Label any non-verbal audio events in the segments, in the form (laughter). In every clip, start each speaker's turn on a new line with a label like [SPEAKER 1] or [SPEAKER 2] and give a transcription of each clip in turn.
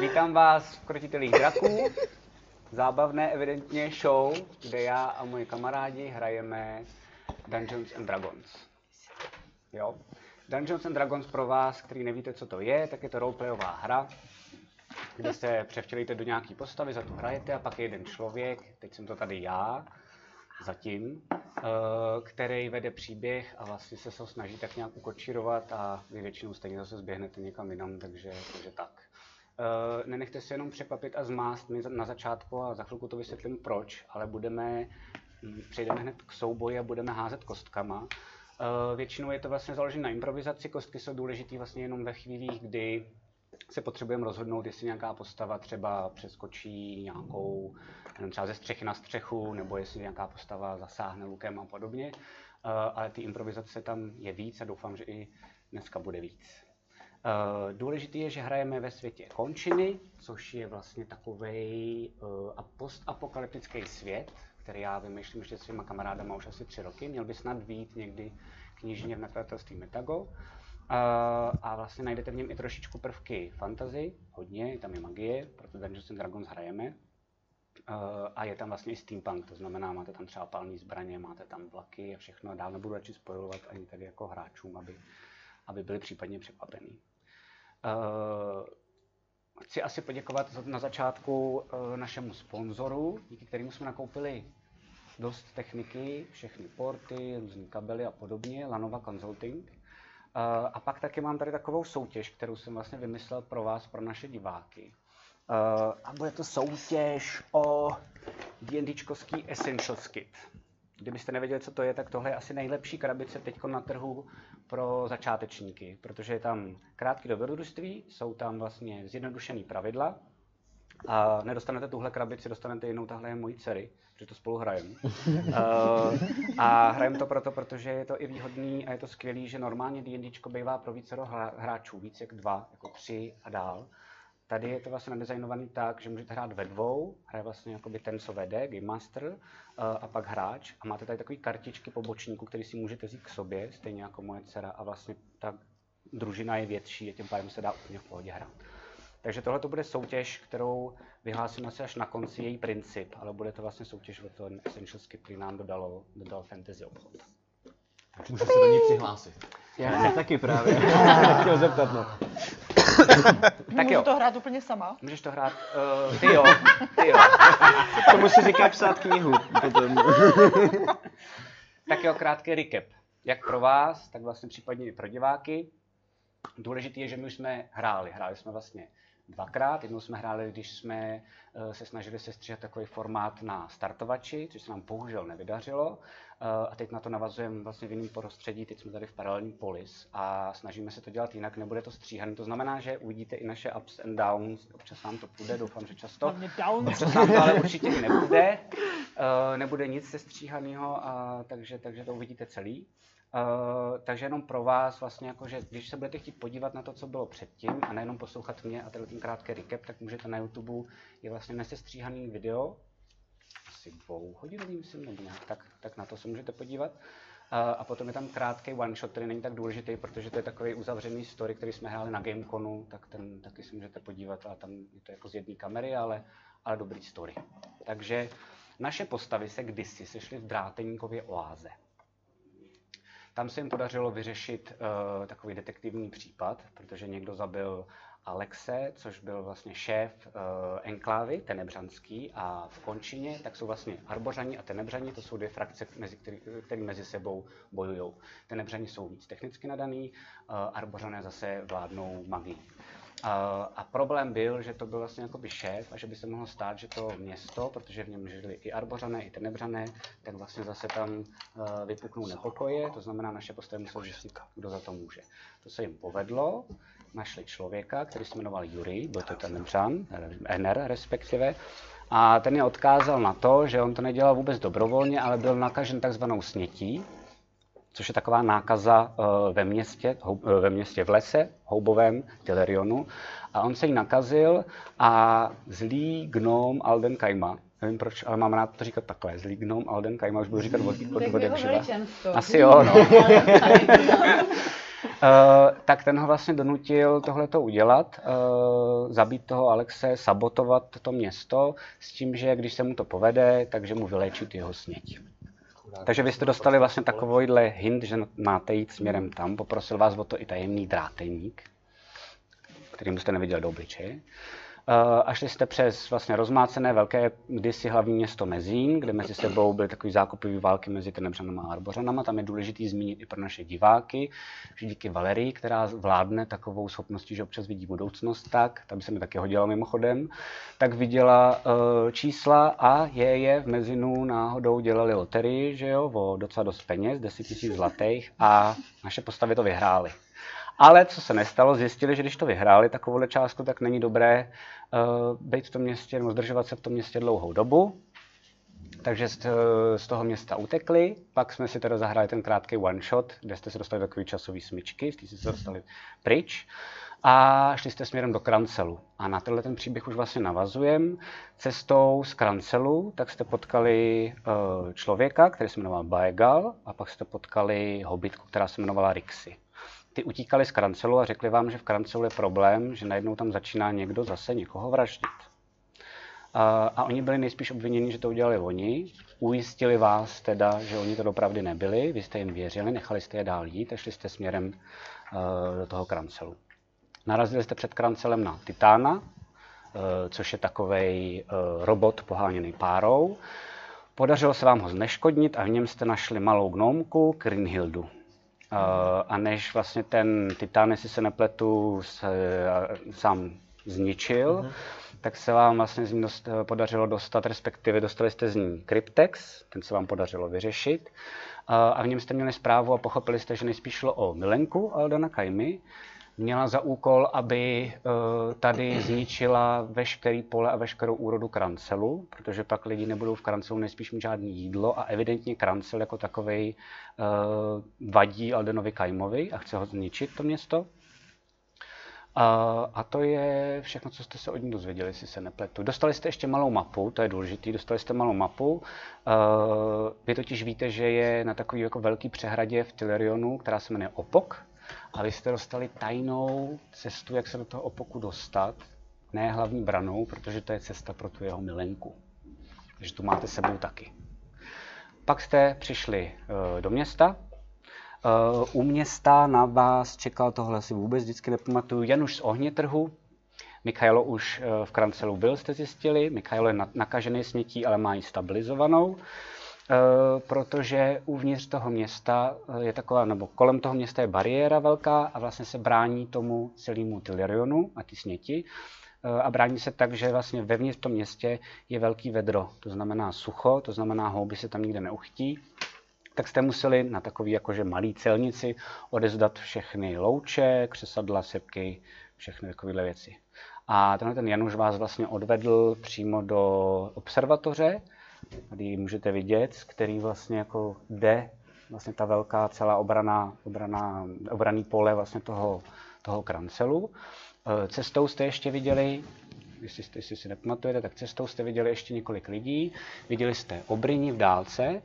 [SPEAKER 1] Vítám vás v Krotitelých draků. Zábavné evidentně show, kde já a moji kamarádi hrajeme Dungeons and Dragons. Jo? Dungeons and Dragons pro vás, který nevíte, co to je, tak je to roleplayová hra, kde se převtělíte do nějaký postavy, za tu hrajete a pak je jeden člověk, teď jsem to tady já, zatím, eh, který vede příběh a vlastně se ho snaží tak nějak ukočírovat a vy většinou stejně zase zběhnete někam jinam, takže, takže tak. Eh, Nenechte se jenom překvapit a zmást my za- na začátku a za chvilku to vysvětlím proč, ale budeme, mm, přejdeme hned k souboji a budeme házet kostkama. Eh, Většinou je to vlastně založené na improvizaci, kostky jsou důležité vlastně jenom ve chvílích, kdy se potřebujeme rozhodnout, jestli nějaká postava třeba přeskočí nějakou, nevím, třeba ze střechy na střechu, nebo jestli nějaká postava zasáhne lukem a podobně. Eh, Ale ty improvizace tam je víc a doufám, že i dneska bude víc. Eh, Důležité je, že hrajeme ve světě končiny, což je vlastně takový postapokalyptický svět, který já vymýšlím ještě s svýma kamarádama už asi tři roky. Měl by snad být někdy knižně v nakladatelství Metago. Eh, A vlastně najdete v něm i trošičku prvky fantasy, hodně, tam je magie, proto Dungeons and Dragons hrajeme. Eh, a je tam vlastně i steampunk, to znamená, máte tam třeba palní zbraně, máte tam vlaky a všechno. Dál nebudu radši spojovat ani tady jako hráčům, aby, aby byli případně překvapený. Eh, Chci asi poděkovat za- na začátku eh, našemu sponzoru, díky kterému jsme nakoupili dost techniky, všechny porty, různé kabely a podobně, Lanova Consulting. Eh, A pak taky mám tady takovou soutěž, kterou jsem vlastně vymyslel pro vás, pro naše diváky. Eh, A bude to soutěž o D&Dčkovský Essentials Kit. Kdybyste nevěděli, co to je, tak tohle je asi nejlepší krabice teď na trhu pro začátečníky, protože je tam krátký dobrodružství, jsou tam vlastně zjednodušené pravidla a nedostanete tuhle krabici, dostanete jinou, tahle je mojí dcery, protože to spolu hrajeme. Eh, a hrajeme to proto, protože je to i výhodný a je to skvělý, že normálně D&Dčko bývá pro vícero hra- hráčů, víc jak dva, jako tři a dál. Tady je to vlastně nadizajnovaný tak, že můžete hrát ve dvou, hraje vlastně jakoby ten, co vede, Game Master, eh, a pak hráč. A máte tady takové kartičky po bočníku, které si můžete vzít k sobě, stejně jako moje dcera, a vlastně ta družina je větší a tím pádem se dá úplně v pohodě hrát. Takže tohle to bude soutěž, kterou vyhlásím asi až na konci její princip, ale bude to vlastně soutěž o ten Essentials Kit, který nám dodalo, dodal Fantasy obchod.
[SPEAKER 2] Můžu se do ní přihlásit.
[SPEAKER 3] Já se taky
[SPEAKER 1] (laughs)
[SPEAKER 3] právě. Chtěl zeptat, no.
[SPEAKER 1] Tak
[SPEAKER 4] Můžu
[SPEAKER 1] jo.
[SPEAKER 4] to hrát úplně sama?
[SPEAKER 1] Můžeš to hrát, uh, ty jo, ty jo.
[SPEAKER 3] Tomu se říká psát knihu. Potom.
[SPEAKER 1] Tak jo, krátký recap. Jak pro vás, tak vlastně případně i pro diváky. Důležité je, že my už jsme hráli. Hráli jsme vlastně dvakrát. Jednou jsme hráli, když jsme eh, se snažili sestříhat takový formát na startovači, což se nám bohužel nevydařilo. Eh, A teď na to navazujeme vlastně v jiném prostředí, teď jsme tady v paralelní polis a snažíme se to dělat jinak, nebude to stříhané. To znamená, že uvidíte i naše ups and downs, občas nám to půjde, doufám, že často.
[SPEAKER 4] Hlavně down.
[SPEAKER 1] Občas nám No, to ale určitě i nebude. Eh, nebude nic sestříhaného, a takže, takže to uvidíte celý. Eh, takže jenom pro vás, vlastně jako, že když se budete chtít podívat na to, co bylo předtím, a nejenom poslouchat mě a tenhle ten krátký recap, tak můžete na YouTube, je vlastně nesestříhaný video, asi dvou hodinový, myslím, nebo nějak, tak, tak na to se můžete podívat. A, a potom je tam krátký one shot, který není tak důležitý, protože to je takový uzavřený story, který jsme hráli na Gameconu, tak ten taky se můžete podívat a tam je to jako z jedné kamery, ale, ale dobrý story. Takže naše postavy se kdysi sešly v dráteníkově oáze. Tam se jim podařilo vyřešit uh, takový detektivní případ, protože někdo zabil Alexe, což byl vlastně šéf uh, enklávy Tenebřanský a v Končině, tak jsou vlastně Arbořani a Tenebřani, to jsou dvě frakce, mezi který, který mezi sebou bojují. Tenebřani jsou víc technicky nadaný, uh, Arbořané zase vládnou magií. Uh, a problém byl, že to byl vlastně jakoby šéf a že by se mohlo stát, že to město, protože v něm žili i arbořané, i tenebřané, tak vlastně zase tam uh, vypuknou nepokoje, to znamená naše postavy museli zjistit, kdo za to může. To se jim povedlo, našli člověka, který se jmenoval Juri, byl to tenebřan, NR respektive, a ten je odkázal na to, že on to nedělal vůbec dobrovolně, ale byl nakažen takzvanou snětí, což je taková nákaza eh, ve městě, hou- eh, ve městě v lese, houbovém, Telerionu. A on se jí nakazil a zlý gnom Alden Kaima, nevím proč, ale mám rád to říkat takhle, zlý gnom Alden Kaima, už budu říkat od, od,
[SPEAKER 5] Tak
[SPEAKER 1] od
[SPEAKER 5] by ho
[SPEAKER 1] jak živa.
[SPEAKER 5] veličenstvo.
[SPEAKER 1] Asi jo, no. (laughs) Eh, tak ten ho vlastně donutil tohleto udělat, eh, zabít toho Alexe, sabotovat to město s tím, že když se mu to povede, takže mu vylečí tu jeho sněť. Takže vy jste dostali vlastně takovýhle hint, že máte jít směrem tam. Poprosil vás o to i tajemný dráteník, kterým jste neviděl do obličeje. Eh, A šli jste přes vlastně rozmácené velké kdysi hlavní město Mezín, kde mezi sebou byly takové zákopové války mezi Trnebřanama a Arbořanama. Tam je důležité zmínit i pro naše diváky, že díky Valerii, která vládne takovou schopností, že občas vidí budoucnost, tak, tam se mi taky hodila mimochodem, tak viděla eh, čísla a je je v Mezinu náhodou dělali loterii, že jo, o docela dost peněz, 10 000 zlatých a naše postavy to vyhrály. Ale co se nestalo, zjistili, že když to vyhráli takovouhle částku, tak není dobré uh, být v tom městě nebo zdržovat se v tom městě dlouhou dobu. Takže z, eh, z toho města utekli, pak jsme si teda zahráli ten krátký one shot, kde jste se dostali do takové časové smyčky, z té jste se dostali pryč a šli jste směrem do Krancelu. A na tenhle ten příběh už vlastně navazujem. Cestou z Krancelu tak jste potkali eh, člověka, který se jmenoval Baegal a pak jste potkali hobitku, která se jmenovala Rixi ty utíkali z Krancelu a řekli vám, že v Krancelu je problém, že najednou tam začíná někdo zase někoho vraždit. A, a oni byli nejspíš obviněni, že to udělali oni. Ujistili vás teda, že oni to dopravdy nebyli, vy jste jim věřili, nechali jste je dál jít a šli jste směrem eh, do toho Krancelu. Narazili jste před Krancelem na Titána, eh, což je takový robot poháněný párou. Podařilo se vám ho zneškodnit a v něm jste našli malou gnomku Krynhildu. Eh, A než vlastně ten titán, jestli se nepletu, se, eh, sám zničil, tak se vám vlastně z ní dost, eh, podařilo dostat, respektive dostali jste z ní Cryptex, ten se vám podařilo vyřešit. Eh, A v něm jste měli zprávu a pochopili jste, že nejspíš šlo o milenku Aldona Kajmy, měla za úkol, aby eh, tady zničila veškerý pole a veškerou úrodu krancelu, protože pak lidi nebudou v krancelu nejspíš mít žádný jídlo a evidentně krancel jako takovej eh, vadí Aldenovi Kajmovi a chce ho zničit to město. A, a to je všechno, co jste se od ní dozvěděli, jestli se nepletu. Dostali jste ještě malou mapu, to je důležité, dostali jste malou mapu. Uh, vy totiž víte, že je na takový jako velký přehradě v Tylerionu, která se jmenuje Opok. A vy jste dostali tajnou cestu, jak se do toho Opoku dostat. Ne hlavní branou, protože to je cesta pro tu jeho milenku. Takže tu máte s sebou taky. Pak jste přišli eh, do města. Eh, U města na vás čekal tohle si vůbec vždycky nepamatuju. Januš z ohnětrhu. Mikhailo už eh, v krancelu byl, jste zjistili. Mikhailo je na- nakažený smětí, ale má ji stabilizovanou. Eh, protože uvnitř toho města eh, je taková, nebo kolem toho města je bariéra velká a vlastně se brání tomu celému Tylerionu a ty sněti. Eh, A brání se tak, že vlastně vevnitř v tom městě je velký vedro, to znamená sucho, to znamená houby se tam nikde neuchtí. Tak jste museli na takový jakože malý celnici odezdat všechny louče, křesadla, sepky, všechny takovéhle věci. A tenhle ten Januš vás vlastně odvedl přímo do observatoře, Tady ji můžete vidět, z který vlastně jako jde vlastně ta velká celá obrana, obrana, obraný pole vlastně toho, toho krancelu. Eh, Cestou jste ještě viděli, jestli, jste- jestli si nepamatujete, tak cestou jste viděli ještě několik lidí. Viděli jste obryni v dálce,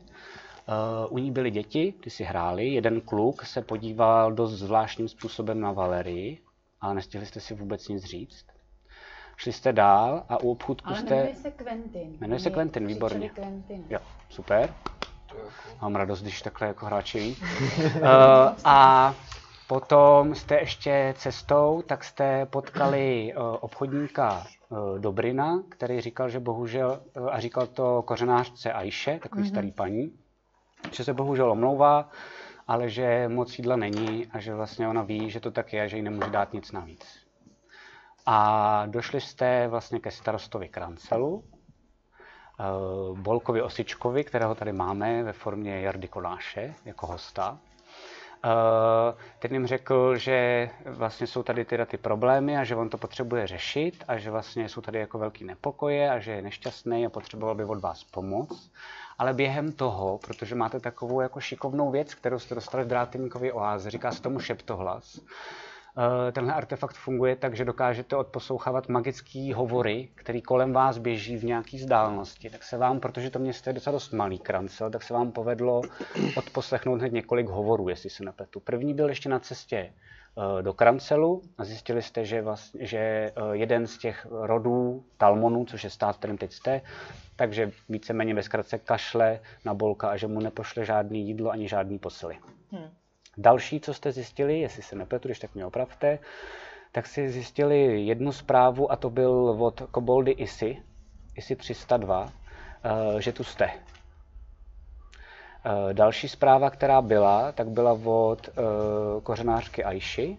[SPEAKER 1] Eh, u ní byly děti, ty si hráli. Jeden kluk se podíval dost zvláštním způsobem na Valerii, ale nestihli jste si vůbec nic říct. Šli jste dál a u obchůdku
[SPEAKER 4] Ale
[SPEAKER 1] jste...
[SPEAKER 4] jmenuje se Quentin.
[SPEAKER 1] Jmenuje se
[SPEAKER 4] Oni
[SPEAKER 1] Quentin,
[SPEAKER 4] křičeli
[SPEAKER 1] výborně.
[SPEAKER 4] Quentin.
[SPEAKER 1] Jo, super. Mám radost, když takhle jako hráči ví. (laughs) Eh, a potom jste ještě cestou, tak jste potkali eh, obchodníka eh, Dobrina, který říkal, že bohužel, eh, a říkal to kořenářce Ajše, takový starý paní, že se bohužel omlouvá, ale že moc jídla není a že vlastně ona ví, že to tak je, že jí nemůže dát nic navíc. A došli jste vlastně ke starostovi Krancelu, eh, Bolkovi Osičkovi, kterého tady máme ve formě Jardy Konáše jako hosta. Eh, Ten jim řekl, že vlastně jsou tady teda ty problémy a že on to potřebuje řešit a že vlastně jsou tady jako velký nepokoje a že je nešťastný a potřeboval by od vás pomoc. Ale během toho, protože máte takovou jako šikovnou věc, kterou jste dostali v Dráteníkově oáze, říká se tomu šeptohlas, Eh, Eh, Tenhle artefakt funguje tak, že dokážete odposlouchávat magické hovory, které kolem vás běží v nějaké vzdálenosti. Tak se vám, protože to město je docela dost malý krancel, tak se vám povedlo odposlechnout hned několik hovorů, jestli se nepletu. První byl ještě na cestě eh, do Krancelu a zjistili jste, že, vlastně, že eh, jeden z těch rodů Talmonů, což je stát, v kterým teď jste, takže víceméně ve zkratce kašle na Bolka a že mu nepošle žádný jídlo ani žádný posily.
[SPEAKER 4] Hm.
[SPEAKER 1] Další, co jste zjistili, jestli se nepletu, když tak mě opravte, tak si zjistili jednu zprávu a to byl od Koboldy Isi, Isi 302, eh, že tu jste. Eh, Další zpráva, která byla, tak byla od eh, kořenářky Aishi,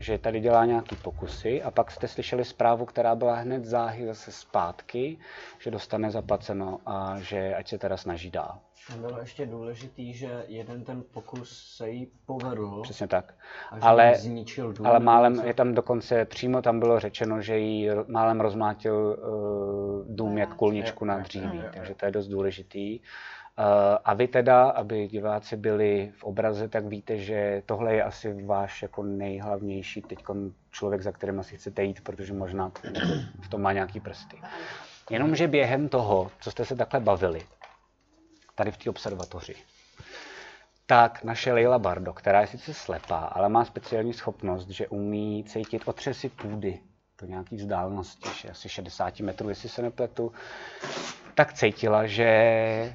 [SPEAKER 1] že tady dělá nějaký pokusy a pak jste slyšeli zprávu, která byla hned záhy zase zpátky, že dostane zaplaceno a že ať se teda snaží dál.
[SPEAKER 5] A bylo ještě důležitý, že jeden ten pokus se jí povedl
[SPEAKER 1] Přesně tak.
[SPEAKER 5] a že
[SPEAKER 1] ale-
[SPEAKER 5] jí zničil dům.
[SPEAKER 1] Ale málem
[SPEAKER 5] nebo
[SPEAKER 1] je tam dokonce přímo tam bylo řečeno, že jí ro- málem rozmlátil uh, dům jak kulničku na dříví, takže to je dost důležitý. Uh, a vy teda, aby diváci byli v obraze, tak víte, že tohle je asi váš jako nejhlavnější teď člověk, za kterým asi chcete jít, protože možná v tom má nějaký prsty. Jenomže během toho, co jste se takhle bavili, tady v té observatoři, tak naše Leila Bardo, která je sice slepá, ale má speciální schopnost, že umí cítit otřesy půdy do nějaký vzdálenosti, že asi 60 metrů, jestli se nepletu, tak cítila, že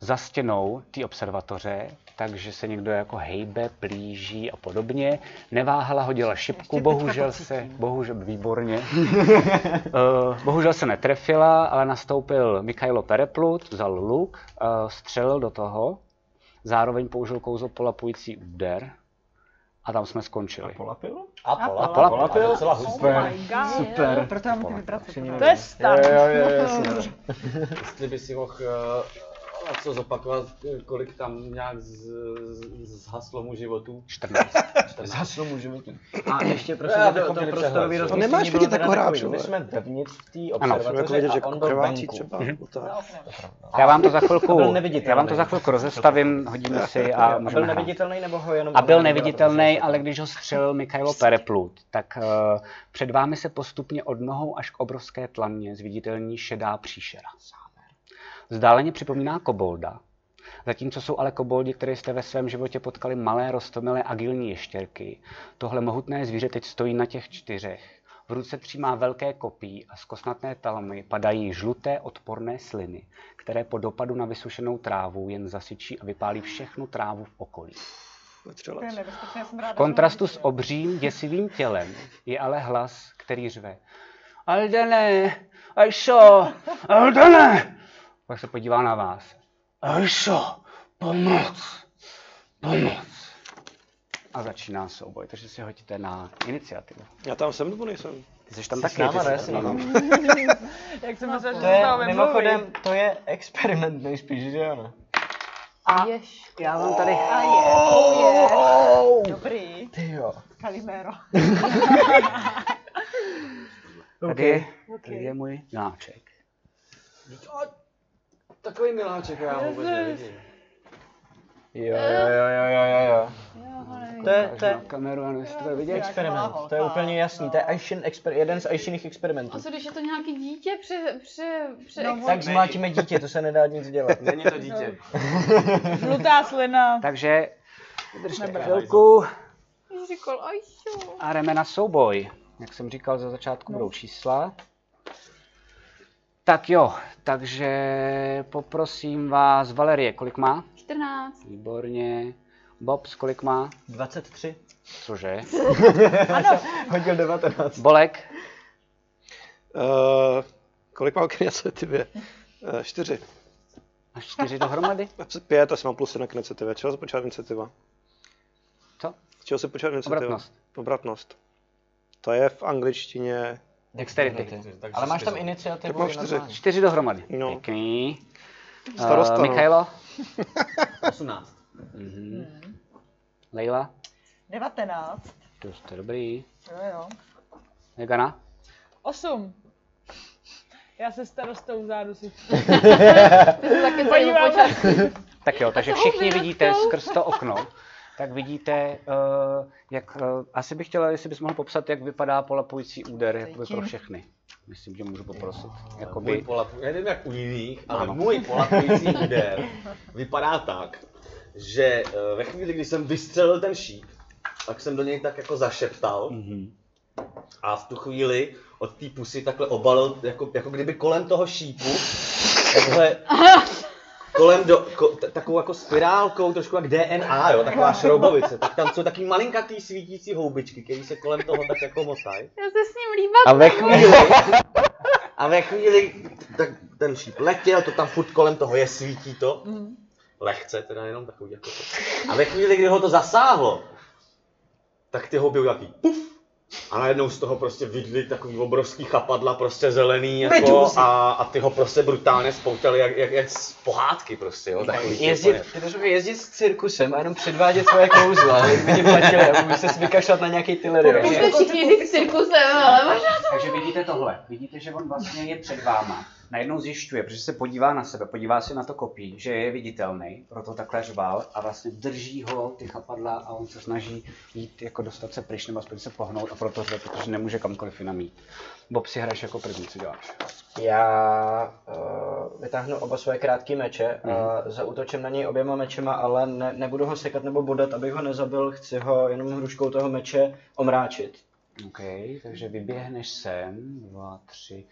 [SPEAKER 1] za stěnou té observatoře, takže se někdo jako hejbe, plíží a podobně. Neváhala, hodila šipku,
[SPEAKER 4] teďka
[SPEAKER 1] bohužel
[SPEAKER 4] pocítím.
[SPEAKER 1] se, bohužel, výborně, Eh, bohužel se netrefila, ale nastoupil Mikhailo Pereplut, vzal luk, eh, střelil do toho, zároveň použil kouzlo polapující úder a tam jsme skončili.
[SPEAKER 3] Polapil?
[SPEAKER 2] A
[SPEAKER 4] pola-
[SPEAKER 1] Apolapil.
[SPEAKER 2] Polapil? Docela
[SPEAKER 4] Oh
[SPEAKER 2] hustý.
[SPEAKER 4] my god.
[SPEAKER 3] Super.
[SPEAKER 4] Proto mám ty vibrace.
[SPEAKER 3] Přijde.
[SPEAKER 4] To je star.
[SPEAKER 2] Jestli by si mohl eh, co zopakovat, eh, kolik tam nějak z, z, zhaslo mu životů.
[SPEAKER 1] 14.
[SPEAKER 5] Zhaslo mu život. A ještě prosím,
[SPEAKER 2] Já
[SPEAKER 5] tě,
[SPEAKER 2] to-
[SPEAKER 5] to,
[SPEAKER 2] to
[SPEAKER 5] to
[SPEAKER 2] měli
[SPEAKER 5] prostorový
[SPEAKER 2] přehled,
[SPEAKER 5] rozmístění
[SPEAKER 6] jo. Nemáš
[SPEAKER 5] bylo
[SPEAKER 6] vidět
[SPEAKER 5] teda
[SPEAKER 6] jako
[SPEAKER 5] takový,
[SPEAKER 6] hráč,
[SPEAKER 5] My
[SPEAKER 6] jo.
[SPEAKER 5] jsme vevnitř v té
[SPEAKER 6] Člověk
[SPEAKER 5] observatoře
[SPEAKER 6] vědět, Jako že
[SPEAKER 5] a on byl
[SPEAKER 6] krvácí
[SPEAKER 5] venku.
[SPEAKER 6] třeba.
[SPEAKER 1] Mhm.
[SPEAKER 6] nebo tak.
[SPEAKER 1] Já vám to za chvilku,
[SPEAKER 5] byl neviditelný.
[SPEAKER 1] já vám to za chvilku rozestavím, hodíme si a
[SPEAKER 5] A byl
[SPEAKER 1] můžeme hrát.
[SPEAKER 5] neviditelný nebo ho jenom...
[SPEAKER 1] A byl
[SPEAKER 5] ona neviděla,
[SPEAKER 1] neviditelný,
[SPEAKER 5] protože-
[SPEAKER 1] ale když ho střelil Mikhailo Pereplut, tak eh, před vámi se postupně od nohou až k obrovské tlamě zviditelní šedá příšera. Vzdáleně připomíná kobolda, zatímco jsou ale koboldi, které jste ve svém životě potkali malé, rostomilé, agilní ještěrky. Tohle mohutné zvíře teď stojí na těch čtyřech. V ruce třímá velké kopí a z kosnatné talmy padají žluté odporné sliny, které po dopadu na vysušenou trávu jen zasyčí a vypálí všechnu trávu v okolí.
[SPEAKER 6] Potřeboval
[SPEAKER 4] To je
[SPEAKER 6] jsem.
[SPEAKER 4] nebezpečné, já jsem ráda, že
[SPEAKER 1] V kontrastu
[SPEAKER 4] mám
[SPEAKER 1] s
[SPEAKER 4] vidět.
[SPEAKER 1] obřím děsivým tělem je ale hlas, který řve. Aldene, Ajšo, Aldene! Pak se podívá na vás. Ajšo, pomoc, pomoc. A začíná souboj, takže si hoďte na iniciativu.
[SPEAKER 6] Já tam jsem nebo nejsem?
[SPEAKER 1] Ty jsi tam
[SPEAKER 5] Jsi
[SPEAKER 1] taky.
[SPEAKER 5] s náma,
[SPEAKER 1] ty
[SPEAKER 5] ne?
[SPEAKER 1] jsi
[SPEAKER 5] Jsi
[SPEAKER 1] tam, no.
[SPEAKER 4] Jak jsem myslela,
[SPEAKER 5] To
[SPEAKER 4] že se to
[SPEAKER 5] je,
[SPEAKER 4] umím
[SPEAKER 5] mimochodem,
[SPEAKER 4] mluvit.
[SPEAKER 5] to je experiment nejspíš, že ano?
[SPEAKER 4] A ješ.
[SPEAKER 1] Já vám tady...
[SPEAKER 4] A je. Oh, je. Dobrý.
[SPEAKER 5] Ty jo.
[SPEAKER 4] Kalimero.
[SPEAKER 1] Tady, tady je můj náček.
[SPEAKER 2] A, takový miláček já ho vůbec
[SPEAKER 4] Jezus.
[SPEAKER 2] nevidím.
[SPEAKER 5] Jo,
[SPEAKER 2] Eh.
[SPEAKER 5] jo, jo, jo, jo, jo, jo. To je, to
[SPEAKER 1] Takže na
[SPEAKER 5] je
[SPEAKER 1] kameru a nesmí to vidět.
[SPEAKER 5] experiment, to je úplně jasný, to je Aishin exper- jeden z Aishiných experimentů.
[SPEAKER 7] A co když je to nějaký dítě pře, pře, pře
[SPEAKER 4] No,
[SPEAKER 5] Tak zmlátíme dítě, to se nedá nic dělat.
[SPEAKER 2] Není to dítě.
[SPEAKER 4] Žlutá slina.
[SPEAKER 1] Takže vydržte
[SPEAKER 4] Dobrá.
[SPEAKER 1] chvilku.
[SPEAKER 7] Ježíš říkal, aj jo.
[SPEAKER 1] A jdeme na souboj. Jak jsem říkal, za začátku budou čísla. Tak jo, takže poprosím vás, Valerie, kolik má?
[SPEAKER 7] 14.
[SPEAKER 1] Výborně. Bobs, kolik má?
[SPEAKER 5] 23.
[SPEAKER 1] Cože?
[SPEAKER 5] Hodil 19.
[SPEAKER 1] Bolek,
[SPEAKER 6] Eh, kolik má (laughs) okeniace tybě? Eh, čtyři.
[SPEAKER 1] až čtyři
[SPEAKER 6] (laughs)
[SPEAKER 1] dohromady?
[SPEAKER 6] Já jsem Pět, asi mám plus jedna k iniciativě. Čeho se počítá iniciativa?
[SPEAKER 1] Co?
[SPEAKER 6] Z čeho se počítá iniciativa?
[SPEAKER 1] Obratnost.
[SPEAKER 6] Obratnost. To je v angličtině...
[SPEAKER 1] Dexterity.
[SPEAKER 5] (laughs)
[SPEAKER 2] Takže
[SPEAKER 5] Ale máš tam
[SPEAKER 2] zpět.
[SPEAKER 6] Tak
[SPEAKER 5] iniciativu
[SPEAKER 6] mám
[SPEAKER 5] i
[SPEAKER 6] čtyři.
[SPEAKER 5] normálně.
[SPEAKER 1] Čtyři dohromady.
[SPEAKER 6] No.
[SPEAKER 1] Pěkný. Eh,
[SPEAKER 6] Starosta, no. (laughs)
[SPEAKER 1] Michailo?
[SPEAKER 2] 18.
[SPEAKER 1] Mhm. Leila?
[SPEAKER 4] 19.
[SPEAKER 1] To jste dobrý.
[SPEAKER 4] Jo, jo.
[SPEAKER 1] Megana?
[SPEAKER 4] 8. Já se starostou vzadu si
[SPEAKER 7] Ty jsi taky zajímavý
[SPEAKER 4] podívám.
[SPEAKER 7] počas.
[SPEAKER 1] Tak jo, takže
[SPEAKER 7] to
[SPEAKER 1] všichni
[SPEAKER 7] houby
[SPEAKER 1] vidíte
[SPEAKER 7] rostou.
[SPEAKER 1] skrz to okno, tak vidíte, eh, jak, eh, asi bych chtěla, jestli bys mohl popsat, jak vypadá polapující úder jakoby pro všechny. Myslím, že můžu poprosit.
[SPEAKER 2] Můj
[SPEAKER 1] Jakoby,
[SPEAKER 2] polapu, já nevím jak u jiných, ale
[SPEAKER 1] Ano.
[SPEAKER 2] můj
[SPEAKER 1] (laughs)
[SPEAKER 2] polapující úder vypadá tak, že eh, ve chvíli, kdy jsem vystřelil ten šíp, tak jsem do něj tak jako zašeptal
[SPEAKER 1] Mhm.
[SPEAKER 2] a v tu chvíli od té pusy takhle obalil, jako, jako kdyby kolem toho šípu, takhle kolem do, ko, t- takovou jako spirálkou, trošku jak DNA, jo, taková šroubovice, tak tam jsou taky malinkatý svítící houbičky, které se kolem toho tak jako motají.
[SPEAKER 7] Já se s ním líbat
[SPEAKER 2] A ve chvíli, a ve chvíli, tak ten šíp letěl, to tam furt kolem toho je, svítí to. Lehce, teda jenom takový jako to. A ve chvíli, kdy ho to zasáhlo, tak ty houby udělali puf. A najednou z toho prostě vidli takový obrovský chapadla, prostě zelený, jako, a, a ty ho prostě brutálně spoutali, jak, jak, jak z pohádky prostě, jo, takový.
[SPEAKER 8] Jezdit, ty to řekl, jezdit s cirkusem a jenom předvádět svoje kouzla, ale by tě platili, aby se vykašlat na nějaký
[SPEAKER 7] Vy
[SPEAKER 8] tylery.
[SPEAKER 7] jste všichni jezdí cirkusem, ale možná
[SPEAKER 1] Takže vidíte tohle. Vidíte, že on vlastně je před váma. Najednou zjišťuje, protože se podívá na sebe, podívá se na to kopí, že je viditelný, proto takhle řval a vlastně drží ho ty chapadla a on se snaží jít, jako dostat se pryč nebo aspoň se pohnout a proto řve, protože nemůže kamkoliv jinam jít. Bob si hraješ jako první, co děláš?
[SPEAKER 8] Já uh, vytáhnu oba svoje krátké meče a
[SPEAKER 6] Mhm.
[SPEAKER 8] zautočím na něj oběma mečema, ale ne, nebudu ho sekat nebo bodat, abych ho nezabil, chci ho jenom hruškou toho meče omráčit.
[SPEAKER 1] OK, takže vyběhneš sem, dva, tři.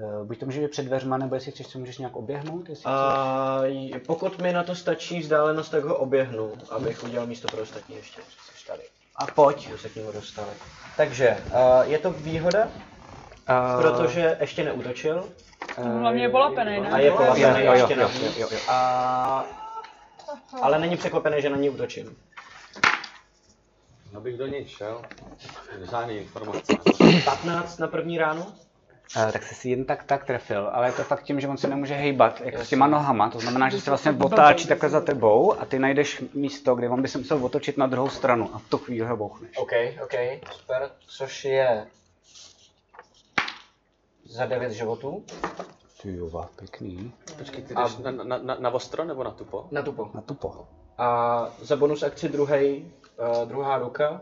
[SPEAKER 1] Eh, Buď to může být před dveřma, nebo jestli chceš, co můžeš nějak oběhnout, jestli chceš.
[SPEAKER 8] A j- pokud mi na to stačí vzdálenost, tak ho oběhnu, abych udělal místo pro ostatní ještě. Jsi tady.
[SPEAKER 1] A pojď.
[SPEAKER 8] Jsme se k němu dostali. Takže, uh, je to výhoda,
[SPEAKER 1] Eh,
[SPEAKER 8] protože ještě neutočil
[SPEAKER 1] eh,
[SPEAKER 4] Hlavně je polapenej, ne?
[SPEAKER 8] a je
[SPEAKER 1] Jo,
[SPEAKER 8] polapený
[SPEAKER 1] jo, jo,
[SPEAKER 8] ještě
[SPEAKER 1] jo,
[SPEAKER 8] navíc.
[SPEAKER 1] jo, jo, jo.
[SPEAKER 8] A... Ale není překvapený, že na ní útočím.
[SPEAKER 2] Abych No do něj šel, žádný informace.
[SPEAKER 8] 15 na první ránu?
[SPEAKER 1] Eh, tak se si jen tak tak trefil, ale je to fakt tím, že on se nemůže hejbat jako s těma nohama, to znamená, že se vlastně otáčí takhle za tebou a ty najdeš místo, kde on by se musel otočit na druhou stranu a v tu chvíli ho bouchneš.
[SPEAKER 8] OK, OK, super, což je za 9 životů.
[SPEAKER 1] Ty jo, pěkný.
[SPEAKER 2] Počkej, ty jdeš na, na, na, na ostro nebo na tupo?
[SPEAKER 8] Na tupo.
[SPEAKER 1] Na tupo.
[SPEAKER 8] A za bonus akci druhej, uh, druhá ruka.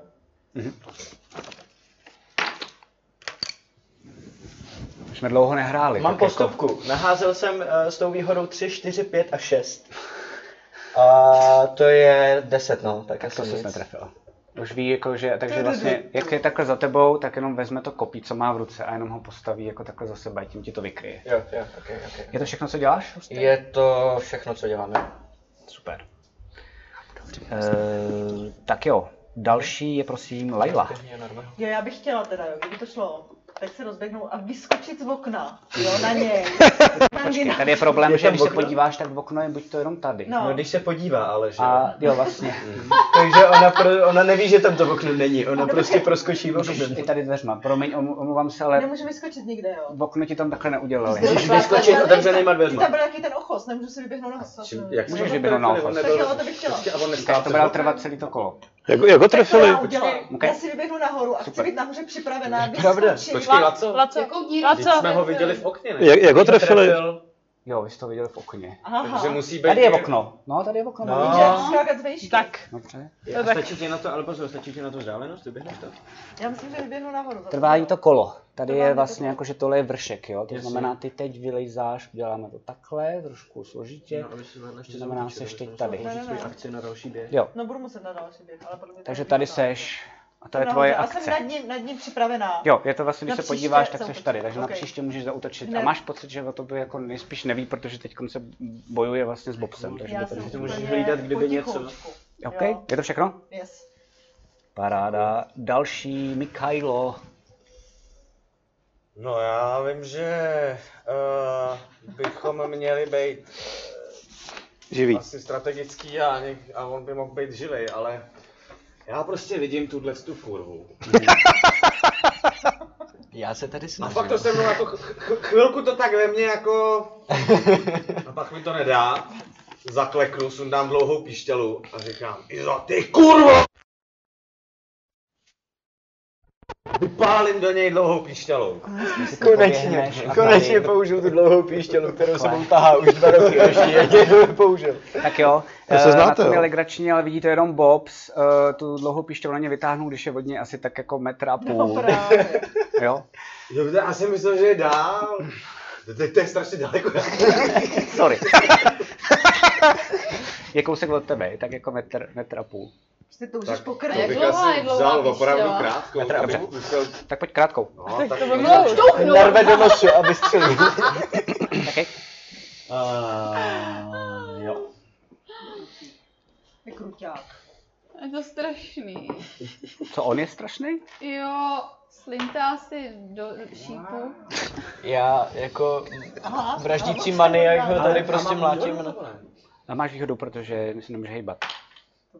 [SPEAKER 1] Už jsme dlouho nehráli.
[SPEAKER 8] Mám
[SPEAKER 1] tak jako-
[SPEAKER 8] postupku. Naházel jsem uh, s tou výhodou 3, 4, 5 a 6. A to je 10, no, tak
[SPEAKER 1] Tak to
[SPEAKER 8] asi
[SPEAKER 1] se
[SPEAKER 8] nic.
[SPEAKER 1] netrefila. Už ví, jako, že, takže vlastně, jak je takhle za tebou, tak jenom vezme to kopí, co má v ruce a jenom ho postaví jako takhle za sebe a tím ti to vykryje.
[SPEAKER 8] Jo, jo, ok, ok.
[SPEAKER 1] Je to všechno, co děláš?
[SPEAKER 8] Je to všechno, co děláme.
[SPEAKER 1] Super. Eh, tak jo, další je prosím Laila.
[SPEAKER 9] Jo, já bych chtěla teda, jo, kdyby to šlo. Teď se rozběhnou a vyskočit z okna, jo,
[SPEAKER 1] (laughs)
[SPEAKER 9] na něj.
[SPEAKER 1] Počkej, tady je problém,
[SPEAKER 8] Je
[SPEAKER 1] že
[SPEAKER 8] tam
[SPEAKER 1] když se
[SPEAKER 8] okno.
[SPEAKER 1] podíváš, tak v okno je buď to jenom tady.
[SPEAKER 9] No.
[SPEAKER 8] No, když se podívá, ale že.
[SPEAKER 1] A jo, (laughs) vlastně.
[SPEAKER 8] Takže ona, pro, ona neví, že tam to okno není, ona prostě proskočí
[SPEAKER 1] Můžeš
[SPEAKER 8] oknem.
[SPEAKER 1] i tady dveřma. Promiň, om- omlouvám se, ale
[SPEAKER 9] Nemůžu vyskočit nikde, jo.
[SPEAKER 1] v okno ti tam takhle neudělali.
[SPEAKER 8] Můžeš vyskočit otevřenýma
[SPEAKER 9] Ty
[SPEAKER 8] dveřma.
[SPEAKER 9] tam byl nějaký ten ochos, nemůžu si vyběhnout na hosta.
[SPEAKER 2] Čím, jak
[SPEAKER 1] Můžeš
[SPEAKER 2] se-
[SPEAKER 1] vyběhnout na ofos.
[SPEAKER 9] Tak jo, to bych chtěla.
[SPEAKER 2] Prostě, a on
[SPEAKER 1] Říkáš,
[SPEAKER 2] nestál
[SPEAKER 1] to
[SPEAKER 2] před
[SPEAKER 1] bude
[SPEAKER 2] oknem.
[SPEAKER 1] trefovat celý to kolo.
[SPEAKER 6] Jak, jak ho
[SPEAKER 9] Tak to
[SPEAKER 6] trefili?
[SPEAKER 9] já udělám.
[SPEAKER 1] Počkej.
[SPEAKER 9] Já si vyběhnu nahoru a chci
[SPEAKER 1] Super.
[SPEAKER 9] být nahoře připravená,
[SPEAKER 8] Pravda.
[SPEAKER 9] vyskočit.
[SPEAKER 2] Počkej, Laco,
[SPEAKER 4] Laco,
[SPEAKER 7] jakou díru.
[SPEAKER 4] Laco.
[SPEAKER 2] Vždyť jsme ho viděli v okně, ne?
[SPEAKER 6] Jak, jak ho trefili?
[SPEAKER 1] Jo, vy jste to viděli v okně.
[SPEAKER 9] Aha.
[SPEAKER 2] Takže musí být...
[SPEAKER 1] Tady je okno. No, tady je okno.
[SPEAKER 8] No.
[SPEAKER 1] vidíš?
[SPEAKER 9] Takže já chci skákat z vejšky.
[SPEAKER 4] tak.
[SPEAKER 1] Dobře.
[SPEAKER 8] A stačí ti na to, ale pozor, stačí ti na to vzdálenost, ty běhneš to?
[SPEAKER 9] Já myslím, že vyběhnu nahoru.
[SPEAKER 1] Trvá jí to kolo. Tady
[SPEAKER 9] Trvá
[SPEAKER 1] je
[SPEAKER 9] jí to
[SPEAKER 1] vlastně
[SPEAKER 9] kolo.
[SPEAKER 1] jako, že tohle je vršek, jo. To
[SPEAKER 8] Jasně.
[SPEAKER 1] znamená, ty teď vylejzáš, děláme to takhle, trošku složitě.
[SPEAKER 8] No,
[SPEAKER 9] No.
[SPEAKER 8] aby se vedle ještě
[SPEAKER 1] To znamená,
[SPEAKER 8] zautočil,
[SPEAKER 1] seš
[SPEAKER 8] aby
[SPEAKER 1] teď
[SPEAKER 8] se
[SPEAKER 1] tady.
[SPEAKER 8] mohla použít
[SPEAKER 9] Ne, ne,
[SPEAKER 8] svoji
[SPEAKER 9] ne.
[SPEAKER 8] akci na další běh.
[SPEAKER 1] Jo,
[SPEAKER 9] No budu muset na další běh, ale podle mě... to
[SPEAKER 1] takže
[SPEAKER 9] je
[SPEAKER 1] tady
[SPEAKER 9] výhoda.
[SPEAKER 1] seš a to
[SPEAKER 9] Jsem
[SPEAKER 1] je
[SPEAKER 9] nahoře
[SPEAKER 1] tvoje
[SPEAKER 9] a No, jsem
[SPEAKER 1] akce.
[SPEAKER 9] nad ním, nad ním připravená.
[SPEAKER 1] Jo, je to vlastně, když se
[SPEAKER 9] Na příště
[SPEAKER 1] podíváš, tak seš
[SPEAKER 9] zautočím.
[SPEAKER 1] tady, takže na
[SPEAKER 9] Ok.
[SPEAKER 1] příště můžeš zautočit. A
[SPEAKER 9] Hned.
[SPEAKER 1] máš pocit, že o tobě jako nejspíš neví, protože teď se bojuje vlastně s Bobsem. Takže by
[SPEAKER 9] Já
[SPEAKER 1] to
[SPEAKER 9] jsem
[SPEAKER 1] neví.
[SPEAKER 8] Ty
[SPEAKER 9] úplně
[SPEAKER 8] můžeš hlídat, kdyby něco.
[SPEAKER 9] potichoučku.
[SPEAKER 1] OK,
[SPEAKER 9] Jo.
[SPEAKER 1] je to všechno?
[SPEAKER 9] Yes.
[SPEAKER 1] Paráda. Další, Mikajlo.
[SPEAKER 2] No já vím, že uh, bychom měli být
[SPEAKER 6] Živý.
[SPEAKER 2] asi strategický a, něk- a on by mohl být žilej, ale já prostě vidím tuhle tu kurvu.
[SPEAKER 8] Já se tady
[SPEAKER 2] A
[SPEAKER 8] snažím.
[SPEAKER 2] fakt to se mnou jako ch- ch- chvilku to tak ve mně jako...
[SPEAKER 5] (laughs)
[SPEAKER 2] A pak mi to nedá. Zakleknu, sundám dlouhou píšťalu a říkám, Izo, ty kurvo! vypálím do něj dlouhou píšťalou.
[SPEAKER 5] Konečně, konečně použil tu dlouhou píštělu, kterou sebou tahá už dva roky ještě, ještě použil.
[SPEAKER 1] Tak jo,
[SPEAKER 6] To se
[SPEAKER 1] eh,
[SPEAKER 6] znáte,
[SPEAKER 1] na tom je
[SPEAKER 6] jo.
[SPEAKER 1] legrační, ale vidíte jenom Bobs, eh, tu dlouhou pišťou na ně vytáhnou, když je od něj asi tak jako metr a
[SPEAKER 9] No
[SPEAKER 1] půl,
[SPEAKER 9] právě.
[SPEAKER 1] jo.
[SPEAKER 2] Jo, protože já jsem myslel, že je dál. To, to, to je strašně daleko.
[SPEAKER 1] Sorry. (laughs) je kousek od tebe, tak jako metr, metr a půl.
[SPEAKER 9] Prostě to můžeš
[SPEAKER 7] to
[SPEAKER 9] pokračovat.
[SPEAKER 7] Jak bych dlouhá je dlouhá
[SPEAKER 2] vzal
[SPEAKER 7] píšťala?
[SPEAKER 2] opravdu krátkou.
[SPEAKER 1] Dobře.
[SPEAKER 2] dobu, musel-
[SPEAKER 1] Tak pojď krátkou.
[SPEAKER 2] No,
[SPEAKER 4] Tak to by
[SPEAKER 2] možná-
[SPEAKER 4] bylo už.
[SPEAKER 7] Šťouchnu.
[SPEAKER 5] Narve do nosu a vystřelí.
[SPEAKER 1] Okay.
[SPEAKER 2] Ah, jo.
[SPEAKER 9] Je kruťák.
[SPEAKER 7] Je to strašný.
[SPEAKER 1] Co, on je strašný?
[SPEAKER 7] Jo, slintá si do šípu.
[SPEAKER 5] Já jako
[SPEAKER 9] Aha.
[SPEAKER 5] vraždící maniak ho tady
[SPEAKER 2] Ale- a
[SPEAKER 5] prostě
[SPEAKER 2] mám
[SPEAKER 5] mlátím.
[SPEAKER 2] výhodu,
[SPEAKER 5] na-
[SPEAKER 2] nebo ne?
[SPEAKER 1] A máš výhodu, protože si nemůže hejbat.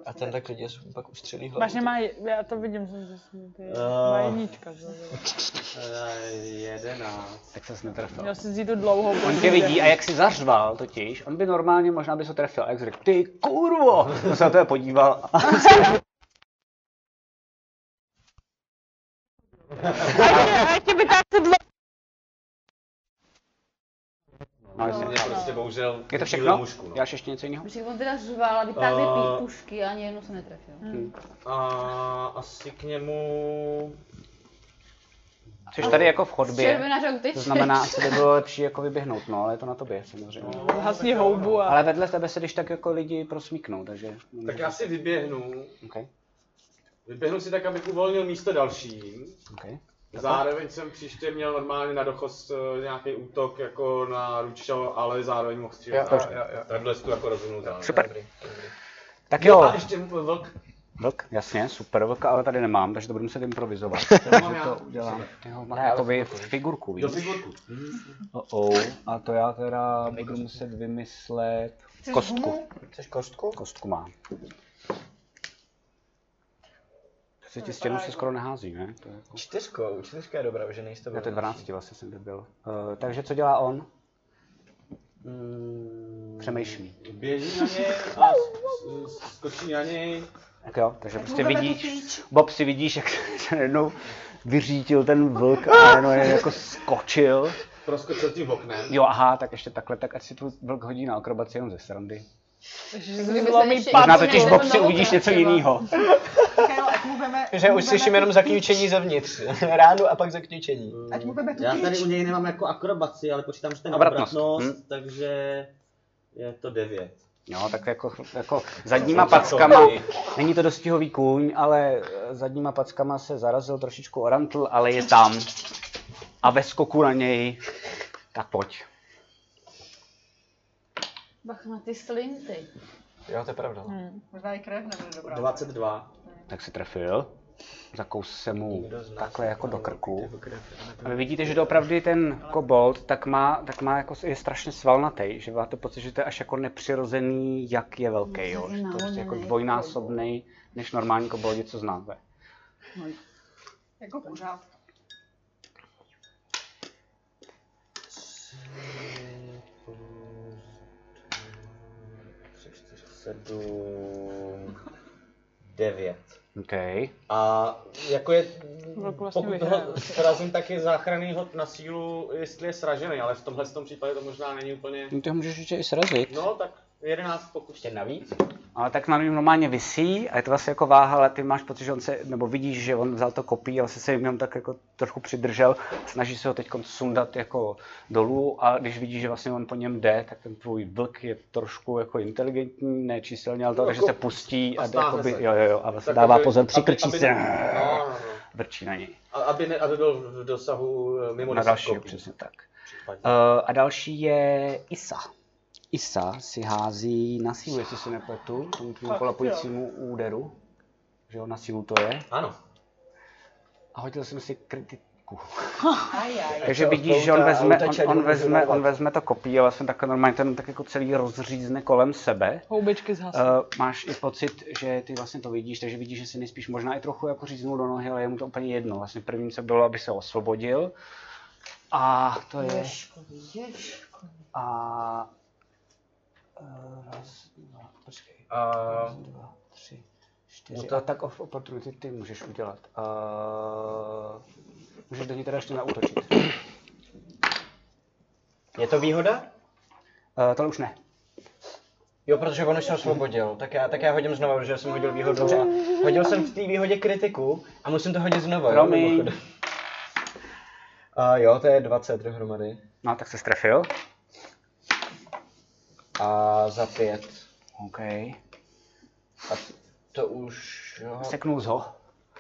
[SPEAKER 5] A ten tak lidi pak ustřelí hlavu.
[SPEAKER 4] Vážně má, já to vidím, že že jsem ty.
[SPEAKER 2] Eh.
[SPEAKER 4] Má jednička, že jo.
[SPEAKER 2] Eh, Jedenáct.
[SPEAKER 1] Tak se netrefil.
[SPEAKER 4] Měl si vzít tu dlouhou.
[SPEAKER 1] On tě vidí a jak si zařval totiž, on by normálně možná by se trefil. A jak jsi řekl, ty kurvo, on se na tebe podíval.
[SPEAKER 4] A tě by tak dlouho.
[SPEAKER 1] No,
[SPEAKER 2] To
[SPEAKER 1] jasně.
[SPEAKER 2] mě prostě bohužel
[SPEAKER 1] je to
[SPEAKER 2] chybělo
[SPEAKER 1] všechno?
[SPEAKER 2] Mušku, no.
[SPEAKER 1] Děláš ještě něco jiného?
[SPEAKER 7] Protože on teda řval a vytáhl
[SPEAKER 2] Eh.
[SPEAKER 7] uh... pušky a ani jednu se netrefil.
[SPEAKER 4] Hm.
[SPEAKER 2] A asi k němu...
[SPEAKER 1] Jsi tady jako v chodbě,
[SPEAKER 7] Červená, že uteče.
[SPEAKER 1] to znamená, asi by bylo lepší jako vyběhnout, no, ale je to na tobě samozřejmě.
[SPEAKER 2] No,
[SPEAKER 4] Hasni houbu a...
[SPEAKER 1] Ale vedle tebe se když tak jako lidi prosmíknou, takže...
[SPEAKER 2] Tak já si vyběhnu.
[SPEAKER 1] Okay.
[SPEAKER 2] Vyběhnu si tak, abych uvolnil místo dalším.
[SPEAKER 1] Okay.
[SPEAKER 2] Zároveň jsem příště měl normálně na dochos eh, nějaký útok jako na ručo, ale zároveň mohl střílet.
[SPEAKER 5] Jo, jo,
[SPEAKER 2] Takhle si to jako rozhodnutelné.
[SPEAKER 1] Super.
[SPEAKER 2] Dobrý.
[SPEAKER 1] Tak
[SPEAKER 2] Jo,
[SPEAKER 1] jo,
[SPEAKER 2] No, a ještě vlk.
[SPEAKER 1] vlk, jasně, super vlka, ale tady nemám, takže to budu
[SPEAKER 5] (laughs)
[SPEAKER 1] muset improvizovat.
[SPEAKER 2] mám já.
[SPEAKER 1] to udělám. Jo, mám
[SPEAKER 5] Ne, ale
[SPEAKER 1] jakoby figurku, víš?
[SPEAKER 2] Do figurku.
[SPEAKER 1] Oh, oh. A to já teda budu muset vymyslet
[SPEAKER 9] Chceš
[SPEAKER 1] kostku.
[SPEAKER 9] gumu?
[SPEAKER 5] Chceš kostku?
[SPEAKER 1] Kostku mám. To se ti stěnu se skoro nehází, ne? To je jako...
[SPEAKER 5] Čtyřkou, čtyřka je dobrá, že nejste
[SPEAKER 1] Já to je 12 vlastně jsem byl. Uh, takže co dělá on? Přemýšlí.
[SPEAKER 2] Mm, Běží na něj a s- s- skočí na něj.
[SPEAKER 1] Tak jo, takže prostě
[SPEAKER 9] vůbec
[SPEAKER 1] vidíš,
[SPEAKER 9] netušíš.
[SPEAKER 1] Bob si vidíš, jak (laughs) se najednou vyřítil ten vlk
[SPEAKER 7] (laughs)
[SPEAKER 1] a najednou jen jako skočil.
[SPEAKER 2] Proskočil tím oknem.
[SPEAKER 1] Jo, aha, tak ještě takhle, tak ať si tu vlk hodí na akrobaci jenom ze srandy.
[SPEAKER 4] Že
[SPEAKER 7] Kdyby
[SPEAKER 4] si
[SPEAKER 7] se
[SPEAKER 4] zlomí
[SPEAKER 7] ještě-
[SPEAKER 4] pár.
[SPEAKER 1] Možná
[SPEAKER 7] to
[SPEAKER 1] totiž
[SPEAKER 7] ne,
[SPEAKER 1] Bob
[SPEAKER 7] to
[SPEAKER 1] si
[SPEAKER 7] na
[SPEAKER 1] uvidíš něco
[SPEAKER 7] obrátila.
[SPEAKER 1] jiného.
[SPEAKER 9] Kajlo, ať mu veme...
[SPEAKER 5] Že
[SPEAKER 9] mu
[SPEAKER 5] už
[SPEAKER 9] veme
[SPEAKER 5] slyším
[SPEAKER 9] tu
[SPEAKER 5] jenom
[SPEAKER 9] píč.
[SPEAKER 5] zaklíčení zevnitř. (laughs) Ránu a pak zaklíčení.
[SPEAKER 9] Ať mu veme tu
[SPEAKER 2] Já
[SPEAKER 9] píč.
[SPEAKER 2] tady u něj nemám jako akrobaci, ale počítám, že ten
[SPEAKER 1] Obratnost.
[SPEAKER 2] obratnost,
[SPEAKER 1] Hm.
[SPEAKER 2] takže je to 9.
[SPEAKER 1] Jo, tak jako, jako zadníma packama, není to dostihový kůň, ale eh, zadníma packama se zarazil trošičku orantl, ale je tam. A ve skoku na něj, tak pojď.
[SPEAKER 7] Bach na ty slinty.
[SPEAKER 5] Jo, to je pravda. no.
[SPEAKER 9] Možná i krev nebude dobrá.
[SPEAKER 2] 22.
[SPEAKER 1] Tak se trefil, zakous se mu takhle jako do krku. A vy vidíte, že opravdu ten kobold, tak má, tak má jako, je strašně svalnatý, že máte pocit, že to je až jako nepřirozený, jak je velký, jo. Že to je prostě jako dvojnásobný, než normální koboldi, co znáte.
[SPEAKER 9] Jako kuřák.
[SPEAKER 2] Sedm... Devět.
[SPEAKER 1] Okay.
[SPEAKER 2] A jako je,
[SPEAKER 4] Velkou vlastně
[SPEAKER 2] pokud
[SPEAKER 4] vyhrál.
[SPEAKER 2] ho srazím, tak je záchranný hod na sílu, jestli je sražený, ale v tomhle tom případě to možná není úplně...
[SPEAKER 1] No ty ho můžeš ještě i srazit.
[SPEAKER 2] No, tak 11 pokud ještě navíc.
[SPEAKER 1] Ale tak na něm normálně visí a je to vlastně jako váha, ale ty máš pocit, že on se, nebo vidíš, že on vzal to kopí, ale se se jim jenom tak jako trochu přidržel, snaží se ho teď sundat jako dolů a když vidíš, že vlastně on po něm jde, tak ten tvůj vlk je trošku jako inteligentní, ne číselně, ale to,
[SPEAKER 2] No,
[SPEAKER 1] takže
[SPEAKER 2] jako-
[SPEAKER 1] se pustí a,
[SPEAKER 2] a
[SPEAKER 1] a
[SPEAKER 2] stáhne
[SPEAKER 1] jakoby,
[SPEAKER 2] se.
[SPEAKER 1] jo, jo, jo, a vlastně
[SPEAKER 2] Tak
[SPEAKER 1] dává
[SPEAKER 2] aby-
[SPEAKER 1] pozor,
[SPEAKER 2] aby-
[SPEAKER 1] přikrčí
[SPEAKER 2] aby-
[SPEAKER 1] se,
[SPEAKER 2] No, no, no.
[SPEAKER 1] vrčí na něj,
[SPEAKER 2] A- Aby, ne, aby byl v dosahu eh, mimo
[SPEAKER 1] na
[SPEAKER 2] deset
[SPEAKER 1] dalšího,
[SPEAKER 2] kopí.
[SPEAKER 1] přesně tak.
[SPEAKER 2] Případně.
[SPEAKER 1] Uh, a další je Isa. Isa si hází na sílu, jestli se nepletu, tomu tvým
[SPEAKER 9] Fakt,
[SPEAKER 1] kolapujícímu úderu. Že jo, na sílu to je.
[SPEAKER 2] Ano.
[SPEAKER 1] A hodil jsem si kritiku.
[SPEAKER 9] Ajaj.
[SPEAKER 1] Takže
[SPEAKER 5] to
[SPEAKER 1] vidíš, že on
[SPEAKER 5] odpoutá a
[SPEAKER 1] vezme,
[SPEAKER 5] uteče
[SPEAKER 1] on, on,
[SPEAKER 5] dolů
[SPEAKER 1] vezme,
[SPEAKER 5] vyhrovat.
[SPEAKER 1] on vezme to kopí a vlastně takhle normálně ten tak jako celý rozřízne kolem sebe.
[SPEAKER 4] Houbičky zhasly.
[SPEAKER 1] Uh, máš i pocit, že ty vlastně to vidíš, takže vidíš, že si nejspíš možná i trochu jako říznul do nohy, ale je mu to úplně jedno. Vlastně prvním se bylo, aby se osvobodil. A to je...
[SPEAKER 9] Ježkový, ježkový.
[SPEAKER 1] A... eh, Raz, dva, počkej.
[SPEAKER 2] A
[SPEAKER 1] Raz, dva, tři, Čtyři. No to tak of opportunity ty můžeš udělat. Uh, můžeš do ní teda ještě nautočit.
[SPEAKER 5] Je to výhoda?
[SPEAKER 1] Uh, tohle už ne.
[SPEAKER 5] Jo, protože on už se osvobodil, tak já, tak já hodím znovu, protože já jsem hodil výhodu a hodil jsem v té výhodě kritiku a musím to hodit znovu. jo,
[SPEAKER 1] Promiň.
[SPEAKER 5] mimochodem. A jo, to je 20 dohromady.
[SPEAKER 1] No tak se strefil.
[SPEAKER 5] A za 5.
[SPEAKER 1] OK.
[SPEAKER 5] A to už, jo,
[SPEAKER 1] Seknul z ho.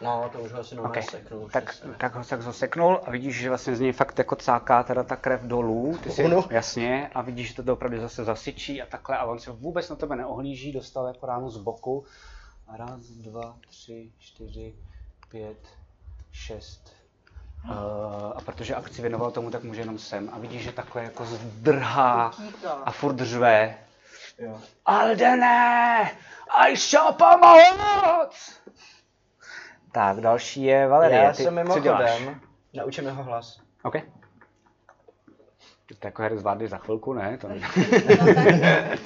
[SPEAKER 5] no to už ho asi normálně
[SPEAKER 1] Okay.
[SPEAKER 5] okay. seknu. už
[SPEAKER 1] Tak,
[SPEAKER 5] asi.
[SPEAKER 1] tak, ho, tak ho seknul a vidíš, že vlastně z něj fakt jako cáká teda ta krev dolů, ty si,
[SPEAKER 5] Ono.
[SPEAKER 1] jasně, a vidíš, že to opravdu zase zasyčí a takhle a on se vůbec na tebe neohlíží, dostal jako ránu z boku. A raz, dva, tři, čtyři, pět, šest. Uh, a protože akci věnoval tomu, tak může jenom sem. A vidíš, že takhle jako zdrhá a furt řve.
[SPEAKER 5] Jo.
[SPEAKER 1] Aldene, I shall pomoct! Tak, další je Valerie.
[SPEAKER 5] Já
[SPEAKER 1] ty,
[SPEAKER 5] jsem
[SPEAKER 1] co děláš?
[SPEAKER 5] mimochodem, naučím jeho hlas.
[SPEAKER 1] OK. To jako herec zvládli za chvilku, ne?
[SPEAKER 5] (laughs)
[SPEAKER 1] To ne.
[SPEAKER 7] No, tak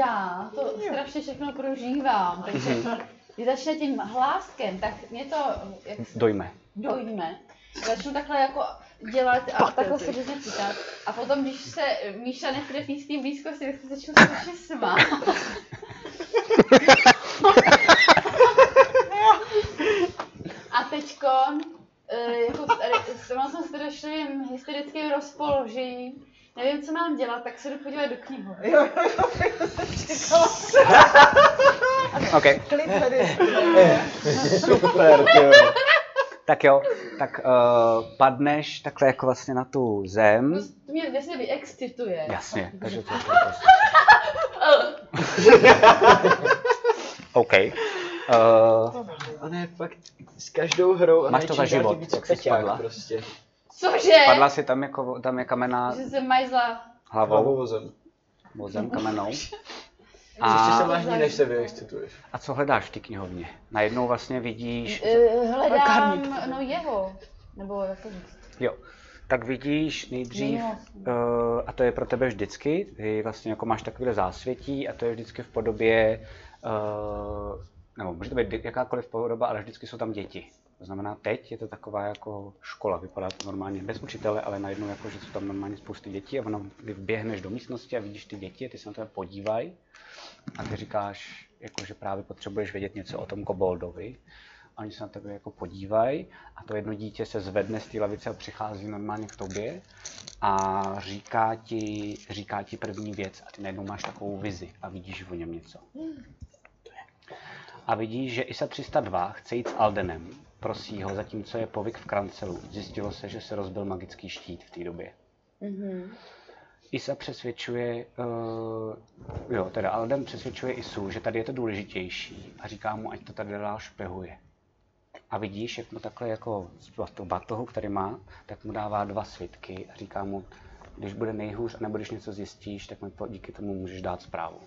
[SPEAKER 7] já to strašně všechno prožívám, takže když začne tím hláskem, tak mě to jak se
[SPEAKER 1] Dojme.
[SPEAKER 7] dojme. Začnu takhle jako dělat a takhle se různě ptát. A potom, když se Míša netrefí s tím blízkosti, tak se začnu strašně smát. A teďkon, eh, jako tady, sama jsem strašným hysterickým rozpoložením, nevím, co mám dělat, tak se jdu podívat do knihu.
[SPEAKER 9] Jo, jo, jo, já jsem čekala.
[SPEAKER 1] OK,
[SPEAKER 9] Klid tady.
[SPEAKER 5] Super, jo.
[SPEAKER 1] tak jo. Tak uh, padneš takhle jako vlastně na tu zem.
[SPEAKER 7] To mě vlastně vyexcituje.
[SPEAKER 1] Jasně, takže to je prostě. (laughs) OK. Uh,
[SPEAKER 5] A ne, fakt s každou hrou a
[SPEAKER 1] Máš to za
[SPEAKER 5] nejčím dál
[SPEAKER 1] život,
[SPEAKER 5] tím víc
[SPEAKER 1] jak jsi
[SPEAKER 5] peťák
[SPEAKER 1] spadla.
[SPEAKER 5] Prostě.
[SPEAKER 7] Cože?
[SPEAKER 1] padla si tam jako, tam je kamena
[SPEAKER 7] Že jsem majzla.
[SPEAKER 1] hlavou,
[SPEAKER 5] Hlavovozem.
[SPEAKER 1] vozem kamenou.
[SPEAKER 5] Ještě
[SPEAKER 1] A,
[SPEAKER 5] se máš než se vyexcituješ.
[SPEAKER 1] a co hledáš v té knihovně? Najednou vlastně vidíš,
[SPEAKER 5] E,
[SPEAKER 7] Eh, Hledám, no jeho. Nebo jak to říct.
[SPEAKER 1] Jo, tak vidíš nejdřív,
[SPEAKER 7] Minula
[SPEAKER 1] uh, a to je pro tebe vždycky, ty vlastně jako máš takové zásvětí a to je vždycky v podobě, uh, nebo může to být di- jakákoliv podoba, ale vždycky jsou tam děti. To znamená, teď je to taková jako škola, vypadá to normálně bez učitele, ale najednou jako, že jsou tam normálně spousty dětí a ono, ty běhneš do místnosti a vidíš ty děti, ty se na tebe podívají a ty říkáš, jako, že právě potřebuješ vědět něco o tom koboldovi. A oni se na tebe jako podívají a to jedno dítě se zvedne z té lavice a přichází normálně k tobě a říká ti, říká ti první věc a ty najednou máš takovou vizi a vidíš o něm něco. A vidíš, že ISA 302 chce jít s Aldenem, prosí ho, zatímco je povyk v krancelu. Zjistilo se, že se rozbil magický štít v té době. Isa přesvědčuje, uh, jo, teda Alden přesvědčuje Isu, že tady je to důležitější a říká mu, ať to tady dál špehuje. A vidíš, jak mu takhle jako z bat- batohu, který má, tak mu dává dva svitky a říká mu, když bude nejhůř a nebo když něco zjistíš, tak mi po- díky tomu můžeš dát zprávu.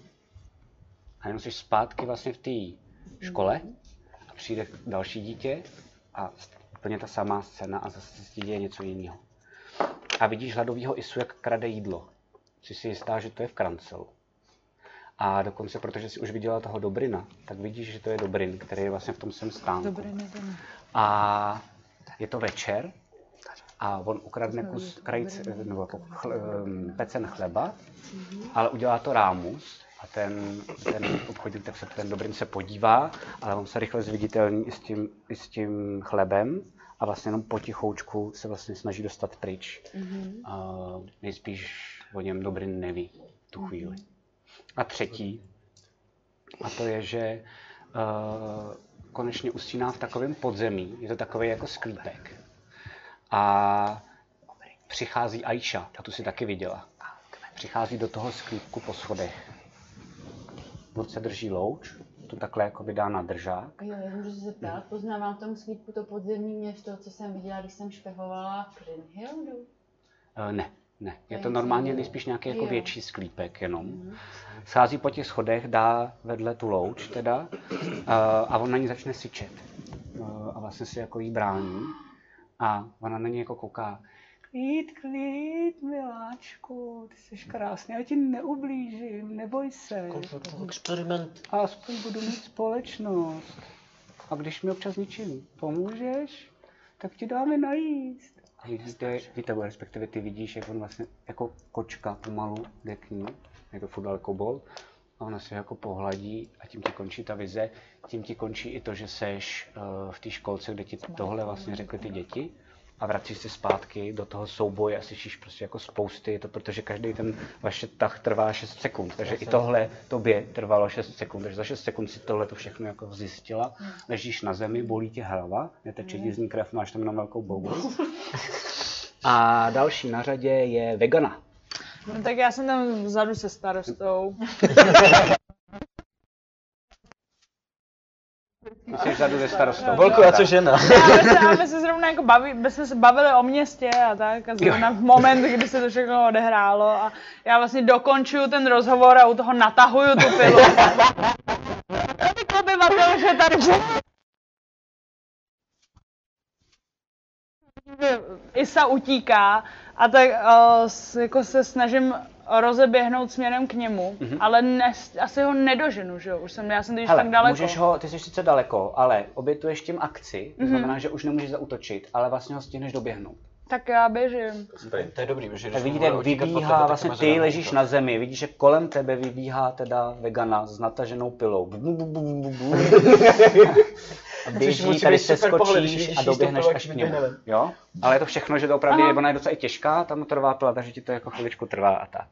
[SPEAKER 1] A jenom jsi zpátky vlastně v té škole a přijde další dítě a st- úplně ta samá scéna a zase se ti děje něco jiného. A vidíš hladovýho Isu, jak krade jídlo. Jsi si jistá, že to je v krancelu. A dokonce, protože jsi už viděla toho Dobrina, tak vidíš, že to je Dobrin, který je vlastně v tom svém stánku. A je to večer a on ukradne kus krajíc, nebo jako chle, em, pecen chleba, ale udělá to rámus a ten, ten obchodník, tak se ten dobrým se podívá, ale on se rychle zviditelní i s tím, i s tím chlebem a vlastně jenom potichoučku se vlastně snaží dostat pryč. A nejspíš o něm Dobrin neví tu chvíli. A třetí, a to je, že uh, konečně usíná v takovém podzemí. Je to takový jako sklípek. A přichází Aisha, a tu si taky viděla. Přichází do toho sklípku po schodech. V ruce drží louč, tu takhle jako dá na držák.
[SPEAKER 7] Jo, já můžu se
[SPEAKER 1] Hmm.
[SPEAKER 7] zeptat, poznávám v tom svítku to podzemní město, co jsem viděla, když jsem špehovala Brynhildu.
[SPEAKER 1] E, ne, ne. Je
[SPEAKER 7] To
[SPEAKER 1] to
[SPEAKER 7] je
[SPEAKER 1] normálně
[SPEAKER 7] něco
[SPEAKER 1] nejspíš nějaký jako
[SPEAKER 7] Jo.
[SPEAKER 1] větší sklípek jenom. Schází po těch schodech, dá vedle tu louč teda e, a on na ní začne Eh, syčet. E, A vlastně si jako jí brání. A ona na něj jako kouká.
[SPEAKER 4] Jít klid, miláčku, ty jsi krásný, já ti neublížím, neboj se.
[SPEAKER 2] Experiment.
[SPEAKER 1] A aspoň budu mít společnost. A když mi občas něčím pomůžeš, tak ti dáme najíst. A vidíte, víte, bo respektive ty vidíš, jak on vlastně jako kočka pomalu jde k ní, je to furt daleko bol, a ona se jako pohladí a tím ti končí ta vize, tím ti končí i to, že seš eh, v té školce, kde ti tohle vlastně řekly ty děti a vracíš se zpátky do toho souboje a slyšíš prostě jako spousty, je to protože každý ten vaše tah trvá 6 sekund, takže i tohle tobě trvalo 6 sekund, takže za 6 sekund si tohle to všechno jako zjistila, ležíš na zemi, bolí ti hlava, neteče ti z ní krev, máš tam na velkou boubu. (laughs) A další na řadě je vegana.
[SPEAKER 4] No tak já jsem tam vzadu se starostou.
[SPEAKER 1] Jsi vzadu ze starostou.
[SPEAKER 5] Volku, a co žena?
[SPEAKER 4] Ale se, ale my se zrovna jako baví, my jsme se bavili o městě a tak a zrovna v moment, kdy se to všechno odehrálo a já vlastně dokončuju ten rozhovor a u toho natahuju tu pilu. Kolik obyvatel, že tady Isa utíká a tak uh, s- jako se snažím rozeběhnout směrem k němu, mm-hmm. ale nes, asi ho nedoženu, že jo? Už jsem, já jsem teď už
[SPEAKER 1] Mhm. Hele,
[SPEAKER 4] tak daleko.
[SPEAKER 1] můžeš ho, ty jsi sice daleko, ale obětuješ tím akci,
[SPEAKER 4] Mhm.
[SPEAKER 1] to znamená, že už nemůžeš zautočit, ale vlastně ho stihneš doběhnout.
[SPEAKER 4] Tak já běžím.
[SPEAKER 2] Sprint.
[SPEAKER 5] To je dobrý, protože
[SPEAKER 1] Tak
[SPEAKER 5] když
[SPEAKER 1] vidíte, jak vybíhá, vlastně ty ležíš na zemi, vidíš, že kolem tebe vybíhá teda vegana s nataženou pilou. Bu, bu, bu, bu, bu, bu. A běží, tady se skočíš a doběhneš až k němu. Jo? Ale je to všechno, že to opravdu je, ona je docela i těžká, tam trvá pila, takže ti to jako chviličku trvá a tak.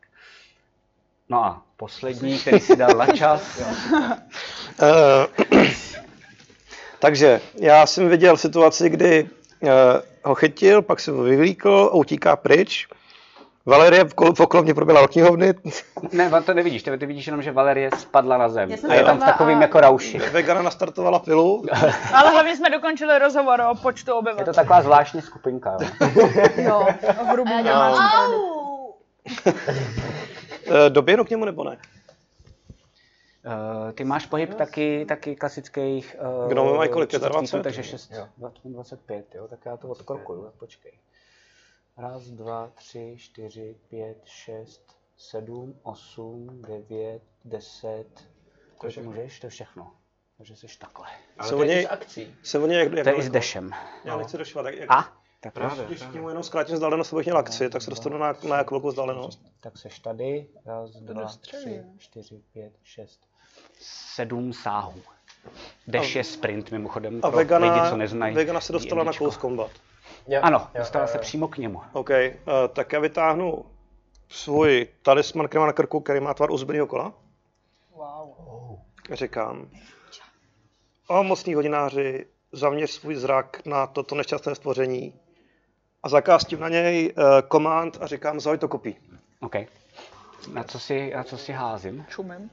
[SPEAKER 1] No a poslední, který si dal na čas.
[SPEAKER 6] Eh, (clears throat) Takže já jsem viděl situaci, kdy eh, ho chytil, pak se ho vyvlíkl a utíká pryč. Valerie v kol- okolo mě proběhla do knihovny,
[SPEAKER 1] Ne, on to nevidíš, tebe ty vidíš jenom, že Valerie spadla na zem.
[SPEAKER 9] Já jsem
[SPEAKER 1] A je tam v
[SPEAKER 9] spadla
[SPEAKER 1] takovým
[SPEAKER 9] a-
[SPEAKER 1] jako rauši.
[SPEAKER 6] (laughs) vegana nastartovala pilu.
[SPEAKER 4] Ale hlavně jsme dokončili rozhovor o počtu
[SPEAKER 1] Je to
[SPEAKER 4] obyvatel.
[SPEAKER 1] taková zvláštní skupinka. Jo.
[SPEAKER 4] Jo, o
[SPEAKER 7] A
[SPEAKER 4] hrubý
[SPEAKER 7] já dělám,
[SPEAKER 4] domácí.
[SPEAKER 7] au!
[SPEAKER 6] Eh, Doběhnu k němu nebo ne?
[SPEAKER 1] Eh, ty máš pohyb taky, taky klasických... Uh,
[SPEAKER 6] Gnomy mají kolik? 25?
[SPEAKER 1] takže 6, 25, jo, tak já to odkrokuju, počkej. Raz, dva, tři, čtyři, pět, šest, sedm, osm, devět, deset, kolik můžeš, to je všechno. Takže jsi takhle.
[SPEAKER 6] Se o něj,
[SPEAKER 5] akcí.
[SPEAKER 6] se o něj jak, jak
[SPEAKER 1] To je i s
[SPEAKER 6] daleko?
[SPEAKER 1] dešem.
[SPEAKER 6] Já nechci došvat. Jak, jak,
[SPEAKER 1] A? Tak,
[SPEAKER 6] Právě, když k němu jenom zkrátím vzdálenost, abych měl akci, tak se dostanu na, na jak velkou vzdálenost.
[SPEAKER 1] tak seš tady. Raz, dva, tři, čtyři, pět, šest, sedm sáhů. Deš je sprint mimochodem
[SPEAKER 6] A
[SPEAKER 1] pro lidi,
[SPEAKER 6] vegana,
[SPEAKER 1] co neznají.
[SPEAKER 6] vegana se dostala na
[SPEAKER 1] D&Dčko.
[SPEAKER 6] close combat.
[SPEAKER 1] Ano, dostala se přímo k němu.
[SPEAKER 6] OK, eh, tak já vytáhnu svůj talisman, který má na krku, který má tvar uzbeného kola.
[SPEAKER 4] Wow.
[SPEAKER 6] Říkám. O mocní hodináři, zaměř svůj zrak na toto nešťastné stvoření a zakástím na něj eh, komand a říkám, zahoď to kopí.
[SPEAKER 1] OK. Na co si, na co si házím?
[SPEAKER 4] Čumím.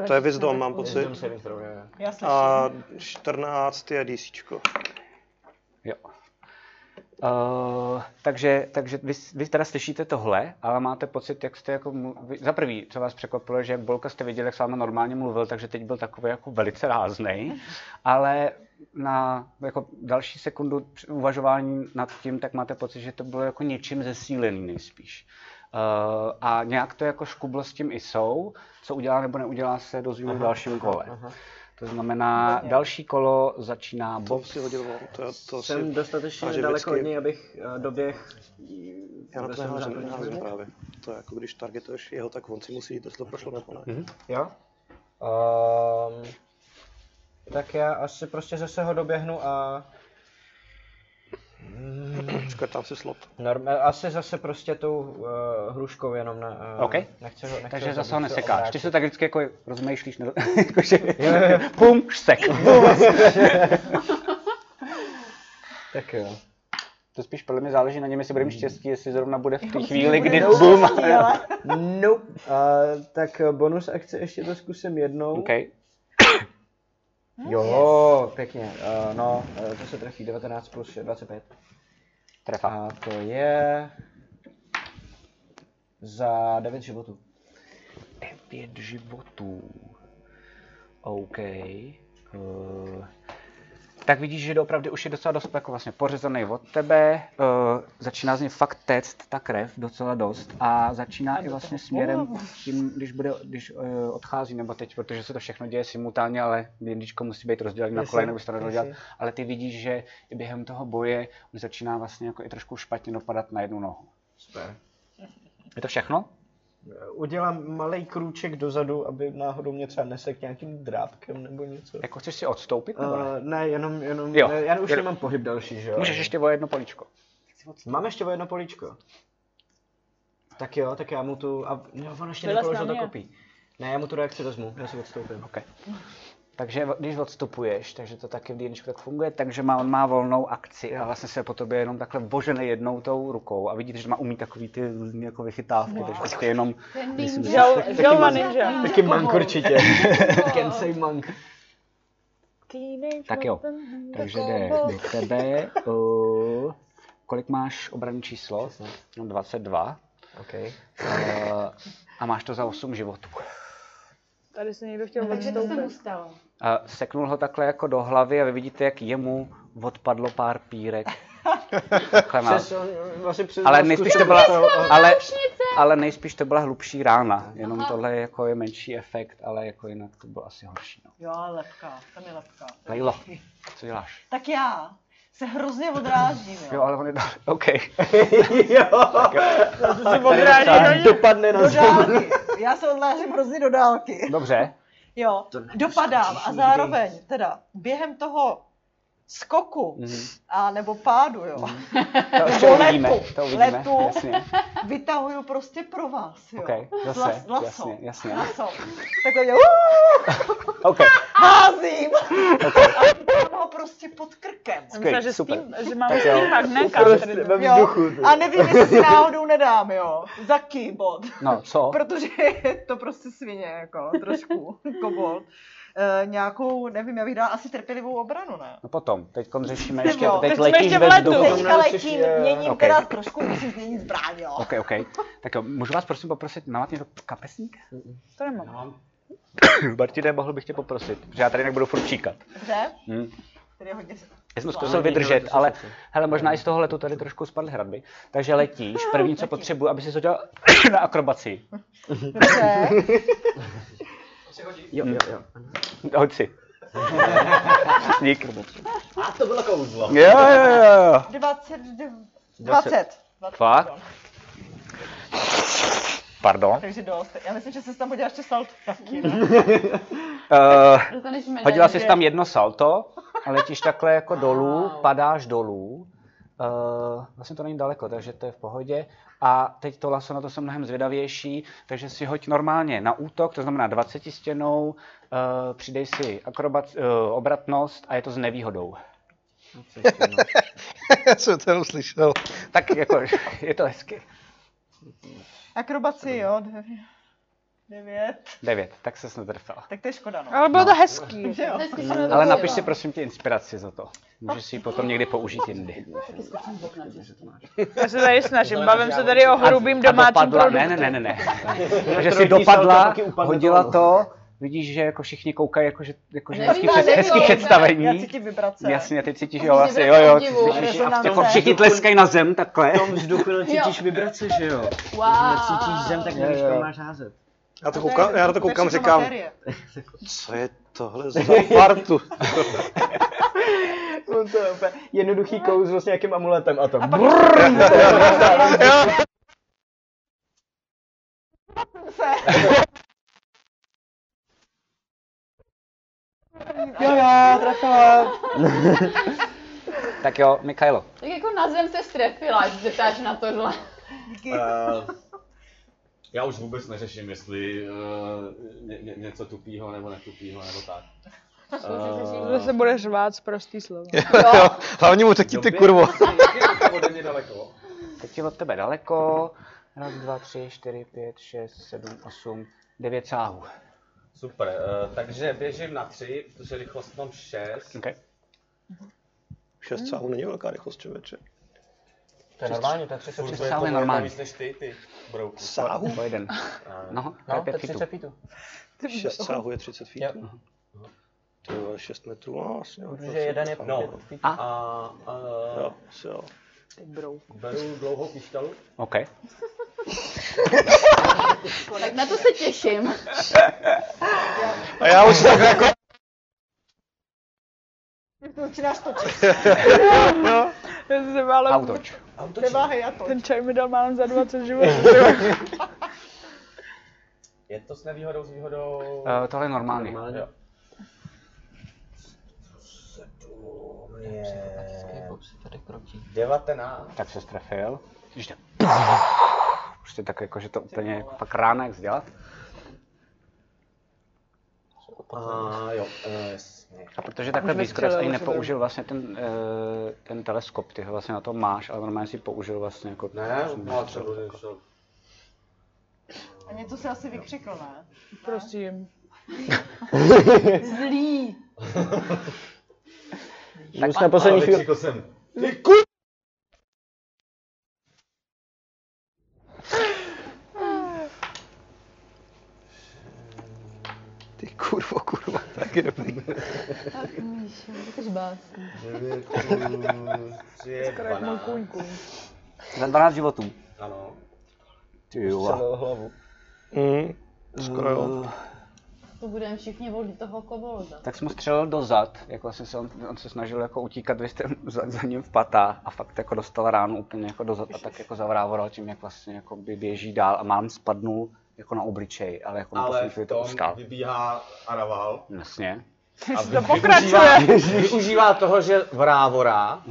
[SPEAKER 6] Eh, to je Wisdom, mám pocit.
[SPEAKER 9] Já slyším.
[SPEAKER 6] A 14 je DC.
[SPEAKER 1] Jo. Uh, takže takže vy, vy teda slyšíte tohle, ale máte pocit, jak jste jako... mlu- Vy, za prvý, co vás překvapilo, že jak Bolka jste viděli, jak s vámi normálně mluvil, takže teď byl takový jako velice ráznej, ale na jako další sekundu při- uvažování nad tím, tak máte pocit, že to bylo jako něčím zesílený nejspíš. Uh, a nějak to jako škublo s tím ISou, co udělá nebo neudělá se dozvíme v dalším kole. Aha. To znamená, další kolo začíná
[SPEAKER 6] To
[SPEAKER 1] Bob
[SPEAKER 6] si hodil on. To, já- to
[SPEAKER 5] Jsem
[SPEAKER 6] si...
[SPEAKER 5] dostatečně
[SPEAKER 6] a že
[SPEAKER 5] daleko
[SPEAKER 6] vždycky-
[SPEAKER 5] od něj, abych eh, doběh.
[SPEAKER 6] Já na to
[SPEAKER 5] Zase
[SPEAKER 6] neházím,
[SPEAKER 5] možná
[SPEAKER 6] neházím
[SPEAKER 5] hodně.
[SPEAKER 6] právě. To je jako když targetuješ jeho, tak on si musí jít, jestli to prošlo nebo ne.
[SPEAKER 5] Jo? Um, tak já asi prostě zase ho doběhnu a
[SPEAKER 6] Škrtám si slot.
[SPEAKER 5] normál, asi zase prostě tou uh, hruškou jenom ne, uh,
[SPEAKER 1] OK.
[SPEAKER 5] nechci ho, nechci
[SPEAKER 1] Takže
[SPEAKER 5] ho
[SPEAKER 1] zase ho
[SPEAKER 5] zabít, chci
[SPEAKER 1] nesekáš. Ty
[SPEAKER 5] obrátit.
[SPEAKER 1] se tak vždycky jako rozmýšlíš, ne- (laughs) jakože (laughs) pum, sek.
[SPEAKER 5] Tak jo.
[SPEAKER 1] To spíš podle mě záleží na něm, jestli budeme štěstí, jestli zrovna bude v té
[SPEAKER 9] Musím
[SPEAKER 1] chvíli,
[SPEAKER 9] bude
[SPEAKER 1] kdy
[SPEAKER 9] doufat,
[SPEAKER 1] bum.
[SPEAKER 9] ale-
[SPEAKER 5] Nope. Uh, tak eh, bonus akce ještě to zkusím jednou.
[SPEAKER 1] OK,
[SPEAKER 5] Jo, pěkně. Uh, no, uh, to se trefí 19 plus 25.
[SPEAKER 1] trefa.
[SPEAKER 5] A to je za 9 životů.
[SPEAKER 1] Pět životů. OK. Uh, Eh, tak vidíš, že doopravdy už je docela dost jako vlastně pořezaný od tebe, uh, začíná z něj fakt téct ta krev docela dost a začíná i vlastně směrem s tím, když, bude, když uh, odchází, nebo teď, protože se to všechno děje simultánně, ale blindičko musí být rozdělený na
[SPEAKER 6] Jasně,
[SPEAKER 1] kolej, nebo se to nedá dělat,
[SPEAKER 6] jasně.
[SPEAKER 1] ale ty vidíš, že i během toho boje on začíná vlastně jako i trošku špatně dopadat na jednu nohu.
[SPEAKER 2] Super.
[SPEAKER 1] Je to všechno?
[SPEAKER 5] Udělám malý krůček dozadu, aby náhodou mě třeba nesek nějakým drábkem nebo něco.
[SPEAKER 1] Jako chceš si odstoupit? Nebo
[SPEAKER 8] Eh,
[SPEAKER 1] ne?
[SPEAKER 5] Uh, ne, jenom, jenom,
[SPEAKER 1] Jo.
[SPEAKER 5] ne, já už
[SPEAKER 1] Jen-
[SPEAKER 5] nemám pohyb další, že jo?
[SPEAKER 1] Můžeš ještě o jedno políčko.
[SPEAKER 5] Mám ještě o jedno políčko. Tak jo, tak já mu tu, a no, on ještě
[SPEAKER 4] Vylez na
[SPEAKER 5] nepoložil to
[SPEAKER 4] mě. Jako
[SPEAKER 5] kopí. Ne, já mu tu reakci vezmu, já si odstoupím.
[SPEAKER 1] Okay. Takže v- když odstupuješ, takže to taky v dýničku tak funguje, takže má, on má volnou akci a vlastně se po tobě jenom takhle božene jednou tou rukou a vidíte, že má umí takový ty různý jako vychytávky, takže prostě jenom
[SPEAKER 7] Ten
[SPEAKER 1] Myslím, že-
[SPEAKER 7] ninja.
[SPEAKER 4] Žel, želva ninja.
[SPEAKER 5] Taky mank
[SPEAKER 4] (laughs)
[SPEAKER 5] určitě. Kensei mank.
[SPEAKER 1] tak jo. Takže jde do tebe. Uh, kolik máš obranné číslo? No, 22.
[SPEAKER 5] Okay.
[SPEAKER 1] Uh, a máš to za 8 životů.
[SPEAKER 4] Tady se někdo chtěl
[SPEAKER 7] Takže to se mu
[SPEAKER 4] odstoupit.
[SPEAKER 7] stalo.
[SPEAKER 1] Uh, seknul ho takhle jako do hlavy a vy vidíte, jak jemu odpadlo pár pírek. Takhle na-
[SPEAKER 5] Přes, vlastně přes
[SPEAKER 1] Ale
[SPEAKER 5] lásku
[SPEAKER 1] nejspíš
[SPEAKER 5] jsem
[SPEAKER 1] to byla,
[SPEAKER 5] dostal, (laughs) a-
[SPEAKER 1] ale, ale nejspíš to byla hlubší rána, jenom
[SPEAKER 7] Aha.
[SPEAKER 1] tohle je jako je menší efekt, ale jako jinak to bylo asi horší. No.
[SPEAKER 9] Jo, ale lepka, tam je lepka.
[SPEAKER 1] Lejlo, co děláš?
[SPEAKER 9] Tak já se hrozně odrážím, jo.
[SPEAKER 1] Jo, ale on je dal, OK.
[SPEAKER 4] Odráží do
[SPEAKER 5] dopadne na
[SPEAKER 9] Do
[SPEAKER 5] zem.
[SPEAKER 9] dálky. Já se odlážím hrozně do dálky.
[SPEAKER 1] Dobře,
[SPEAKER 9] Jo, dopadám a zároveň teda během toho skoku
[SPEAKER 1] Hmm.
[SPEAKER 9] a nebo pádu, jo,
[SPEAKER 1] Mhm. to ještě
[SPEAKER 9] Nebo
[SPEAKER 1] uvidíme,
[SPEAKER 9] letu.
[SPEAKER 1] to uvidíme,
[SPEAKER 9] Letu.
[SPEAKER 1] jasně,
[SPEAKER 9] vytahuju prostě pro vás, jo.
[SPEAKER 1] OK,
[SPEAKER 9] Las-
[SPEAKER 1] zase,
[SPEAKER 9] laso,
[SPEAKER 1] jasně, jasně,
[SPEAKER 9] laso. Takhle mě uh,
[SPEAKER 1] OK,
[SPEAKER 9] (laughs) házím a mám ho prostě pod krkem.
[SPEAKER 4] Myslím, že,
[SPEAKER 1] super.
[SPEAKER 4] Steam, že máme
[SPEAKER 1] Tak jo.
[SPEAKER 4] Steampunk, ne?
[SPEAKER 5] Prostě
[SPEAKER 4] Katrin?
[SPEAKER 5] ve
[SPEAKER 9] Jo,
[SPEAKER 5] vzduchu. ty.
[SPEAKER 9] a nevím, jestli náhodou nedám, jo, za kýbod.
[SPEAKER 1] no co?
[SPEAKER 9] Protože je to prostě svině, jako, trošku, kobold. E, nějakou, nevím, já bych dala asi trpělivou obranu, ne?
[SPEAKER 1] No potom, teď řešíme
[SPEAKER 9] Nebo-
[SPEAKER 1] ještě,
[SPEAKER 9] teď
[SPEAKER 1] teď
[SPEAKER 4] jsme
[SPEAKER 1] letíš
[SPEAKER 4] ještě v
[SPEAKER 1] ve
[SPEAKER 4] letu.
[SPEAKER 1] vzduchu.
[SPEAKER 9] Teďka
[SPEAKER 5] Teďka
[SPEAKER 9] letím,
[SPEAKER 5] letím,
[SPEAKER 9] měním
[SPEAKER 1] Ok.
[SPEAKER 9] okay. teda trošku, musím změnit zbraň, jo.
[SPEAKER 1] OK, OK, tak jo, můžu vás prosím poprosit, namat někdo kapesník?
[SPEAKER 4] To
[SPEAKER 1] No.
[SPEAKER 4] nemám.
[SPEAKER 1] Martine, mohl bych tě poprosit, protože já tady jinak budu furt číkat.
[SPEAKER 9] Dobře?
[SPEAKER 1] Hm.
[SPEAKER 9] Tady je hodně...
[SPEAKER 1] Já jsem to zkusil vydržet, ale hele, možná i z toho letu tady trošku spadly hradby. Takže letíš, první, co potřebuji, aby si to dělal (coughs) na akrobaci.
[SPEAKER 9] Dobře,
[SPEAKER 5] Jo, jo, jo.
[SPEAKER 1] Hoď si. Dík.
[SPEAKER 2] A to bylo kouzlo.
[SPEAKER 1] Jo, jo, jo.
[SPEAKER 9] 20, 20. 20.
[SPEAKER 1] Fakt?
[SPEAKER 9] pardon.
[SPEAKER 1] Pardon.
[SPEAKER 9] Takže dost. Já myslím, že jsi tam hodila ještě salto
[SPEAKER 1] (laughs)
[SPEAKER 9] taky, ne?
[SPEAKER 1] Uh,
[SPEAKER 7] Dostaneš medaili.
[SPEAKER 1] hodila jsi tam jedno salto, a letíš takhle jako dolů, padáš dolů. Uh, vlastně to není daleko, takže to je v pohodě. A teď to laso, na to jsem mnohem zvědavější, takže si hoď normálně na útok, to znamená 20 stěnou, uh, přidej si akrobat, uh, obratnost a je to s nevýhodou.
[SPEAKER 6] (laughs) Já jsem to uslyšel.
[SPEAKER 1] Tak jako, (laughs) je to hezky.
[SPEAKER 9] Akrobaci, jo, 9.
[SPEAKER 1] 9, tak se nedrfala.
[SPEAKER 9] Tak to je škoda, no.
[SPEAKER 4] Ale bylo to hezký.
[SPEAKER 9] Že jo?
[SPEAKER 7] Dneska jsem
[SPEAKER 1] Hmm, Ale
[SPEAKER 7] nebyla.
[SPEAKER 1] napiš si prosím tě inspiraci za to. Můžeš si ji potom někdy použít jindy.
[SPEAKER 7] Taky skočím z okna.
[SPEAKER 4] Já se tady snažím, bavím se tady o hrubým
[SPEAKER 1] A
[SPEAKER 4] domácím
[SPEAKER 1] dopadla, ne,
[SPEAKER 4] produktu.
[SPEAKER 1] ne, ne, ne, (laughs) ne. Takže si
[SPEAKER 5] Trojitý salto
[SPEAKER 1] dopadla,
[SPEAKER 5] taky upadne
[SPEAKER 1] hodila
[SPEAKER 5] dolů.
[SPEAKER 1] to, vidíš, že jako všichni koukají, jako že, jako, že
[SPEAKER 7] Ne,
[SPEAKER 1] hezký,
[SPEAKER 7] ne,
[SPEAKER 1] před,
[SPEAKER 7] ne,
[SPEAKER 1] hezký
[SPEAKER 7] ne,
[SPEAKER 9] Já
[SPEAKER 1] představení.
[SPEAKER 9] cítím vibrace.
[SPEAKER 1] Jasně, teď cítíš,
[SPEAKER 7] Cítím
[SPEAKER 1] jo, vlastně, jo,
[SPEAKER 7] vibrace
[SPEAKER 1] jo,
[SPEAKER 7] obdivu.
[SPEAKER 1] cítíš, víš, a v tom-
[SPEAKER 9] Rezonance.
[SPEAKER 1] všichni tleskají na zem, takhle.
[SPEAKER 5] V tom vzduchu no, cítíš
[SPEAKER 7] Jo.
[SPEAKER 5] vibrace, že jo?
[SPEAKER 7] Wow.
[SPEAKER 5] Cítíš zem, tak
[SPEAKER 1] Jo,
[SPEAKER 5] nevíš,
[SPEAKER 1] jo.
[SPEAKER 5] kam máš házet.
[SPEAKER 6] Já, to
[SPEAKER 9] To je-
[SPEAKER 6] koukám, já na to
[SPEAKER 9] je
[SPEAKER 6] koukám,
[SPEAKER 9] všechno
[SPEAKER 6] říkám,
[SPEAKER 9] materie.
[SPEAKER 6] co je tohle za partu?
[SPEAKER 5] On No to je úplně jednoduchý kouzlo s vlastně nějakým amuletem a to.
[SPEAKER 9] A pak se. Jo, jo, trefila.
[SPEAKER 1] Tak jo, Mikajlo,
[SPEAKER 7] Tak jako na zem se strefila, až se ptáš na tohle.
[SPEAKER 9] Díky.
[SPEAKER 2] Eh, já už vůbec neřeším, jestli eh, ně, ně, něco tupýho nebo netupýho nebo tak.
[SPEAKER 1] Eh. No.
[SPEAKER 4] To se bude řvát z prostý slovo.
[SPEAKER 7] Jo.
[SPEAKER 6] Hlavně mu řekni ty kurvo.
[SPEAKER 2] (laughs) Ode mě daleko.
[SPEAKER 1] teď je od tebe daleko. Raz, dva, tři, čtyři, pět, šest, sedm, osm, devět sáhů.
[SPEAKER 2] Super, eh, takže běžím na tři, protože rychlost mám šest.
[SPEAKER 1] Okay.
[SPEAKER 6] 6 sáhů není velká rychlost, člověče.
[SPEAKER 5] To je normálně, to je 30
[SPEAKER 2] Furt
[SPEAKER 5] feetů.
[SPEAKER 2] to je
[SPEAKER 1] sáhů je
[SPEAKER 2] to
[SPEAKER 1] normální.
[SPEAKER 2] víc než ty, ty brouku.
[SPEAKER 6] Sáhů?
[SPEAKER 1] Po (laughs) jeden. No, to
[SPEAKER 5] No,
[SPEAKER 1] je
[SPEAKER 5] to
[SPEAKER 1] pět
[SPEAKER 5] je
[SPEAKER 1] fitů.
[SPEAKER 5] 30 feetů.
[SPEAKER 6] 6 sáhů je 30 feetů.
[SPEAKER 5] Jo.
[SPEAKER 6] Ty vole, 6 metrů, no asi jo.
[SPEAKER 5] Protože jeden je
[SPEAKER 2] No.
[SPEAKER 5] pět feet.
[SPEAKER 2] A, a
[SPEAKER 6] No, Jo, asi jo.
[SPEAKER 2] beru dlouhou pištalu.
[SPEAKER 1] OK.
[SPEAKER 7] Tak na to se
[SPEAKER 1] (laughs)
[SPEAKER 7] těším.
[SPEAKER 6] A já už tak jako...
[SPEAKER 9] Začínáš točit,
[SPEAKER 6] No,
[SPEAKER 4] Já jsem se bála,
[SPEAKER 1] Autoč.
[SPEAKER 9] neváhej a toč.
[SPEAKER 4] ten čaj mi dal málem za 20 životů.
[SPEAKER 2] Je to s nevýhodou, s výhodou...
[SPEAKER 1] Uh, tohle je normální.
[SPEAKER 2] Jo. Devatenáct.
[SPEAKER 1] Tak se strefil. Ještě. Prostě tak jako, že to úplně pak rána jak dělat.
[SPEAKER 2] A jo, eh, jasně.
[SPEAKER 1] A protože takhle
[SPEAKER 4] Můžeme
[SPEAKER 1] blízko, tak jsi
[SPEAKER 4] střelit,
[SPEAKER 1] ani
[SPEAKER 4] můžeme-
[SPEAKER 1] nepoužil vlastně ten, eh, ten teleskop, ty ho vlastně na to máš, ale normálně si použil vlastně jako...
[SPEAKER 2] Ne,
[SPEAKER 1] jsem
[SPEAKER 2] má
[SPEAKER 1] myslel.
[SPEAKER 2] třeba něco.
[SPEAKER 9] A něco se asi vykřikl, ne?
[SPEAKER 4] Prosím.
[SPEAKER 9] Zlý.
[SPEAKER 5] Just na poslední
[SPEAKER 2] Ale
[SPEAKER 5] chvíli.
[SPEAKER 2] vykřikl jsem.
[SPEAKER 6] ty kurvo, kurva, taky dobrý.
[SPEAKER 2] Devět plus tři je dvanáct.
[SPEAKER 1] Za 12 životů.
[SPEAKER 2] Ano.
[SPEAKER 1] Ty jo.
[SPEAKER 5] hlavu.
[SPEAKER 6] Mm, skoro jo.
[SPEAKER 7] To budeme všichni volit toho kobolda.
[SPEAKER 1] Tak jsem ho střelil do zad, jako vlastně se on, on se snažil jako utíkat, vy jste za, za ním v patách a fakt jako dostal ránu úplně jako do zad a tak jako zavrávoral tím, jak vlastně jako by běží dál a mám spadnul jako na obličej, ale jako na
[SPEAKER 2] Ale
[SPEAKER 1] poslední
[SPEAKER 2] v
[SPEAKER 1] chvíli to
[SPEAKER 2] tom
[SPEAKER 1] ustal.
[SPEAKER 2] vybíhá Araval.
[SPEAKER 1] Jasně.
[SPEAKER 2] A
[SPEAKER 4] To
[SPEAKER 2] vy-
[SPEAKER 4] pokračuje.
[SPEAKER 2] využívá, využívá toho, že vrávorá,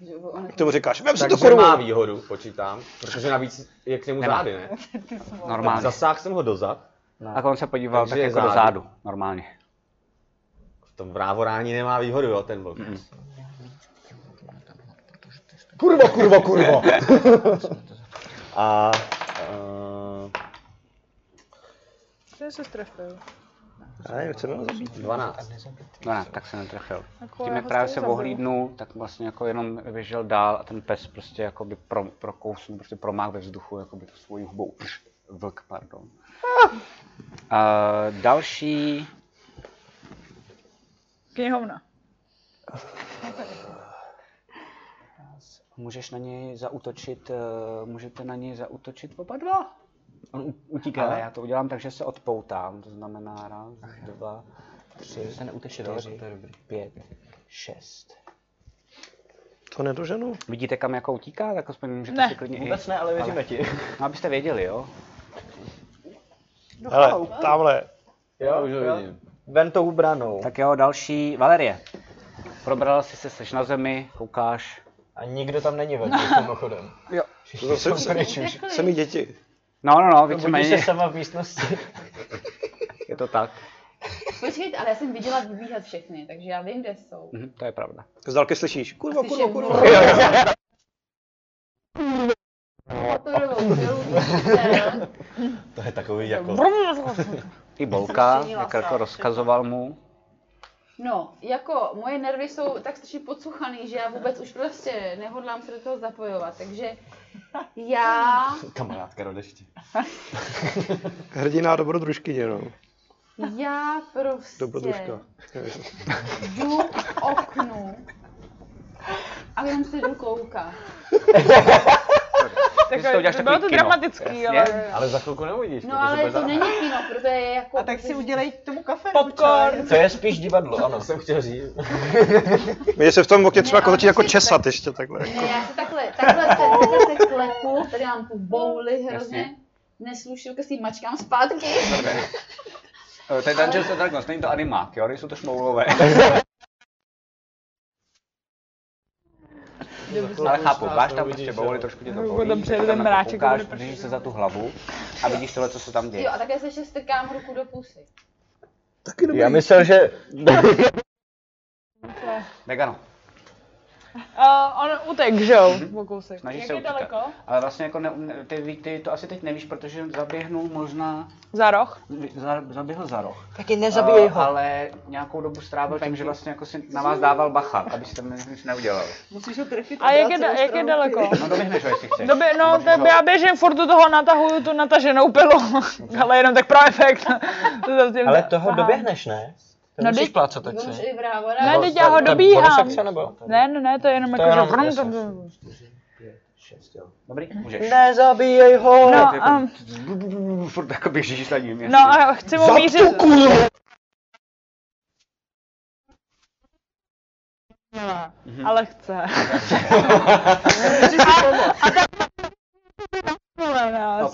[SPEAKER 7] Že on
[SPEAKER 6] K tomu říkáš, vem si to
[SPEAKER 2] takže
[SPEAKER 6] kurvu.
[SPEAKER 2] má výhodu, počítám. Protože navíc je k němu
[SPEAKER 1] Nemá.
[SPEAKER 2] zády, ne?
[SPEAKER 1] Normálně.
[SPEAKER 2] Zasáhl jsem ho dozad.
[SPEAKER 1] A on se podíval tak
[SPEAKER 2] Takže
[SPEAKER 1] jako
[SPEAKER 2] zádu.
[SPEAKER 1] do zádu, normálně.
[SPEAKER 2] V tom vrávorání nemá výhodu, jo, ten vlk. Kurvo, kurvo, kurvo! A... Uh,
[SPEAKER 4] Ten se strefil.
[SPEAKER 6] Já nevím, chceme ho zabít.
[SPEAKER 2] 12.
[SPEAKER 1] No ne, tak se netrefil.
[SPEAKER 4] Jako
[SPEAKER 1] Tím,
[SPEAKER 4] já
[SPEAKER 1] jak
[SPEAKER 4] ho
[SPEAKER 1] právě
[SPEAKER 4] stejně
[SPEAKER 1] se
[SPEAKER 4] zabiju.
[SPEAKER 1] ohlídnul, tak vlastně jako jenom běžel dál a ten pes prostě jako by pro, prokousnul, prostě promák ve vzduchu jako by to svojí hubou. Pš, vlk, pardon. A další,
[SPEAKER 4] Knihovna.
[SPEAKER 1] můžeš na něj zautočit, eh, můžete na něj zautočit oba dva.
[SPEAKER 5] On u- utíká.
[SPEAKER 1] Ale já to udělám tak, že se odpoutám, to znamená raz, dva, tři,
[SPEAKER 5] se neuteče
[SPEAKER 1] čtyři,
[SPEAKER 5] daleko, to je dobrý.
[SPEAKER 1] pět, šest.
[SPEAKER 6] To nedoženu.
[SPEAKER 1] Vidíte, kam jako utíká? Tak aspoň můžete
[SPEAKER 4] Ne.
[SPEAKER 1] si klidně i...
[SPEAKER 5] Vůbec ne, ale věříme ti.
[SPEAKER 1] No, abyste věděli, jo?
[SPEAKER 6] Hele, tamhle.
[SPEAKER 5] Jo, už ho vidím. Ven tou branou.
[SPEAKER 1] Tak jo, další. Valerie. Probrala jsi se, seš na zemi, koukáš.
[SPEAKER 5] A nikdo tam není venku, (laughs) mimochodem.
[SPEAKER 6] To zase jsem,
[SPEAKER 7] utekli.
[SPEAKER 6] jsem jí děti.
[SPEAKER 1] No, no, no,
[SPEAKER 5] Budíš se
[SPEAKER 1] víceméně
[SPEAKER 5] sama v místnosti.
[SPEAKER 1] (laughs) je to tak.
[SPEAKER 7] Počkejte, ale já jsem viděla vybíhat všechny, takže já vím, kde jsou.
[SPEAKER 1] Mhm, to je pravda.
[SPEAKER 6] Z dálky slyšíš. Kurva, kurva,
[SPEAKER 7] Slyším
[SPEAKER 6] kurva.
[SPEAKER 5] no.
[SPEAKER 7] hůl. Motorovou pilu, víte,
[SPEAKER 2] To je takový jako...
[SPEAKER 1] I Bolka, jak jako rozkazoval mu.
[SPEAKER 7] No, jako moje nervy jsou tak strašně podsuchaný, že já vůbec už prostě nehodlám se do toho zapojovat, takže já,
[SPEAKER 2] Kamarádka do dešti.
[SPEAKER 6] Hrdina dobrodružkyně, no.
[SPEAKER 7] já prostě
[SPEAKER 6] Dobrodružka.
[SPEAKER 7] jdu k oknu a jenom se jdu koukat.
[SPEAKER 1] Ty si to uděláš
[SPEAKER 4] bylo to
[SPEAKER 1] takový kino.
[SPEAKER 4] dramatický,
[SPEAKER 1] Jasně.
[SPEAKER 4] ale...
[SPEAKER 2] Ale za chvilku neuvidíš,
[SPEAKER 7] No ale to není kino, protože je jako...
[SPEAKER 9] A tak si udělej k tomu kafe.
[SPEAKER 4] Popcorn.
[SPEAKER 5] To je spíš divadlo, ano.
[SPEAKER 2] Ano, jsem chtěl říct.
[SPEAKER 6] Mě se v tom okně třeba
[SPEAKER 7] Ne,
[SPEAKER 6] jako
[SPEAKER 7] ale
[SPEAKER 6] začít jako
[SPEAKER 7] musíš
[SPEAKER 6] česat
[SPEAKER 7] tak-
[SPEAKER 6] ještě takhle.
[SPEAKER 7] Ne, já se
[SPEAKER 8] (laughs)
[SPEAKER 7] takhle, takhle se, takhle se klepu, tady mám tu bouli hrozně.
[SPEAKER 1] Jasně.
[SPEAKER 7] Neslušilka si ji mačkám zpátky.
[SPEAKER 1] Eh, To je Dungeons and Dragons, není to animák, jo? Nejsou to šmoulové. (laughs) Ale chápu, máš tam prostě bouli, trošku tě to
[SPEAKER 4] Jo,
[SPEAKER 1] bolí.
[SPEAKER 4] dobře,
[SPEAKER 1] tak tam
[SPEAKER 4] ten
[SPEAKER 1] na to
[SPEAKER 4] mráček
[SPEAKER 1] koukáš,
[SPEAKER 4] bude prší,
[SPEAKER 1] držíš se
[SPEAKER 4] no.
[SPEAKER 1] za tu hlavu a vidíš tohle, co se tam děje.
[SPEAKER 7] Jo, a také se ještě strkám ruku do pusy.
[SPEAKER 5] Já myslel, že...
[SPEAKER 1] Megano,
[SPEAKER 4] Uh, on utek, že jo, po kousek.
[SPEAKER 1] snažíš Mhm.
[SPEAKER 4] Jak
[SPEAKER 1] se
[SPEAKER 4] je
[SPEAKER 1] utíkat.
[SPEAKER 4] daleko?
[SPEAKER 1] Ale vlastně jako ne, ne- ty, ví- ty, to asi teď nevíš, protože zaběhnul možná
[SPEAKER 4] Za roh?
[SPEAKER 1] za, zaběhl za roh.
[SPEAKER 9] Taky nezabijej
[SPEAKER 1] Eh, Ale nějakou dobu strávil tím, že vlastně jako si na vás dával bacha, abyste mi nic neudělali.
[SPEAKER 9] Musíš ho trefit.
[SPEAKER 4] A jak je, da, jak je daleko?
[SPEAKER 1] No doběhneš ho, jestli chceš.
[SPEAKER 4] Době, no,
[SPEAKER 1] Můžeš
[SPEAKER 4] tak
[SPEAKER 1] ho-
[SPEAKER 4] já běžím, furt do toho natahuju
[SPEAKER 8] (laughs)
[SPEAKER 4] tu nataženou pilu, ale jenom tak pro efekt. to zatím
[SPEAKER 5] Ale
[SPEAKER 4] ta-
[SPEAKER 5] toho
[SPEAKER 4] tahám.
[SPEAKER 5] doběhneš, ne?
[SPEAKER 4] No,
[SPEAKER 8] musíš
[SPEAKER 4] teď-
[SPEAKER 8] plácat, tak
[SPEAKER 7] To už
[SPEAKER 8] si.
[SPEAKER 7] i vrávora.
[SPEAKER 4] Ne,
[SPEAKER 8] Nebo
[SPEAKER 4] teď
[SPEAKER 8] to-
[SPEAKER 4] já ho
[SPEAKER 8] to je
[SPEAKER 4] dobíhám.
[SPEAKER 8] bonus akce, nebo?
[SPEAKER 4] Ne, ne, ne, to je jenom
[SPEAKER 8] To
[SPEAKER 4] jako...
[SPEAKER 8] je
[SPEAKER 4] že
[SPEAKER 8] jenom
[SPEAKER 4] vrum,
[SPEAKER 8] jasně.
[SPEAKER 4] vrum, vrum.
[SPEAKER 1] Dobrý? Můžeš.
[SPEAKER 9] Nezabíjej ho!
[SPEAKER 4] No,
[SPEAKER 1] jako-
[SPEAKER 4] a,
[SPEAKER 1] Furt jako běžíš za ním.
[SPEAKER 4] no a chci mu mířit... Mhm.
[SPEAKER 8] (laughs)
[SPEAKER 4] Ale chce. (laughs) a, a tak... Na nás.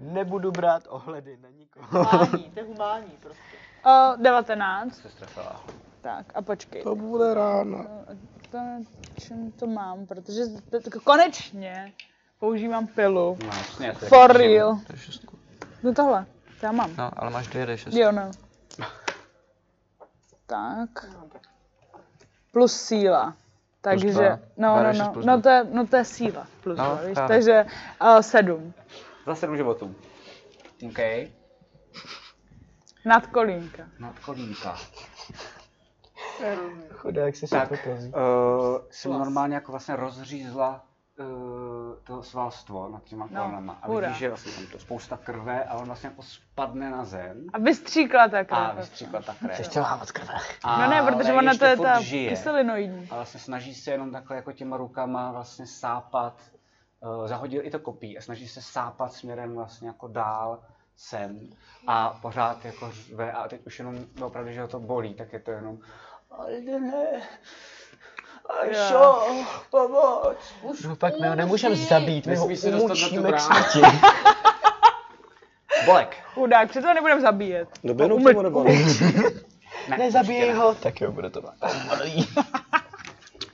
[SPEAKER 8] Nebudu brát ohledy na nikoho.
[SPEAKER 9] Humání, to je humání prostě.
[SPEAKER 4] O, 19. Tak a počkej.
[SPEAKER 6] To bude rána.
[SPEAKER 4] To, čím to mám, protože to, to, konečně používám pilu.
[SPEAKER 1] No, jasně, to je
[SPEAKER 4] For
[SPEAKER 1] jako, že-
[SPEAKER 4] real.
[SPEAKER 8] To je šestku.
[SPEAKER 4] No tohle, to já mám.
[SPEAKER 8] No, ale máš dvě d šestku.
[SPEAKER 4] Jo, no. Tak. Plus síla. Takže,
[SPEAKER 8] dva.
[SPEAKER 4] no,
[SPEAKER 8] Dva
[SPEAKER 4] no,
[SPEAKER 8] na šest
[SPEAKER 4] no,
[SPEAKER 8] plus
[SPEAKER 4] no,
[SPEAKER 8] dva.
[SPEAKER 4] to je, no to je síla plus
[SPEAKER 8] No,
[SPEAKER 4] no, víš,
[SPEAKER 8] právě.
[SPEAKER 4] takže uh, sedm.
[SPEAKER 1] Za sedm životů. OK.
[SPEAKER 4] Nad kolínka.
[SPEAKER 1] Nad kolínka.
[SPEAKER 8] Chudá, jak jsi
[SPEAKER 1] Tak,
[SPEAKER 8] to pozí.
[SPEAKER 1] uh, jsem normálně jako vlastně rozřízla uh, to svalstvo nad těma
[SPEAKER 4] No,
[SPEAKER 1] kolenama. A
[SPEAKER 4] hurá.
[SPEAKER 1] vidíš, že vlastně tam to spousta krve a on vlastně jako spadne na zem.
[SPEAKER 4] A vystříkla ta krev.
[SPEAKER 1] A
[SPEAKER 4] vlastně.
[SPEAKER 1] vystříkla ta krev.
[SPEAKER 8] Chtěla moc krve.
[SPEAKER 4] No ne, protože
[SPEAKER 1] Ale
[SPEAKER 4] ona to
[SPEAKER 1] ještě
[SPEAKER 4] je
[SPEAKER 1] furt
[SPEAKER 4] ta
[SPEAKER 1] žije.
[SPEAKER 4] kyselinoidní.
[SPEAKER 1] A vlastně snaží se jenom takhle jako těma rukama vlastně sápat. eh, zahodil i to kopí a snaží se sápat směrem vlastně jako dál sem. A pořád jako řve a teď už jenom opravdu, že ho to bolí, tak je to jenom ale ne, ale
[SPEAKER 4] Jo.
[SPEAKER 1] šo, pomoc.
[SPEAKER 7] Už
[SPEAKER 8] No pak my ho
[SPEAKER 7] umři.
[SPEAKER 8] nemůžeme zabít, my ho
[SPEAKER 2] Nesmí se dostat na tu
[SPEAKER 8] umučíme k
[SPEAKER 2] bránu.
[SPEAKER 8] smrti.
[SPEAKER 1] Bolek.
[SPEAKER 4] Chudák, přece ho nebudeme zabíjet.
[SPEAKER 6] Doběhnou
[SPEAKER 4] No,
[SPEAKER 6] k tomu nebo ne?
[SPEAKER 1] (laughs) Ne,
[SPEAKER 8] Nezabíjej
[SPEAKER 1] určitě ne.
[SPEAKER 8] ho. Tak jo, bude to malý.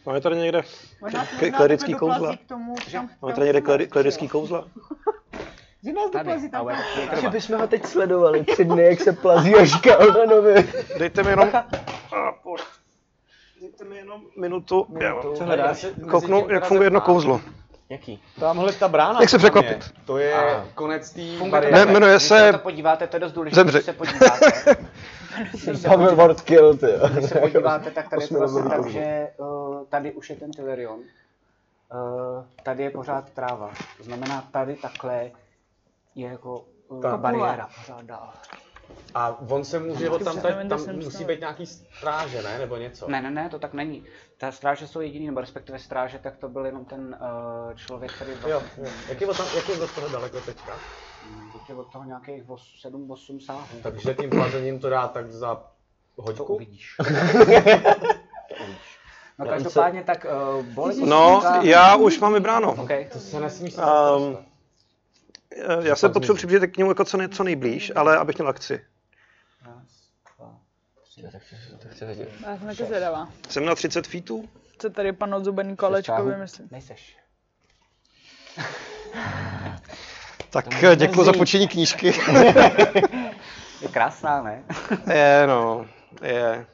[SPEAKER 6] Máme tady někde,
[SPEAKER 9] Možná se
[SPEAKER 6] K-
[SPEAKER 9] z nás
[SPEAKER 6] klerický
[SPEAKER 9] jako doplazí
[SPEAKER 6] kouzla.
[SPEAKER 9] K tomu,
[SPEAKER 6] máme tady někde klere- klerický kouzla.
[SPEAKER 9] Z nás doplazí
[SPEAKER 1] Tady,
[SPEAKER 9] tam.
[SPEAKER 1] ale
[SPEAKER 9] kouzla.
[SPEAKER 1] je krva.
[SPEAKER 8] Že bychom ho teď sledovali tři dny, jak se plazí Jožka Oldanovi.
[SPEAKER 6] Dejte mi jenom... A, po- Dejte mi jenom minutu. Já vám
[SPEAKER 8] Co hledáš?
[SPEAKER 6] kouknu, jak funguje jedno kouzlo.
[SPEAKER 8] Jaký?
[SPEAKER 2] Tamhle ta brána.
[SPEAKER 6] Jak se
[SPEAKER 2] tam je.
[SPEAKER 6] překvapit?
[SPEAKER 2] To je
[SPEAKER 8] A.
[SPEAKER 2] konec té
[SPEAKER 1] Funguje to
[SPEAKER 6] Ne,
[SPEAKER 2] bariéry.
[SPEAKER 1] takhle.
[SPEAKER 6] jmenuje
[SPEAKER 1] Když
[SPEAKER 6] se-
[SPEAKER 1] na to podíváte, to je dost důležité,
[SPEAKER 6] Zemři.
[SPEAKER 1] když se podíváte. Když se
[SPEAKER 8] Pavel Ward Kill, ty jo.
[SPEAKER 1] Když se podíváte, tak tady je to vlastně
[SPEAKER 8] Osmilevelý
[SPEAKER 1] tak, že eh, tady už je ten Telerion. Eh, Tady je pořád tráva. To znamená, tady takhle je jako eh,
[SPEAKER 2] Ta-
[SPEAKER 1] bariéra pořád dál.
[SPEAKER 2] A on se může od tam,
[SPEAKER 4] představím,
[SPEAKER 2] tam,
[SPEAKER 4] kde jsem
[SPEAKER 2] tam musí
[SPEAKER 4] stál.
[SPEAKER 2] být nějaký stráže, ne? Nebo něco.
[SPEAKER 1] Ne, ne, ne, to tak není. Ta stráže jsou jediný, nebo respektive stráže, tak to byl jenom ten eh, člověk, který
[SPEAKER 2] Jo,
[SPEAKER 1] vlastně
[SPEAKER 2] jo. Jak je od tam, jak je od toho daleko teďka?
[SPEAKER 1] hm, teď je od toho nějakých 7-8 sáhů.
[SPEAKER 2] Takže tím plazením to dá tak za
[SPEAKER 1] To
[SPEAKER 2] hodinku? (laughs)
[SPEAKER 1] uvidíš. To uvidíš. No každopádně tak uh, bolí.
[SPEAKER 6] No, já už mám vybráno.
[SPEAKER 1] Okay.
[SPEAKER 2] To se nesmí se
[SPEAKER 6] Ehm, Eh, Já se potřebuji přiblížit k němu jako co, nej, co nejblíž, ale abych měl akci.
[SPEAKER 4] Já jsem taky zvědavá.
[SPEAKER 6] Jsem na 30 feetů?
[SPEAKER 4] Chce tady panout zubený kolečko, vymyslím.
[SPEAKER 1] Nejseš.
[SPEAKER 6] Tak děkuji za počení knížky.
[SPEAKER 1] Je krásná, ne?
[SPEAKER 6] (laughs) je, no, je.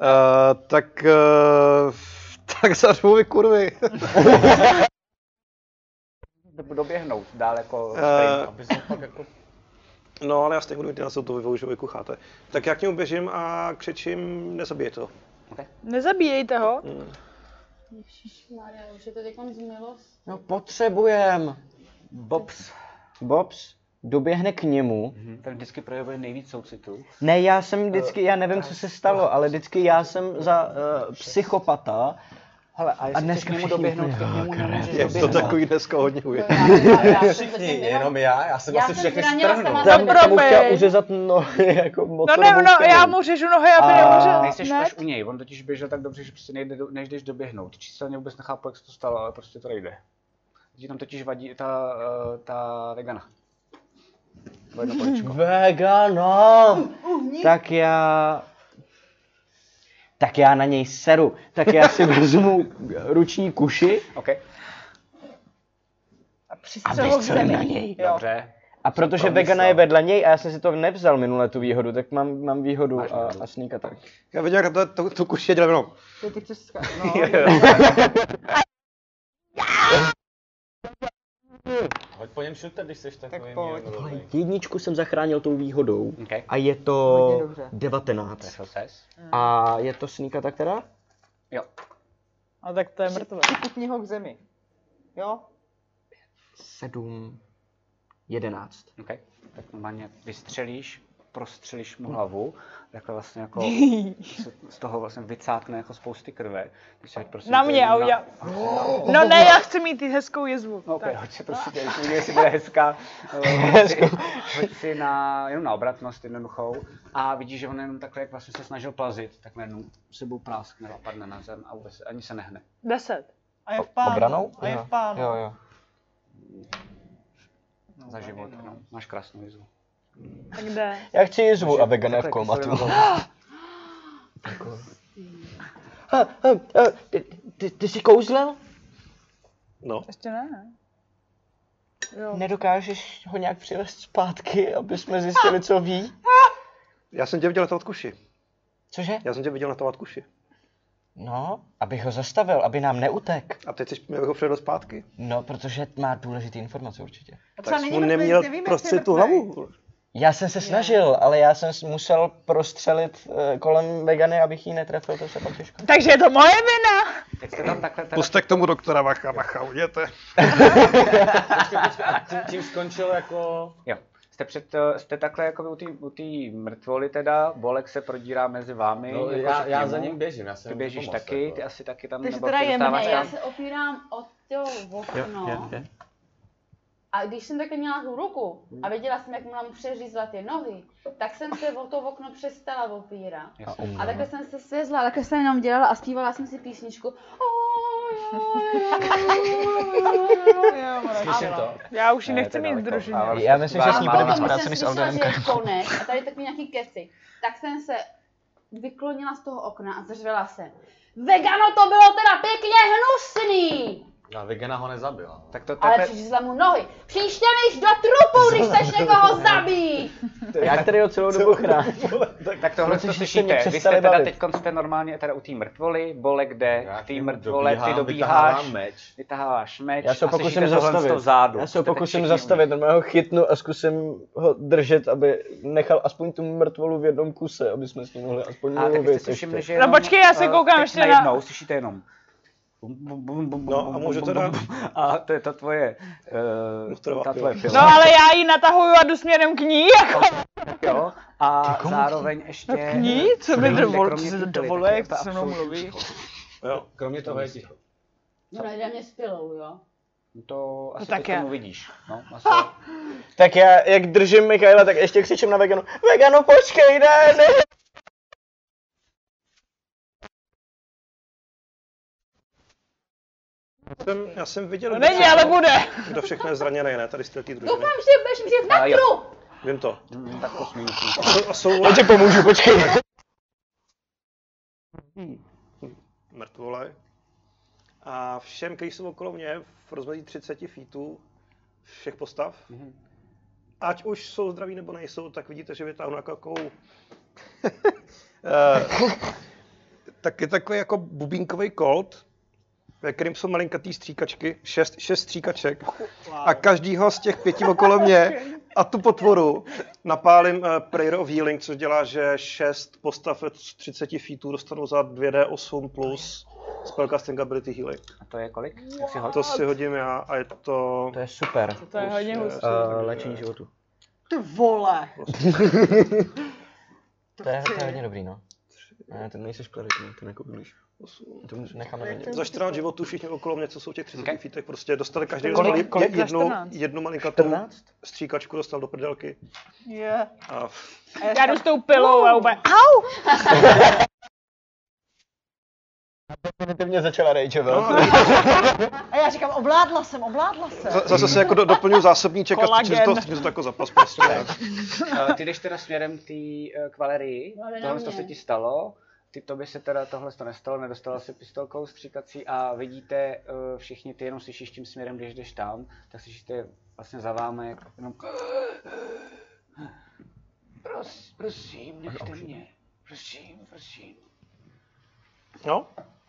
[SPEAKER 6] Uh, tak, uh, (laughs) tak zařvu vy kurvy.
[SPEAKER 1] doběhnout dál jako
[SPEAKER 6] Eh,
[SPEAKER 1] uh,
[SPEAKER 6] (laughs) No, ale já stejně budu mít na to, vy použiju, vykucháte. Tak já k němu běžím a křičím, nezabije to.
[SPEAKER 4] Nezabíjejte ho.
[SPEAKER 1] No,
[SPEAKER 7] Ježišmarja, už je to teďkon
[SPEAKER 8] (laughs)
[SPEAKER 7] z milost.
[SPEAKER 5] No potřebujem.
[SPEAKER 1] Bobs.
[SPEAKER 5] Bobs doběhne k němu.
[SPEAKER 1] Ten vždycky projevuje nejvíc soucitu.
[SPEAKER 5] Ne, já
[SPEAKER 1] Eh,
[SPEAKER 5] jsem vždycky, já nevím, co se stalo, ale vždycky já jsem za uh, psychopata.
[SPEAKER 1] Hele, a jestli chceš
[SPEAKER 5] dneska
[SPEAKER 1] k němu
[SPEAKER 5] všichni
[SPEAKER 1] doběhnout,
[SPEAKER 5] úplně,
[SPEAKER 1] tak k němu nemůžeš
[SPEAKER 6] Je to
[SPEAKER 1] doběhnout.
[SPEAKER 6] takový dneska hodně
[SPEAKER 7] To
[SPEAKER 6] ujet.
[SPEAKER 7] já- já- já jsem zatím
[SPEAKER 2] Všichni,
[SPEAKER 7] jenom-
[SPEAKER 2] jenom já, já jsem
[SPEAKER 7] Já
[SPEAKER 2] asi
[SPEAKER 7] jsem
[SPEAKER 2] všechny
[SPEAKER 7] zranila
[SPEAKER 2] strhnu.
[SPEAKER 1] No,
[SPEAKER 7] sama
[SPEAKER 5] Já
[SPEAKER 4] Tam
[SPEAKER 7] sebe.
[SPEAKER 5] bych mu
[SPEAKER 4] probej.
[SPEAKER 5] chtěl uřezat nohy, (laughs) jako
[SPEAKER 4] No ne,
[SPEAKER 5] motorovou
[SPEAKER 4] no, já
[SPEAKER 5] kenou.
[SPEAKER 4] mu řežu nohy, já by
[SPEAKER 5] A-
[SPEAKER 1] Nejseš
[SPEAKER 4] nemůžu. no, Ne,
[SPEAKER 1] až u něj, on totiž běžel tak dobře, že prostě nejde, do- než jdeš doběhnout. Číselně vůbec nechápu, jak se to stalo, ale prostě to nejde. Ti tam totiž vadí ta, eh, ta vegana. To jedno
[SPEAKER 4] (laughs)
[SPEAKER 1] poličko.
[SPEAKER 5] Vegano! no.
[SPEAKER 1] Uh,
[SPEAKER 5] Tak já... Tak já na něj seru. Tak já si (laughs) vezmu ruční kuši
[SPEAKER 1] OK,
[SPEAKER 9] A
[SPEAKER 5] a
[SPEAKER 9] přistřelil se
[SPEAKER 5] vystřelím na
[SPEAKER 9] mi.
[SPEAKER 5] něj.
[SPEAKER 9] Jo.
[SPEAKER 1] dobře.
[SPEAKER 5] A protože vegana je vedle něj a já jsem si to nevzal minule tu výhodu, tak mám, mám výhodu
[SPEAKER 1] Máš
[SPEAKER 5] a,
[SPEAKER 1] výhodu.
[SPEAKER 5] a sneak attack.
[SPEAKER 6] Já viděl, jak to, to, to kuši dělám jenom.
[SPEAKER 9] Ty, ty chceš ská... No,
[SPEAKER 2] Hoď po něm šuter, když jsi takový
[SPEAKER 9] pojď.
[SPEAKER 2] mírný.
[SPEAKER 5] Jedničku jsem zachránil tou výhodou
[SPEAKER 1] OK.
[SPEAKER 5] a je to
[SPEAKER 9] Hodně dobře.
[SPEAKER 5] 19.
[SPEAKER 1] Trefil ses.
[SPEAKER 5] A je to sneak attack teda?
[SPEAKER 1] Jo.
[SPEAKER 4] A tak to je mrtvé.
[SPEAKER 9] přikutni ho k zemi. Jo?
[SPEAKER 5] 7. 11.
[SPEAKER 1] OK. tak normálně vystřelíš, prostřelíš mu hlavu, takhle vlastně
[SPEAKER 4] (laughs)
[SPEAKER 1] jako se z toho vlastně vycátne jako spousty krve. Když se, prostě prosím,
[SPEAKER 4] Na
[SPEAKER 1] tě,
[SPEAKER 4] mě a udělal.
[SPEAKER 1] Oh!
[SPEAKER 4] No ne, já chci mít ty hezkou jezvu.
[SPEAKER 1] No, ok,
[SPEAKER 4] Tak.
[SPEAKER 1] hoď si prosím, tě, uvidíme, jestli bude
[SPEAKER 2] (laughs)
[SPEAKER 1] hezká. Eh, Hoď si, hoď si na, jenom na obratnost jednoduchou a vidíš, že on jenom takhle, jak vlastně se snažil plazit, tak najednou sebou práskne a padne na zem a vůbec ani se nehne.
[SPEAKER 4] Deset.
[SPEAKER 9] A je v pánu.
[SPEAKER 5] Obranou?
[SPEAKER 9] A je
[SPEAKER 5] Jo.
[SPEAKER 9] v pánu.
[SPEAKER 5] Jo, jo.
[SPEAKER 1] Za život, no. Máš krásnou jizvu.
[SPEAKER 4] Tak jde.
[SPEAKER 5] Já chci jizvu,
[SPEAKER 1] Takže
[SPEAKER 5] aby Gene v
[SPEAKER 2] jako
[SPEAKER 1] takhle
[SPEAKER 8] jako
[SPEAKER 5] komatu.
[SPEAKER 1] kyselina
[SPEAKER 5] (laughs)
[SPEAKER 8] Ha, ha,
[SPEAKER 5] Eh,
[SPEAKER 8] ha, ty, ty, ty jsi kouzlel?
[SPEAKER 6] No,
[SPEAKER 4] Ještě ne, ne? Jo.
[SPEAKER 8] No. Nedokážeš ho nějak přivést zpátky, aby jsme zjistili, co ví?
[SPEAKER 6] já jsem tě viděl natahovat kuši.
[SPEAKER 8] Cože?
[SPEAKER 6] Já jsem tě viděl natahovat kuši.
[SPEAKER 8] No, abych ho zastavil, aby nám neutek.
[SPEAKER 6] A teď chceš mě ho předat zpátky.
[SPEAKER 8] No, protože má důležité informace určitě.
[SPEAKER 9] A
[SPEAKER 6] Tak
[SPEAKER 9] třeba
[SPEAKER 6] jsi
[SPEAKER 9] není
[SPEAKER 6] mu
[SPEAKER 9] mrtvej,
[SPEAKER 6] neměl
[SPEAKER 9] nevíme, jestli je
[SPEAKER 6] prostě tu
[SPEAKER 9] mrtvej.
[SPEAKER 6] hlavu.
[SPEAKER 8] Já jsem se snažil, ale já jsem s- musel prostřelit eh, kolem vegany, abych ji netrefil, to se pak těžko.
[SPEAKER 4] Takže je to moje vina!
[SPEAKER 1] (laughs) Jak jste tam takhle teda...
[SPEAKER 6] Puste k tomu doktora Vacha, Vacha, uděte.
[SPEAKER 2] Tím, tím skončil jako...
[SPEAKER 1] Jo. Jste, před, eh, jste takhle jako u té u tý mrtvoly teda, Bolek se prodírá mezi vámi.
[SPEAKER 2] No,
[SPEAKER 1] jako
[SPEAKER 2] já,
[SPEAKER 1] se k
[SPEAKER 2] já
[SPEAKER 1] němu.
[SPEAKER 2] za ním běžím, já jsem
[SPEAKER 1] Ty
[SPEAKER 2] mu
[SPEAKER 1] běžíš
[SPEAKER 2] pomohl,
[SPEAKER 1] taky,
[SPEAKER 2] jako.
[SPEAKER 1] ty asi taky tam,
[SPEAKER 9] Takže
[SPEAKER 1] nebo
[SPEAKER 9] teda
[SPEAKER 1] ty
[SPEAKER 9] jemnej,
[SPEAKER 1] dostáváš
[SPEAKER 7] Ne,
[SPEAKER 1] tam.
[SPEAKER 7] já se opírám o to okno. A když jsem takhle měla tu ruku a viděla jsem, jak mu nám přeřízla ty nohy, tak jsem se o to okno přestala opírat.
[SPEAKER 1] Jasně.
[SPEAKER 5] um-
[SPEAKER 7] A takhle jsem se svězla, takhle jsem jenom dělala a zpívala jsem si písničku.
[SPEAKER 2] Slyším to.
[SPEAKER 4] Já už ji
[SPEAKER 1] Ne,
[SPEAKER 4] nechci
[SPEAKER 1] to je
[SPEAKER 4] mít
[SPEAKER 1] daleko.
[SPEAKER 4] družinu.
[SPEAKER 1] Ale-
[SPEAKER 8] Já myslím, že s ní
[SPEAKER 1] Bála-
[SPEAKER 8] bude víc
[SPEAKER 1] bála-
[SPEAKER 8] práce než s Aldenem
[SPEAKER 7] že je konec a tady takový nějaký keci. Tak jsem se vyklonila z toho okna a zařvala jsem. Vegano, to bylo teda pěkně hnusný!
[SPEAKER 2] A Vegena ho nezabila.
[SPEAKER 1] Tak to
[SPEAKER 7] Ale
[SPEAKER 1] takhle,
[SPEAKER 7] přišla mu nohy. Příště mi již do trupu, když chceš někoho zabít!
[SPEAKER 1] (laughs)
[SPEAKER 5] Já který ho celou dobu chráním.
[SPEAKER 1] tak tohle
[SPEAKER 8] Protože
[SPEAKER 1] to
[SPEAKER 8] jste mě
[SPEAKER 1] slyšíte. Vy jste
[SPEAKER 8] přestali
[SPEAKER 1] teda
[SPEAKER 8] bavit.
[SPEAKER 1] teď jste normálně teda u té mrtvoly, Bolek jde
[SPEAKER 2] Já
[SPEAKER 1] k
[SPEAKER 2] k
[SPEAKER 1] té
[SPEAKER 2] němu
[SPEAKER 1] mrtvole, ty
[SPEAKER 2] dobíhám,
[SPEAKER 1] dobíháš,
[SPEAKER 2] vytahávám meč.
[SPEAKER 1] vytaháváš meč
[SPEAKER 5] Já se
[SPEAKER 1] a
[SPEAKER 5] ho pokusím
[SPEAKER 1] slyšíte tohle
[SPEAKER 5] zastavit.
[SPEAKER 1] z toho zádu.
[SPEAKER 5] Já se ho
[SPEAKER 1] Jste teď
[SPEAKER 5] pokusím
[SPEAKER 1] všichni
[SPEAKER 5] zastavit, normálně ho chytnu a zkusím ho držet, aby nechal aspoň tu mrtvolu v jednom kuse, aby jsme s ním mohli aspoň
[SPEAKER 1] A tak jste
[SPEAKER 5] mluvit
[SPEAKER 1] si
[SPEAKER 5] ještě.
[SPEAKER 1] všimli, že
[SPEAKER 4] No
[SPEAKER 1] jenom,
[SPEAKER 4] počkej, já se
[SPEAKER 1] eh,
[SPEAKER 4] koukám
[SPEAKER 1] teď
[SPEAKER 4] ještě na-
[SPEAKER 1] najednou, slyšíte jenom. Bum, bum, bum, bum,
[SPEAKER 6] No,
[SPEAKER 1] bum,
[SPEAKER 6] a
[SPEAKER 1] bum,
[SPEAKER 6] můžu
[SPEAKER 1] bum,
[SPEAKER 6] teda-
[SPEAKER 1] bum, bum. A to je ta tvoje, eh,
[SPEAKER 6] Lustrova
[SPEAKER 1] ta tvoje
[SPEAKER 4] No
[SPEAKER 1] pila.
[SPEAKER 4] ale já ji natahuju a jdu směrem k ní. Jako
[SPEAKER 1] jo. A
[SPEAKER 5] No,
[SPEAKER 1] zároveň ještě...
[SPEAKER 4] K ní? Co mi
[SPEAKER 1] kromě-
[SPEAKER 4] dovol,
[SPEAKER 1] kromě
[SPEAKER 4] co
[SPEAKER 1] té
[SPEAKER 4] se
[SPEAKER 1] pily,
[SPEAKER 4] dovoluje,
[SPEAKER 1] tak
[SPEAKER 4] jak
[SPEAKER 1] je to
[SPEAKER 4] se mnou
[SPEAKER 1] absolutní
[SPEAKER 4] mluví?
[SPEAKER 1] ticho.
[SPEAKER 6] Jo.
[SPEAKER 2] Kromě toho je ticho.
[SPEAKER 7] No najde mě s pilou, jo.
[SPEAKER 1] To asi
[SPEAKER 4] tak
[SPEAKER 1] tak
[SPEAKER 4] je.
[SPEAKER 1] tomu vidíš. No, asi.
[SPEAKER 8] Tak já, jak držím Michaela, tak ještě křičím na veganu. Vegano, počkej, ne, ne!
[SPEAKER 6] Jsem, já jsem viděl,
[SPEAKER 4] To
[SPEAKER 6] kdo
[SPEAKER 4] není, ale bude.
[SPEAKER 6] kdo všechno je zraněný, ne? Tady jste tý družiny.
[SPEAKER 7] Doufám, že budeš běžet na
[SPEAKER 1] A jo.
[SPEAKER 7] trup!
[SPEAKER 6] Vím to.
[SPEAKER 1] Mm, tak to smíš.
[SPEAKER 6] A jsou, a jsou
[SPEAKER 8] Já ti pomůžu, počkej.
[SPEAKER 6] mrtvole. A všem, kteří jsou okolo mě v rozmezí 30 feetů, všech postav, ať už jsou zdraví nebo nejsou, tak vidíte, že jako- vytáhnu nějakou... Eh, tak je takový jako bubínkový kolt, ve kterém jsou malinkatý stříkačky, šest, šest stříkaček. A každýho z těch pěti okolo mě a tu potvoru napálím uh, Prayer of Healing, což dělá, že šest postav z 30 feetů dostanou za 2D8 plus Spellcasting Ability Healing.
[SPEAKER 1] A to je kolik? Jak si ho...
[SPEAKER 6] To si hodím já a je to...
[SPEAKER 5] To je super.
[SPEAKER 4] To je hodně hustý.
[SPEAKER 5] Uh, léčení životu.
[SPEAKER 9] Ty vole.
[SPEAKER 5] To je, to je hodně dobrý, no. Ne, to nejseš kvalitní, to nekoupíš. To necháme na ně.
[SPEAKER 6] Za 14 životů všichni okolo mě, co jsou v těch 30
[SPEAKER 1] Okay.
[SPEAKER 6] okay. feetech, prostě dostali každý
[SPEAKER 5] Kolik-
[SPEAKER 6] dostal
[SPEAKER 5] kolik za
[SPEAKER 6] jednu,
[SPEAKER 4] 14?
[SPEAKER 6] jednu malinkatou
[SPEAKER 5] 14?
[SPEAKER 6] stříkačku dostal do prdelky.
[SPEAKER 9] Je.
[SPEAKER 6] A
[SPEAKER 4] Já jdu s tou pilou
[SPEAKER 1] Uh.
[SPEAKER 4] a úplně, au!
[SPEAKER 8] Definitivně začala rage, no,
[SPEAKER 9] A já říkám, ovládla jsem, ovládla jsem.
[SPEAKER 6] z- (laughs) zase se jako do, doplňuju zásobníček a
[SPEAKER 4] Kolagen.
[SPEAKER 6] střílím to, střílím to jako zapas prostě.
[SPEAKER 1] (laughs) Eh, Ty jdeš teda směrem k té eh, k Valerii.
[SPEAKER 7] No, jde na
[SPEAKER 1] Tohle to
[SPEAKER 7] mě.
[SPEAKER 1] se ti stalo. Ty to by se teda tohle to nestalo, nedostala se pistolkou stříkací a vidíte eh, všichni, ty jenom slyšíš tím směrem, když jdeš tam, tak slyšíte vlastně za vámi, jak jenom... (gasps) Pros, prosím, nechte mě. Prosím, prosím.
[SPEAKER 6] No,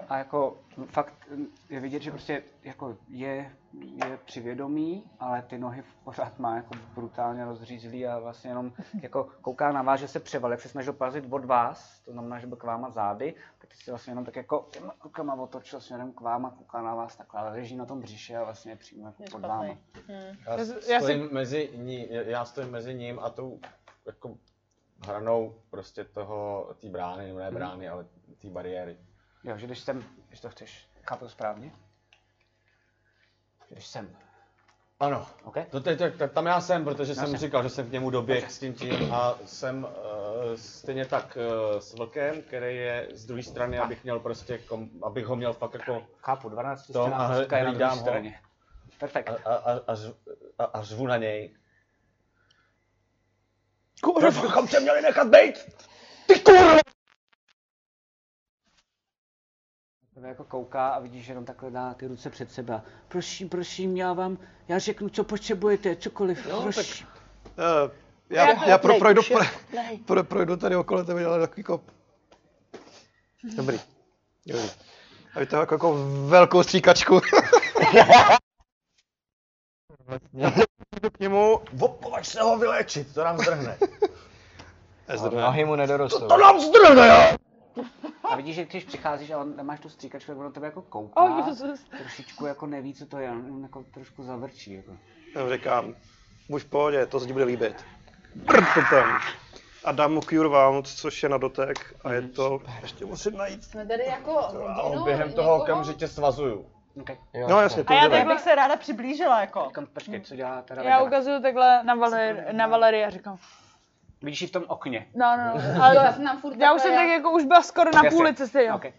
[SPEAKER 1] A jako fakt mm, je vidět, že prostě jako je, je přivědomý, ale ty nohy pořád má jako brutálně rozřízlý a vlastně jenom jako kouká na vás, že se převal, jak se snažil parazit od vás, to znamená, že byl k váma zády, tak teď se vlastně jenom tak jako těma rukama otočil směrem k vám a kouká na vás takhle, ale leží na tom břiše a vlastně je přímo jako
[SPEAKER 7] Je
[SPEAKER 1] pod
[SPEAKER 7] špatnej.
[SPEAKER 1] váma.
[SPEAKER 2] Já,
[SPEAKER 4] Já si-
[SPEAKER 2] stojím
[SPEAKER 4] já
[SPEAKER 2] mezi ní, já stojím mezi ním a tou jako hranou prostě toho, té brány, nebo ne brány, ale té bariéry.
[SPEAKER 1] Jo, že když sem, že to chceš, chápu to správně? Že Když sem,
[SPEAKER 2] Ano,
[SPEAKER 1] OK?
[SPEAKER 2] to, to, to, to, tam já jsem, protože
[SPEAKER 1] Já
[SPEAKER 2] jsem
[SPEAKER 1] jsem.
[SPEAKER 2] říkal, že jsem k němu doběh s tím tím a jsem uh, stejně tak uh, s vlkem, který je z druhé strany,
[SPEAKER 1] Tak.
[SPEAKER 2] abych měl prostě, kom, abych ho měl fakt jako
[SPEAKER 1] Chápu, 12
[SPEAKER 2] Tom,
[SPEAKER 1] stěná
[SPEAKER 2] ale
[SPEAKER 1] kostka je na druhé
[SPEAKER 2] hlídám ho.
[SPEAKER 1] straně. Perfekt.
[SPEAKER 2] a, a, a, a, ř- a, a řvu na něj.
[SPEAKER 6] Kurva, kam tě měli nechat být? Ty kurva!
[SPEAKER 1] Tebe jako kouká a vidíš, že jenom takhle dá ty ruce před sebe. Prosím, prosím, já vám, já řeknu, co potřebujete, cokoliv, no, prosím. Tak...
[SPEAKER 6] Eh, já, já, pro, projdu, pro, (laughs) pro, projdu tady okolo tebe, dělám takový jako- kop. Dobrý. Dobrý. A vy to jako, jako velkou stříkačku.
[SPEAKER 8] Vlastně.
[SPEAKER 6] (laughs) Jdu k němu.
[SPEAKER 2] Vopovač se ho vyléčit, to nám (laughs) zdrhne.
[SPEAKER 8] Nohy mu nedorostou.
[SPEAKER 6] To nám zdrhne, jo!
[SPEAKER 1] A vidíš, že když přicházíš a on nemáš tu stříkačku, tak ono tebe jako kouká.
[SPEAKER 4] Oh, Jezus.
[SPEAKER 1] Trošičku jako neví, co to je, on on jako trošku zavrčí. Jako.
[SPEAKER 6] Já mu říkám, muž v pohodě, to se ti bude líbit. Brr, to tam. A dám mu Cure Wounds, což je na dotek a je to... Ještě musím najít.
[SPEAKER 7] Jsme tady jako
[SPEAKER 2] A
[SPEAKER 9] No,
[SPEAKER 7] hodinu
[SPEAKER 2] on během toho
[SPEAKER 7] někoho-
[SPEAKER 2] okamžitě svazuju.
[SPEAKER 1] Okay.
[SPEAKER 8] (laughs)
[SPEAKER 6] No jasně, to
[SPEAKER 9] A já
[SPEAKER 6] jde.
[SPEAKER 9] tak bych se ráda přiblížila, jako.
[SPEAKER 1] Říkám, počkej, co dělá teda
[SPEAKER 4] Já
[SPEAKER 1] Vegana?
[SPEAKER 4] ukazuju takhle na, Valer, na Valerii a říkám,
[SPEAKER 1] Vidíš ji v tom okně.
[SPEAKER 4] no, no,
[SPEAKER 1] (laughs)
[SPEAKER 4] no,
[SPEAKER 7] Jo, já
[SPEAKER 4] ale
[SPEAKER 7] jsem tam furt
[SPEAKER 4] já
[SPEAKER 7] takhle,
[SPEAKER 4] už jsem tak jako, už byla skoro na
[SPEAKER 1] Jasně.
[SPEAKER 4] půli cesty, jo.
[SPEAKER 1] Okay.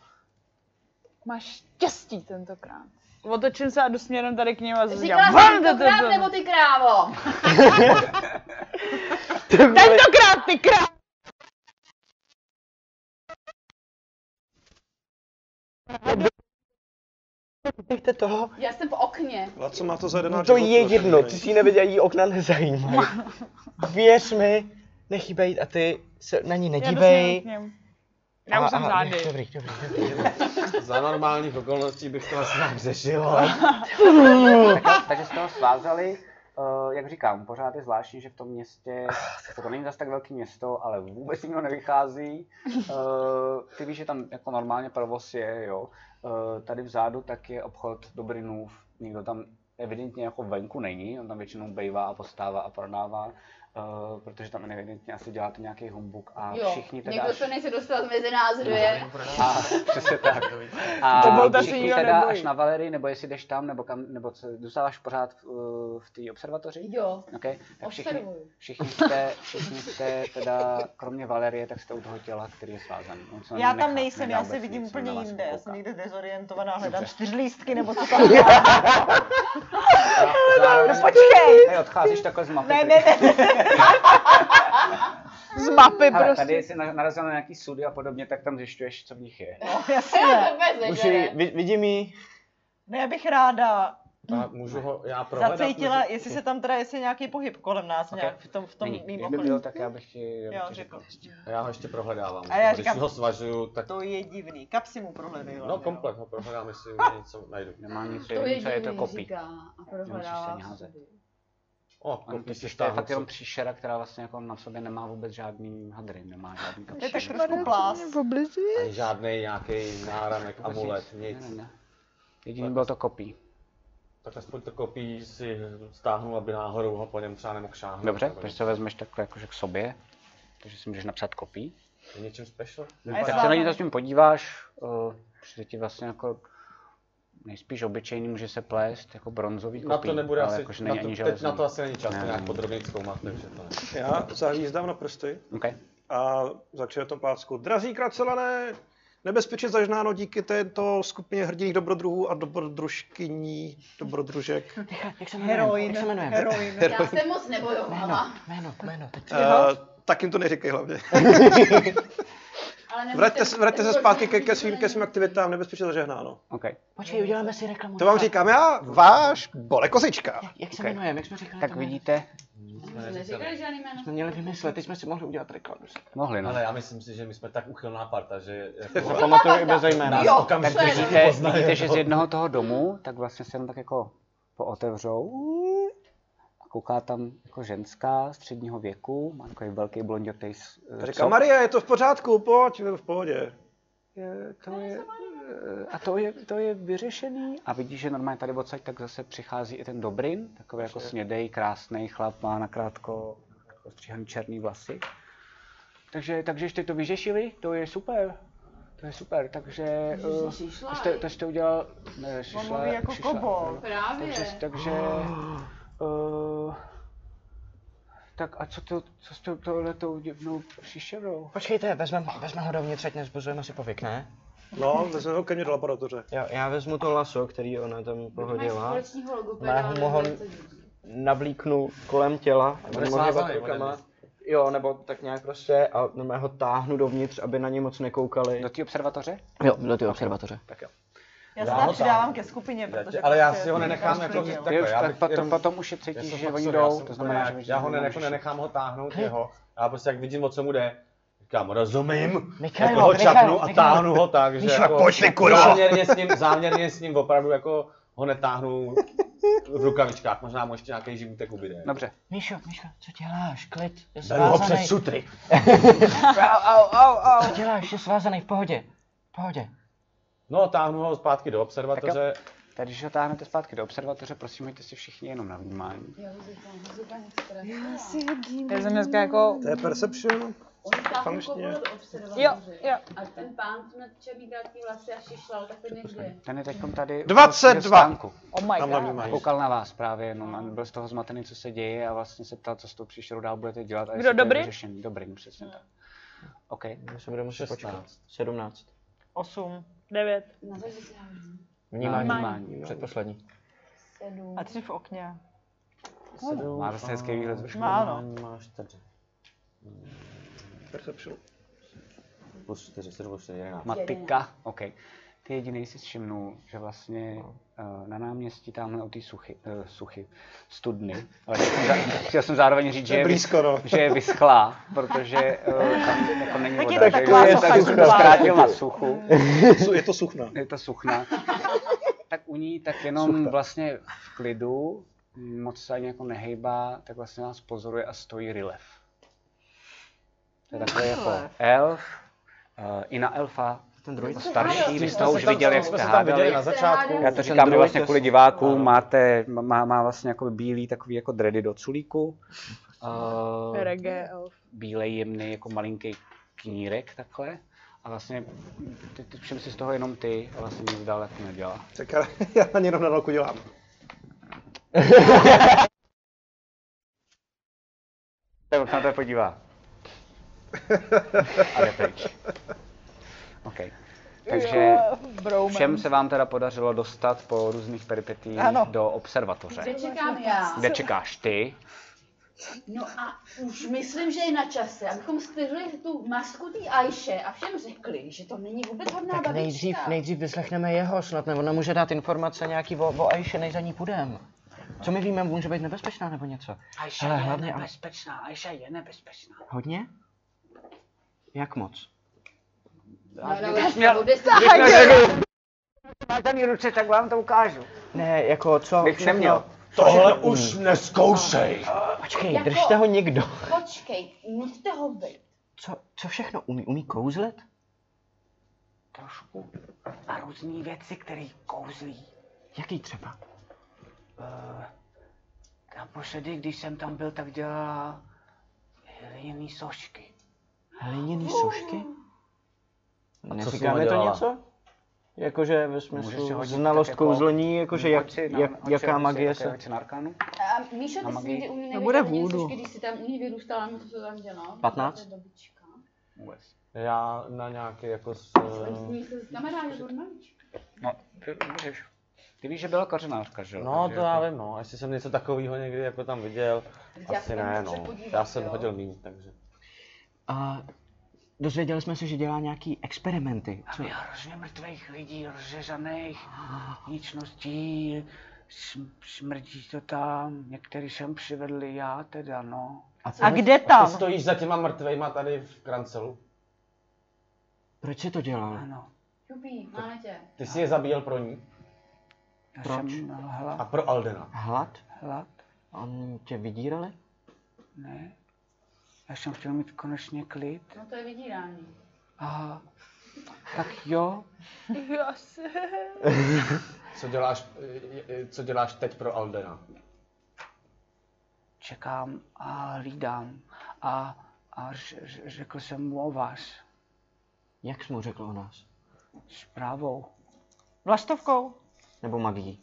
[SPEAKER 4] Máš štěstí tentokrát. Otočím se a jdu směrem tady k němu a zase
[SPEAKER 7] Říkala
[SPEAKER 4] říkám,
[SPEAKER 7] jsem
[SPEAKER 4] "Vrn,
[SPEAKER 7] to
[SPEAKER 4] to- to-
[SPEAKER 7] krát, nebo ty krávo?
[SPEAKER 4] Tentokrát, ty krát!
[SPEAKER 8] Nechte toho.
[SPEAKER 7] Já jsem v okně.
[SPEAKER 6] A co má to za
[SPEAKER 8] No
[SPEAKER 6] jedenáct
[SPEAKER 8] to
[SPEAKER 6] životů,
[SPEAKER 8] je
[SPEAKER 6] že
[SPEAKER 8] jedno,
[SPEAKER 6] nejde?
[SPEAKER 8] ty si nevěděl, jí okna nezajímají.
[SPEAKER 4] (laughs)
[SPEAKER 8] Věř mi, nech jí být a ty se na ní
[SPEAKER 4] Já jdu
[SPEAKER 8] nedívej.
[SPEAKER 4] směrem k němu. Já už
[SPEAKER 8] A-
[SPEAKER 4] jsem
[SPEAKER 8] a-
[SPEAKER 4] zády.
[SPEAKER 8] Dobrý, dobrý.
[SPEAKER 2] Za normálních okolností bych to asi nějak řešil, ale...
[SPEAKER 1] Tak, takže jste ho svázali. Uh, jak říkám, pořád je zvláštní, že v tom městě, jako to není zas tak velké město, ale vůbec nikdo nevychází. Uh, ty víš, že tam jako normálně provoz je, jo. Uh, tady vzadu tak je obchod Dobrinův, nikdo tam evidentně jako venku není, on tam většinou bejvá a postává a prodává, uh, protože tam evidentně asi děláte nějaký humbuk a
[SPEAKER 7] Jo,
[SPEAKER 1] všichni No, teda...
[SPEAKER 7] někdo to nechce dostat mezi nás dvě.
[SPEAKER 1] A, přesně tak. A
[SPEAKER 4] To byl ten, co
[SPEAKER 1] všichni
[SPEAKER 4] nikdo
[SPEAKER 1] teda
[SPEAKER 4] nebojí.
[SPEAKER 1] až na Valerii, nebo jestli jdeš tam, nebo kam, nebo co, zůstáváš pořád v, uh, v té observatoři?
[SPEAKER 7] Jo,
[SPEAKER 1] Okay. Tak všichni,
[SPEAKER 7] observuju.
[SPEAKER 1] všichni, jste, všichni jste teda, kromě Valerie, tak jste u toho těla, který je svázaný. On
[SPEAKER 2] no,
[SPEAKER 1] se na
[SPEAKER 9] Já
[SPEAKER 1] něj
[SPEAKER 9] tam
[SPEAKER 1] nechá-
[SPEAKER 9] nejsem,
[SPEAKER 1] nedá
[SPEAKER 9] já se
[SPEAKER 1] vůbec
[SPEAKER 9] vidím
[SPEAKER 1] nic,
[SPEAKER 9] úplně
[SPEAKER 1] on na vás
[SPEAKER 9] jinde. Já
[SPEAKER 1] kouká.
[SPEAKER 9] jsem někde dezorientovaná, hledám
[SPEAKER 1] Dobře.
[SPEAKER 9] čtyřlístky nebo
[SPEAKER 2] (laughs)
[SPEAKER 9] co tam mám.
[SPEAKER 1] Zároveň-
[SPEAKER 9] No počkej!
[SPEAKER 1] Ne, odcházíš takhle z mapy.
[SPEAKER 9] Ne, ne, ne, ne.
[SPEAKER 4] Z mapy
[SPEAKER 1] Hele,
[SPEAKER 4] prostě.
[SPEAKER 1] tady jsi na- narazil na nějaký sudy a podobně, tak tam zjišťuješ, co v nich je.
[SPEAKER 7] Já to vůbec
[SPEAKER 8] Už ji,
[SPEAKER 7] nežere.
[SPEAKER 8] vi- vidím jí.
[SPEAKER 9] No já bych ráda
[SPEAKER 2] A můžu ho já prohledat?
[SPEAKER 9] zacítila,
[SPEAKER 2] můžu-
[SPEAKER 9] jestli se tam teda, jestli je nějaký pohyb kolem nás
[SPEAKER 1] Ok.
[SPEAKER 9] nějak v tom, v tom
[SPEAKER 1] Není.
[SPEAKER 9] mým
[SPEAKER 1] Kdyby
[SPEAKER 9] okolí.
[SPEAKER 1] byl, tak já bych ti, já bych
[SPEAKER 9] No, Jo,
[SPEAKER 1] ti
[SPEAKER 9] řekl.
[SPEAKER 2] Já ho ještě prohledávám.
[SPEAKER 9] A já
[SPEAKER 2] Když
[SPEAKER 9] říkám-
[SPEAKER 2] ho svažuju, tak...
[SPEAKER 9] To je divný, kapsy mu prohledej.
[SPEAKER 2] No
[SPEAKER 9] hlavně,
[SPEAKER 2] komplet ho prohledám, jestli mě něco najdu.
[SPEAKER 9] No.
[SPEAKER 1] Nemá nic,
[SPEAKER 7] To je
[SPEAKER 1] co je to
[SPEAKER 7] divný,
[SPEAKER 1] kopí.
[SPEAKER 7] říká a prohledává
[SPEAKER 1] Nemusíš se
[SPEAKER 7] všude.
[SPEAKER 2] O,
[SPEAKER 1] On
[SPEAKER 2] kopí si
[SPEAKER 1] totiž to je
[SPEAKER 2] štáhnu.
[SPEAKER 1] fakt jenom příšera, která vlastně jako na sobě nemá vůbec žádný hadry, nemá žádný
[SPEAKER 9] Je
[SPEAKER 1] kapsy. Prostě
[SPEAKER 9] tak trošku plás.
[SPEAKER 2] Ani žádný nějaký náramek,
[SPEAKER 1] Vůbec
[SPEAKER 2] amulet,
[SPEAKER 1] Jako Ne, ne,
[SPEAKER 2] nic.
[SPEAKER 1] ne. Jediný byl to kopí.
[SPEAKER 2] Tak aspoň to kopí si stáhnu, aby náhodou ho po něm třeba nemohl šáhnout.
[SPEAKER 1] Dobře,
[SPEAKER 2] Nebo
[SPEAKER 1] takže to vezmeš takhle jakože k sobě, takže si můžeš napsat kopí.
[SPEAKER 2] Je něčím special?
[SPEAKER 9] A já
[SPEAKER 1] Tak se na ní zatím podíváš, eh, přijde ti vlastně jako nejspíš obyčejný, může se plést jako bronzový kopí,
[SPEAKER 2] Na to nebude
[SPEAKER 1] ale
[SPEAKER 2] asi,
[SPEAKER 1] jakože
[SPEAKER 2] na
[SPEAKER 1] není
[SPEAKER 2] to,
[SPEAKER 1] ani
[SPEAKER 2] teď na
[SPEAKER 1] železný.
[SPEAKER 2] to asi není čas
[SPEAKER 1] Ne,
[SPEAKER 2] to
[SPEAKER 1] ne.
[SPEAKER 2] nějak podrobně zkoumat, takže to ne.
[SPEAKER 6] Já zahvízdám na prsty
[SPEAKER 1] Okay.
[SPEAKER 6] a zakřičím na tom pásku. Drazí kracelané, nebezpečí zažnáno díky této skupině hrdiných dobrodruhů a dobrodružkyní, dobrodružek. Eh,
[SPEAKER 8] Jak se
[SPEAKER 9] Heroin,
[SPEAKER 8] Jak se jmenuje?
[SPEAKER 9] heroin.
[SPEAKER 7] Já jsem moc
[SPEAKER 1] No.
[SPEAKER 7] nebojovala,
[SPEAKER 8] Jméno, jméno, teď.
[SPEAKER 6] Eh, tak jim to neříkej hlavně.
[SPEAKER 7] ale nemůžete-
[SPEAKER 6] Vraťte, se- vraťte se zpátky ke, ke, svým, ke svým aktivitám, nebezpečí zažehnáno.
[SPEAKER 1] Okay.
[SPEAKER 8] Počkej, uděláme si reklamu.
[SPEAKER 6] To vám říkám já, váš bole kozička.
[SPEAKER 8] Jak se
[SPEAKER 1] Ok.
[SPEAKER 8] jmenujeme, jak jsme říkali?
[SPEAKER 1] Tak
[SPEAKER 8] to jméno?
[SPEAKER 1] vidíte,
[SPEAKER 7] Jsme neříkali žádný jméno.
[SPEAKER 8] Jsme měli vymyslet, teď jsme si mohli udělat reklamu.
[SPEAKER 1] Mohli, no.
[SPEAKER 2] Ale já myslím si, že my jsme tak uchylná parta, že jako
[SPEAKER 8] Pamatuju i bez jména.
[SPEAKER 2] nás okamžitě
[SPEAKER 9] tak
[SPEAKER 2] vidíte,
[SPEAKER 1] Vidíte, vidíte, no. že z jednoho toho domu, tak vlastně se jenom tak jako pootevřou. A kouká tam jako ženská středního věku, má takový velký blondětej s- eh,
[SPEAKER 6] Říká,
[SPEAKER 1] co-
[SPEAKER 6] Marie, je to v pořádku, pojď, je to v pohodě.
[SPEAKER 1] Je, to je, eh, a to je, to je vyřešený. A vidíš, že normálně tady odsaď, tak zase přichází i ten Dobrin, takový jako snědej, krásný chlap, má nakrátko ostříhaný černý vlasy. Takže, takže jste to vyřešili, to je super. To je super, takže... eh, to jste, to jste udělal... Ne, šišla,
[SPEAKER 9] On mluví jako
[SPEAKER 1] šišla, no.
[SPEAKER 9] kobold.
[SPEAKER 7] Právě.
[SPEAKER 1] Takže, takže uh, tak a co to, co s tou- tohletou divnou příšerou?
[SPEAKER 8] Počkejte, vezmeme vezmem ho dovnitř, ať nezbuzujeme si povyk, ne?
[SPEAKER 6] No, vezme ho ke mně do laboratoře.
[SPEAKER 5] Jo, já vezmu to laso, který ona tam
[SPEAKER 7] Mají
[SPEAKER 5] pohodila,
[SPEAKER 7] společního logopeda,
[SPEAKER 5] Má ho
[SPEAKER 7] ale
[SPEAKER 5] mohon-
[SPEAKER 7] velice dětí.
[SPEAKER 5] navlíknu kolem těla,
[SPEAKER 2] bude
[SPEAKER 5] nebo hýbat
[SPEAKER 2] svázaný,
[SPEAKER 5] rukama.
[SPEAKER 2] on
[SPEAKER 5] Jo, nebo tak nějak prostě a normálně ho táhnu dovnitř, aby na ně moc nekoukali.
[SPEAKER 1] Do té observatoře?
[SPEAKER 8] Jo, do ty observatoře.
[SPEAKER 9] Já se
[SPEAKER 2] Já
[SPEAKER 9] tam
[SPEAKER 2] ho
[SPEAKER 9] přidávám ke skupině, protože...
[SPEAKER 2] ale já
[SPEAKER 9] prostě
[SPEAKER 2] si ho
[SPEAKER 9] jsem
[SPEAKER 2] nenechám jako
[SPEAKER 9] rozklidil.
[SPEAKER 1] Ty už,
[SPEAKER 2] takhle, já
[SPEAKER 1] tak
[SPEAKER 2] bych
[SPEAKER 1] potom,
[SPEAKER 2] jenom-
[SPEAKER 1] potom už je
[SPEAKER 2] Já
[SPEAKER 1] cítíš,
[SPEAKER 2] jsem
[SPEAKER 1] že
[SPEAKER 2] fakt
[SPEAKER 1] oni
[SPEAKER 2] sorry, já
[SPEAKER 1] jdou,
[SPEAKER 2] jsem
[SPEAKER 1] to
[SPEAKER 2] úplně
[SPEAKER 1] znamená,
[SPEAKER 2] jak-
[SPEAKER 1] že víš,
[SPEAKER 2] Já
[SPEAKER 1] že
[SPEAKER 2] ho
[SPEAKER 1] nemáš
[SPEAKER 2] ne, jako
[SPEAKER 1] ještě.
[SPEAKER 2] nenechám ho táhnout jeho. Já prostě jak vidím, o co mu jde, říkám, rozumím,
[SPEAKER 8] Michailo,
[SPEAKER 2] jako ho
[SPEAKER 8] Michailo,
[SPEAKER 2] čapnu a
[SPEAKER 8] Michailo.
[SPEAKER 2] táhnu ho tak, že
[SPEAKER 6] Míša,
[SPEAKER 2] jako
[SPEAKER 6] pojď, ty kurvo.
[SPEAKER 2] záměrně s ním, záměrně s ním opravdu jako ho netáhnu v rukavičkách, možná mu ještě nějaký živítek ubyde.
[SPEAKER 1] Dobře,
[SPEAKER 8] Míšo, Míšo, co děláš? Klid, je
[SPEAKER 2] Beru ho přes
[SPEAKER 8] svázaný.
[SPEAKER 2] sutry.
[SPEAKER 4] Au, au, au, au.
[SPEAKER 8] Co děláš? Je svázaný, v pohodě. V pohodě.
[SPEAKER 2] No, táhnu ho zpátky do observatoře.
[SPEAKER 1] tak když ho táhnete zpátky do observatoře, prosím, hoďte si všichni jenom na vnímání.
[SPEAKER 7] Já ho říkám, ho říkám, jak strašná.
[SPEAKER 4] Já jsem dneska jako...
[SPEAKER 6] To je perception.
[SPEAKER 7] Oni jako táhnou
[SPEAKER 6] Konečně.
[SPEAKER 7] kovoru do
[SPEAKER 4] Jo,
[SPEAKER 7] observatoře.
[SPEAKER 4] jo.
[SPEAKER 7] A ten pán, co nad čebí krátký vlasy a šišlal, tak ten někde.
[SPEAKER 1] Ten je teď tady...
[SPEAKER 6] 22.
[SPEAKER 1] v stánku.
[SPEAKER 4] Oh my
[SPEAKER 6] Tam na
[SPEAKER 4] god.
[SPEAKER 6] vnímání.
[SPEAKER 1] Koukal na vás právě jenom a byl z toho zmatený, co se děje a vlastně se ptal, co s tou příšerou dál budete dělat. A jestli to je
[SPEAKER 4] dobrý?
[SPEAKER 1] vyřešený. Dobrý, no, přesně tak. OK.
[SPEAKER 5] Já se budeme muset
[SPEAKER 2] 16.
[SPEAKER 5] počkat. 17.
[SPEAKER 4] 8, 9.
[SPEAKER 7] Na zadě si házím.
[SPEAKER 5] Vnímání.
[SPEAKER 1] Vnímání.
[SPEAKER 5] Vnímání. Předposlední.
[SPEAKER 7] Sedm.
[SPEAKER 9] A tři v okně.
[SPEAKER 1] Sedm, Má vlastně hezký výhled z
[SPEAKER 9] Má, no.
[SPEAKER 2] Máš čtyři.
[SPEAKER 6] Perception.
[SPEAKER 2] Plus čtyři, sedm, plus čtyři, jedenáct.
[SPEAKER 1] Matika, OK. Ty jediný si všimnul, že vlastně
[SPEAKER 4] No.
[SPEAKER 1] eh, na náměstí tamhle u té suchy, eh, suchy, studny, ale chtěl jsem zá- (laughs) chtěl jsem zároveň říct, že
[SPEAKER 6] To je
[SPEAKER 1] je, vys, (laughs)
[SPEAKER 6] blízko, no.
[SPEAKER 1] že je vyschlá, protože eh, tam jako není
[SPEAKER 4] Tak je
[SPEAKER 1] voda.
[SPEAKER 4] to
[SPEAKER 1] že
[SPEAKER 4] taková
[SPEAKER 1] je
[SPEAKER 4] suchá
[SPEAKER 1] tak
[SPEAKER 4] studna.
[SPEAKER 1] zkrátil na suchu.
[SPEAKER 6] Je to suchna.
[SPEAKER 1] je to suchna, tak u ní tak jenom
[SPEAKER 6] Suchta.
[SPEAKER 1] vlastně v klidu, moc se ani jako nehejbá, tak vlastně nás pozoruje a stojí Rilev. To je takový jako elf, uh, i na elfa,
[SPEAKER 5] Ten druhý.
[SPEAKER 1] jako starší, vy jste
[SPEAKER 2] jsme
[SPEAKER 1] ho
[SPEAKER 2] se
[SPEAKER 1] už
[SPEAKER 2] tam-
[SPEAKER 1] viděli, jak
[SPEAKER 2] jsme
[SPEAKER 1] jste
[SPEAKER 2] se tam viděli
[SPEAKER 1] hádali.
[SPEAKER 2] na začátku.
[SPEAKER 1] Já to
[SPEAKER 5] Ten
[SPEAKER 1] říkám
[SPEAKER 5] druhý
[SPEAKER 1] vlastně
[SPEAKER 5] těs-
[SPEAKER 1] kvůli divákům,
[SPEAKER 5] ano.
[SPEAKER 1] máte, má, má vlastně jako bílý takový jako dredy do culíku. Uh,
[SPEAKER 4] Reggae elf.
[SPEAKER 1] bílej jemný jako malinký knírek takhle. A vlastně, ty, ty všem si z toho jenom ty, a vlastně nic dál jako nedělá.
[SPEAKER 6] Tak já, (laughs) já na ně jenom na dálku dělám.
[SPEAKER 1] Tak on se na to podívá. A jde pryč. OK. Takže všem se vám teda podařilo dostat po různých peripetích
[SPEAKER 9] Ano.
[SPEAKER 1] do observatoře.
[SPEAKER 7] Kde čekám já?
[SPEAKER 1] Kde čekáš ty?
[SPEAKER 7] No a už myslím, že je na čase, abychom sklidili tu masku té Ajše a všem řekli, že to není vůbec hodná
[SPEAKER 8] Tak
[SPEAKER 7] babička. No,
[SPEAKER 8] nejdřív, nejdřív vyslechneme jeho, snad nebo nám může dát informace nějaký o, o Aisha, než za ní půjdem. Co my víme, může být nebezpečná nebo něco? Aisha Ale hlavně, ale
[SPEAKER 10] nebezpečná, Aisha je nebezpečná.
[SPEAKER 8] hodně? Jak moc?
[SPEAKER 7] No, no, no, měl...
[SPEAKER 10] Máte ruce, tak vám to ukážu.
[SPEAKER 8] Ne, jako co?
[SPEAKER 1] Bych neměl.
[SPEAKER 2] Tohle už neskoušej.
[SPEAKER 8] Počkej,
[SPEAKER 7] Jako-
[SPEAKER 8] držte ho někdo.
[SPEAKER 7] Počkej, nechte ho být.
[SPEAKER 8] Co, co všechno umí? Umí kouzlet?
[SPEAKER 10] Trošku. A různé věci, které kouzlí. Eh,
[SPEAKER 8] Jaký třeba?
[SPEAKER 10] Naposledy, když jsem tam byl, tak dělala jiný sošky.
[SPEAKER 8] Hliněný sošky?
[SPEAKER 2] A co s
[SPEAKER 8] Neříká
[SPEAKER 2] nima
[SPEAKER 8] mi to
[SPEAKER 2] dělala?
[SPEAKER 8] něco? Jakože ve
[SPEAKER 1] Můžeš si
[SPEAKER 8] smyslu
[SPEAKER 1] hodit
[SPEAKER 8] znalost
[SPEAKER 1] tak jako-
[SPEAKER 8] kouzlení, jakože jak,
[SPEAKER 10] no,
[SPEAKER 8] jak, jaká magie se...
[SPEAKER 1] Hoď si na arkánu.
[SPEAKER 7] A Míšo,
[SPEAKER 1] Na
[SPEAKER 7] ty jsi
[SPEAKER 1] magii.
[SPEAKER 7] nikdy u mě
[SPEAKER 8] To bude
[SPEAKER 7] neviděl
[SPEAKER 8] vůdu.
[SPEAKER 7] něco, když jsi tam u ní vyrůstal, a to, co tam dělal.
[SPEAKER 8] 15?
[SPEAKER 7] To je babička.
[SPEAKER 1] Vůbec.
[SPEAKER 2] Já na nějaký jako s...
[SPEAKER 7] Jsem s ní se znamená, že budu malička.
[SPEAKER 1] No, ty, můžeš. Ty víš, že byla kořenářka, že jo?
[SPEAKER 2] No,
[SPEAKER 1] Takže
[SPEAKER 2] to já
[SPEAKER 1] jako-
[SPEAKER 2] vím, no. Jestli jsem něco takového někdy jako tam viděl,
[SPEAKER 7] Já
[SPEAKER 2] asi
[SPEAKER 7] se tam
[SPEAKER 2] ne,
[SPEAKER 7] můžu
[SPEAKER 2] no.
[SPEAKER 7] podívat,
[SPEAKER 2] Já jsem
[SPEAKER 7] jo.
[SPEAKER 2] hodil míň, takže.
[SPEAKER 8] A dozvěděli jsme se, že dělá nějaký experimenty.
[SPEAKER 10] Tam je hrozně mrtvých lidí, rozřezaných, vnitřností,
[SPEAKER 1] Šm- Smrdí to tam, některý jsem přivedl já teda, no.
[SPEAKER 9] A kde tam?
[SPEAKER 2] Ty stojíš za těma mrtvejma tady v krancelu.
[SPEAKER 8] Proč jsi to dělal?
[SPEAKER 1] Ano.
[SPEAKER 7] Jupí, máme tě.
[SPEAKER 2] Ty jsi je zabíjel pro ní.
[SPEAKER 1] Proč? no, Hlad.
[SPEAKER 2] A pro Aldena.
[SPEAKER 8] Hlad?
[SPEAKER 1] Hlad?
[SPEAKER 8] On tě vydírali?
[SPEAKER 1] Ne. Já jsem chtěl mít konečně klid.
[SPEAKER 7] No to je vydírání.
[SPEAKER 1] Aha. Tak jo.
[SPEAKER 4] Jo, asi.
[SPEAKER 2] Co děláš, eh, eh, co děláš teď pro Aldena?
[SPEAKER 1] Čekám a hlídám. A, a ř, ř, řekl jsem mu o vás.
[SPEAKER 8] Jak jsi mu řekl o nás?
[SPEAKER 1] Zprávou.
[SPEAKER 9] Vlaštovkou?
[SPEAKER 8] Nebo magií?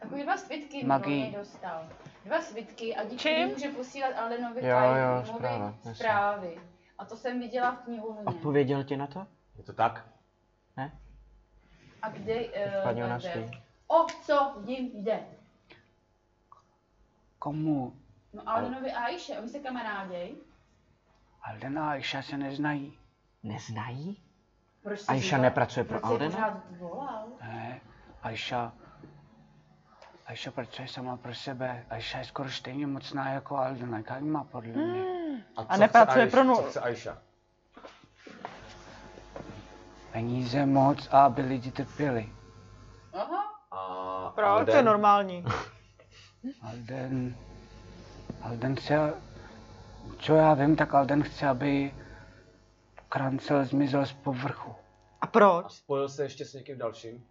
[SPEAKER 7] Takový dva svitky
[SPEAKER 8] Magii.
[SPEAKER 7] Magii. dostal. Dva svitky a díky
[SPEAKER 4] Čím?
[SPEAKER 7] nim může posílat Alenovi
[SPEAKER 8] Jo, jo,
[SPEAKER 7] Kajnovi
[SPEAKER 8] zpráva, jasně.
[SPEAKER 7] zprávy. A to jsem viděla v knihovně.
[SPEAKER 8] Odpověděl ti na to?
[SPEAKER 2] Je to tak?
[SPEAKER 7] A kde
[SPEAKER 8] Spadně
[SPEAKER 7] uh,
[SPEAKER 8] nás ví.
[SPEAKER 7] O co jim jde?
[SPEAKER 1] Komu?
[SPEAKER 7] No Alenovi a Aisha, oni se kamaráděj.
[SPEAKER 1] Alden a Aisha se neznají.
[SPEAKER 8] Neznají?
[SPEAKER 7] Proč jsi
[SPEAKER 8] Aisha
[SPEAKER 7] říkal-
[SPEAKER 8] nepracuje pro
[SPEAKER 7] proč jsi
[SPEAKER 8] Aldena?
[SPEAKER 7] pořád volal?
[SPEAKER 1] Ne. Aisha... Aisha pracuje sama pro sebe. Aisha je skoro stejně mocná jako Alden. Jaká má podle mě?
[SPEAKER 2] A,
[SPEAKER 9] co nepracuje
[SPEAKER 2] chce
[SPEAKER 9] pro
[SPEAKER 2] Aisha-
[SPEAKER 9] nul.
[SPEAKER 2] Co chce Aisha?
[SPEAKER 1] Peníze moc a aby lidi trpěli.
[SPEAKER 7] Aha,
[SPEAKER 2] A
[SPEAKER 9] Proč? To je
[SPEAKER 2] Alden?
[SPEAKER 9] normální.
[SPEAKER 1] Alden... Alden se... Co já vím, tak Alden chce, aby Krancel zmizel z povrchu.
[SPEAKER 9] A
[SPEAKER 2] A
[SPEAKER 9] proč?
[SPEAKER 2] spojil se ještě s někým dalším?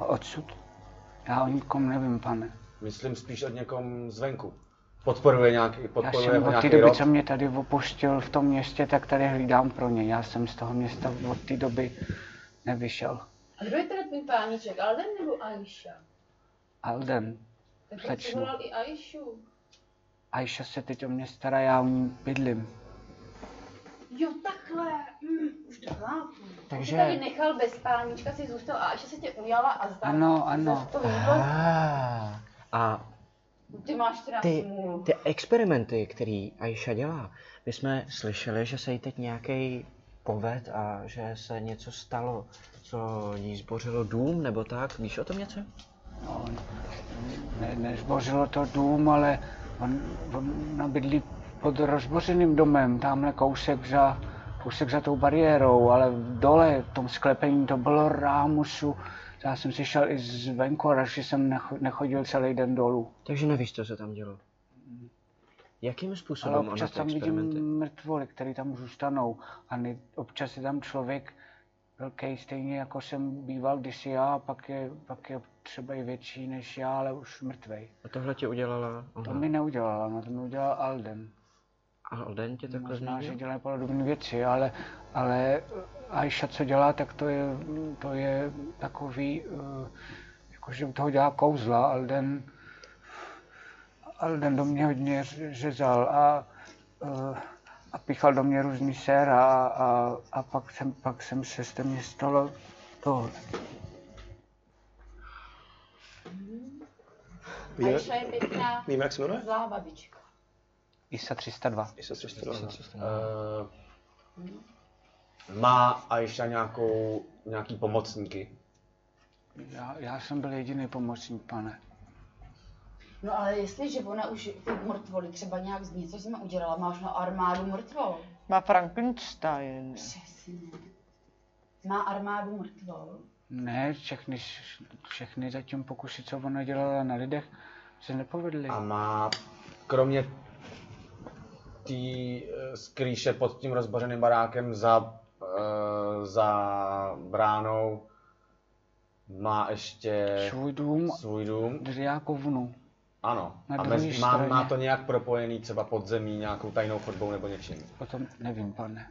[SPEAKER 1] A odsud? Já o nikom nevím, pane.
[SPEAKER 2] Myslím spíš od někom zvenku. Podporuje nějaký,
[SPEAKER 1] Já
[SPEAKER 2] podporuje
[SPEAKER 1] jsem
[SPEAKER 2] ho
[SPEAKER 1] od té
[SPEAKER 2] Jako nějaký
[SPEAKER 1] doby,
[SPEAKER 2] rod.
[SPEAKER 1] co mě tady opuštil v tom městě, tak tady hlídám pro ně. Já jsem z toho města od té doby nevyšel.
[SPEAKER 7] a kdo je teda tvůj páníček, Alden nebo Aisha?
[SPEAKER 1] Alden,
[SPEAKER 7] Tak proč jsi
[SPEAKER 1] Slečno.
[SPEAKER 7] volal i Aishu?
[SPEAKER 1] Aisha se teď o mě stará, já o ní bydlím.
[SPEAKER 7] Jo, takhle, mm, už to chápu.
[SPEAKER 8] Takže-
[SPEAKER 7] Ty tady nechal bez páníčka, si zůstal a Aisha se tě ujala a zdá.
[SPEAKER 1] Ano, ano.
[SPEAKER 7] To jídlo,
[SPEAKER 8] Ah, a
[SPEAKER 7] ty máš teda
[SPEAKER 8] Ty-
[SPEAKER 7] smůlu.
[SPEAKER 8] ty experimenty, který Aisha dělá, my jsme slyšeli, že se jí teď nějaký poved a že se něco stalo, co jí zbořilo dům nebo tak. Víš o tom něco?
[SPEAKER 1] No, ne, nezbořilo to dům, ale on, on bydlí pod rozbořeným domem, tamhle kousek za, kousek za tou bariérou, ale dole v tom sklepení to bylo rámusu. Já jsem si šel i zvenku, a že jsem necho- nechodil celý den dolů.
[SPEAKER 8] Takže nevíš, co se tam dělo. Jakým
[SPEAKER 1] Ale
[SPEAKER 8] způsobem ona
[SPEAKER 1] občas
[SPEAKER 8] ty
[SPEAKER 1] tam
[SPEAKER 8] experimenty?
[SPEAKER 1] vidím mrtvoly, které tam zůstanou. A ne, občas je tam člověk velký, stejně jako jsem býval kdysi já, a pak je, pak je třeba i větší než já, ale už mrtvej.
[SPEAKER 8] A tohle ti udělala
[SPEAKER 1] To
[SPEAKER 8] ona.
[SPEAKER 1] mi neudělala, no to mi udělal Alden.
[SPEAKER 8] A Alden tě takhle
[SPEAKER 1] Možná, že
[SPEAKER 8] změnil?
[SPEAKER 1] dělá podobné věci, ale, ale Aisha, co dělá, tak to je, to je takový, eh, jako že u toho dělá kouzla. Alden, Alden do mě hodně ř- řezal a, eh, a píchal do mě různý séra a, a, a pak, jsem, pak jsem se s tím stalo to.
[SPEAKER 6] Víme,
[SPEAKER 7] Aisha je pěkná,
[SPEAKER 6] víme jak se jmenuje?
[SPEAKER 7] zlá babička.
[SPEAKER 1] ISA 302.
[SPEAKER 6] Jestli se přestalo.
[SPEAKER 2] Eh, má Aisha nějakou, nějaký pomocníky?
[SPEAKER 1] Já, já jsem byl jediný pomocník, pane.
[SPEAKER 7] No ale jestliže ona už ty mrtvoly třeba nějak z něco jsme udělala, máš na armádu mrtvol.
[SPEAKER 9] Má Frankenstein.
[SPEAKER 7] Přesně. Má armádu mrtvol.
[SPEAKER 1] Ne, všechny, všechny zatím pokusy, co ona dělala na lidech, se nepovedly.
[SPEAKER 2] A má, kromě té skrýše pod tím rozbořeným barákem za, eh, za bránou, má ještě
[SPEAKER 1] Svůj dům
[SPEAKER 2] svůj dům.
[SPEAKER 1] Dřiákovnu.
[SPEAKER 2] Ano.
[SPEAKER 1] Na
[SPEAKER 2] A
[SPEAKER 1] druhé
[SPEAKER 2] mezi, má, má
[SPEAKER 1] straně.
[SPEAKER 2] to nějak propojený třeba podzemí, nějakou tajnou chodbou nebo něčím.
[SPEAKER 1] O tom nevím, pane.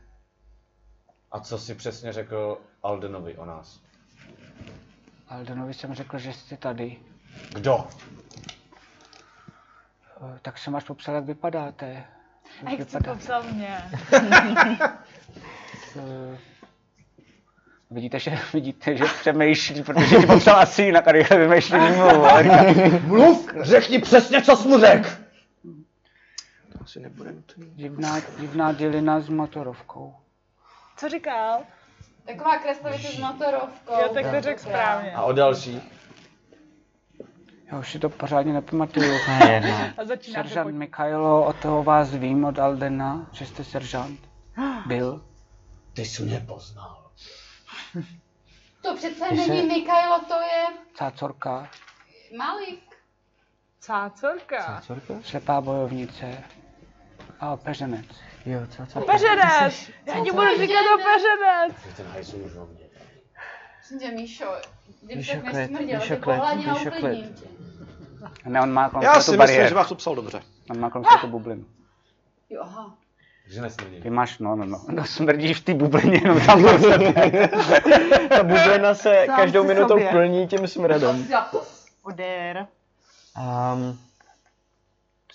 [SPEAKER 2] A co si přesně řekl Aldenovi o nás?
[SPEAKER 1] Aldenovi jsem řekl, že jste tady.
[SPEAKER 2] Kdo?
[SPEAKER 1] E, Tak jsem až popsal, jak vypadáte.
[SPEAKER 4] A jak jsi
[SPEAKER 1] vypadá-
[SPEAKER 4] popsal mě?
[SPEAKER 1] E, Vidíte, že, (laughs) vidíte, že přemýšlí, protože ti popsal asi jinak a (laughs) rychle vymýšlí mimo.
[SPEAKER 11] Mluv, řekni přesně, co jsi mu řekl!
[SPEAKER 6] Asi nebude nutný.
[SPEAKER 1] Divná, divná dělina s motorovkou.
[SPEAKER 4] Co říkal?
[SPEAKER 7] Taková kreslavice s motorovkou.
[SPEAKER 4] Jo, tak to řekl správně.
[SPEAKER 2] A o další?
[SPEAKER 1] Já už si to pořádně nepamatuju.
[SPEAKER 4] Ne, ne. A začíná to
[SPEAKER 1] Seržant
[SPEAKER 4] pojď.
[SPEAKER 1] Mikajlo, o toho vás vím, od Aldena, že jste seržant. Byl.
[SPEAKER 2] Ty jsi mě poznal.
[SPEAKER 7] To přece
[SPEAKER 1] Ty se-
[SPEAKER 7] není Mikajlo, to je
[SPEAKER 1] Cácorka,
[SPEAKER 7] Malik.
[SPEAKER 4] Cácorka.
[SPEAKER 1] slepá bojovnice a opeřenec.
[SPEAKER 8] Jo, cácorka.
[SPEAKER 4] Opeřenec! Já ti budu říkat opeřenec!
[SPEAKER 2] Ty ten hajzl už rovně.
[SPEAKER 7] Tě, Míšo, kdyby
[SPEAKER 12] Míšo,
[SPEAKER 7] tak
[SPEAKER 12] klid,
[SPEAKER 7] nesmrděl,
[SPEAKER 12] Míšo,
[SPEAKER 7] ty
[SPEAKER 12] klid,
[SPEAKER 7] pohladina
[SPEAKER 12] Míšo, klid.
[SPEAKER 7] uklidním tě.
[SPEAKER 12] Ne, on má kolem
[SPEAKER 6] Já
[SPEAKER 12] sebe
[SPEAKER 6] si
[SPEAKER 12] tu
[SPEAKER 6] myslím,
[SPEAKER 12] bariéru.
[SPEAKER 6] že vás obsal dobře.
[SPEAKER 12] On má kolem sebe tu bublinu.
[SPEAKER 7] Jo, aha.
[SPEAKER 2] Že nesmrdí.
[SPEAKER 12] Ty máš, no, no, no, no smrdíš v té bublině, no tam kolem sebe.
[SPEAKER 6] (laughs)
[SPEAKER 13] Ta bublina
[SPEAKER 1] (laughs)
[SPEAKER 13] se
[SPEAKER 9] Sám
[SPEAKER 13] každou
[SPEAKER 9] si
[SPEAKER 13] minutou
[SPEAKER 9] sobě.
[SPEAKER 13] plní tím smradem.
[SPEAKER 9] Odér.
[SPEAKER 8] Um,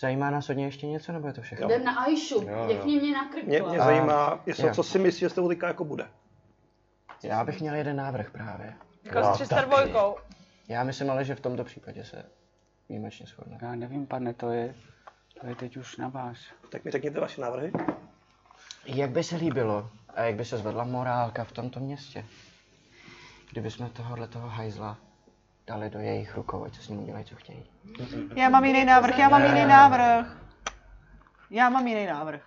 [SPEAKER 8] zajímá nás od něj ještě něco, nebo je to všechno?
[SPEAKER 7] Jdem na Ajšu,
[SPEAKER 8] Jo,
[SPEAKER 7] děkni
[SPEAKER 8] jo.
[SPEAKER 7] mě na krku.
[SPEAKER 6] Mě, mě
[SPEAKER 8] A-
[SPEAKER 6] zajímá, jestli,
[SPEAKER 8] jo.
[SPEAKER 6] co si myslíš, jestli to teďka jako bude.
[SPEAKER 8] Já bych měl jeden návrh právě.
[SPEAKER 4] Jako s 302.
[SPEAKER 8] Já myslím ale, že v tomto případě se výjimečně shodne.
[SPEAKER 1] Já nevím, pane, to je, to je teď už na vás.
[SPEAKER 6] Tak mi řekněte vaše návrhy.
[SPEAKER 8] Jak by se líbilo a jak by se zvedla morálka v tomto městě, kdyby jsme tohohle toho hajzla dali do jejich rukou, ať se s ním udělají, co chtějí.
[SPEAKER 9] Já mám jiný návrh, já mám jiný návrh. Já mám jiný návrh.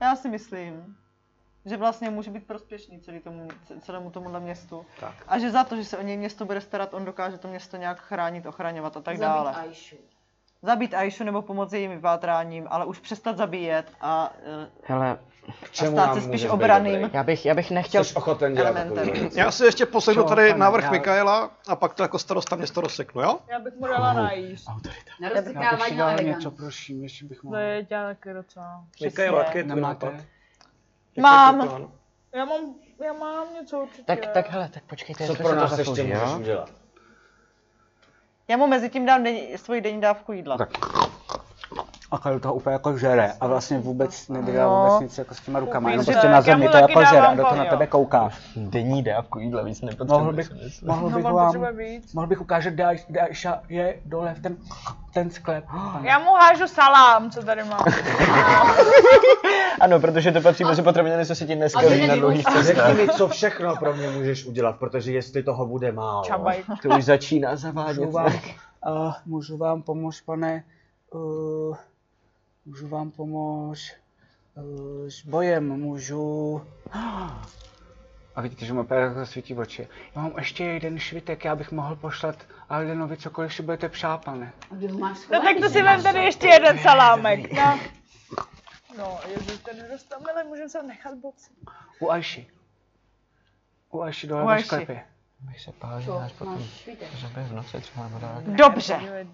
[SPEAKER 9] Já si myslím, že vlastně může být prospěšný celý tomu, celému tomuhle městu.
[SPEAKER 6] Tak.
[SPEAKER 9] A že za to, že se o něj město bude starat, on dokáže to město nějak chránit, ochraňovat a tak
[SPEAKER 7] Zabít
[SPEAKER 9] dále.
[SPEAKER 7] Aishu.
[SPEAKER 9] Zabít Aishu nebo pomoci jejím vypátráním, ale už přestat zabíjet a eh,
[SPEAKER 8] Hele,
[SPEAKER 9] K čemu stát nám se spíš můžeš být obraným. dobrý?
[SPEAKER 8] Já bych, já bych nechtěl...
[SPEAKER 9] Jsi ochoten dělat Elementem. takovýhle věci?
[SPEAKER 6] Já si ještě poslechnu
[SPEAKER 8] Co,
[SPEAKER 6] tady
[SPEAKER 8] pane,
[SPEAKER 6] návrh
[SPEAKER 8] já-
[SPEAKER 6] Mikaela a pak to jako starosta město rozseknu, jo?
[SPEAKER 4] Já bych mu dala najíst.
[SPEAKER 1] Já bych si
[SPEAKER 7] Nerozsekávání a
[SPEAKER 1] dal něco,
[SPEAKER 7] eleganci.
[SPEAKER 1] prosím, jestli bych
[SPEAKER 4] To
[SPEAKER 1] mohl.
[SPEAKER 4] je já taky docela.
[SPEAKER 6] Mikaela, jaký je tvůj
[SPEAKER 1] Nemáte?
[SPEAKER 6] nápad?
[SPEAKER 9] Mám.
[SPEAKER 4] Já mám, já mám něco určitě.
[SPEAKER 8] Tak, tak hele, tak počkejte,
[SPEAKER 2] Co
[SPEAKER 8] jestli
[SPEAKER 2] pro
[SPEAKER 8] se
[SPEAKER 2] nás
[SPEAKER 8] to
[SPEAKER 2] ještě
[SPEAKER 8] zaslouží, no?
[SPEAKER 2] můžeš
[SPEAKER 8] jo?
[SPEAKER 2] udělat?
[SPEAKER 9] Já mu mezi tím dám denní, svoji denní dávku jídla.
[SPEAKER 12] Tak. A Kalu to úplně jako žere a vlastně vůbec nedělá
[SPEAKER 9] No.
[SPEAKER 12] vůbec nic jako s těma rukama,
[SPEAKER 4] Koupí
[SPEAKER 12] jenom
[SPEAKER 4] se,
[SPEAKER 12] prostě na
[SPEAKER 4] tak já mu
[SPEAKER 12] zemi to
[SPEAKER 4] taky
[SPEAKER 12] jako žere a
[SPEAKER 4] dávám
[SPEAKER 12] do toho na
[SPEAKER 4] koně,
[SPEAKER 12] tebe
[SPEAKER 4] jo.
[SPEAKER 12] kouká.
[SPEAKER 8] Denní dávku jídla víc nepotřebuje.
[SPEAKER 12] Mohl bych,
[SPEAKER 8] si myslím.
[SPEAKER 12] mohl bych
[SPEAKER 4] No, on
[SPEAKER 12] vám,
[SPEAKER 4] potřebuje víc.
[SPEAKER 12] mohl bych ukázat, kde Aisha- kde Aisha je dole v ten, ten
[SPEAKER 4] (gasps)
[SPEAKER 12] sklep. Pane.
[SPEAKER 4] Já mu hážu salám, co tady mám.
[SPEAKER 8] Ano, protože to patří mezi potraviny, co se ti neskazí na dlouhých
[SPEAKER 2] Řekni
[SPEAKER 8] cestách.
[SPEAKER 2] mi, co všechno pro mě můžeš udělat, protože jestli toho bude málo.
[SPEAKER 4] Čabaj.
[SPEAKER 8] To už začíná zavádět.
[SPEAKER 1] Můžu vám, uh, můžu vám pomoct, pane, uh, můžu vám pomoct uh, s bojem, můžu... A vidíte, že mu opět jako svítí oči. Já mám ještě jeden švitek, já bych mohl poslat Aldenovi cokoliv si budete přát, pane.
[SPEAKER 7] A Kde ho máš
[SPEAKER 4] No tak
[SPEAKER 7] schovaný?
[SPEAKER 4] to si vem tady ještě jeden salámek. No, no ježiš, ten nedostal, ale můžeme se nechat boci.
[SPEAKER 1] U Aši. U Aši dole
[SPEAKER 9] U
[SPEAKER 1] ve
[SPEAKER 9] Aši.
[SPEAKER 1] sklepě.
[SPEAKER 8] Bych se pál, že
[SPEAKER 7] Jo,
[SPEAKER 8] nás potom
[SPEAKER 7] máš švitek.
[SPEAKER 8] zabije v noci třeba nebo tak.
[SPEAKER 9] Dobře.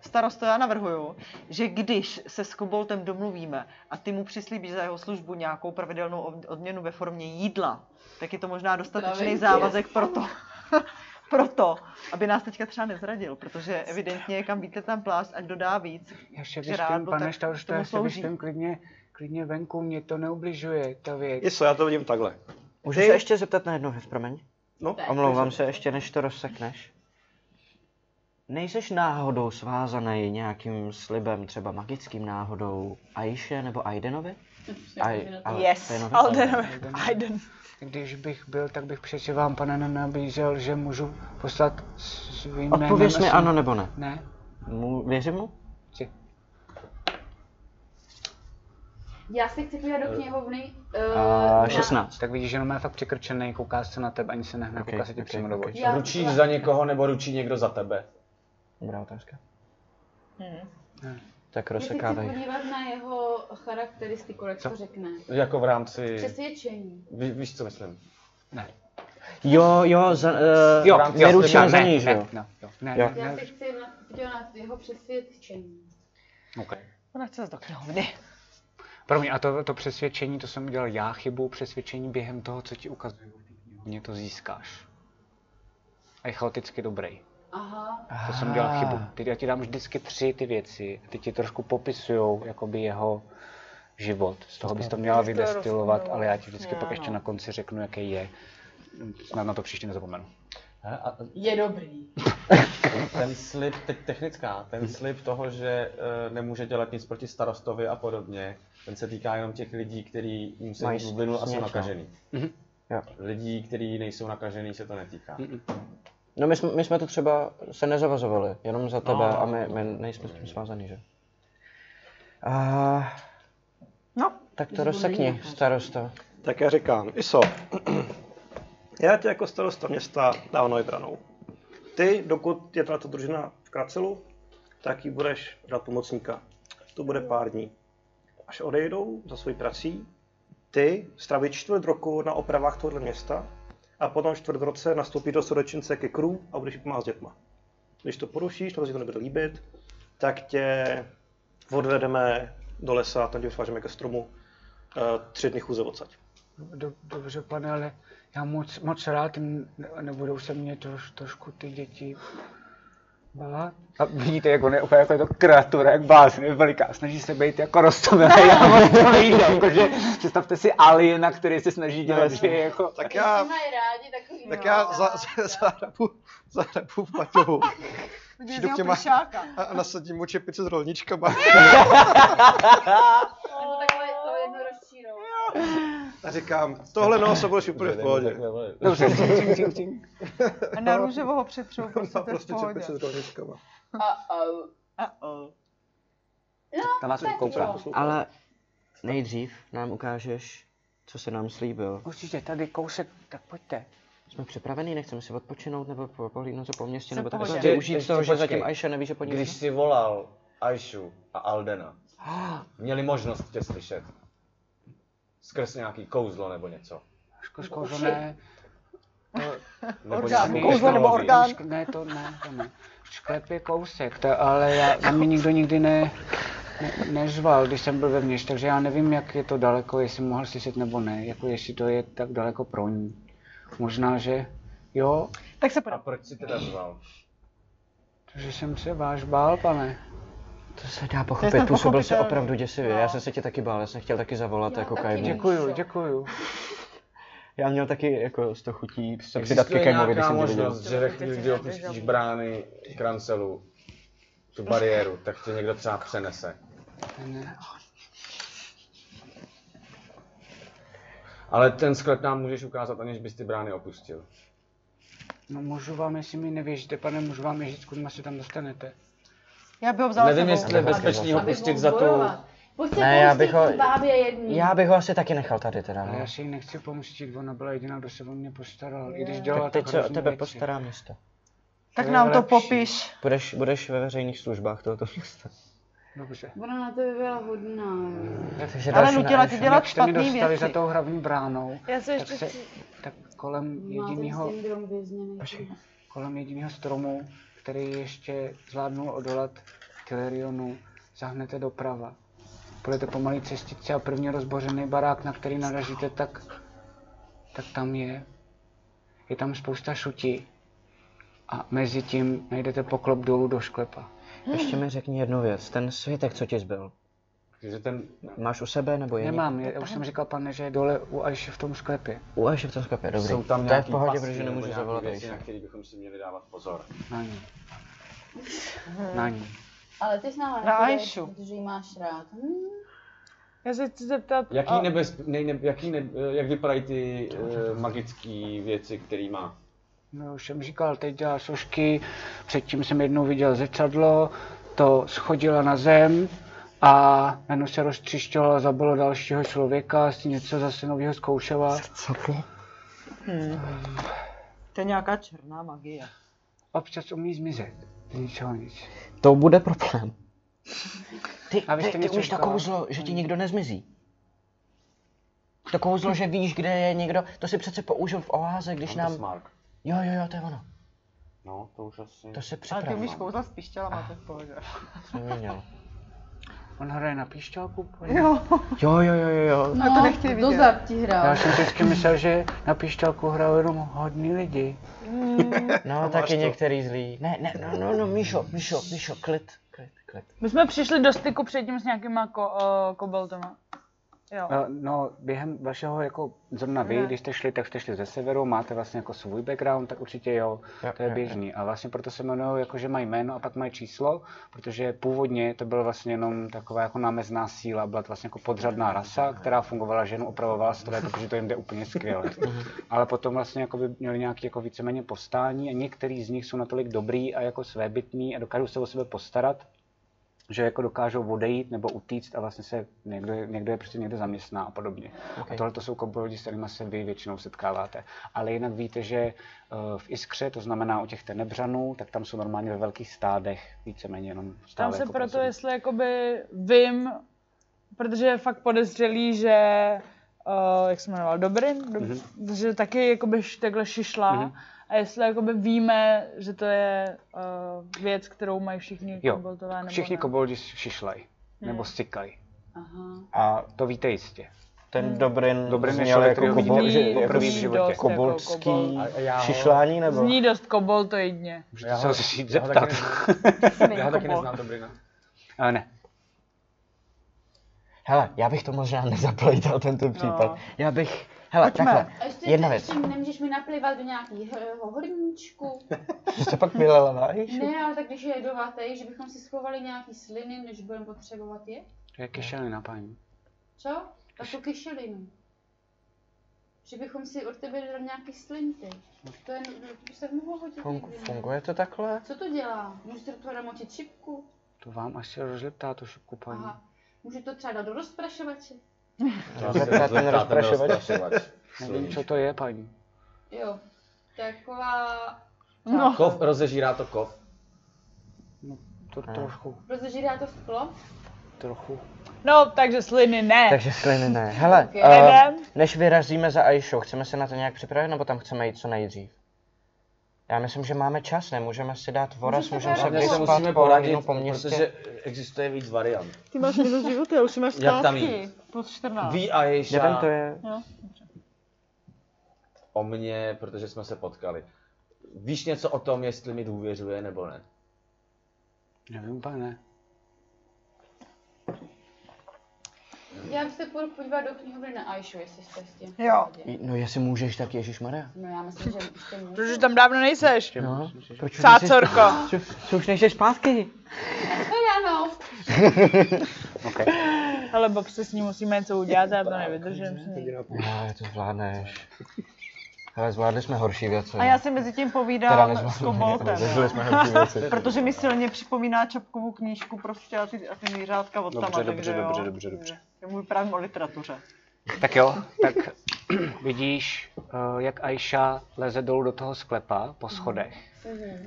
[SPEAKER 9] Starosto, já navrhuju, že když se s Koboltem domluvíme a ty mu přislíbíš za jeho službu nějakou pravidelnou od- odměnu ve formě jídla, tak je to možná dostatečný
[SPEAKER 7] Zdravím tě.
[SPEAKER 9] závazek pro to, (laughs) proto, aby nás teďka třeba nezradil, protože evidentně kam víte tam plášť, ať dodá víc.
[SPEAKER 1] Já se
[SPEAKER 9] že rád
[SPEAKER 1] vyspím,
[SPEAKER 9] byl,
[SPEAKER 1] pane
[SPEAKER 9] tak
[SPEAKER 1] starosto,
[SPEAKER 9] tomu
[SPEAKER 1] já se
[SPEAKER 9] slouží.
[SPEAKER 1] vyspím klidně, klidně venku, mě to neubližuje, ta věc.
[SPEAKER 6] Jestli já to vidím takhle.
[SPEAKER 8] Můžu
[SPEAKER 6] Ty-
[SPEAKER 8] se ještě zeptat na jednu věc, promiň?
[SPEAKER 6] No,
[SPEAKER 7] Tak.
[SPEAKER 8] Omlouvám se ještě, než to rozsekneš. Nejseš náhodou svázaný nějakým slibem, třeba magickým náhodou Aishe nebo Aidenovi? Aj, ale
[SPEAKER 4] Yes,
[SPEAKER 8] Aidenovi?
[SPEAKER 4] Aldenovi. Aiden.
[SPEAKER 1] Když bych byl, tak bych přece vám, pane, nenabízel, že můžu poslat s- svým
[SPEAKER 8] Odpověz mi
[SPEAKER 1] jménem asi-
[SPEAKER 8] ano nebo ne.
[SPEAKER 1] Ne,
[SPEAKER 8] Mu, věřím mu?
[SPEAKER 7] Já se chci podívat do knihovny. eh,
[SPEAKER 8] A,
[SPEAKER 7] na-
[SPEAKER 8] 16.
[SPEAKER 1] tak vidíš, že jenom je fakt překrčený, kouká se na tebe, ani se nehne,
[SPEAKER 8] Ok,
[SPEAKER 1] okay, kouká se ti
[SPEAKER 8] ok,
[SPEAKER 1] přímo do
[SPEAKER 8] ok.
[SPEAKER 1] očí.
[SPEAKER 7] Já-
[SPEAKER 2] Ručíš za někoho nebo ručí někdo za tebe?
[SPEAKER 8] Dobrá otázka.
[SPEAKER 1] Hmm.
[SPEAKER 4] Hm.
[SPEAKER 8] Tak
[SPEAKER 7] Já se chci
[SPEAKER 8] rozsekávej.
[SPEAKER 7] podívat na jeho charakteristiku, jak to řekne.
[SPEAKER 2] Jako v rámci...
[SPEAKER 7] Přesvědčení.
[SPEAKER 2] Ví, víš, co myslím?
[SPEAKER 8] Jo, jo, za, uh,
[SPEAKER 1] Jo,
[SPEAKER 8] jo,
[SPEAKER 1] jo,
[SPEAKER 8] my ručíme
[SPEAKER 1] ne,
[SPEAKER 8] za
[SPEAKER 1] ne,
[SPEAKER 8] ní, že jo?
[SPEAKER 1] ne, no, jo, ne,
[SPEAKER 8] Jo.
[SPEAKER 1] ne,
[SPEAKER 7] Já
[SPEAKER 1] ne,
[SPEAKER 7] se chci na- podívat na jeho přesvědčení.
[SPEAKER 9] Ona chce No, do knihovny.
[SPEAKER 1] Promiň, a to, to přesvědčení, to jsem udělal já chybu, přesvědčení během toho, co ti ukazuju. Mně to získáš. A je chaoticky dobrý.
[SPEAKER 7] Aha.
[SPEAKER 1] To jsem udělal chybu. Teď já ti dám vždycky tři ty věci. Teď ti trošku popisujou jakoby jeho život. Z toho bys to měla
[SPEAKER 4] Už to je
[SPEAKER 1] vydestilovat,
[SPEAKER 4] rozhodnuto.
[SPEAKER 1] ale já ti vždycky
[SPEAKER 9] Já
[SPEAKER 1] pak ještě
[SPEAKER 9] no.
[SPEAKER 1] na konci řeknu, jaký je. Snad na to příště nezapomenu.
[SPEAKER 2] He, a
[SPEAKER 7] Je dobrý.
[SPEAKER 2] ten slib, teď technická, ten slib toho, že eh, nemůže dělat nic proti starostovi a podobně, ten se týká jenom těch lidí, kteří musí
[SPEAKER 8] Mají
[SPEAKER 2] mít bublinu a
[SPEAKER 8] směs,
[SPEAKER 2] jsou
[SPEAKER 8] no.
[SPEAKER 2] nakažený.
[SPEAKER 1] Mhm.
[SPEAKER 8] Jo.
[SPEAKER 2] Lidí, kteří nejsou nakažený, se to netýká.
[SPEAKER 1] Mm-mm.
[SPEAKER 8] No my jsme, my jsme to třeba se nezavazovali, jenom za tebe
[SPEAKER 9] No.
[SPEAKER 8] a my, my nejsme s tím svázaný, že? A...
[SPEAKER 9] No.
[SPEAKER 8] Tak to rozsekni, starosto.
[SPEAKER 6] Tak já říkám, Iso, (clears throat) já tě jako starosta města dávám najbranou. Ty, dokud je tato družina v Kracelu, tak jí budeš dát pomocníka. To bude pár dní. Až odejdou za svojí prací, ty straví čtvrt roku na opravách tohoto města a potom čtvrt roce nastoupí do soročence ke kru a budeš jí pomáhat s dětma. Když to porušíš, nebo si to nebude líbit, tak tě odvedeme do lesa, tam tě svážeme ke stromu, eh, tři dny chůze odsaď.
[SPEAKER 1] Do, dobře, pane, ale já moc, moc rád n- nebudou se mě troš, trošku ty děti bát.
[SPEAKER 10] A vidíte, jak on je úplně jako je to kreatura, jak blázen, je veliká. Snaží se být jako roztomilý, já moc to nejde, jakože představte si aliena, který se snaží dělat, že je jako...
[SPEAKER 6] Tak já,
[SPEAKER 7] mají rádi takový.
[SPEAKER 6] tak já za, za, zahrabu, zahrabu Paťovu. Přijdu k
[SPEAKER 7] jeho
[SPEAKER 6] těma
[SPEAKER 7] plišáka.
[SPEAKER 6] a, a nasadím mu čepice s rolničkama.
[SPEAKER 7] Nebo takhle to jedno rozčírou.
[SPEAKER 6] a říkám, tohle no, se budeš úplně v pohodě.
[SPEAKER 8] No,
[SPEAKER 10] Dobře, čing, čing, čing, čing.
[SPEAKER 9] A na růžovo ho přetřou, prostě to je v
[SPEAKER 6] Prostě
[SPEAKER 9] pohodě.
[SPEAKER 6] čepice s rolničkama.
[SPEAKER 7] Uh-oh.
[SPEAKER 9] Uh-oh.
[SPEAKER 7] No,
[SPEAKER 8] Tam vás
[SPEAKER 7] tak
[SPEAKER 8] kouká.
[SPEAKER 7] jo.
[SPEAKER 8] Ale nejdřív nám ukážeš, co se nám slíbil.
[SPEAKER 1] Určitě tady kousek, tak pojďte.
[SPEAKER 8] Jsme připravený, nechceme si odpočinout nebo po- pohlídnout se po městě,
[SPEAKER 9] Jsem
[SPEAKER 8] nebo tak
[SPEAKER 9] pohodě.
[SPEAKER 8] prostě užít toho, že
[SPEAKER 2] počkej.
[SPEAKER 8] zatím Aisha neví, že po ní
[SPEAKER 2] Když jsi volal Aishu
[SPEAKER 8] (gasps)
[SPEAKER 2] a Aldena, měli možnost tě slyšet. Skrz nějaký kouzlo nebo něco.
[SPEAKER 4] No,
[SPEAKER 1] Kouzlo ne,
[SPEAKER 2] Nebo
[SPEAKER 1] Orgán.
[SPEAKER 2] nějakou
[SPEAKER 1] Kouzlo nebo
[SPEAKER 2] technologii.
[SPEAKER 1] orgán. ne, to ne, to ne. Šklep je kousek, to, ale já, na mě nikdo nikdy ne, ne, nežval, když jsem byl vevnitř, takže já nevím, jak je to daleko, jestli mohl slyšet nebo ne, jako jestli to je tak daleko pro ní. Možná, že jo,
[SPEAKER 9] Tak se
[SPEAKER 2] A
[SPEAKER 9] podám.
[SPEAKER 2] proč jsi teda zval?
[SPEAKER 1] že jsem se váš bál, pane.
[SPEAKER 8] To se dá
[SPEAKER 9] To je
[SPEAKER 8] pochopit,
[SPEAKER 9] snad
[SPEAKER 8] působil se
[SPEAKER 9] pochopitelný.
[SPEAKER 8] opravdu děsivě. Já jsem se tě taky bál, já jsem chtěl taky zavolat
[SPEAKER 7] Já
[SPEAKER 8] jako
[SPEAKER 7] taky.
[SPEAKER 8] Kaimu.
[SPEAKER 1] Děkuju, děkuju.
[SPEAKER 8] Já měl taky jako sto chutí se přidat ke
[SPEAKER 2] Existuje
[SPEAKER 8] Kaimovi, když
[SPEAKER 2] nějaká
[SPEAKER 8] jsem tě viděl.
[SPEAKER 2] možnost, že ve chvíli, kdy opustíš brány Krancelu, tu bariéru, tak tě někdo třeba přenese.
[SPEAKER 1] Ne.
[SPEAKER 2] Ale ten sklep nám můžeš ukázat, aniž bys ty brány opustil.
[SPEAKER 1] No můžu vám, jestli mi nevěříte, pane, můžu vám věřit, kudy se tam dostanete.
[SPEAKER 9] Já bych ho vzala
[SPEAKER 2] Nevím,
[SPEAKER 9] sebou.
[SPEAKER 2] jestli je
[SPEAKER 8] Aby-
[SPEAKER 2] bezpečný ho
[SPEAKER 7] Aby
[SPEAKER 2] pustit
[SPEAKER 7] mohl
[SPEAKER 2] za tu...
[SPEAKER 7] bojovat. Pojď se
[SPEAKER 8] Ne, já bych ho-
[SPEAKER 7] pustit k bábě jedný.
[SPEAKER 8] Já bych ho asi taky nechal tady teda,
[SPEAKER 1] Ale
[SPEAKER 8] no.
[SPEAKER 1] já si ji nechci pomstit, ona byla jediná, kdo se o mě postaral, i když
[SPEAKER 7] Jo.
[SPEAKER 1] dělala
[SPEAKER 8] Tak teď
[SPEAKER 1] tak
[SPEAKER 8] se o
[SPEAKER 1] hrozný
[SPEAKER 8] tebe
[SPEAKER 1] věci.
[SPEAKER 8] postará město.
[SPEAKER 9] Tak
[SPEAKER 1] To je
[SPEAKER 9] nám to
[SPEAKER 1] lepší.
[SPEAKER 9] popiš.
[SPEAKER 8] Budeš, budeš ve veřejných službách tohoto města.
[SPEAKER 1] Dobře.
[SPEAKER 7] Ona na to by byla hodná. jo.
[SPEAKER 8] Takže
[SPEAKER 9] Ale
[SPEAKER 8] další
[SPEAKER 9] nutila
[SPEAKER 8] na-
[SPEAKER 9] tě dělat
[SPEAKER 1] Jak jste mi
[SPEAKER 9] špatný
[SPEAKER 1] dostali za
[SPEAKER 9] věci.
[SPEAKER 1] tou hlavní bránou,
[SPEAKER 4] Já se
[SPEAKER 1] tak,
[SPEAKER 4] ještě
[SPEAKER 1] se,
[SPEAKER 4] chci...
[SPEAKER 1] tak kolem
[SPEAKER 7] Má ten
[SPEAKER 1] jedinýho,
[SPEAKER 7] syndrom vězněný.
[SPEAKER 1] kolem jedinýho stromu, který ještě zvládnul odolat Kilerionu, zahnete doprava. Půjdete po malé cestičce a první rozbořený barák, na který naražíte, tak, tak tam je. Je tam spousta šutí. A mezi tím najdete poklop dolů do šklepa.
[SPEAKER 8] Ještě mi řekni jednu věc, ten svitek, co ti zbyl.
[SPEAKER 2] Že ten...
[SPEAKER 8] Máš u sebe nebo je?
[SPEAKER 1] Nemám, já už jsem říkal, pane, že je dole u Ajše v tom sklepě.
[SPEAKER 8] U Aisha v tom sklepě, dobrý.
[SPEAKER 2] Jsou tam
[SPEAKER 8] to je
[SPEAKER 2] nějaký
[SPEAKER 8] v pohodě,
[SPEAKER 2] pasti
[SPEAKER 8] protože
[SPEAKER 2] nebo
[SPEAKER 8] nemůžu
[SPEAKER 2] nějaký
[SPEAKER 8] zavolat
[SPEAKER 2] věci, na
[SPEAKER 8] Aisha.
[SPEAKER 2] který bychom si měli dávat pozor.
[SPEAKER 1] Na ní. Na ní.
[SPEAKER 7] Ale ty s náma
[SPEAKER 9] Na
[SPEAKER 7] nepůjdeš,
[SPEAKER 9] Ajšu.
[SPEAKER 7] protože ji máš rád. Hm?
[SPEAKER 4] Já se chci zeptat...
[SPEAKER 2] Jaký
[SPEAKER 4] a-
[SPEAKER 2] nebez... nej, ne, jaký ne, jak vypadají ty uh, magické věci, který má?
[SPEAKER 1] No, už jsem říkal, teď dělá sošky, předtím jsem jednou viděl zrcadlo, to schodila na zem a najednou se roztřišťovala, zabilo dalšího člověka, si něco zase nového zkoušela.
[SPEAKER 9] To je nějaká černá magie.
[SPEAKER 1] Občas umí zmizet, z ničeho nic.
[SPEAKER 8] To bude problém. Ty,
[SPEAKER 1] A vy
[SPEAKER 8] ty,
[SPEAKER 1] jste
[SPEAKER 8] ty
[SPEAKER 1] něco
[SPEAKER 8] umíš to
[SPEAKER 1] říkala?
[SPEAKER 8] kouzlo, že ti nikdo nezmizí. To kouzlo, že víš, kde je někdo, to si přece použil v oáze, když
[SPEAKER 2] Mám to
[SPEAKER 8] nám...
[SPEAKER 2] Smark.
[SPEAKER 8] Jo, jo, jo, to je ono.
[SPEAKER 2] No, to už asi...
[SPEAKER 8] To si
[SPEAKER 9] Ale ty
[SPEAKER 8] připravil.
[SPEAKER 9] umíš kouzla s pištělama, to je v pohodě.
[SPEAKER 1] On hraje na píšťalku?
[SPEAKER 9] Jo,
[SPEAKER 8] Jo, jo, jo, jo, jo.
[SPEAKER 9] to nechtěli vidět.
[SPEAKER 7] dozad No, ti hrál.
[SPEAKER 1] Já jsem vždycky myslel, že na píšťalku hrajou jenom hodní lidi.
[SPEAKER 8] No, taky některý zlý. Ne, ne, no, no, no, Míšo, Míšo, Míšo, klid, klid, klid.
[SPEAKER 4] My jsme přišli do styku předtím s nějakýma ko, uh, koboltama.
[SPEAKER 9] Jo.
[SPEAKER 1] Eh, No, během vašeho, jako zrovna vy,
[SPEAKER 9] Ne.
[SPEAKER 1] když jste šli, tak jste šli ze severu, máte vlastně jako svůj background, tak určitě jo, to je
[SPEAKER 8] jo,
[SPEAKER 1] běžný. A vlastně proto se jmenují, jako že mají jméno a pak mají číslo, protože původně to byla vlastně jenom taková jako námezná síla, byla to vlastně jako podřadná rasa, která fungovala, že jenom opravovala stroje, protože to jim jde úplně skvěle.
[SPEAKER 8] Mhm.
[SPEAKER 1] Ale potom vlastně jako by měli nějaké jako víceméně povstání a některý z nich jsou natolik dobrý a jako svébytný a dokážou se o sebe postarat, že jako dokážou odejít nebo utíct a vlastně se někdo, někdo je prostě někde zaměstná a podobně. Okay. A tohle to jsou kombolodi, s kterými se vy většinou setkáváte. Ale jinak víte, že eh, v Iskře, to znamená u těch tenebřanů, tak tam jsou normálně ve velkých stádech, víceméně jenom stále
[SPEAKER 4] Tam se
[SPEAKER 1] jako
[SPEAKER 4] proto,
[SPEAKER 1] pracovní.
[SPEAKER 4] jestli jakoby vím, protože je fakt podezřelý, že uh, jak se jmenoval, Dobrin, do,
[SPEAKER 1] Mhm.
[SPEAKER 4] mm-hmm. že taky jakoby š- takhle šišla.
[SPEAKER 1] Mhm.
[SPEAKER 4] Mm-hmm. A jestli jakoby víme, že to je uh, věc, kterou mají všichni
[SPEAKER 1] Jo,
[SPEAKER 4] koboltové, nebo
[SPEAKER 1] všichni
[SPEAKER 4] ne.
[SPEAKER 1] koboldi šišlají,
[SPEAKER 4] Hmm.
[SPEAKER 1] nebo sikají.
[SPEAKER 7] Aha.
[SPEAKER 1] A to víte jistě.
[SPEAKER 5] Ten Hmm. Dobrin
[SPEAKER 1] Dobrin je
[SPEAKER 5] zněl
[SPEAKER 1] člověk,
[SPEAKER 5] jako
[SPEAKER 1] který ho
[SPEAKER 5] kobold,
[SPEAKER 1] vidíte
[SPEAKER 5] že-
[SPEAKER 1] poprvé
[SPEAKER 5] jako
[SPEAKER 1] v
[SPEAKER 5] zní
[SPEAKER 1] životě.
[SPEAKER 5] dost jako koboldský kobold. A já ho- šišlání, nebo-
[SPEAKER 4] Zní dost koboltoidně.
[SPEAKER 1] Můžete se ho začít
[SPEAKER 14] já ho
[SPEAKER 1] zeptat.
[SPEAKER 14] taky
[SPEAKER 4] neznám.
[SPEAKER 14] Já ho taky neznám, Dobrina.
[SPEAKER 1] (laughs) Ale ne.
[SPEAKER 8] Hele, já bych to možná nezaplatil tento případ. Já bych, hele,
[SPEAKER 7] Pojďme.
[SPEAKER 8] takhle,
[SPEAKER 7] A ještě,
[SPEAKER 8] jedna
[SPEAKER 7] ještě
[SPEAKER 8] věc.
[SPEAKER 7] nemůžeš mi naplivat do nějakého hrníčku.
[SPEAKER 8] (laughs) Že se pak vylela,
[SPEAKER 7] Ne, ale tak když je jedovatý, že bychom si schovali nějaký sliny, než budeme potřebovat je.
[SPEAKER 1] To je kyšelina, paní.
[SPEAKER 7] Co? Tak tu kyšelinu. Že bychom si od tebe dali nějaký slinky. To je, to by se mohlo hodit.
[SPEAKER 8] Fungu,
[SPEAKER 7] někdy, ne?
[SPEAKER 8] funguje to takhle?
[SPEAKER 7] Co to dělá? Můžete do toho namočit šipku?
[SPEAKER 1] To vám asi rozleptá tu šupku, paní.
[SPEAKER 7] Aha. Můžu to třeba dát do rozprašovače?
[SPEAKER 1] Rozleptá ten rozprašovač.
[SPEAKER 2] rozprašovač.
[SPEAKER 1] Nevím, co to je, paní.
[SPEAKER 7] Jo. Taková...
[SPEAKER 4] No.
[SPEAKER 14] Kov, rozežírá to kov.
[SPEAKER 1] To trochu,
[SPEAKER 7] Rozežírá to sklo?
[SPEAKER 1] trochu.
[SPEAKER 4] No, takže sliny ne.
[SPEAKER 8] Takže sliny ne. Hele,
[SPEAKER 7] Ok.
[SPEAKER 8] uh,
[SPEAKER 4] Jdem.
[SPEAKER 8] než vyrazíme za Aishou, chceme se na to nějak připravit, nebo tam chceme jít co nejdřív? Já myslím, že máme čas, nemůžeme si dát voraz,
[SPEAKER 9] Můžeme
[SPEAKER 8] můžeme se
[SPEAKER 9] se hlavně
[SPEAKER 8] vyspat
[SPEAKER 9] se
[SPEAKER 8] musíme po hodinu po městě.
[SPEAKER 2] protože existuje víc variant.
[SPEAKER 9] Ty máš mi za životy, už máš
[SPEAKER 2] Jak tam
[SPEAKER 9] zpátky.
[SPEAKER 2] jít?
[SPEAKER 9] Plus 14.
[SPEAKER 2] Ví a Ježa.
[SPEAKER 8] Jeden to je-
[SPEAKER 9] Jo.
[SPEAKER 2] O mně, protože jsme se potkali. Víš něco o tom, jestli mi důvěřuje nebo ne?
[SPEAKER 1] Nevím, pane.
[SPEAKER 7] Já se půjdu podívat do knihovny na Aishu, jestli jste s tím.
[SPEAKER 4] Jo.
[SPEAKER 8] No jestli můžeš, tak Ježíš Maria.
[SPEAKER 7] No já myslím, že jste můžu.
[SPEAKER 4] Protože tam dávno nejseš.
[SPEAKER 8] No, proč
[SPEAKER 4] Sácorko.
[SPEAKER 1] (laughs)
[SPEAKER 8] Co, co už nejsi zpátky?
[SPEAKER 7] Shledanou.
[SPEAKER 1] okay.
[SPEAKER 4] Ale Bob se s ním musíme něco udělat, já to nevydržím. s ním.
[SPEAKER 8] No, to zvládneš. Hele, zvládli jsme horší věci.
[SPEAKER 9] A já si mezi tím
[SPEAKER 8] Teda
[SPEAKER 9] povídám
[SPEAKER 8] nezvládli, (laughs)
[SPEAKER 9] s no. koboltem.
[SPEAKER 8] nezvládli
[SPEAKER 9] jo.
[SPEAKER 8] jsme hodně (laughs) věcí.
[SPEAKER 9] Protože mi silně připomíná čapkovou knížku prostě a ty, a ty zvířátka od
[SPEAKER 1] Dobře,
[SPEAKER 9] tam. a
[SPEAKER 1] dobře,
[SPEAKER 9] takže, jo.
[SPEAKER 1] dobře, dobře, dobře.
[SPEAKER 9] Je můj právě o literatuře.
[SPEAKER 1] Tak jo, tak (clears throat) vidíš, eh, jak Aisha leze dolů do toho sklepa po schodech. Eh,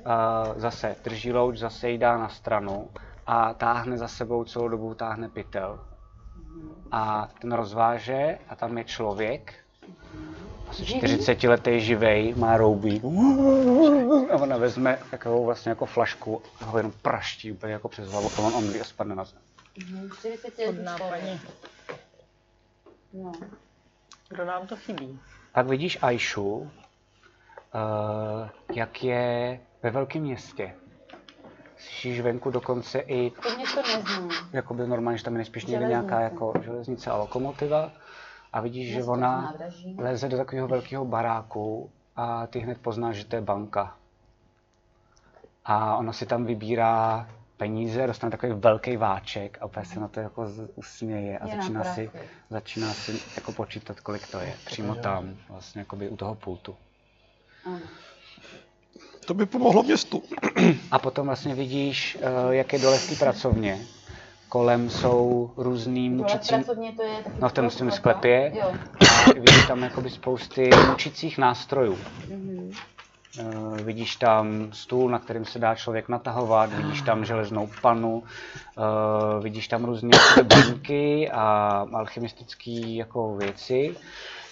[SPEAKER 1] Zase drží louč, zase jí dá na stranu a táhne za sebou celou dobu, táhne pytel. A ten rozváže a tam je člověk, asi 40 letý živej, má roubí. A ona vezme takovou vlastně jako flašku a ho jenom praští úplně jako přes hlavu a on omdlí a spadne na zem.
[SPEAKER 7] Mhm, 40 let
[SPEAKER 9] Hodná paní.
[SPEAKER 7] No.
[SPEAKER 9] Kdo nám to chybí?
[SPEAKER 1] Pak vidíš Aishu, uh, jak je ve velkém městě. Slyšíš venku dokonce i
[SPEAKER 7] To mě to neznám.
[SPEAKER 1] jakoby normálně, že tam je nejspíš někde
[SPEAKER 7] Železnice.
[SPEAKER 1] nějaká jako železnice a lokomotiva. A vidíš, že
[SPEAKER 7] Město s
[SPEAKER 1] ona
[SPEAKER 7] nádražím.
[SPEAKER 1] leze do takového velkého baráku a ty hned poznáš, že to je banka. A ona si tam vybírá peníze, dostane takový velký váček a úplně se na to jako z- usměje a
[SPEAKER 7] Je na
[SPEAKER 1] začíná si,
[SPEAKER 7] prachy.
[SPEAKER 1] začíná si jako počítat, kolik to je. Přímo tam, vlastně jakoby u toho pultu.
[SPEAKER 7] Ano.
[SPEAKER 1] To by pomohlo městu. A potom vlastně vidíš, eh, jak je dole v té pracovně. Kolem jsou různý
[SPEAKER 7] Dole
[SPEAKER 1] mučící...
[SPEAKER 7] pracovně to je taky
[SPEAKER 1] No v tom, v tom
[SPEAKER 7] sklepa.
[SPEAKER 1] sklepě.
[SPEAKER 7] Jo.
[SPEAKER 1] (coughs) A vidíš tam jakoby spousty mučících nástrojů.
[SPEAKER 7] Mhm.
[SPEAKER 1] Eh, Vidíš tam stůl, na kterým se dá člověk natahovat, vidíš tam železnou panu, eh, vidíš tam různé (coughs) jakoby baňky a alchymistické jako věci,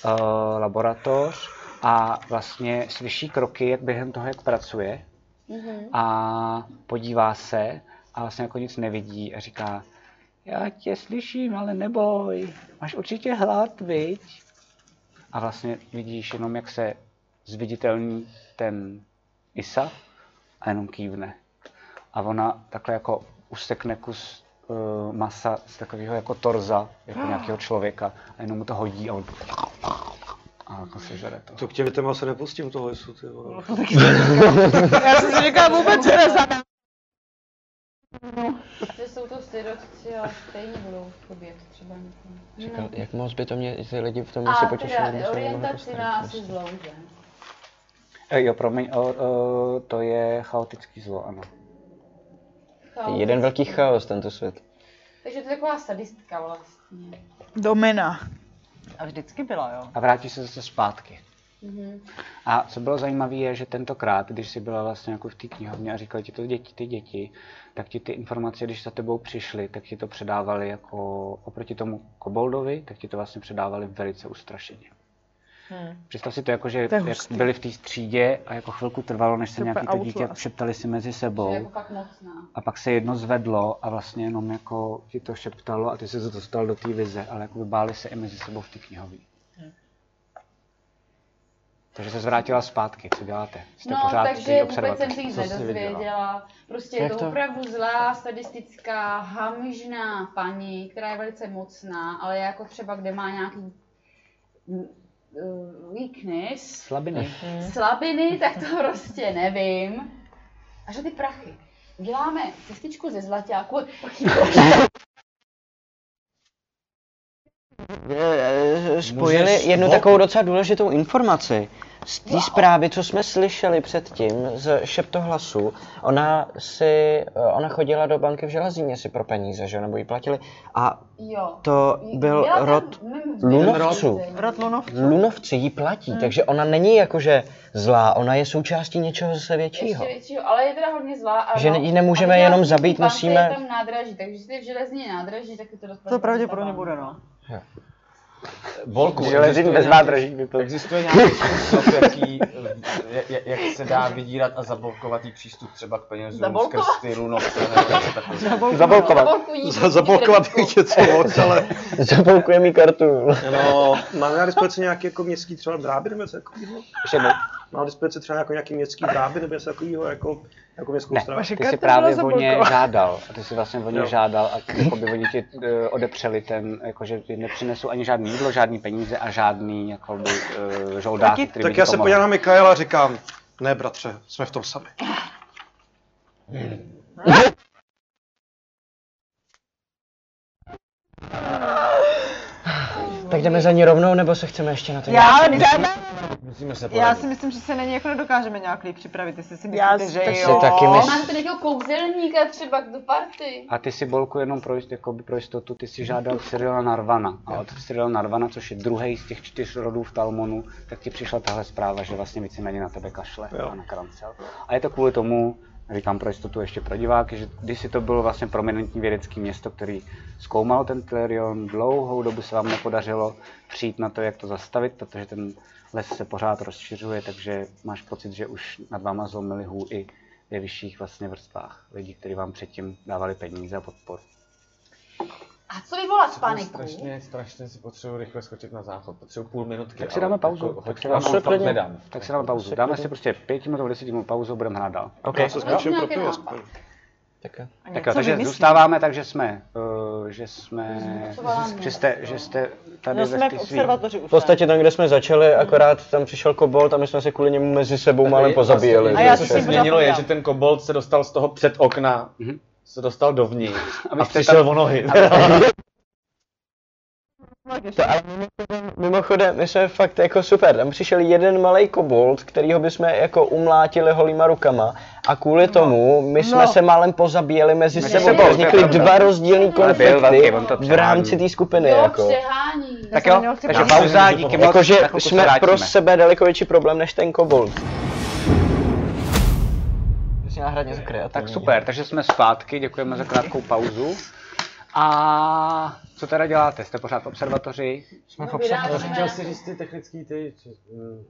[SPEAKER 1] eh, laboratoř a vlastně slyší kroky, jak během toho, jak pracuje
[SPEAKER 7] Mhm.
[SPEAKER 1] a podívá se a vlastně jako nic nevidí a říká, já tě slyším, ale neboj, máš určitě hlad, viď? A vlastně vidíš jenom, jak se zviditelní ten Isa a jenom kývne. A ona takhle jako usekne kus eh, masa z takového jako torza, jako nějakého člověka a jenom mu to hodí a on a jako sežere to.
[SPEAKER 6] To k těm větem se nepustím toho lesu, ty vole.
[SPEAKER 2] No.
[SPEAKER 4] Já jsem si říkala vůbec se nezadám.
[SPEAKER 7] Že jsou to sirotci a stejně budou chybět třeba někomu.
[SPEAKER 8] Říkal, Jako, jak moc by to mě ty lidi v tom
[SPEAKER 7] A
[SPEAKER 8] městě potěšilo, kdyby
[SPEAKER 7] teda
[SPEAKER 8] se nemohli Prostě
[SPEAKER 7] orientaci
[SPEAKER 8] postarat.
[SPEAKER 7] nás asi zlouže.
[SPEAKER 1] E, jo, promiň, o, o, to je chaotický zlo, ano.
[SPEAKER 7] Chaos.
[SPEAKER 8] Jeden velký chaos tento svět.
[SPEAKER 7] Takže to je taková sadistka vlastně.
[SPEAKER 4] Domina.
[SPEAKER 9] A vždycky byla, jo.
[SPEAKER 1] A vrátíš se zase zpátky.
[SPEAKER 7] Mhm.
[SPEAKER 1] A co bylo zajímavé je, že tentokrát, když jsi byla vlastně jako v té knihovně a říkali ti to děti, ty děti, tak ti ty informace, když za tebou přišly, tak ti to předávali jako oproti tomu koboldovi, tak ti to vlastně předávali velice ustrašeně.
[SPEAKER 9] Hmm.
[SPEAKER 1] Představ si to jako, že
[SPEAKER 4] To je
[SPEAKER 1] jak
[SPEAKER 4] hustý.
[SPEAKER 1] byli v té střídě a jako chvilku trvalo, než se
[SPEAKER 4] Super
[SPEAKER 1] nějaký to dítě
[SPEAKER 4] outlast.
[SPEAKER 1] šeptali si mezi
[SPEAKER 7] Že
[SPEAKER 8] No.
[SPEAKER 1] sebou.
[SPEAKER 7] jako fakt mocná.
[SPEAKER 1] A pak se jedno zvedlo a vlastně jenom jako ti to šeptalo a ty se dostal do té vize, ale jako by báli se i mezi sebou v té knihovně. Takže se zvrátila zpátky, co děláte? Jste
[SPEAKER 7] No,
[SPEAKER 1] pořád v té
[SPEAKER 7] takže vůbec jsem se
[SPEAKER 1] observatoři.
[SPEAKER 7] nic
[SPEAKER 1] Co jsi viděla?
[SPEAKER 7] nedozvěděla. Prostě
[SPEAKER 8] Jak
[SPEAKER 7] je to
[SPEAKER 8] to?
[SPEAKER 7] opravdu zlá, sadistická, hamižná paní, která je velice mocná, ale jako třeba kde má nějaký mm, eh, weakness,
[SPEAKER 1] Slabiny.
[SPEAKER 7] slabiny, tak to prostě nevím. A že ty prachy. Děláme cestičku ze zlaťáku.
[SPEAKER 8] Eh, eh, Spojili jednu takovou docela důležitou informaci. Z té zprávy, co jsme slyšeli předtím z šeptohlasu, ona si, eh, ona chodila do banky v Železíně si pro peníze, že jo, nebo jí platili. A
[SPEAKER 7] Jo.
[SPEAKER 8] to byl
[SPEAKER 7] Byla tam
[SPEAKER 8] rod
[SPEAKER 7] mým-
[SPEAKER 8] Lunovců.
[SPEAKER 9] Rod Lunov
[SPEAKER 8] Lunovci jí platí,
[SPEAKER 7] Hmm.
[SPEAKER 8] takže ona není jakože zlá, ona je součástí něčeho zase
[SPEAKER 7] Ještě
[SPEAKER 8] většího.
[SPEAKER 7] většího, ale je teda hodně zlá. A
[SPEAKER 8] Že
[SPEAKER 7] no,
[SPEAKER 8] ji nemůžeme
[SPEAKER 7] a viděla
[SPEAKER 8] jenom
[SPEAKER 7] jsem, že
[SPEAKER 8] zabít,
[SPEAKER 7] v bance
[SPEAKER 8] musíme-
[SPEAKER 7] Je tam nádraží, takže jestli je v železní nádraží, tak je to dost
[SPEAKER 9] to pravděpodobně
[SPEAKER 7] ta banka.
[SPEAKER 9] bude, no.
[SPEAKER 14] Volku,
[SPEAKER 1] Železin bez nádraží by to...
[SPEAKER 14] Existuje nějaký způsob, jaký, jak, jak se dá vydírat a zablokovat jí přístup třeba k penězům
[SPEAKER 9] Zablokovat?
[SPEAKER 14] skrz ty lunovce nebo
[SPEAKER 9] (laughs)
[SPEAKER 14] něco takového?
[SPEAKER 7] Na
[SPEAKER 1] Zabolkovat.
[SPEAKER 7] banku jí
[SPEAKER 6] Za- Zablokovat
[SPEAKER 7] kreditku.
[SPEAKER 6] ještě co moc, ale
[SPEAKER 8] (laughs) Zapoukuje mi kartu.
[SPEAKER 6] no, máme na dispozici nějaký jako městský třeba dráby nebo něco takového?
[SPEAKER 1] Ještě jednou.
[SPEAKER 6] Má na dispozici třeba jako nějaký městský dráby nebo něco takového, jako, jako městskou
[SPEAKER 1] Ne,
[SPEAKER 6] stráž?
[SPEAKER 1] ty
[SPEAKER 4] karta
[SPEAKER 1] jsi
[SPEAKER 4] byla
[SPEAKER 1] právě o ně
[SPEAKER 4] zablokovaná.
[SPEAKER 1] žádal. A ty jsi vlastně o ně
[SPEAKER 6] Jo.
[SPEAKER 1] žádal a jako by oni ti eh, odepřeli ten, jakože ti nepřinesou ani žádný jídlo, žádný peníze a žádný jako by eh, žoldák, který by
[SPEAKER 6] Tak
[SPEAKER 1] ti
[SPEAKER 6] já se
[SPEAKER 1] pomohl.
[SPEAKER 6] podívám na Mikaela a říkám, ne bratře, jsme v tom sami.
[SPEAKER 8] Tak jdeme za ní rovnou, nebo se chceme ještě na to
[SPEAKER 4] Já, ale jdeme.
[SPEAKER 2] Musíme se
[SPEAKER 9] Já si myslím, že se na něj jako nedokážeme nějak líp připravit, jestli si
[SPEAKER 4] Já
[SPEAKER 9] myslíte, že
[SPEAKER 4] si-
[SPEAKER 8] si
[SPEAKER 9] jo.
[SPEAKER 8] taky myslím.
[SPEAKER 7] Máte nějakého kouzelníka třeba do party.
[SPEAKER 1] A ty si Bolku jenom pro, jist- jakoby pro jistotu, ty si žádal Cyrila Narvana. A od Cyrila Narvana, což je druhý z těch čtyř rodů v Talmonu, tak ti přišla tahle zpráva, že vlastně víceméně na tebe kašle
[SPEAKER 6] Jo.
[SPEAKER 1] a na Krancel. A je to kvůli tomu, říkám pro jistotu ještě pro diváky, že když si to bylo vlastně prominentní vědecké město, který zkoumalo ten Telerion, dlouhou dobu se vám nepodařilo přijít na to, jak to zastavit, protože ten les se pořád rozšiřuje, takže máš pocit, že už nad váma zlomili hů i ve vyšších vlastně vrstvách lidí, kteří vám předtím dávali peníze a podporu.
[SPEAKER 7] A co vyvolat paniku?
[SPEAKER 14] Strašně, strašně si potřebuji rychle skočit na záchod, potřebuji půl minutky.
[SPEAKER 1] Tak si dáme
[SPEAKER 14] ale
[SPEAKER 1] pauzu.
[SPEAKER 14] Jako,
[SPEAKER 1] Tak si
[SPEAKER 14] tak
[SPEAKER 1] dáme pauzu.
[SPEAKER 14] fakt nedám.
[SPEAKER 1] Tak si dáme pauzu. Dáme si prostě pětiminutovou, desetiminutovou pauzu, budeme hrát dál.
[SPEAKER 8] OK.
[SPEAKER 6] Já se skočím
[SPEAKER 7] Jo.
[SPEAKER 6] pro pivo. aspoň.
[SPEAKER 9] A
[SPEAKER 1] Tak
[SPEAKER 9] něco
[SPEAKER 1] jo, takže
[SPEAKER 9] vymyslí.
[SPEAKER 1] zůstáváme, takže jsme, uh, že jsme,
[SPEAKER 7] Zůstáváme.
[SPEAKER 1] že jste, že jste tady
[SPEAKER 9] No
[SPEAKER 1] ve
[SPEAKER 9] jsme v
[SPEAKER 1] ty svý-
[SPEAKER 9] observatoři už.
[SPEAKER 8] V podstatě tam, kde jsme začali, akorát tam přišel kobold a my jsme se kvůli němu mezi sebou málem pozabíjeli.
[SPEAKER 9] A já
[SPEAKER 14] co
[SPEAKER 9] si
[SPEAKER 14] se
[SPEAKER 9] s ním
[SPEAKER 14] změnilo je,
[SPEAKER 9] povídám.
[SPEAKER 14] že ten kobold Jako se dostal z toho před okna,
[SPEAKER 1] Mhm.
[SPEAKER 14] se dostal dovnitř
[SPEAKER 1] A
[SPEAKER 14] a,
[SPEAKER 1] vy
[SPEAKER 14] a
[SPEAKER 1] jste
[SPEAKER 14] přišel
[SPEAKER 1] tam-
[SPEAKER 14] o nohy.
[SPEAKER 8] To ale mimochodem, mimochodem, my jsme fakt jako super. Tam přišel jeden malý kobold, kterýho bychom jako umlátili holýma rukama. A kvůli tomu my jsme
[SPEAKER 9] No.
[SPEAKER 8] se málem pozabíjeli mezi
[SPEAKER 1] Mezi
[SPEAKER 8] sebou.
[SPEAKER 1] sebou,
[SPEAKER 8] Vznikly
[SPEAKER 1] to je
[SPEAKER 8] dva
[SPEAKER 1] pravda.
[SPEAKER 8] rozdílný
[SPEAKER 1] Ale byl velký,
[SPEAKER 8] konflikty
[SPEAKER 1] on to
[SPEAKER 8] v rámci té skupiny.
[SPEAKER 7] Jo,
[SPEAKER 8] Jako.
[SPEAKER 7] přehání.
[SPEAKER 1] Tak
[SPEAKER 9] jsem
[SPEAKER 1] jo,
[SPEAKER 9] měl chci
[SPEAKER 1] takže
[SPEAKER 9] povídat.
[SPEAKER 1] pauza, díky moc.
[SPEAKER 8] Jakože
[SPEAKER 1] za chvilku se
[SPEAKER 8] jsme
[SPEAKER 1] vrátíme.
[SPEAKER 8] pro sebe daleko větší problém než ten kobold. Jsi náhradně za
[SPEAKER 1] Tak super, takže jsme zpátky, děkujeme za krátkou pauzu. A co teda děláte? Jste pořád v observatoři?
[SPEAKER 7] Jsme v obsahu.
[SPEAKER 14] Chtěl si říct ty technický ty... či- mm,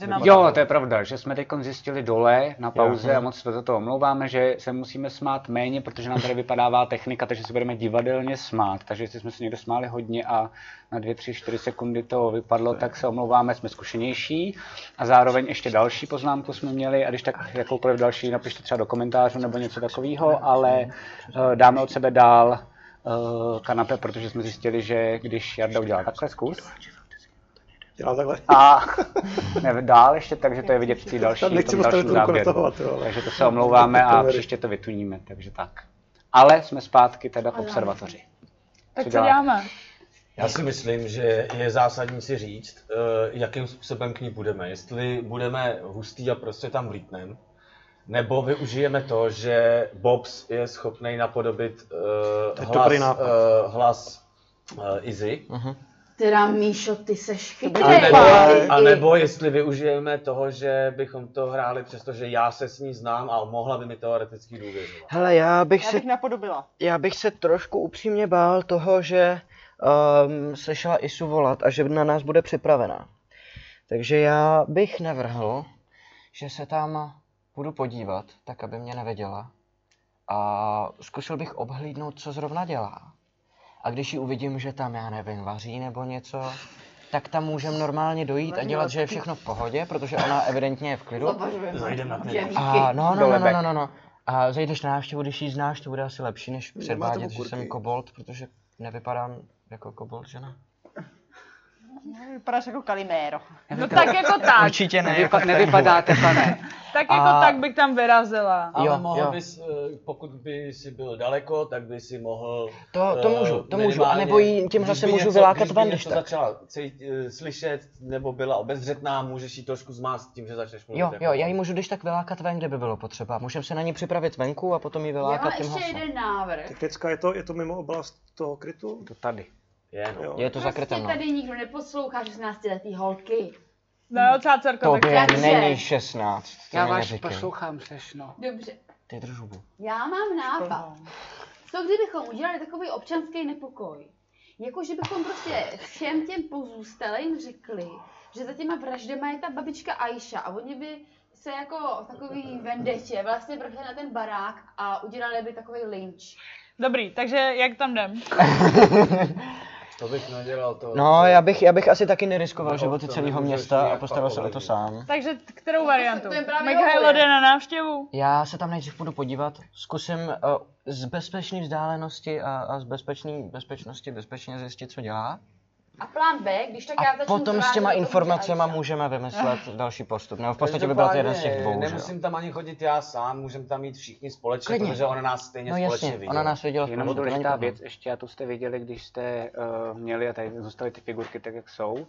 [SPEAKER 4] Že nám-
[SPEAKER 1] Jo, to je pravda, že jsme teď zjistili dole na pauze
[SPEAKER 4] Jo.
[SPEAKER 1] a moc se za to omlouváme, že se musíme smát méně, protože nám tady vypadává technika, takže se budeme divadelně smát. Takže jestli jsme se někde smáli hodně a na 2, 3, 4 sekundy to vypadlo, tak se omlouváme, jsme zkušenější. A zároveň ještě další poznámku jsme měli, a když tak jakoukoliv další napište třeba do komentářů nebo něco takového, ale eh, dáme od sebe dál eh, kanape, protože jsme zjistili, že když Jarda udělá takhle zkus,
[SPEAKER 6] Dělá takhle.
[SPEAKER 1] a ne, dál ještě, takže to je vidět v té další,
[SPEAKER 6] Já nechci
[SPEAKER 1] v tom
[SPEAKER 6] postavit
[SPEAKER 1] dalším
[SPEAKER 6] ruku na
[SPEAKER 1] záběru.
[SPEAKER 6] toho, ty vole.
[SPEAKER 1] takže to se omlouváme a
[SPEAKER 6] Kamery.
[SPEAKER 1] příště to vytuníme, takže tak. Ale jsme zpátky teda v
[SPEAKER 4] Ano.
[SPEAKER 1] observatoři.
[SPEAKER 4] Tak co
[SPEAKER 2] děláte?
[SPEAKER 4] děláme?
[SPEAKER 2] Já si myslím, že je zásadní si říct, eh, jakým způsobem k ní budeme. Jestli budeme hustý a prostě tam vlítnem, nebo využijeme to, že Bobs je schopný napodobit eh,
[SPEAKER 6] To je
[SPEAKER 2] hlas,
[SPEAKER 6] dobrý nápad.
[SPEAKER 2] eh, hlas eh, Izzy.
[SPEAKER 7] Teda Míšo, ty seš
[SPEAKER 2] A
[SPEAKER 7] chytrý.
[SPEAKER 2] nebo, a nebo jestli využijeme toho, že bychom to hráli, přestože já se s ní znám a mohla by mi teoreticky důvěřovat.
[SPEAKER 8] Hele, já bych
[SPEAKER 9] Já
[SPEAKER 8] se...
[SPEAKER 9] bych napodobila.
[SPEAKER 8] Já bych se trošku upřímně bál toho, že um, slyšela Isu volat a že na nás bude připravená. Takže já bych navrhl, že se tam budu podívat, tak aby mě nevěděla. A zkusil bych obhlídnout, co zrovna dělá. A když ji uvidím, že tam, já nevím, vaří nebo něco, tak tam můžem normálně dojít a dělat, že je všechno v pohodě, protože ona evidentně je v klidu.
[SPEAKER 2] Zapařujeme. Zajdem na ty-
[SPEAKER 8] A no, no,
[SPEAKER 2] Do
[SPEAKER 8] no, no,
[SPEAKER 2] lebek.
[SPEAKER 8] no, no, no. A zajdeš na návštěvu, když ji znáš, to bude asi lepší, než
[SPEAKER 2] Máte
[SPEAKER 8] předvádět, že
[SPEAKER 2] okurky.
[SPEAKER 8] jsem kobold, protože nevypadám jako kobold, že ne?
[SPEAKER 9] Vypadáš jako Kalimero.
[SPEAKER 4] No tak jako tak.
[SPEAKER 8] Určitě ne.
[SPEAKER 1] Nevypa- nevypadáte, pane.
[SPEAKER 4] Tak jako
[SPEAKER 2] A-
[SPEAKER 4] tak bych tam vyrazila.
[SPEAKER 2] Ale jo, mohl bys, eh, pokud by si byl daleko, tak by si mohl...
[SPEAKER 8] To- to
[SPEAKER 2] eh,
[SPEAKER 8] můžu, to můžu.
[SPEAKER 2] minimálně-
[SPEAKER 8] A nebo jí tímhle
[SPEAKER 2] když
[SPEAKER 8] se
[SPEAKER 2] by
[SPEAKER 8] můžu
[SPEAKER 2] něco,
[SPEAKER 8] vylákat
[SPEAKER 2] když by
[SPEAKER 8] ven,
[SPEAKER 2] něco
[SPEAKER 8] když tak.
[SPEAKER 2] začala cít, eh, slyšet, nebo byla obezřetná, můžeš jí trošku zmást tím, že začneš mluvit.
[SPEAKER 8] Jo,
[SPEAKER 2] jako
[SPEAKER 8] jo,
[SPEAKER 2] on.
[SPEAKER 8] já ji můžu když tak vylákat ven, kde by bylo potřeba. Můžem se na ní připravit venku a potom ji
[SPEAKER 7] Já mám
[SPEAKER 8] vylákat tím
[SPEAKER 7] ještě
[SPEAKER 8] hlasem.
[SPEAKER 7] jeden návrh.
[SPEAKER 6] Technická je to, je to mimo oblast toho krytu?
[SPEAKER 1] To tady.
[SPEAKER 2] Je,
[SPEAKER 6] no.
[SPEAKER 8] Je to zakryté,
[SPEAKER 7] Prostě
[SPEAKER 8] no.
[SPEAKER 7] tady nikdo neposlouchá 16 letý holky.
[SPEAKER 4] No jo, cácerko,
[SPEAKER 8] To
[SPEAKER 4] tak
[SPEAKER 8] by
[SPEAKER 7] Takže-
[SPEAKER 8] není 16. to
[SPEAKER 1] Já
[SPEAKER 8] mi
[SPEAKER 1] vás
[SPEAKER 8] neříkej.
[SPEAKER 1] poslouchám, no. sešno.
[SPEAKER 7] Dobře,
[SPEAKER 8] Ty držubu.
[SPEAKER 7] já mám nápad. Co kdybychom udělali takový občanský nepokoj? Jako, že bychom prostě všem těm pozůstalým řekli, že za těma vraždama je ta babička Aisha a oni by se jako v takový vendetě vlastně vrhli na ten barák a udělali by takový lynč.
[SPEAKER 4] Dobrý, takže jak tam jdem?
[SPEAKER 2] To bych nedělal to.
[SPEAKER 8] No, já bych, já bych asi taky neriskoval
[SPEAKER 2] No,
[SPEAKER 8] životy
[SPEAKER 2] to
[SPEAKER 8] celého
[SPEAKER 2] nemůžeš
[SPEAKER 8] města a
[SPEAKER 2] nějak
[SPEAKER 8] postaral se o to
[SPEAKER 2] pakolení.
[SPEAKER 8] sám.
[SPEAKER 4] Takže t- kterou variantu?
[SPEAKER 7] No, to je právě
[SPEAKER 4] Mikhailo
[SPEAKER 7] oboje.
[SPEAKER 4] jde na návštěvu?
[SPEAKER 8] Já se tam nejdřív půjdu podívat, zkusím uh, z bezpečné vzdálenosti a, a z bezpečné bezpečnosti bezpečně zjistit, co dělá.
[SPEAKER 7] A plán B, když tak já
[SPEAKER 8] A
[SPEAKER 7] začnu
[SPEAKER 8] potom s
[SPEAKER 7] zvádět
[SPEAKER 8] těma
[SPEAKER 7] do toho, že
[SPEAKER 8] informacemi
[SPEAKER 7] Aisha.
[SPEAKER 8] můžeme vymyslet další postup. Nebo v podstatě by byl to jeden z těch dvou, že jo?
[SPEAKER 2] Nemusím tam ani chodit já sám, můžeme tam jít všichni společně,
[SPEAKER 8] Klidně.
[SPEAKER 2] protože ona nás stejně
[SPEAKER 8] No
[SPEAKER 2] společně
[SPEAKER 8] jasně,
[SPEAKER 2] vidí.
[SPEAKER 8] ona nás viděla v
[SPEAKER 1] Jenom
[SPEAKER 8] provozu, to není
[SPEAKER 1] důležitá
[SPEAKER 8] problém.
[SPEAKER 1] věc, ještě a to jste viděli, když jste uh, měli, a tady zůstaly ty figurky tak, jak jsou, uh,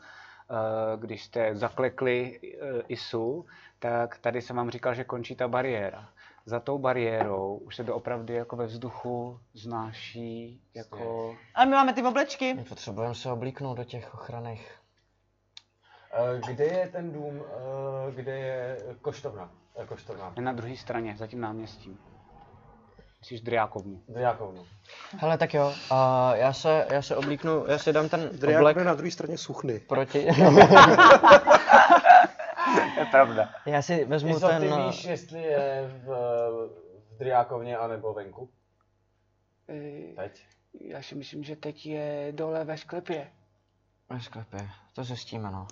[SPEAKER 1] když jste zaklekli uh, ISU, tak tady jsem vám říkal, že končí ta bariéra. Za tou bariérou už se doopravdy jako ve vzduchu znáší jako...
[SPEAKER 9] A my máme ty oblečky.
[SPEAKER 8] My potřebujeme se oblíknout do těch ochranných.
[SPEAKER 2] Kde je ten dům, eh, kde je koštovna? Eh, koštovna.
[SPEAKER 1] Je na druhé straně, za tím náměstím. Myslíš Driákovnu.
[SPEAKER 2] Dryákovnu.
[SPEAKER 8] Hele, tak jo, a já se, já se oblíknu, já si dám ten
[SPEAKER 6] Driak
[SPEAKER 8] oblek
[SPEAKER 6] je na druhé straně suchny.
[SPEAKER 8] proti... (laughs)
[SPEAKER 1] To je pravda.
[SPEAKER 8] já si vezmu
[SPEAKER 2] Izo, ty
[SPEAKER 8] ten... eh,
[SPEAKER 2] víš, jestli je v, eh, v Dryákovně anebo venku? Teď.
[SPEAKER 1] E, Já si myslím, že teď je dole ve sklepě.
[SPEAKER 8] Ve sklepě, to zjistíme, no.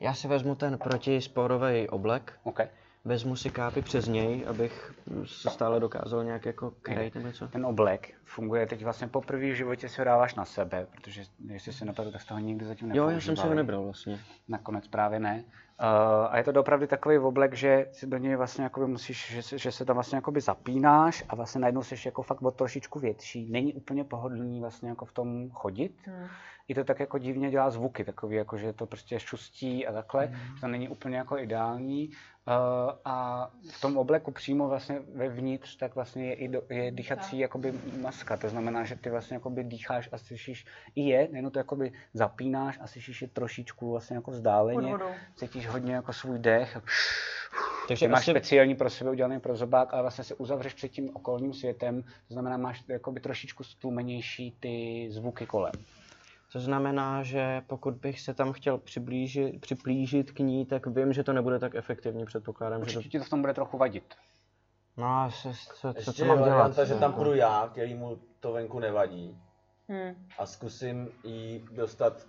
[SPEAKER 8] Já si vezmu ten protisporový oblek,
[SPEAKER 1] OK.
[SPEAKER 8] vezmu si kápy přes něj, abych se stále dokázal nějak jako krejt nebo něco.
[SPEAKER 1] Ten oblek funguje teď vlastně poprvé v životě si ho dáváš na sebe, protože jestli se nepletu, tak jste ho nikdy zatím
[SPEAKER 8] Jo,
[SPEAKER 1] nepoužívali.
[SPEAKER 8] já jsem si ho nebral vlastně.
[SPEAKER 1] Nakonec právě ne. Uh, a je to opravdu takový oblek, že si do něj vlastně jakoby musíš, že, se- že se tam vlastně jakoby zapínáš a vlastně najednou jsi jako fakt o trošičku větší. Není úplně pohodlný vlastně jako v tom chodit.
[SPEAKER 9] Hmm.
[SPEAKER 1] I to tak jako divně dělá zvuky, takový jako, že to prostě šustí a takhle,
[SPEAKER 9] Mhm.
[SPEAKER 1] že to není úplně jako ideální. Uh, a v tom obleku přímo vlastně vevnitř, tak vlastně je i do, je
[SPEAKER 9] Mhm,
[SPEAKER 1] dýchací jakoby maska, to znamená, že ty vlastně jakoby dýcháš a slyšíš i je, jenom to jakoby zapínáš a slyšíš je trošičku vlastně jako vzdáleně,
[SPEAKER 9] Pod vodou.
[SPEAKER 1] cítíš hodně jako svůj dech.
[SPEAKER 8] Takže
[SPEAKER 1] Ty máš
[SPEAKER 9] vlastně-
[SPEAKER 8] asi,
[SPEAKER 1] speciální pro sebe udělaný pro zobák, ale vlastně se uzavřeš před tím okolním světem, to znamená, máš jakoby trošičku stlumenější ty zvuky kolem.
[SPEAKER 8] To znamená, že pokud bych se tam chtěl přiblížit, připlížit k ní, tak vím, že to nebude tak efektivní, předpokládám, že
[SPEAKER 1] Určitě ti to v tom bude trochu vadit.
[SPEAKER 8] to... No a se, co, co,
[SPEAKER 2] Ještě
[SPEAKER 8] co mám
[SPEAKER 2] je
[SPEAKER 8] dělat?
[SPEAKER 2] varianta, že tam
[SPEAKER 8] Jako-
[SPEAKER 2] půjdu já, který mu to venku nevadí.
[SPEAKER 4] Hmm.
[SPEAKER 2] A zkusím jí dostat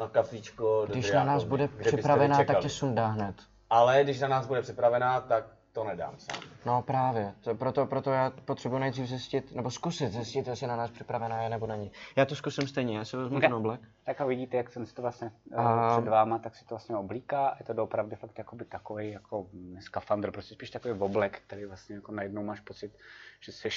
[SPEAKER 2] na kafíčko do
[SPEAKER 8] Když na
[SPEAKER 2] Triákonu,
[SPEAKER 8] nás bude
[SPEAKER 2] kde byste
[SPEAKER 8] připravená, tak
[SPEAKER 2] nečekali.
[SPEAKER 8] tě sundá hned.
[SPEAKER 2] Ale když na nás bude připravená, tak to nedám sám.
[SPEAKER 8] No právě, to, proto, proto já potřebuji nejdřív zjistit, nebo zkusit zjistit, jestli na nás připravená je nebo není. Já to zkusím stejně, já si vezmu
[SPEAKER 1] Okay.
[SPEAKER 8] ten oblek.
[SPEAKER 1] Tak a vidíte, jak jsem si to vlastně
[SPEAKER 8] A-
[SPEAKER 1] a... před váma, tak si to vlastně oblíká. Je to doopravdy fakt jakoby takový jako mm, skafandr, prostě spíš takový oblek, který vlastně jako najednou máš pocit, že jsi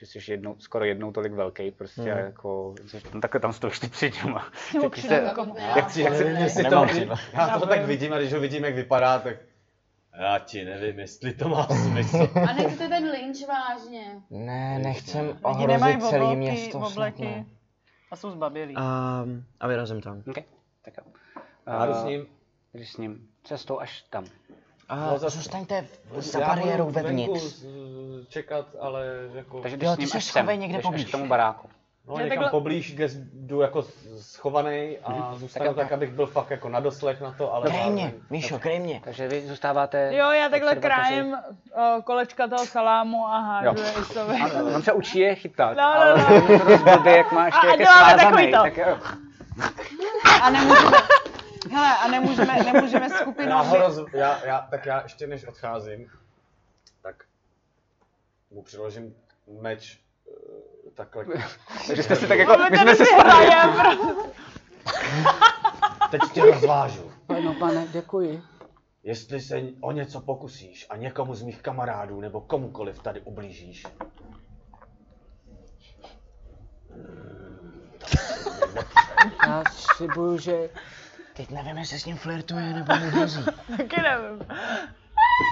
[SPEAKER 1] že jsi jednou, skoro jednou tolik velký, prostě
[SPEAKER 8] Hmm.
[SPEAKER 1] hmm. jako, že tam takhle tam stojíš ty před těma.
[SPEAKER 4] Nebo
[SPEAKER 1] Taky
[SPEAKER 4] před
[SPEAKER 7] Jako
[SPEAKER 1] se-
[SPEAKER 4] oknem.
[SPEAKER 1] Jako jak si, jak
[SPEAKER 2] nevím,
[SPEAKER 1] si,
[SPEAKER 2] jestli to,
[SPEAKER 8] nemám příklad.
[SPEAKER 2] já to tak vidím a když ho vidím, jak vypadá, tak já ti nevím, jestli to má
[SPEAKER 8] (laughs)
[SPEAKER 2] smysl.
[SPEAKER 7] A nechcete ten lynč vážně.
[SPEAKER 8] Ne, nechcem
[SPEAKER 9] Lidi nemají
[SPEAKER 8] ohrozit celý
[SPEAKER 9] obloky,
[SPEAKER 8] město, snad
[SPEAKER 9] obleky
[SPEAKER 8] ne.
[SPEAKER 9] a jsou zbabělí.
[SPEAKER 8] A, Ehm, a vyrazím tam.
[SPEAKER 1] okay. tak jo.
[SPEAKER 2] Já jdu
[SPEAKER 1] Eh,
[SPEAKER 2] s ním.
[SPEAKER 1] Jdu s ním. Cestou až tam.
[SPEAKER 8] A
[SPEAKER 2] No,
[SPEAKER 8] no,
[SPEAKER 2] za-
[SPEAKER 8] zůstaňte v- za
[SPEAKER 2] Já
[SPEAKER 8] bariérou
[SPEAKER 2] budu venku
[SPEAKER 8] vevnitř.
[SPEAKER 2] z- čekat, ale jako...
[SPEAKER 1] Takže jdeš
[SPEAKER 8] Jo,
[SPEAKER 1] s
[SPEAKER 8] ty
[SPEAKER 1] ním
[SPEAKER 8] se
[SPEAKER 1] až sem,
[SPEAKER 8] schovej někde
[SPEAKER 1] jdeš až
[SPEAKER 8] poblíž.
[SPEAKER 1] k tomu baráku.
[SPEAKER 2] No,
[SPEAKER 4] Ne,
[SPEAKER 2] někam
[SPEAKER 4] takhle-
[SPEAKER 2] poblíž, kde jdu jako schovaný
[SPEAKER 8] Mhm.
[SPEAKER 2] a zůstanu
[SPEAKER 1] Tak
[SPEAKER 2] tak,
[SPEAKER 1] jo.
[SPEAKER 2] tak, abych byl fakt jako na doslech na to, ale...
[SPEAKER 8] Kraj mě,
[SPEAKER 2] zároveň-
[SPEAKER 8] Míšo, kraj mě.
[SPEAKER 1] Takže vy zůstáváte...
[SPEAKER 4] Jo, já
[SPEAKER 1] v
[SPEAKER 4] takhle
[SPEAKER 1] observatoři.
[SPEAKER 4] krájem eh, kolečka toho salámu a hážu je Isovi.
[SPEAKER 1] Ano, on se učí je chytat,
[SPEAKER 4] No, no,
[SPEAKER 1] ale
[SPEAKER 4] no.
[SPEAKER 1] on to rozblbě, jak máš
[SPEAKER 4] A- a
[SPEAKER 1] jak je
[SPEAKER 4] děláme
[SPEAKER 1] svázaný,
[SPEAKER 4] takový to.
[SPEAKER 1] tak jo.
[SPEAKER 9] A nemůžeme, hele, a nemůžeme, nemůžeme skupinu...
[SPEAKER 2] Já ho roz... já, já, tak já ještě než odcházím, tak mu přiložím meč eh, takhle.
[SPEAKER 1] (laughs) Takže jste si tak jako,
[SPEAKER 4] Máme
[SPEAKER 1] my jsme
[SPEAKER 4] tady
[SPEAKER 1] se
[SPEAKER 4] si hraje, prostě.
[SPEAKER 1] jako-
[SPEAKER 2] Teď tě rozvážu.
[SPEAKER 10] No pane, děkuji.
[SPEAKER 2] Jestli se o něco pokusíš a někomu z mých kamarádů nebo komukoliv tady ublížíš,
[SPEAKER 10] Já slibuju, že
[SPEAKER 8] Teď nevím, jestli s ním flirtuje nebo mu hrozí.
[SPEAKER 4] Taky nevím.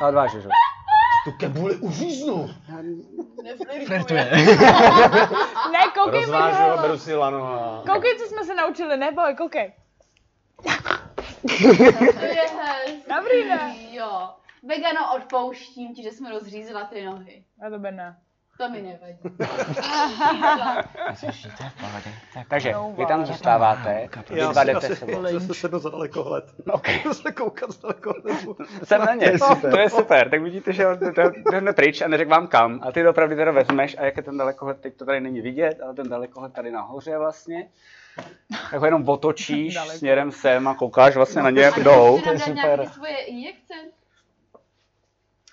[SPEAKER 1] A odvážeš ho.
[SPEAKER 2] tu kebuli uříznu.
[SPEAKER 8] Flirtuje.
[SPEAKER 4] Ne, koukej,
[SPEAKER 2] Rozvážu ho,
[SPEAKER 4] Michale.
[SPEAKER 2] beru si lano a...
[SPEAKER 4] Koukej, co jsme se naučili, neboj, koukej.
[SPEAKER 7] To je hezký.
[SPEAKER 4] Dobrý, ne?
[SPEAKER 7] Jo. Vegano, odpouštím ti, že jsme rozřízla ty nohy.
[SPEAKER 4] Já to ne.
[SPEAKER 7] To mi nevadí.
[SPEAKER 1] Takže
[SPEAKER 4] No,
[SPEAKER 1] vy tam zůstáváte, vy
[SPEAKER 6] Já
[SPEAKER 1] dva
[SPEAKER 6] si
[SPEAKER 1] jdete
[SPEAKER 6] asi
[SPEAKER 1] sebou.
[SPEAKER 6] zase sednu za dalekohled. (laughs)
[SPEAKER 1] Okay.
[SPEAKER 6] Jdu se koukat z dalekohledu.
[SPEAKER 1] Jsem na ně,
[SPEAKER 6] To je super.
[SPEAKER 1] to je super, tak vidíte, že on jde- jde jde pryč a neřek vám kam. A ty opravdu teda vezmeš a jak je ten dalekohled, teď to tady není vidět, ale ten dalekohled tady nahoře vlastně. Tak ho jenom otočíš
[SPEAKER 4] Daleko.
[SPEAKER 1] směrem sem a koukáš vlastně na ně, jdou.
[SPEAKER 7] Chci nám dát nějaké svoje injekce?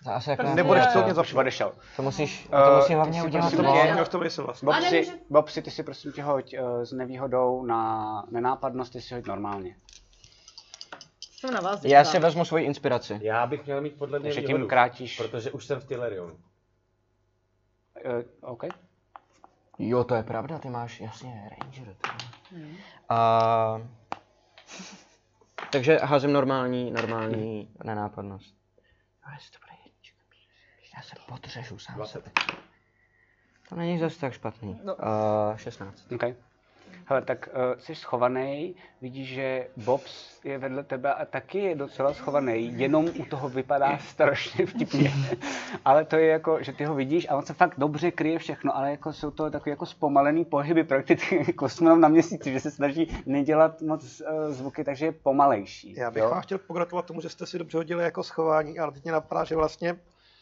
[SPEAKER 8] To asi jako...
[SPEAKER 4] Prostě-
[SPEAKER 6] Nebudeš
[SPEAKER 4] Jo.
[SPEAKER 6] co mě
[SPEAKER 1] Už
[SPEAKER 6] zapřovat.
[SPEAKER 1] odešel.
[SPEAKER 8] To musíš,
[SPEAKER 1] Eh,
[SPEAKER 8] to musí
[SPEAKER 1] ty
[SPEAKER 8] hlavně
[SPEAKER 1] si
[SPEAKER 8] udělat
[SPEAKER 1] prosím
[SPEAKER 8] to.
[SPEAKER 1] tě-
[SPEAKER 6] Měl v tom nejsem vlastně.
[SPEAKER 7] A
[SPEAKER 1] Bobsi,
[SPEAKER 7] nemůžu-
[SPEAKER 1] Bobsi, ty si prosím tě hoď eh, s nevýhodou na nenápadnost, ty si hoď normálně.
[SPEAKER 9] Jsem na vás
[SPEAKER 8] Já si vezmu svoji inspiraci.
[SPEAKER 2] Já bych měl mít podle mě
[SPEAKER 1] Takže tím
[SPEAKER 2] výhodu,
[SPEAKER 1] krátíš.
[SPEAKER 2] protože už jsem v Tylerionu.
[SPEAKER 1] eh, OK.
[SPEAKER 8] Jo, to je pravda, ty máš, jasně, Ranger. to je. A... (laughs) Takže házím normální, normální nenápadnost. Jo, jestli to bude jednička. Já se podřežu sám sebe. To není zase tak špatný. A 16.
[SPEAKER 1] OK. Hele, tak uh, jsi schovaný, vidíš, že Bobs je vedle tebe a taky je docela schovaný, jenom u toho vypadá strašně vtipně. ale to je jako, že ty ho vidíš a on se fakt dobře kryje všechno, ale jako jsou to takové jako zpomalený pohyby prakticky (laughs) kosmonaut na měsíci, že se snaží nedělat moc uh, zvuky, takže je pomalejší.
[SPEAKER 6] Já bych
[SPEAKER 1] jo?
[SPEAKER 6] vám chtěl pogratulovat tomu, že jste si dobře hodili jako schování, ale teď mě napadá, že vlastně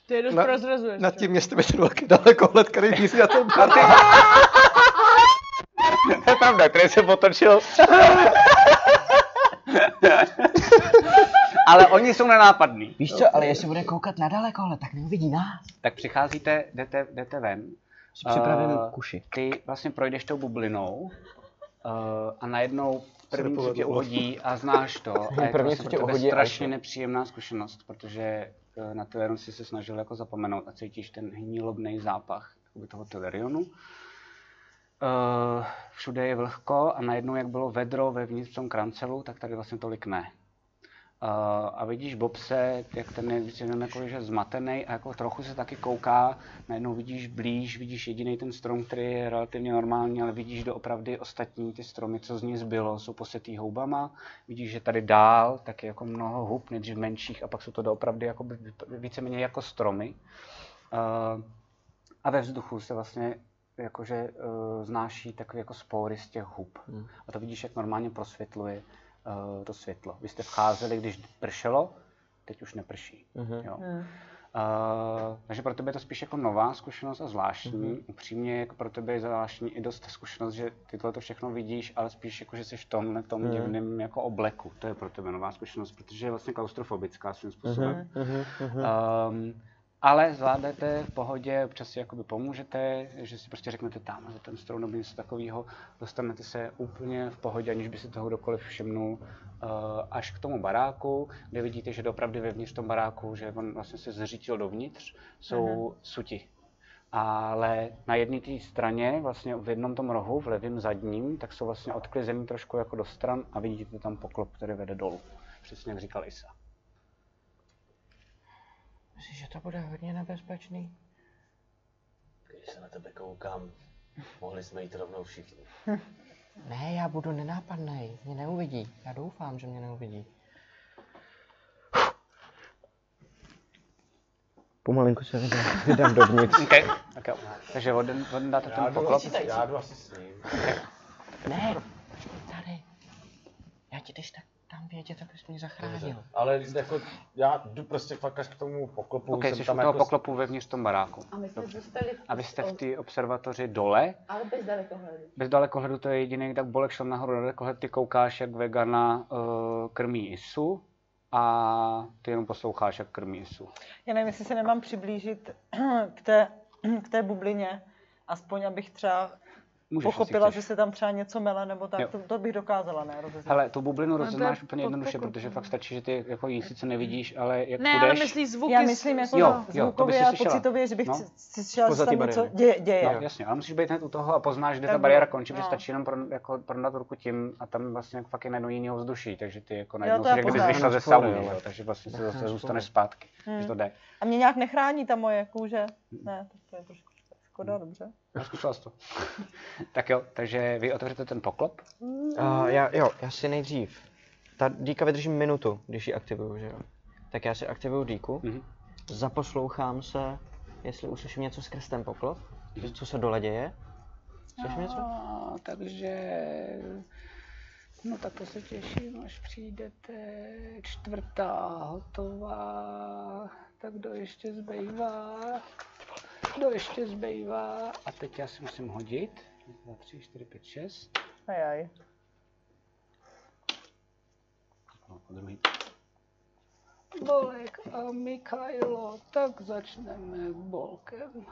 [SPEAKER 4] Ty je dost
[SPEAKER 6] Na-
[SPEAKER 4] prozrazuješ.
[SPEAKER 6] nad tím městem je ten velký dalekohled, který míří na ten
[SPEAKER 1] A ty... (laughs) to je pravda, který se otočil. (laughs) Ale oni jsou nenápadní.
[SPEAKER 8] Víš co, ale jestli bude koukat na dalekohled, tak neuvidí nás.
[SPEAKER 1] Tak přicházíte, jdete, jdete ven.
[SPEAKER 8] Si připravím
[SPEAKER 1] Eh,
[SPEAKER 8] kuši.
[SPEAKER 1] Ty vlastně projdeš tou bublinou uh, a najednou první, co tě
[SPEAKER 6] nepovedlo.
[SPEAKER 1] uhodí a znáš to. A je to
[SPEAKER 8] První,
[SPEAKER 1] vlastně
[SPEAKER 8] co
[SPEAKER 1] pro
[SPEAKER 8] tě
[SPEAKER 1] tebe
[SPEAKER 8] uhodí je
[SPEAKER 1] strašně
[SPEAKER 8] Aisha.
[SPEAKER 1] nepříjemná zkušenost, protože eh, na Telerion si se snažil jako zapomenout a cítíš ten hnilobný zápach jakoby toho Telerionu. Uh, všude je vlhko a najednou, jak bylo vedro vevnitř v tom krancelu, tak tady vlastně tolik ne. Uh, a vidíš Bobse, jak ten je víc jenom jako, že zmatený a jako trochu se taky kouká, najednou vidíš blíž, vidíš jediný ten strom, který je relativně normální, ale vidíš doopravdy ostatní ty stromy, co z ní zbylo, jsou posetý houbama, vidíš, že tady dál tak je jako mnoho hub, nejdřív menších a pak jsou to doopravdy jako víceméně jako stromy. Uh, a ve vzduchu se vlastně jakože uh, znáší takové jako spory z těch hub.
[SPEAKER 8] Hmm.
[SPEAKER 1] A to vidíš, jak normálně prosvětluje uh, to světlo. Vy jste vcházeli, když pršelo, teď už neprší.
[SPEAKER 8] Mhm.
[SPEAKER 1] Jo.
[SPEAKER 8] Mhm.
[SPEAKER 1] Uh, takže pro tebe je to spíš jako nová zkušenost a zvláštní.
[SPEAKER 8] Mhm.
[SPEAKER 1] Upřímně jako pro tebe je zvláštní i dost zkušenost, že ty tohle to všechno vidíš, ale spíš jako, že jsi v tomhle tom
[SPEAKER 8] Mhm.
[SPEAKER 1] divném jako obleku. To je pro tebe nová zkušenost, protože je vlastně klaustrofobická
[SPEAKER 8] Mhm.
[SPEAKER 1] svým způsobem. Um, ale zvládnete v pohodě, občas si jakoby pomůžete, že si prostě řeknete tam za ten strom nebo něco takového, dostanete se úplně v pohodě, aniž by si toho kdokoliv všimnul, eh, až k tomu baráku, kde vidíte, že doopravdy vevnitř v tom baráku, že on vlastně se zřítil dovnitř, jsou suti. Ale na jedné té straně, vlastně v jednom tom rohu, v levém zadním, tak jsou vlastně odklizený trošku jako do stran a vidíte tam poklop, který vede dolů. Přesně jak říkal Isa.
[SPEAKER 8] Myslím, že to bude hodně nebezpečný.
[SPEAKER 2] Když se na tebe koukám, mohli jsme jít rovnou všichni.
[SPEAKER 8] Ne, já budu nenápadný, mě neuvidí. Já doufám, že mě neuvidí. Pomalinko se vydám, vydám dovnitř.
[SPEAKER 1] Okay. Tak jo. Takže Voden, Voden dáte
[SPEAKER 14] Já
[SPEAKER 1] ten
[SPEAKER 14] jdu,
[SPEAKER 1] poklop.
[SPEAKER 14] já jdu asi s ním.
[SPEAKER 8] (laughs) Ne, počkej tady. Já ti když tak tam vědět, abys mě zachránil.
[SPEAKER 14] Ale jako, já jdu prostě fakt až k tomu poklopu.
[SPEAKER 1] OK,
[SPEAKER 14] jsem
[SPEAKER 1] jsi u
[SPEAKER 14] tam
[SPEAKER 1] toho
[SPEAKER 14] jako-
[SPEAKER 1] poklopu vevnitř v tom baráku.
[SPEAKER 7] A my jsme zůstali v
[SPEAKER 1] A vy jste v té observatoři dole.
[SPEAKER 7] Ale bez dalekohledu.
[SPEAKER 1] Bez dalekohledu to je jediný, tak Bolek šel nahoru na dalekohled, ty koukáš, jak vegana uh, krmí Isu a ty jenom posloucháš, jak krmí Isu.
[SPEAKER 15] Já nevím, jestli se nemám přiblížit (clears throat) k té, (clears throat) k té bublině, aspoň abych třeba
[SPEAKER 1] Můžeš,
[SPEAKER 15] pochopila,
[SPEAKER 1] jestli
[SPEAKER 15] že
[SPEAKER 1] chceš.
[SPEAKER 15] se tam třeba něco mele, nebo
[SPEAKER 1] Jo.
[SPEAKER 15] tak, to, to bych dokázala, ne, rozeznat.
[SPEAKER 1] Hele, tu bublinu
[SPEAKER 15] No to je
[SPEAKER 1] rozeznáš úplně
[SPEAKER 15] pod
[SPEAKER 1] jednoduše,
[SPEAKER 15] poklopu.
[SPEAKER 1] protože fakt stačí, že ty jako ji sice nevidíš, ale jak
[SPEAKER 15] Ne,
[SPEAKER 1] půjdeš...
[SPEAKER 15] ale myslíš zvuky Já z- myslím jako
[SPEAKER 1] jo,
[SPEAKER 15] no,
[SPEAKER 1] jo, to
[SPEAKER 15] zvukově
[SPEAKER 1] by si
[SPEAKER 15] a
[SPEAKER 1] slyšela.
[SPEAKER 15] pocitově, že bych
[SPEAKER 1] no?
[SPEAKER 15] si- si slyšela, že se tam něco děje. děje.
[SPEAKER 1] No, jasně, ale musíš být hned u toho a poznáš, kde
[SPEAKER 15] Tak
[SPEAKER 1] ta bariéra
[SPEAKER 15] jo,
[SPEAKER 1] končí, protože
[SPEAKER 15] no.
[SPEAKER 1] stačí jenom pro, jako, prondat ruku tím a tam vlastně jako fakt je najednou jiného vzduší, takže ty jako
[SPEAKER 15] Jo, to
[SPEAKER 1] najednou si
[SPEAKER 15] já
[SPEAKER 1] jak kdybys
[SPEAKER 15] poznám.
[SPEAKER 1] vyšla ze
[SPEAKER 15] Necháš
[SPEAKER 1] sauny,
[SPEAKER 15] spory,
[SPEAKER 1] jo,
[SPEAKER 15] jo.
[SPEAKER 1] takže vlastně se
[SPEAKER 15] Necháš
[SPEAKER 1] zase zůstaneš
[SPEAKER 15] spory.
[SPEAKER 1] zpátky,
[SPEAKER 15] Hmm.
[SPEAKER 1] že to jde.
[SPEAKER 15] A mě nějak nechrání ta moje kůže? Ne, tak to je trošku škoda,
[SPEAKER 1] Hmm.
[SPEAKER 15] dobře.
[SPEAKER 1] A Zkusila jsi to. (laughs) tak jo, takže vy otevřete ten poklop.
[SPEAKER 8] Uh, já, jo, já si nejdřív. Ta dýka vydrží minutu, když ji aktivuju, že jo? Tak já si aktivuju dýku,
[SPEAKER 1] mm-hmm.
[SPEAKER 8] zaposlouchám se, jestli uslyším něco skrz ten poklop, mm-hmm. co se dole děje. Slyšíš něco?
[SPEAKER 6] No.
[SPEAKER 1] A, takže... No tak to se těším, až přijdete. Čtvrtá hotová. Tak kdo ještě zbývá? Kdo ještě zbývá? A teď já si musím hodit. 2, 3, 4, 5, 6.
[SPEAKER 15] Ajaj.
[SPEAKER 1] Bolek a Mikajlo, tak začneme Bolkem.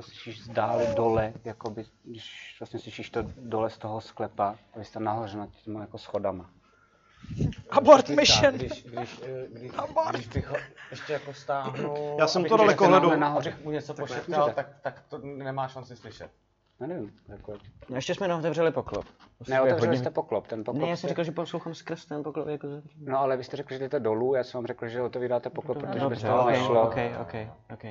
[SPEAKER 1] Slyšíš z dále dole, jakoby, když vlastně slyšíš to dole z toho sklepa, a vy jste nahoře nad těmi jako schodama.
[SPEAKER 6] Abort
[SPEAKER 14] Když-
[SPEAKER 6] mission.
[SPEAKER 14] Když, když, eh,
[SPEAKER 8] (laughs)
[SPEAKER 14] když, když bych ho ještě jako
[SPEAKER 8] (clears throat)
[SPEAKER 14] stáhnul...
[SPEAKER 6] Já jsem
[SPEAKER 14] abych
[SPEAKER 6] to
[SPEAKER 14] ještě
[SPEAKER 6] dalekohledu.
[SPEAKER 14] náhle nahoře mu něco
[SPEAKER 6] Takhle,
[SPEAKER 14] pošeptal,
[SPEAKER 6] můžete.
[SPEAKER 14] tak, tak to nemá šanci slyšet.
[SPEAKER 1] Já nevím, jako...
[SPEAKER 8] No ještě jsme neotevřeli poklop.
[SPEAKER 1] Ne, otevřeli jste poklop, ten poklop
[SPEAKER 8] Ne, já jsem
[SPEAKER 1] se-
[SPEAKER 8] říkal, že poslouchám skrz ten poklop jako...
[SPEAKER 1] No ale vy jste řekl, že jdete dolů, já jsem vám řekl, že otevíráte poklop, protože by
[SPEAKER 8] Dobře,
[SPEAKER 1] to
[SPEAKER 8] ok,
[SPEAKER 1] nešlo.
[SPEAKER 8] ok, ok, ok.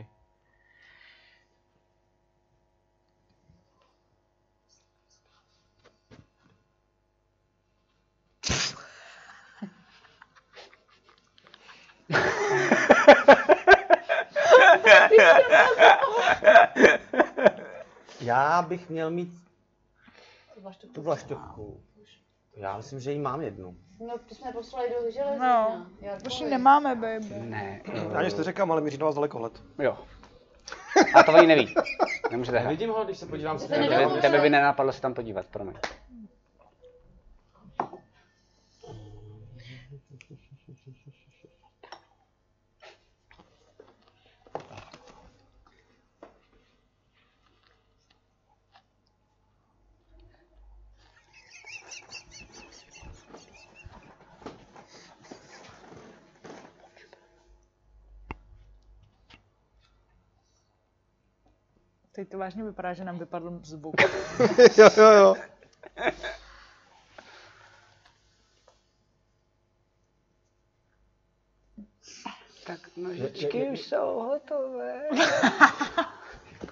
[SPEAKER 2] Já bych měl mít tu vlaštovku. Já myslím, že ji mám jednu.
[SPEAKER 7] No, to jsme poslali do železna.
[SPEAKER 4] No,
[SPEAKER 7] Já jako-
[SPEAKER 4] už ji
[SPEAKER 7] kvůli.
[SPEAKER 4] nemáme, baby.
[SPEAKER 1] Ne.
[SPEAKER 6] Já nic neřekám, ale míří na vás dalekohled.
[SPEAKER 1] Jo. A to oni neví. Nemůžete hrát.
[SPEAKER 14] Vidím ho, když se podívám
[SPEAKER 7] To
[SPEAKER 14] se.
[SPEAKER 7] se nedá.
[SPEAKER 1] Tebe, tebe by nenápadlo se tam podívat, promiň.
[SPEAKER 15] Teď to vážně vypadá, že nám vypadl zvuk.
[SPEAKER 6] jo, jo, jo.
[SPEAKER 1] Tak nožičky už jsou (laughs) hotové.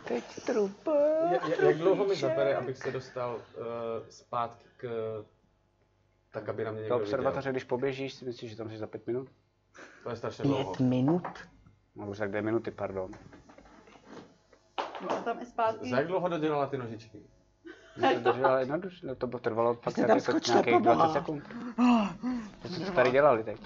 [SPEAKER 1] Teď trup.
[SPEAKER 14] Jak, jak dlouho mi zabere, abych se dostal
[SPEAKER 2] eh,
[SPEAKER 14] uh, zpátky k... Tak, aby na mě
[SPEAKER 1] Do
[SPEAKER 14] někdo
[SPEAKER 1] observatoře, když poběžíš, si myslíš, že tam jsi za pět minut?
[SPEAKER 14] viděl. To je strašně dlouho.
[SPEAKER 8] minut?
[SPEAKER 1] No už tak dvě minuty, pardon.
[SPEAKER 7] No a tam i zpátky.
[SPEAKER 2] Za jak dlouho dodělala ty nožičky?
[SPEAKER 1] Držela jednoduše, no to bylo- trvalo pak
[SPEAKER 2] jste tam
[SPEAKER 1] jako
[SPEAKER 2] skočila,
[SPEAKER 1] nějakých
[SPEAKER 2] poboha.
[SPEAKER 1] 20 sekund. To jsme tady dělali teď.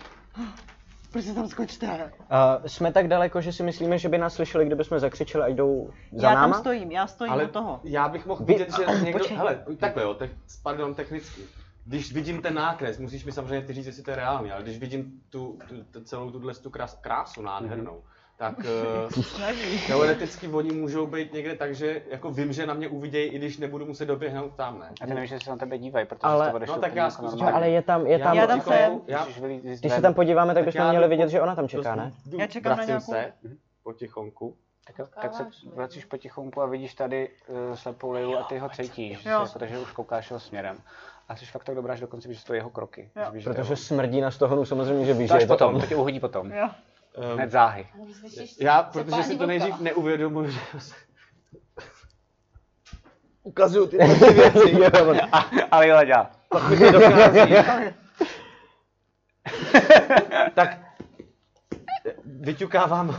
[SPEAKER 9] Proč se tam skočte?
[SPEAKER 8] Uh, jsme tak daleko, že si myslíme, že by nás slyšeli, kdyby jsme zakřičeli, ať jdou za
[SPEAKER 9] já
[SPEAKER 8] náma?
[SPEAKER 9] tam stojím, já stojím
[SPEAKER 2] Ale
[SPEAKER 9] u toho.
[SPEAKER 2] Já bych mohl
[SPEAKER 8] Vy-
[SPEAKER 2] vidět, že někdo,
[SPEAKER 8] počkej.
[SPEAKER 2] hele, takhle jo, te, pardon, technicky. Když vidím ten nákres, musíš mi samozřejmě ty říct, jestli to je reálný, ale když vidím tu, tu, tu celou tuhle tu krás, krásu nádhernou,
[SPEAKER 8] Mhm.
[SPEAKER 2] tak eh, teoreticky oni můžou být někde tak, že jako vím, že na mě uvidějí, i když nebudu muset doběhnout tam, ne?
[SPEAKER 1] A ty nevíš, že se na tebe dívají, protože
[SPEAKER 8] Ale-
[SPEAKER 1] to budeš
[SPEAKER 2] No tak
[SPEAKER 1] úplně
[SPEAKER 2] já
[SPEAKER 1] jako
[SPEAKER 2] zkusím.
[SPEAKER 1] normální.
[SPEAKER 8] Ale je tam- je tam- Já
[SPEAKER 2] jako-
[SPEAKER 8] tam jsem.
[SPEAKER 1] Musíš vylít-
[SPEAKER 8] Když se tam podíváme, tak bychom
[SPEAKER 2] já
[SPEAKER 8] měli
[SPEAKER 2] jdu
[SPEAKER 8] vidět,
[SPEAKER 2] po-
[SPEAKER 8] že ona tam čeká,
[SPEAKER 2] dost-
[SPEAKER 8] ne?
[SPEAKER 2] jdu,
[SPEAKER 9] Já čekám na
[SPEAKER 2] vracím
[SPEAKER 9] nějakou-
[SPEAKER 2] se potichonku.
[SPEAKER 1] Tak, jo, tak se vracíš potichonku a vidíš tady uh, slepou lilu a ty ho cítíš,
[SPEAKER 9] Jo.
[SPEAKER 1] že- protože už koukáš jeho směrem. A jsi fakt tak dobrá, že dokonce víš, že to je jeho kroky.
[SPEAKER 9] Jo.
[SPEAKER 1] že víš, že to je
[SPEAKER 8] Protože
[SPEAKER 1] on.
[SPEAKER 8] smrdí na stohonu, samozřejmě, že víš,
[SPEAKER 1] To
[SPEAKER 8] že
[SPEAKER 1] až
[SPEAKER 8] je to
[SPEAKER 1] potom,
[SPEAKER 8] (laughs) on. Ehm,
[SPEAKER 1] to tě uhodí potom.
[SPEAKER 9] Jo.
[SPEAKER 1] Hned záhy.
[SPEAKER 2] Já,
[SPEAKER 8] prostě
[SPEAKER 2] protože si to
[SPEAKER 1] (laughs)
[SPEAKER 2] nejdřív neuvědomuji, že
[SPEAKER 16] Ukazuju ty ty věci.
[SPEAKER 1] A, a Lila dělá.
[SPEAKER 16] Pak mi to dochází. tak
[SPEAKER 2] vyťukávám.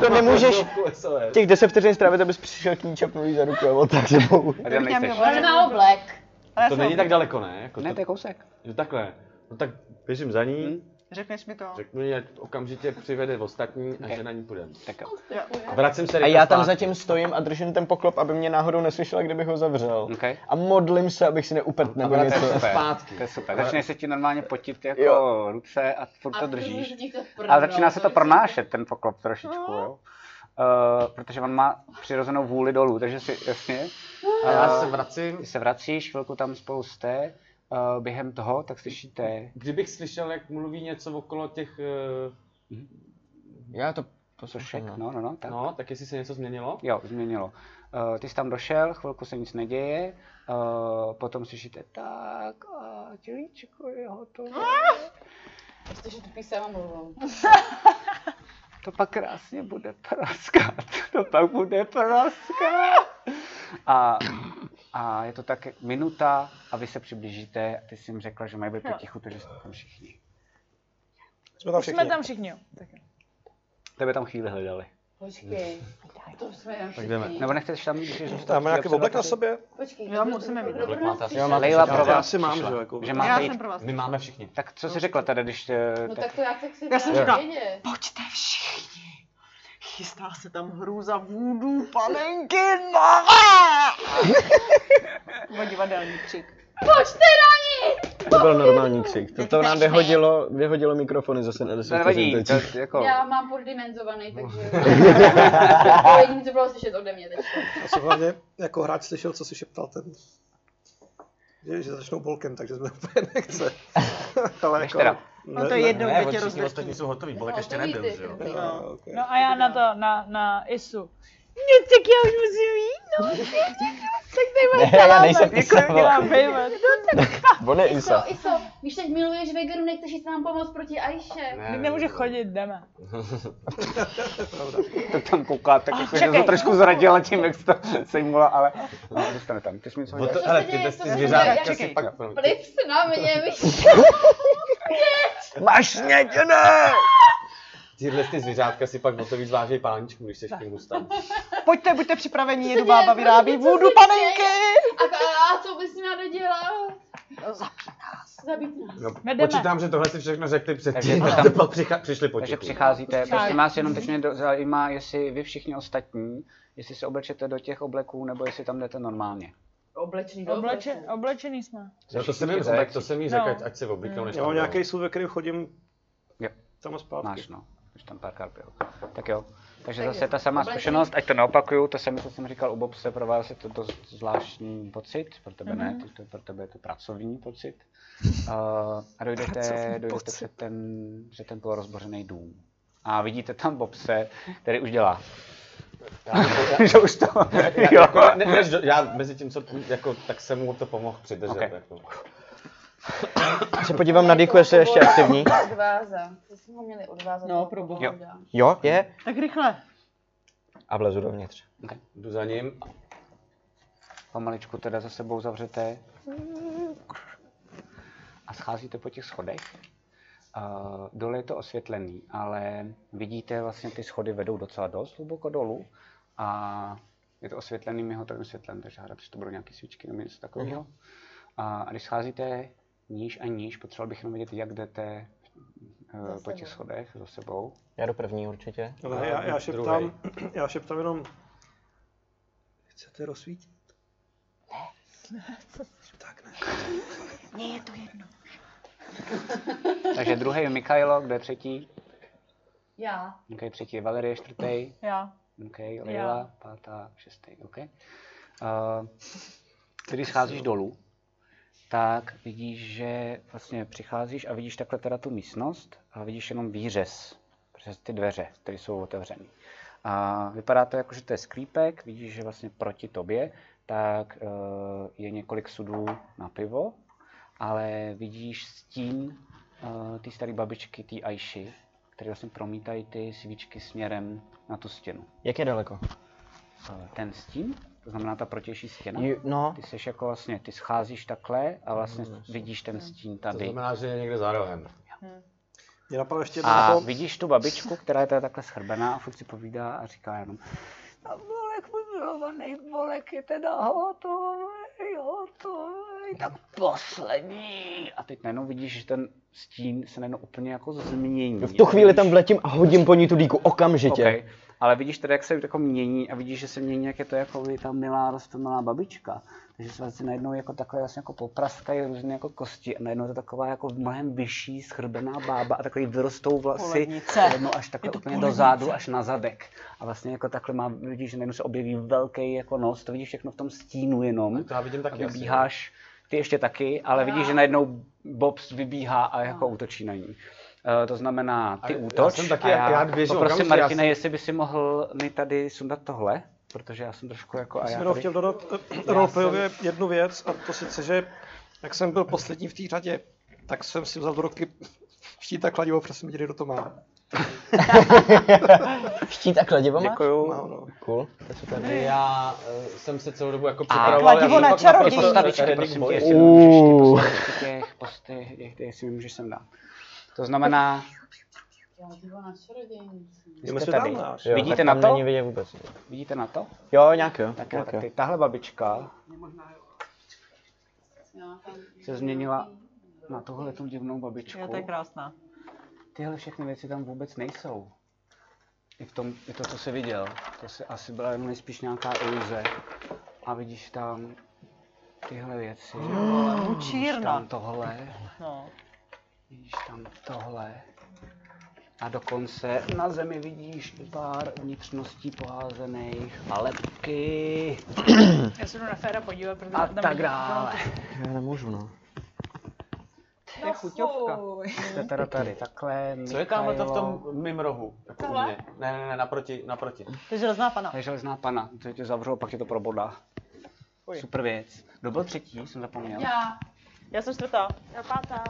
[SPEAKER 8] To nemůžeš těch 10 vteřin strávit, abys přišel k ní čapnulý za ruku a on tak sebou.
[SPEAKER 2] A tam nejseš.
[SPEAKER 7] Ale na oblek.
[SPEAKER 2] To není tak daleko, ne? Jako
[SPEAKER 1] Ne, to je kousek.
[SPEAKER 2] Jo, takhle. No tak běžím za ní,
[SPEAKER 9] Řekneš mi to.
[SPEAKER 2] řeknu jí, ať okamžitě přivede ostatní a že na ní půjdeme.
[SPEAKER 1] Tak jo.
[SPEAKER 9] Jo.
[SPEAKER 2] A vracím se
[SPEAKER 8] A
[SPEAKER 2] rychle
[SPEAKER 8] já tam
[SPEAKER 2] zpátky.
[SPEAKER 8] zatím stojím a držím ten poklop, aby mě náhodou neslyšela, kdybych ho zavřel.
[SPEAKER 1] Okay.
[SPEAKER 8] A modlím se, abych si neupet nebo
[SPEAKER 1] Ale to
[SPEAKER 8] něco.
[SPEAKER 1] je super. To je super.
[SPEAKER 8] Ale-
[SPEAKER 1] Začne se ti normálně potit jako
[SPEAKER 8] Jo.
[SPEAKER 1] ruce a furt
[SPEAKER 7] A
[SPEAKER 1] to
[SPEAKER 7] to
[SPEAKER 1] držíš.
[SPEAKER 7] lidi to
[SPEAKER 1] A
[SPEAKER 7] prdnou,
[SPEAKER 1] začíná se
[SPEAKER 7] to
[SPEAKER 1] to
[SPEAKER 7] je
[SPEAKER 1] pronášet, ten poklop trošičku, jo. Uh, protože on má přirozenou vůli dolů, takže si jasně.
[SPEAKER 2] A já
[SPEAKER 1] Eh,
[SPEAKER 2] se vracím.
[SPEAKER 1] Ty se vracíš, chvilku tam spolu jste. Uh, během toho, tak slyšíte.
[SPEAKER 2] Kdybych slyšel, jak mluví něco okolo těch... eh,
[SPEAKER 8] Já to
[SPEAKER 1] poslyším. No, no, no. Tak.
[SPEAKER 2] No, tak jestli se něco změnilo?
[SPEAKER 1] Jo, změnilo. Uh, ty jsi tam došel, chvilku se nic neděje, uh, potom slyšíte tak a tělíčko je hotovo.
[SPEAKER 7] Protože tu písem mluvím.
[SPEAKER 1] To pak krásně bude praskat. (laughs) To pak bude praskat. A, a je to tak minuta a vy se přiblížíte a ty jsi jim řekla, že mají být
[SPEAKER 4] Jo.
[SPEAKER 1] potichu, takže jste tam všichni.
[SPEAKER 6] Jsme tam
[SPEAKER 4] Jsme tam všichni, jo. Tak jo.
[SPEAKER 1] Tebe tam chvíli hledali.
[SPEAKER 7] Počkej. To jsme tam
[SPEAKER 1] Tak
[SPEAKER 7] jdeme.
[SPEAKER 1] Nebo nechceš tam když jsi zůstat?
[SPEAKER 6] Tam má nějaký oblek na sobě?
[SPEAKER 7] Počkej.
[SPEAKER 9] Jo, musíme mít.
[SPEAKER 7] Dobrý noc.
[SPEAKER 1] Jo, no. máte Lejla pro vás.
[SPEAKER 6] Já si mám,
[SPEAKER 1] přišla.
[SPEAKER 6] že jo, jako-
[SPEAKER 1] že máte
[SPEAKER 9] Já
[SPEAKER 1] jít-
[SPEAKER 9] jsem pro vás.
[SPEAKER 2] My máme všichni.
[SPEAKER 1] Tak co jsi řekla teda, když... eh,
[SPEAKER 7] No
[SPEAKER 1] tak-
[SPEAKER 7] tak to já tak si
[SPEAKER 9] Já jsem
[SPEAKER 7] dám
[SPEAKER 9] říkala,
[SPEAKER 7] vědět.
[SPEAKER 9] Pojďte všichni. Chystá se tam hrůza vůdů panenky
[SPEAKER 1] (laughs)
[SPEAKER 9] Noé! Nebo divadelní křik.
[SPEAKER 7] Pojďte na ní!
[SPEAKER 8] To byl normální křik. To, to nám vyhodilo, vyhodilo mikrofony zase na 10
[SPEAKER 1] To nevadí,
[SPEAKER 8] vteřin teď.
[SPEAKER 1] to jako...
[SPEAKER 7] Já mám poddimenzovaný,
[SPEAKER 1] (laughs)
[SPEAKER 7] takže... to je jediné, co bylo slyšet ode mě teď.
[SPEAKER 6] Já jsem hlavně jako hráč slyšel, co si šeptal ten. Že, že začnou bolkem, takže jsme úplně
[SPEAKER 1] (laughs)
[SPEAKER 6] nechce. Ale jako
[SPEAKER 1] Než teda.
[SPEAKER 9] No to je jedno,
[SPEAKER 2] Ne,
[SPEAKER 9] kde tě
[SPEAKER 2] všichni
[SPEAKER 9] rozvěstí.
[SPEAKER 2] ostatní jsou hotoví, Bolek No, ještě
[SPEAKER 7] Hotový
[SPEAKER 2] nebyl,
[SPEAKER 7] ty,
[SPEAKER 2] že jo?
[SPEAKER 7] ty.
[SPEAKER 6] Jo, okay.
[SPEAKER 4] No a já na to, na, na ISu. No tak já už musím jít, (laughs) no. tak tady máš
[SPEAKER 8] Ne, já
[SPEAKER 4] salámek,
[SPEAKER 8] (laughs) nejsem
[SPEAKER 4] jako
[SPEAKER 8] Isa,
[SPEAKER 4] dělám
[SPEAKER 8] vole.
[SPEAKER 4] payment. No tak
[SPEAKER 8] On je
[SPEAKER 7] Iso,
[SPEAKER 8] Isa.
[SPEAKER 7] Iso, víš, teď miluješ Vegeru, nechceš jít nám pomoct proti Ajše.
[SPEAKER 2] Ne,
[SPEAKER 4] Teď nemůže chodit, jdeme.
[SPEAKER 1] to (laughs) tam kouká, tak jako, že
[SPEAKER 4] čekej.
[SPEAKER 1] to trošku zradila tím, jak se to (laughs) sejmula, ale no, dostane tam. Ty jsi mi něco
[SPEAKER 2] O
[SPEAKER 1] říkal?
[SPEAKER 2] to, ale
[SPEAKER 7] se
[SPEAKER 2] ty
[SPEAKER 7] děje,
[SPEAKER 2] bez
[SPEAKER 7] co
[SPEAKER 2] ty
[SPEAKER 7] se
[SPEAKER 2] zvěřátka
[SPEAKER 7] děje?
[SPEAKER 2] si
[SPEAKER 9] Čekej.
[SPEAKER 2] pak...
[SPEAKER 7] Vliv se na mě, víš?
[SPEAKER 8] Máš sněděné!
[SPEAKER 2] Tyhle ty zvěřátka si pak o to víc vážej páničku, když seš k ním tam.
[SPEAKER 9] Pojďte, buďte připraveni, jedu
[SPEAKER 7] děje?
[SPEAKER 9] bába, vyrábí
[SPEAKER 7] Prosím tě, co
[SPEAKER 9] vůdu
[SPEAKER 7] se
[SPEAKER 9] panenky!
[SPEAKER 7] A, a, a co bys měla dodělat?
[SPEAKER 9] No, zapí.
[SPEAKER 7] Zabít nás.
[SPEAKER 2] No,
[SPEAKER 4] Jdeme.
[SPEAKER 2] počítám, že tohle si všechno řekli
[SPEAKER 1] Takže
[SPEAKER 2] předtím,
[SPEAKER 1] to
[SPEAKER 2] a
[SPEAKER 1] tam-
[SPEAKER 2] to pak přicha- přišli
[SPEAKER 1] Takže
[SPEAKER 2] potichu.
[SPEAKER 1] přicházíte, prostě vás jenom teď mě do- zajímá, jestli vy všichni ostatní, jestli se oblečete do těch obleků, nebo jestli tam jdete normálně.
[SPEAKER 7] Oblečený do
[SPEAKER 4] Obleče,
[SPEAKER 7] obleče.
[SPEAKER 4] oblečený jsme.
[SPEAKER 2] No to jsem jim
[SPEAKER 1] Všichni
[SPEAKER 2] řekl, to jsem jim řekl,
[SPEAKER 4] No.
[SPEAKER 2] ať- ať se oblíknou, než
[SPEAKER 6] Já
[SPEAKER 2] tam
[SPEAKER 6] mám
[SPEAKER 2] jdou.
[SPEAKER 6] nějaký sud, ve kterém chodím
[SPEAKER 1] Jo.
[SPEAKER 6] tam a zpátky.
[SPEAKER 1] Máš no, už tam párkrát byl. Tak jo. Takže
[SPEAKER 7] Tak
[SPEAKER 1] zase
[SPEAKER 7] jo.
[SPEAKER 1] ta samá
[SPEAKER 7] Oblečený.
[SPEAKER 1] zkušenost, ať to neopakuju, to sami, co jsem říkal u Bobse, pro vás je to dost zvláštní pocit, pro tebe ne,
[SPEAKER 7] Mhm.
[SPEAKER 1] ty to, pro tebe je to pracovní pocit. Uh, a dojdete, dojdete před ten, před ten polorozbořený dům. A vidíte tam Bobse, který už dělá. (laughs) že už to,
[SPEAKER 14] (laughs)
[SPEAKER 2] Já, jako, ne, než do, já mezi tím, co, jako, tak jsem mu to pomohl přidržet.
[SPEAKER 1] Ok.
[SPEAKER 2] Okay. Jako.
[SPEAKER 8] Se podívám na Diku, jestli je ještě aktivní.
[SPEAKER 7] Odváza. To jsme ho měli odvázat.
[SPEAKER 9] No, pro boha.
[SPEAKER 1] Jo.
[SPEAKER 8] Jo, je.
[SPEAKER 9] Tak rychle.
[SPEAKER 8] A vlezu dovnitř.
[SPEAKER 2] Jdu za ním.
[SPEAKER 1] Pomaličku teda za sebou zavřete. A scházíte po těch schodech. Uh, dole je to osvětlený, ale vidíte, vlastně ty schody vedou docela dost hluboko dolů a je to osvětlený mihotrovým světlem, takže hádám, že to budou nějaké svíčky nebo něco takového.
[SPEAKER 8] Mhm.
[SPEAKER 1] A když scházíte níž a níž, potřeboval bych jenom vědět, jak jdete eh,
[SPEAKER 8] Za
[SPEAKER 1] po
[SPEAKER 8] sebou.
[SPEAKER 1] těch schodech za sebou.
[SPEAKER 8] Já do první určitě.
[SPEAKER 6] Ale já, já, šeptám, (clears throat) já šeptám jenom, chcete rozsvítit?
[SPEAKER 17] Mně je to jedno.
[SPEAKER 1] Takže druhý je Mikajlo, kdo je třetí?
[SPEAKER 7] Já.
[SPEAKER 1] Okay, třetí je Valerie, čtvrtý.
[SPEAKER 4] Já.
[SPEAKER 1] OK, Leila, pátá, šestý, OK. Uh, když scházíš dolů, tak vidíš, že vlastně přicházíš a vidíš takhle teda tu místnost a vidíš jenom výřez přes ty dveře, které jsou otevřené. A vypadá to jako, že to je sklípek, vidíš, že vlastně proti tobě, tak eh, je několik sudů na pivo, ale vidíš stín eh, té staré babičky, té Aiši, které vlastně promítají ty svíčky směrem na tu stěnu.
[SPEAKER 8] Jak je daleko?
[SPEAKER 1] Eh, Ten stín, to znamená ta protější stěna,
[SPEAKER 8] Jo, no.
[SPEAKER 1] ty seš jako vlastně, ty scházíš takhle a vlastně vidíš ten stín tady.
[SPEAKER 2] To znamená, že je někde za rohem.
[SPEAKER 6] Mě napadlo ještě jedno
[SPEAKER 1] A
[SPEAKER 6] na to,
[SPEAKER 1] vidíš tu babičku, která je teda takhle schrbená a furt si povídá a říká jenom, "No,
[SPEAKER 17] A volek pozorovaný, volek je teda hotový, hotový, tak poslední.
[SPEAKER 1] a teď najednou vidíš, že ten stín se najednou úplně jako změní.
[SPEAKER 8] V tu chvíli tam vletím a hodím po ní tu díku okamžitě.
[SPEAKER 1] Okay. Ale vidíš tedy, jak se jako mění a vidíš, že se mění, jak je to jako by ta milá rostomilá babička. Takže se vlastně najednou jako takhle vlastně jako popraskají různé jako kosti a najednou je to taková jako mnohem vyšší schrbená bába a takový vyrostou vlasy
[SPEAKER 15] Polednice.
[SPEAKER 1] najednou až takhle
[SPEAKER 15] Je to
[SPEAKER 1] úplně do
[SPEAKER 15] polednice.
[SPEAKER 1] zádu, až na zadek. A vlastně jako takhle má, vidíš, že najednou se objeví velký jako nos, to vidíš všechno v tom stínu jenom.
[SPEAKER 14] To já vidím taky
[SPEAKER 1] a
[SPEAKER 14] asi,
[SPEAKER 1] vybíháš, ty ještě taky, ale vidíš, že najednou Bobs vybíhá a jako útočí na ní. Eh, to znamená, ty
[SPEAKER 14] A já
[SPEAKER 1] útoč.
[SPEAKER 14] jsem taky,
[SPEAKER 1] a
[SPEAKER 14] jak já běžím
[SPEAKER 1] poprosím
[SPEAKER 14] okamžitě, já
[SPEAKER 1] Martina,
[SPEAKER 14] jsem-
[SPEAKER 1] jestli by si mohl mi tady sundat tohle, protože já jsem trošku jako...
[SPEAKER 6] já
[SPEAKER 1] A
[SPEAKER 6] jsem
[SPEAKER 1] já
[SPEAKER 6] jenom
[SPEAKER 1] tady...
[SPEAKER 6] chtěl dodat eh, Rolfejově jednu věc a to sice, že jak jsem byl poslední v té řadě, tak jsem si vzal do ruky (laughs) štít a kladivo, protože jsem viděl, kdo to má.
[SPEAKER 8] Štít a kladivo máš?
[SPEAKER 1] Děkuju.
[SPEAKER 6] No, no.
[SPEAKER 8] Cool, to je super.
[SPEAKER 2] Já eh, jsem se celou dobu jako
[SPEAKER 1] A
[SPEAKER 2] připravoval. já
[SPEAKER 1] kladivo
[SPEAKER 2] jsem
[SPEAKER 1] na
[SPEAKER 2] fakt naprosto
[SPEAKER 1] čaroděj. Postavičky,
[SPEAKER 2] ready k
[SPEAKER 1] prosím tě,
[SPEAKER 2] boji.
[SPEAKER 1] jestli Uuu. můžeš ty postavit těch postih, jak- jestli mi můžeš sem dát. To znamená,
[SPEAKER 7] Já byla na čarodějnici.
[SPEAKER 1] jste
[SPEAKER 8] si
[SPEAKER 1] tady.
[SPEAKER 8] tam dáš. Jo,
[SPEAKER 1] Vidíte
[SPEAKER 8] tak
[SPEAKER 1] na
[SPEAKER 8] tam
[SPEAKER 1] to?
[SPEAKER 8] není vidět vůbec.
[SPEAKER 1] Vidíte na to?
[SPEAKER 8] Jo, nějak jo.
[SPEAKER 1] Tak, jo,
[SPEAKER 8] nějak
[SPEAKER 1] tak
[SPEAKER 8] jo.
[SPEAKER 1] ty, tahle babička
[SPEAKER 7] Já tam-
[SPEAKER 1] se změnila na tuhle tu divnou babičku.
[SPEAKER 9] Jo, to je krásná.
[SPEAKER 1] Tyhle všechny věci tam vůbec nejsou. I, v tom, i to, co jsi viděl, to se asi byla jenom nejspíš nějaká iluze. A vidíš tam tyhle věci.
[SPEAKER 9] Hmm,
[SPEAKER 1] vidíš
[SPEAKER 9] mučírna.
[SPEAKER 1] tam tohle,
[SPEAKER 9] No.
[SPEAKER 1] vidíš tam tohle. A dokonce na zemi vidíš i pár vnitřností poházených a lepky
[SPEAKER 4] Já se jdu na Féra podívat, protože
[SPEAKER 1] a
[SPEAKER 4] tam
[SPEAKER 1] tak
[SPEAKER 4] vidím-
[SPEAKER 1] dále.
[SPEAKER 8] Já nemůžu, no.
[SPEAKER 1] To je chuťovka. Jste teda tady takhle,
[SPEAKER 14] Co je tamhle to v
[SPEAKER 1] Michailo.
[SPEAKER 14] tom mým rohu? Jako u
[SPEAKER 9] Tohle?
[SPEAKER 14] mě. Ne, ne, ne, naproti, naproti.
[SPEAKER 9] To je železná pana.
[SPEAKER 1] To je železná pana, to tě zavřou, pak tě to probodá. Super věc. Kdo byl třetí, jsem zapomněl.
[SPEAKER 4] Já.
[SPEAKER 9] Já jsem čtvrtá.
[SPEAKER 4] Já pátá.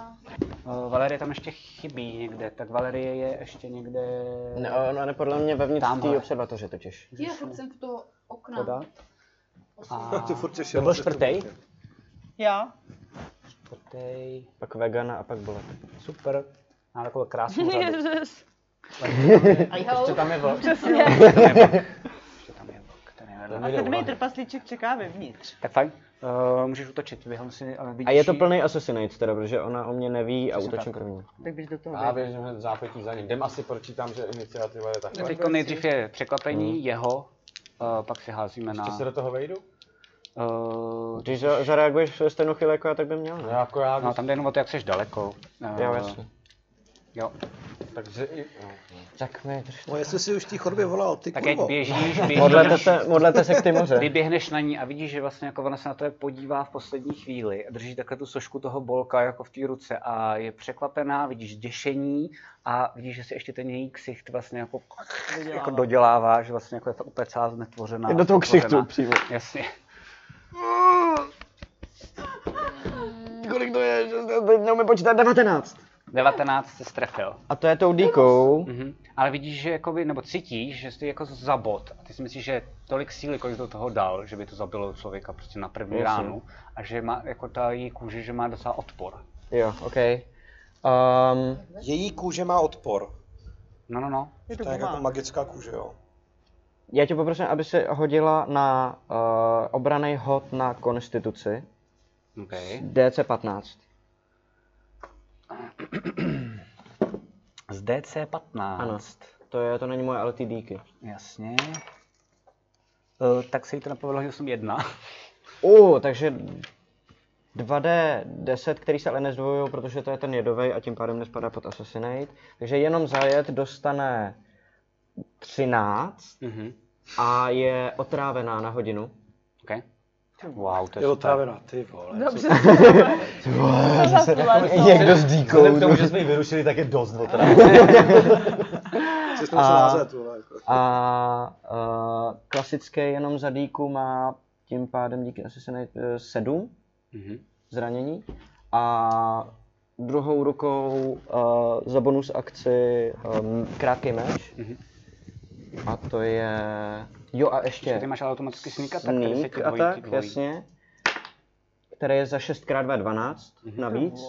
[SPEAKER 1] Uh, Valerie tam ještě chybí někde, tak Valerie je ještě někde...
[SPEAKER 8] Ne, ona je podle mě vevnitř té
[SPEAKER 1] Tamhle.
[SPEAKER 8] observatoře totiž.
[SPEAKER 7] Já furt jsem v toho okna.
[SPEAKER 1] Podat.
[SPEAKER 6] (laughs)
[SPEAKER 1] A...
[SPEAKER 6] Ty No, furt těšil
[SPEAKER 8] To byl
[SPEAKER 6] se s tou
[SPEAKER 8] čtvrtý?
[SPEAKER 9] Já.
[SPEAKER 1] Čtvrtý.
[SPEAKER 8] Pak vegana a pak bolek.
[SPEAKER 1] Super. Má takovou
[SPEAKER 4] (laughs)
[SPEAKER 1] krásnou řadu.
[SPEAKER 4] Jezus.
[SPEAKER 2] Ještě tam je vlk.
[SPEAKER 4] Přesně.
[SPEAKER 1] Ještě tam je vlk, ten je
[SPEAKER 9] A
[SPEAKER 1] vedle.
[SPEAKER 9] sedmý trpaslíček čeká vevnitř.
[SPEAKER 1] Tak fajn, uh, můžeš utočit, vyhlám si, ale vidíš
[SPEAKER 8] A je to
[SPEAKER 1] jí-
[SPEAKER 8] plný assassinate teda, protože ona o mě neví a
[SPEAKER 1] Přesně
[SPEAKER 8] útočím
[SPEAKER 1] tak.
[SPEAKER 8] první.
[SPEAKER 9] Tak běž do toho.
[SPEAKER 14] A já běžím hned v zápětí za ním. Jdem asi pročítám, že iniciativa je
[SPEAKER 1] Tak
[SPEAKER 14] taková.
[SPEAKER 1] Teď nejdřív je překvapení jeho, uh, pak si házíme na...
[SPEAKER 14] Ještě se do toho vejdu?
[SPEAKER 1] Uh,
[SPEAKER 8] Když za, zareaguješ stejnou chvíli jako já, tak by měl.
[SPEAKER 14] No
[SPEAKER 8] Ne?
[SPEAKER 14] jako já,
[SPEAKER 1] no tam jde jenom o to, jak jsi daleko. Eh,
[SPEAKER 8] Jo, jasně.
[SPEAKER 1] Jo.
[SPEAKER 14] takže i... no.
[SPEAKER 8] Tak mi drž to.
[SPEAKER 6] No jestli si už v té chodbě volal, ty
[SPEAKER 1] Tak jak
[SPEAKER 6] kurvo.
[SPEAKER 1] běžíš,
[SPEAKER 8] Modlete
[SPEAKER 1] běžíš,
[SPEAKER 8] se, modlete se k ty moře.
[SPEAKER 1] vyběhneš na ní a vidíš, že vlastně jako ona se na tebe podívá v poslední chvíli a drží takhle tu sošku toho bolka jako v té ruce a je překvapená, vidíš děšení a vidíš, že si ještě ten její ksicht vlastně jako, jako dodělává, že vlastně jako je to úplně celá znetvořená.
[SPEAKER 8] Je do toho
[SPEAKER 1] znetvořená.
[SPEAKER 8] ksichtu přímo.
[SPEAKER 1] Jasně.
[SPEAKER 8] (laughs) Kolik to je? Že- Teď neumím počítat 19.
[SPEAKER 1] 19 se strefil.
[SPEAKER 8] A to je tou díkou.
[SPEAKER 1] Mhm. Ale vidíš, že jakoby, nebo cítíš, že jsi jako zabot. A ty si myslíš, že tolik síly, kolik do toho dal, že by to zabilo člověka prostě na první
[SPEAKER 8] Jasně.
[SPEAKER 1] ránu. A že má jako ta její kůže, že má docela odpor.
[SPEAKER 8] Jo, OK. Um,
[SPEAKER 6] Její kůže má odpor.
[SPEAKER 1] No, no, no.
[SPEAKER 6] Je to, je jako magická kůže, jo.
[SPEAKER 8] já tě poprosím, aby si hodila na uh, obraný hod na konstituci.
[SPEAKER 1] Okay.
[SPEAKER 8] DC 15.
[SPEAKER 1] Z DC15.
[SPEAKER 8] Ano, to, je, to není moje LTDky.
[SPEAKER 1] Jasně. Eh, tak se jí to napovedlo, že jsem jedna.
[SPEAKER 8] U, takže 2D10, který se ale nezdvojují, protože to je ten jedový a tím pádem nespadá pod Assassinate. Takže jenom zajet dostane 13
[SPEAKER 1] Mhm.
[SPEAKER 8] a je otrávená na hodinu.
[SPEAKER 1] Okay. Wow, to
[SPEAKER 6] Je otrávená, ty vole.
[SPEAKER 4] (laughs)
[SPEAKER 8] Dobře.
[SPEAKER 6] Ty vole,
[SPEAKER 8] zase někdo s dýkou. no.
[SPEAKER 18] Vzhledem k tomu, že jsme ji vyrušili, tak je dost
[SPEAKER 8] (laughs)
[SPEAKER 18] otrávená.
[SPEAKER 6] Jsi s tou musel házet, vole. jako.
[SPEAKER 8] a, a klasické jenom za dýku má tím pádem díky Assassinate 7
[SPEAKER 1] Mhm.
[SPEAKER 8] e, zranění a druhou rukou uh, za bonus akci um, krátký meč.
[SPEAKER 1] Mhm.
[SPEAKER 8] A to je... Jo a ještě...
[SPEAKER 1] Ty máš ale automaticky sneak attack, který se
[SPEAKER 8] sneak
[SPEAKER 1] ti dvojí, ti
[SPEAKER 8] attack,
[SPEAKER 1] dvojí.
[SPEAKER 8] jasně. Který je za 6x2,12
[SPEAKER 1] Mhm.
[SPEAKER 8] navíc.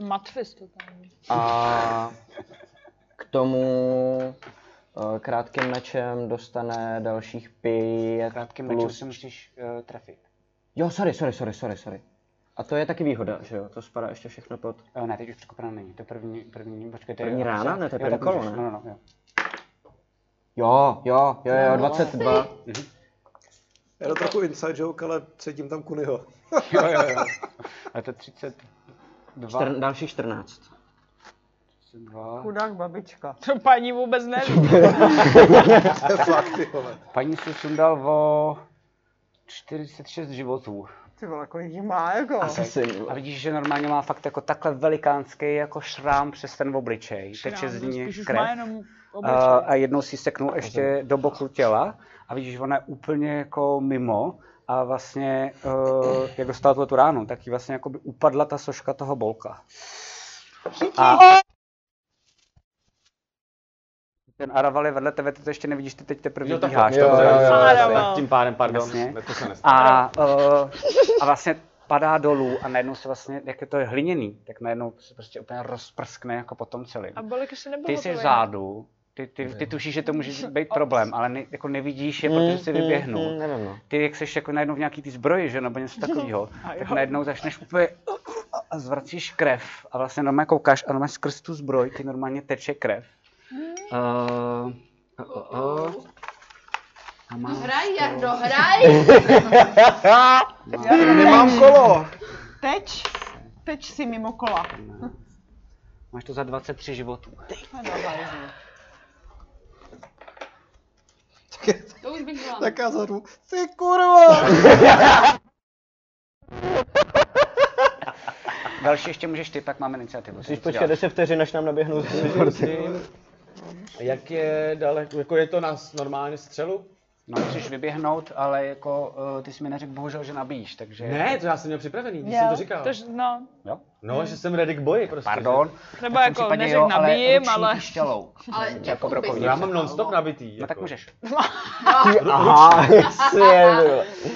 [SPEAKER 4] Matfis to tam.
[SPEAKER 8] A k tomu eh, krátkým mečem dostane dalších pět
[SPEAKER 1] Krátkým
[SPEAKER 8] plus...
[SPEAKER 1] mečem se musíš eh, trefit.
[SPEAKER 8] Jo, sorry, sorry, sorry, sorry, sorry. A to je taky výhoda, že jo? To spadá ještě všechno pod...
[SPEAKER 1] Jo, Eh, ne, teď už překopena není. To je první, první, počkej, to je...
[SPEAKER 8] První rána? Ne, to je
[SPEAKER 1] Jo,
[SPEAKER 8] první
[SPEAKER 1] tak
[SPEAKER 8] kolo,
[SPEAKER 1] můžeš.
[SPEAKER 8] ne?
[SPEAKER 1] No, no, no, jo. (laughs)
[SPEAKER 8] Jo, jo, jo, jo, 22.
[SPEAKER 6] Je to trochu inside joke, ale cítím tam Kunyho.
[SPEAKER 1] Jo, jo, jo. A to je 32.
[SPEAKER 8] Čtr- další 14.
[SPEAKER 1] 32.
[SPEAKER 9] Chudák babička.
[SPEAKER 4] To paní vůbec neví. no.
[SPEAKER 1] To je fakt, ty vole. Paní si sundal o 46 životů.
[SPEAKER 9] Ty vole, kolik jí má, jako.
[SPEAKER 1] A vidíš, že normálně má fakt jako takhle velikánský jako šrám přes ten obličej. Teče z ní
[SPEAKER 4] spíš už má
[SPEAKER 1] krev.
[SPEAKER 4] jenom
[SPEAKER 1] A,
[SPEAKER 4] obličej.
[SPEAKER 1] a jednou si seknul ještě do boku těla a vidíš, že ona je úplně jako mimo a vlastně, uh, jak dostala tuhle tu ránu, tak jí vlastně jako by upadla ta soška toho bolka. A ten Araval je vedle tebe, ty to ještě nevidíš, ty teď teprve
[SPEAKER 2] Jo, tak
[SPEAKER 1] bíháš.
[SPEAKER 2] jo,
[SPEAKER 1] to
[SPEAKER 2] jo,
[SPEAKER 1] bude-
[SPEAKER 2] jo, jo,
[SPEAKER 8] no.
[SPEAKER 2] Araval. tím pádem, pardon,
[SPEAKER 1] Jasně.
[SPEAKER 2] to se nestalo.
[SPEAKER 1] A, uh, a vlastně padá dolů a najednou se vlastně, jak je to hliněný, tak najednou se prostě úplně rozprskne jako po tom celým.
[SPEAKER 4] A bolek ještě nebyl
[SPEAKER 1] Ty jsi
[SPEAKER 4] hotový.
[SPEAKER 1] vzadu, ty, ty, ty tušíš, že to může být problém, ale ne, jako nevidíš je, protože jsi vyběhnul.
[SPEAKER 8] Mm, Nevím, no.
[SPEAKER 1] Ty, jak jsi jako najednou v nějaký ty zbroji, že, nebo něco takového,
[SPEAKER 8] A
[SPEAKER 1] tak
[SPEAKER 8] jo.
[SPEAKER 1] najednou začneš úplně a zvracíš krev a vlastně normálně koukáš a normálně skrz tu zbroj ti normálně teče krev. Uh, uh, uh, uh. A má...
[SPEAKER 7] No, Hraj, Jardo, hraj!
[SPEAKER 1] Já nemám
[SPEAKER 8] (laughs)
[SPEAKER 9] kolo. Teč, teč si mimo kola.
[SPEAKER 1] Máš to za 23 životů.
[SPEAKER 7] To už bych
[SPEAKER 6] Tak já zadu. Ty kurva!
[SPEAKER 1] Další ještě můžeš ty, pak máme iniciativu.
[SPEAKER 8] Musíš počkat 10 vteřin, až nám naběhnou
[SPEAKER 2] Myslím, Jak je daleko, jako je to na s- normálně střelu?
[SPEAKER 1] No, musíš vyběhnout, ale jako uh, ty jsi mi neřekl bohužel, že nabíjíš, takže...
[SPEAKER 2] Ne, to já jsem měl připravený, když jsem to říkal.
[SPEAKER 4] Tož, no.
[SPEAKER 1] Jo?
[SPEAKER 2] No, že jsem ready k boji prostě.
[SPEAKER 1] Pardon.
[SPEAKER 4] Nebo jako neřek nabijím, ale...
[SPEAKER 7] Ale jako
[SPEAKER 2] brokovnice. Já mám non-stop nabitý. No
[SPEAKER 1] tak můžeš.
[SPEAKER 2] Aha,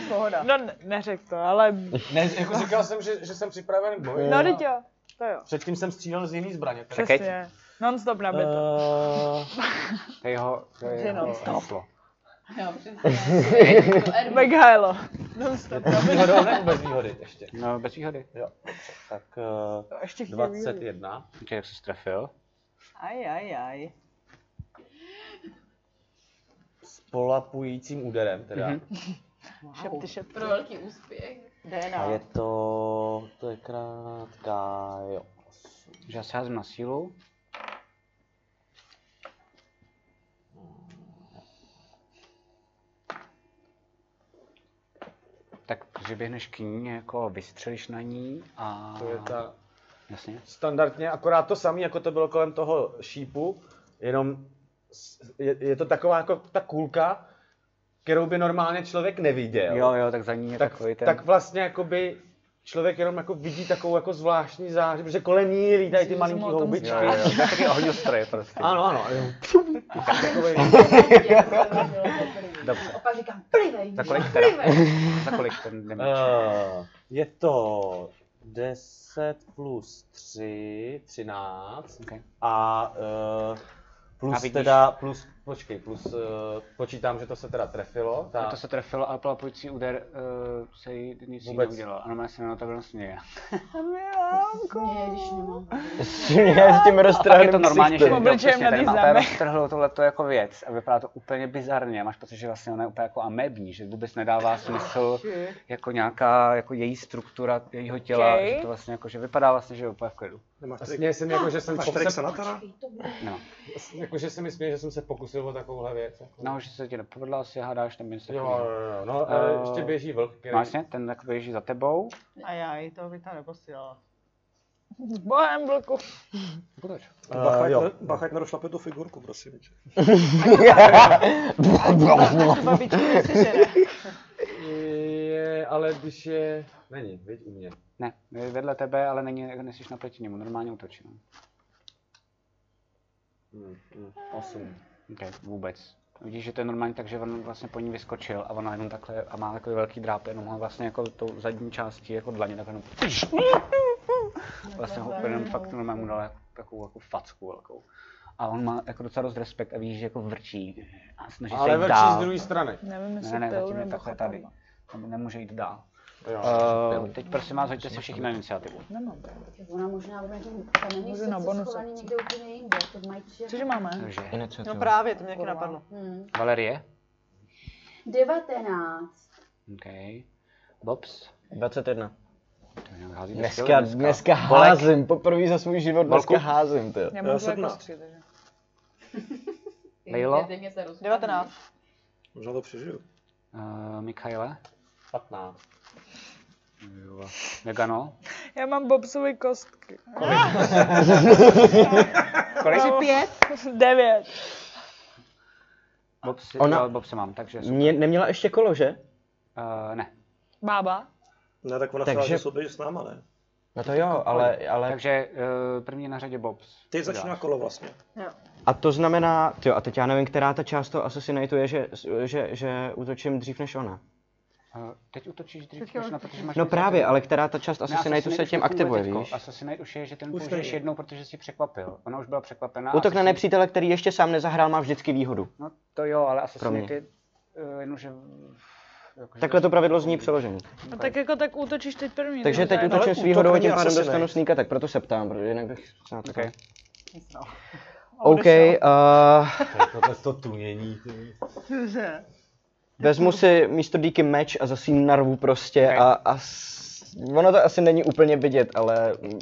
[SPEAKER 4] Pohoda. No, ne- neřek to, ale...
[SPEAKER 2] Ne, jako říkal jsem, že, že jsem připraven k boji.
[SPEAKER 4] (laughs) No, teď jo. To jo.
[SPEAKER 2] Předtím jsem střílel z jiný zbraně. tak- Eh,
[SPEAKER 4] Přesně. Non-stop nabito.
[SPEAKER 1] To je jeho, to je
[SPEAKER 4] Že
[SPEAKER 1] jeho
[SPEAKER 4] non-stop.
[SPEAKER 1] heslo.
[SPEAKER 7] jako
[SPEAKER 1] Eh.
[SPEAKER 4] Megajlo. Non-stop
[SPEAKER 2] Bez
[SPEAKER 4] nabito.
[SPEAKER 2] Výhodou nebo bez výhody ještě?
[SPEAKER 1] No, bez výhody.
[SPEAKER 2] Jo, dobře, tak eh,
[SPEAKER 9] Ještě chybí
[SPEAKER 2] 21.
[SPEAKER 1] Počkej, jak jsi strefil.
[SPEAKER 9] Aj, aj, aj.
[SPEAKER 2] S polapujícím úderem teda.
[SPEAKER 9] Šepty, šepty.
[SPEAKER 7] Pro velký úspěch.
[SPEAKER 9] DNA.
[SPEAKER 2] A je to... to je krátká, jo.
[SPEAKER 1] Že já se házím na sílu. Tak přiběhneš k ní, jako vystřelíš na ní a...
[SPEAKER 2] To je ta-
[SPEAKER 1] Jasně.
[SPEAKER 2] Standardně, akorát to samé, jako to bylo kolem toho šípu, jenom s- je, je to taková jako ta kulka, kterou by normálně člověk neviděl.
[SPEAKER 1] Jo, jo, tak za ní je
[SPEAKER 2] tak,
[SPEAKER 1] takový ten...
[SPEAKER 2] tak vlastně jakoby člověk jenom jako vidí takovou jako zvláštní záři, protože kolem ní lítají ty malinký houbičky.
[SPEAKER 1] Jo, jo, jo. Taky ohňostroj prostě.
[SPEAKER 2] Ano, ano. jo. Takovej-
[SPEAKER 1] (laughs) Dobře.
[SPEAKER 7] Opa říkám, plivej,
[SPEAKER 1] (laughs) Za kolik
[SPEAKER 7] plivej.
[SPEAKER 1] teda? Za kolik ten damage?
[SPEAKER 2] Eh, je to
[SPEAKER 14] 10 plus 3, 13. A eh, plus
[SPEAKER 1] A vidíš-
[SPEAKER 14] teda, plus, počkej, plus, eh, počítám, že to se teda trefilo.
[SPEAKER 1] Ta...
[SPEAKER 14] Ta, (laughs)
[SPEAKER 1] To se trefilo, ale plapující úder uh, se jí nic
[SPEAKER 14] Vůbec.
[SPEAKER 1] neudělal. Ano, má se vlastně, na to směje.
[SPEAKER 7] Ne, když nemám.
[SPEAKER 8] s tím
[SPEAKER 1] A pak je to
[SPEAKER 8] roztrhaným
[SPEAKER 1] normálně, že
[SPEAKER 8] ksichtem.
[SPEAKER 1] jo,
[SPEAKER 8] Obličejem
[SPEAKER 1] přesně, tady
[SPEAKER 8] nadý
[SPEAKER 1] máte
[SPEAKER 8] zámek.
[SPEAKER 1] roztrhlou tohleto jako věc a vypadá to úplně bizarně. Máš pocit, že vlastně ona je úplně jako amební, že vůbec nedává smysl
[SPEAKER 4] shit.
[SPEAKER 1] jako nějaká jako její struktura jejího těla,
[SPEAKER 4] Okay.
[SPEAKER 1] že to vlastně jako, že vypadá vlastně, že je úplně v klidu.
[SPEAKER 14] a
[SPEAKER 2] Vlastně
[SPEAKER 14] směje se mi jako, že jsem
[SPEAKER 1] Máš
[SPEAKER 14] pop-
[SPEAKER 1] trik
[SPEAKER 14] se-
[SPEAKER 1] Sanatara? No.
[SPEAKER 14] Jako, že se mi směje, že jsem se pokusil o takovouhle věc. Jako.
[SPEAKER 1] No, že se ti nepovedla, asi hádáš tam něco
[SPEAKER 14] Jo,
[SPEAKER 1] takového.
[SPEAKER 14] jo, jo, no, ale
[SPEAKER 1] Eh,
[SPEAKER 14] ještě běží vlk, který-
[SPEAKER 1] Vlastně, ten jako běží za tebou.
[SPEAKER 9] A já ji to by tam neposílala. (laughs)
[SPEAKER 4] S bohem, vlku.
[SPEAKER 19] Bacha,
[SPEAKER 1] Eh, jo.
[SPEAKER 19] uh, bacha, ať nedošlape tu figurku, prosím. tě.
[SPEAKER 14] Je, ale když je... Není, viď u mě.
[SPEAKER 1] Ne, je vedle tebe, ale není, nejsi naproti němu, normálně útočí. no.
[SPEAKER 14] Hmm, hmm, osm.
[SPEAKER 1] Okay, vůbec. Vidíš, že to je normální, takže on vlastně po ní vyskočil a ona jenom takhle a má takový velký dráp, jenom ho vlastně jako tou zadní částí, jako dlaně, tak jenom vlastně ho úplně jenom fakt normálně mu dal jako, takovou jako facku velkou. A on má jako docela dost respekt a vidíš, že jako vrčí a snaží
[SPEAKER 14] Ale
[SPEAKER 1] se jít
[SPEAKER 14] vrčí
[SPEAKER 1] dál.
[SPEAKER 14] z druhé strany. Nevím,
[SPEAKER 1] ne,
[SPEAKER 14] jestli
[SPEAKER 1] ne,
[SPEAKER 14] tou
[SPEAKER 1] zatím je
[SPEAKER 14] nebo
[SPEAKER 1] takhle tady. Tam nemůže jít dál.
[SPEAKER 14] Jo.
[SPEAKER 1] Uh, teď prosím vás, hoďte si všichni na iniciativu.
[SPEAKER 7] Nemám. Ona možná bude nějaký kamenný
[SPEAKER 4] Můžu
[SPEAKER 7] srdce
[SPEAKER 4] na bonus.
[SPEAKER 7] schovaný někde úplně jinde. To mají čiže...
[SPEAKER 4] Cože máme?
[SPEAKER 1] Takže.
[SPEAKER 9] No právě, to mě taky napadlo.
[SPEAKER 7] Hmm.
[SPEAKER 1] Valerie?
[SPEAKER 7] 19.
[SPEAKER 1] OK. Bobs?
[SPEAKER 8] 21.
[SPEAKER 1] Házíte
[SPEAKER 8] Dneska,
[SPEAKER 1] skvěle
[SPEAKER 8] dneska
[SPEAKER 1] Bolek?
[SPEAKER 8] házím, poprvé za svůj život dneska
[SPEAKER 1] Bolku?
[SPEAKER 8] házím, ty.
[SPEAKER 1] Já mám zle kostři,
[SPEAKER 4] takže.
[SPEAKER 1] Lejlo?
[SPEAKER 9] 19.
[SPEAKER 19] Možná to přežiju.
[SPEAKER 1] Uh, Mikhaile?
[SPEAKER 14] 15.
[SPEAKER 1] Jo. Megano?
[SPEAKER 4] Já mám bobsovy kostky. (laughs)
[SPEAKER 1] Kolik? Kolik?
[SPEAKER 4] Asi pět? Devět.
[SPEAKER 1] Bob si,
[SPEAKER 8] Ona- Mm.
[SPEAKER 1] Ona... Bob si mám, takže...
[SPEAKER 8] Mě, neměla ještě kolo, že?
[SPEAKER 1] Uh, ne.
[SPEAKER 4] Bába.
[SPEAKER 19] Ne, tak ona
[SPEAKER 8] Takže-
[SPEAKER 19] Takže... se odběže s náma, ne?
[SPEAKER 8] No to jo, ale, ale...
[SPEAKER 1] Takže uh, první je na řadě Bobs.
[SPEAKER 19] Teď začíná kolo vlastně.
[SPEAKER 8] A to znamená, tyjo, a teď já nevím, která ta část toho Assassinatu je, že, že, že útočím dřív než ona.
[SPEAKER 1] Uh, teď útočíš dřív, než na protože máš
[SPEAKER 8] No
[SPEAKER 1] iniciativu.
[SPEAKER 8] právě, ale která ta část Assassinatu
[SPEAKER 1] Assassinate
[SPEAKER 8] se
[SPEAKER 1] už
[SPEAKER 8] tím
[SPEAKER 1] nefunguje
[SPEAKER 8] aktivuje,
[SPEAKER 1] teďko.
[SPEAKER 8] víš?
[SPEAKER 1] Assassinate už je, že ten
[SPEAKER 19] Už
[SPEAKER 1] použiješ
[SPEAKER 19] není.
[SPEAKER 1] jednou, protože jsi překvapil. Ona už byla překvapená.
[SPEAKER 8] Útok na
[SPEAKER 1] Assassin-
[SPEAKER 8] nepřítele, který ještě sám nezahrál, má vždycky výhodu.
[SPEAKER 1] No to jo, ale
[SPEAKER 8] Pro
[SPEAKER 1] Assassinate
[SPEAKER 8] mě.
[SPEAKER 1] je... Uh, jenomže... Jako,
[SPEAKER 8] Takhle to pravidlo zní přeložení.
[SPEAKER 4] No tak jako tak útočíš teď první.
[SPEAKER 8] Takže
[SPEAKER 4] ne?
[SPEAKER 8] teď
[SPEAKER 4] Tak.
[SPEAKER 8] útočím s výhodou a
[SPEAKER 19] není
[SPEAKER 8] tím pádem
[SPEAKER 19] Assassinate.
[SPEAKER 8] dostanu sníka, tak proto se ptám, protože jinak bych se na to...
[SPEAKER 1] Okay.
[SPEAKER 8] OK, uh,
[SPEAKER 2] Tohle to tunění. ty.
[SPEAKER 9] Cože?
[SPEAKER 8] vezmu si místo díky meč a zase jí narvu prostě a, a s- ono to asi není úplně vidět, ale m-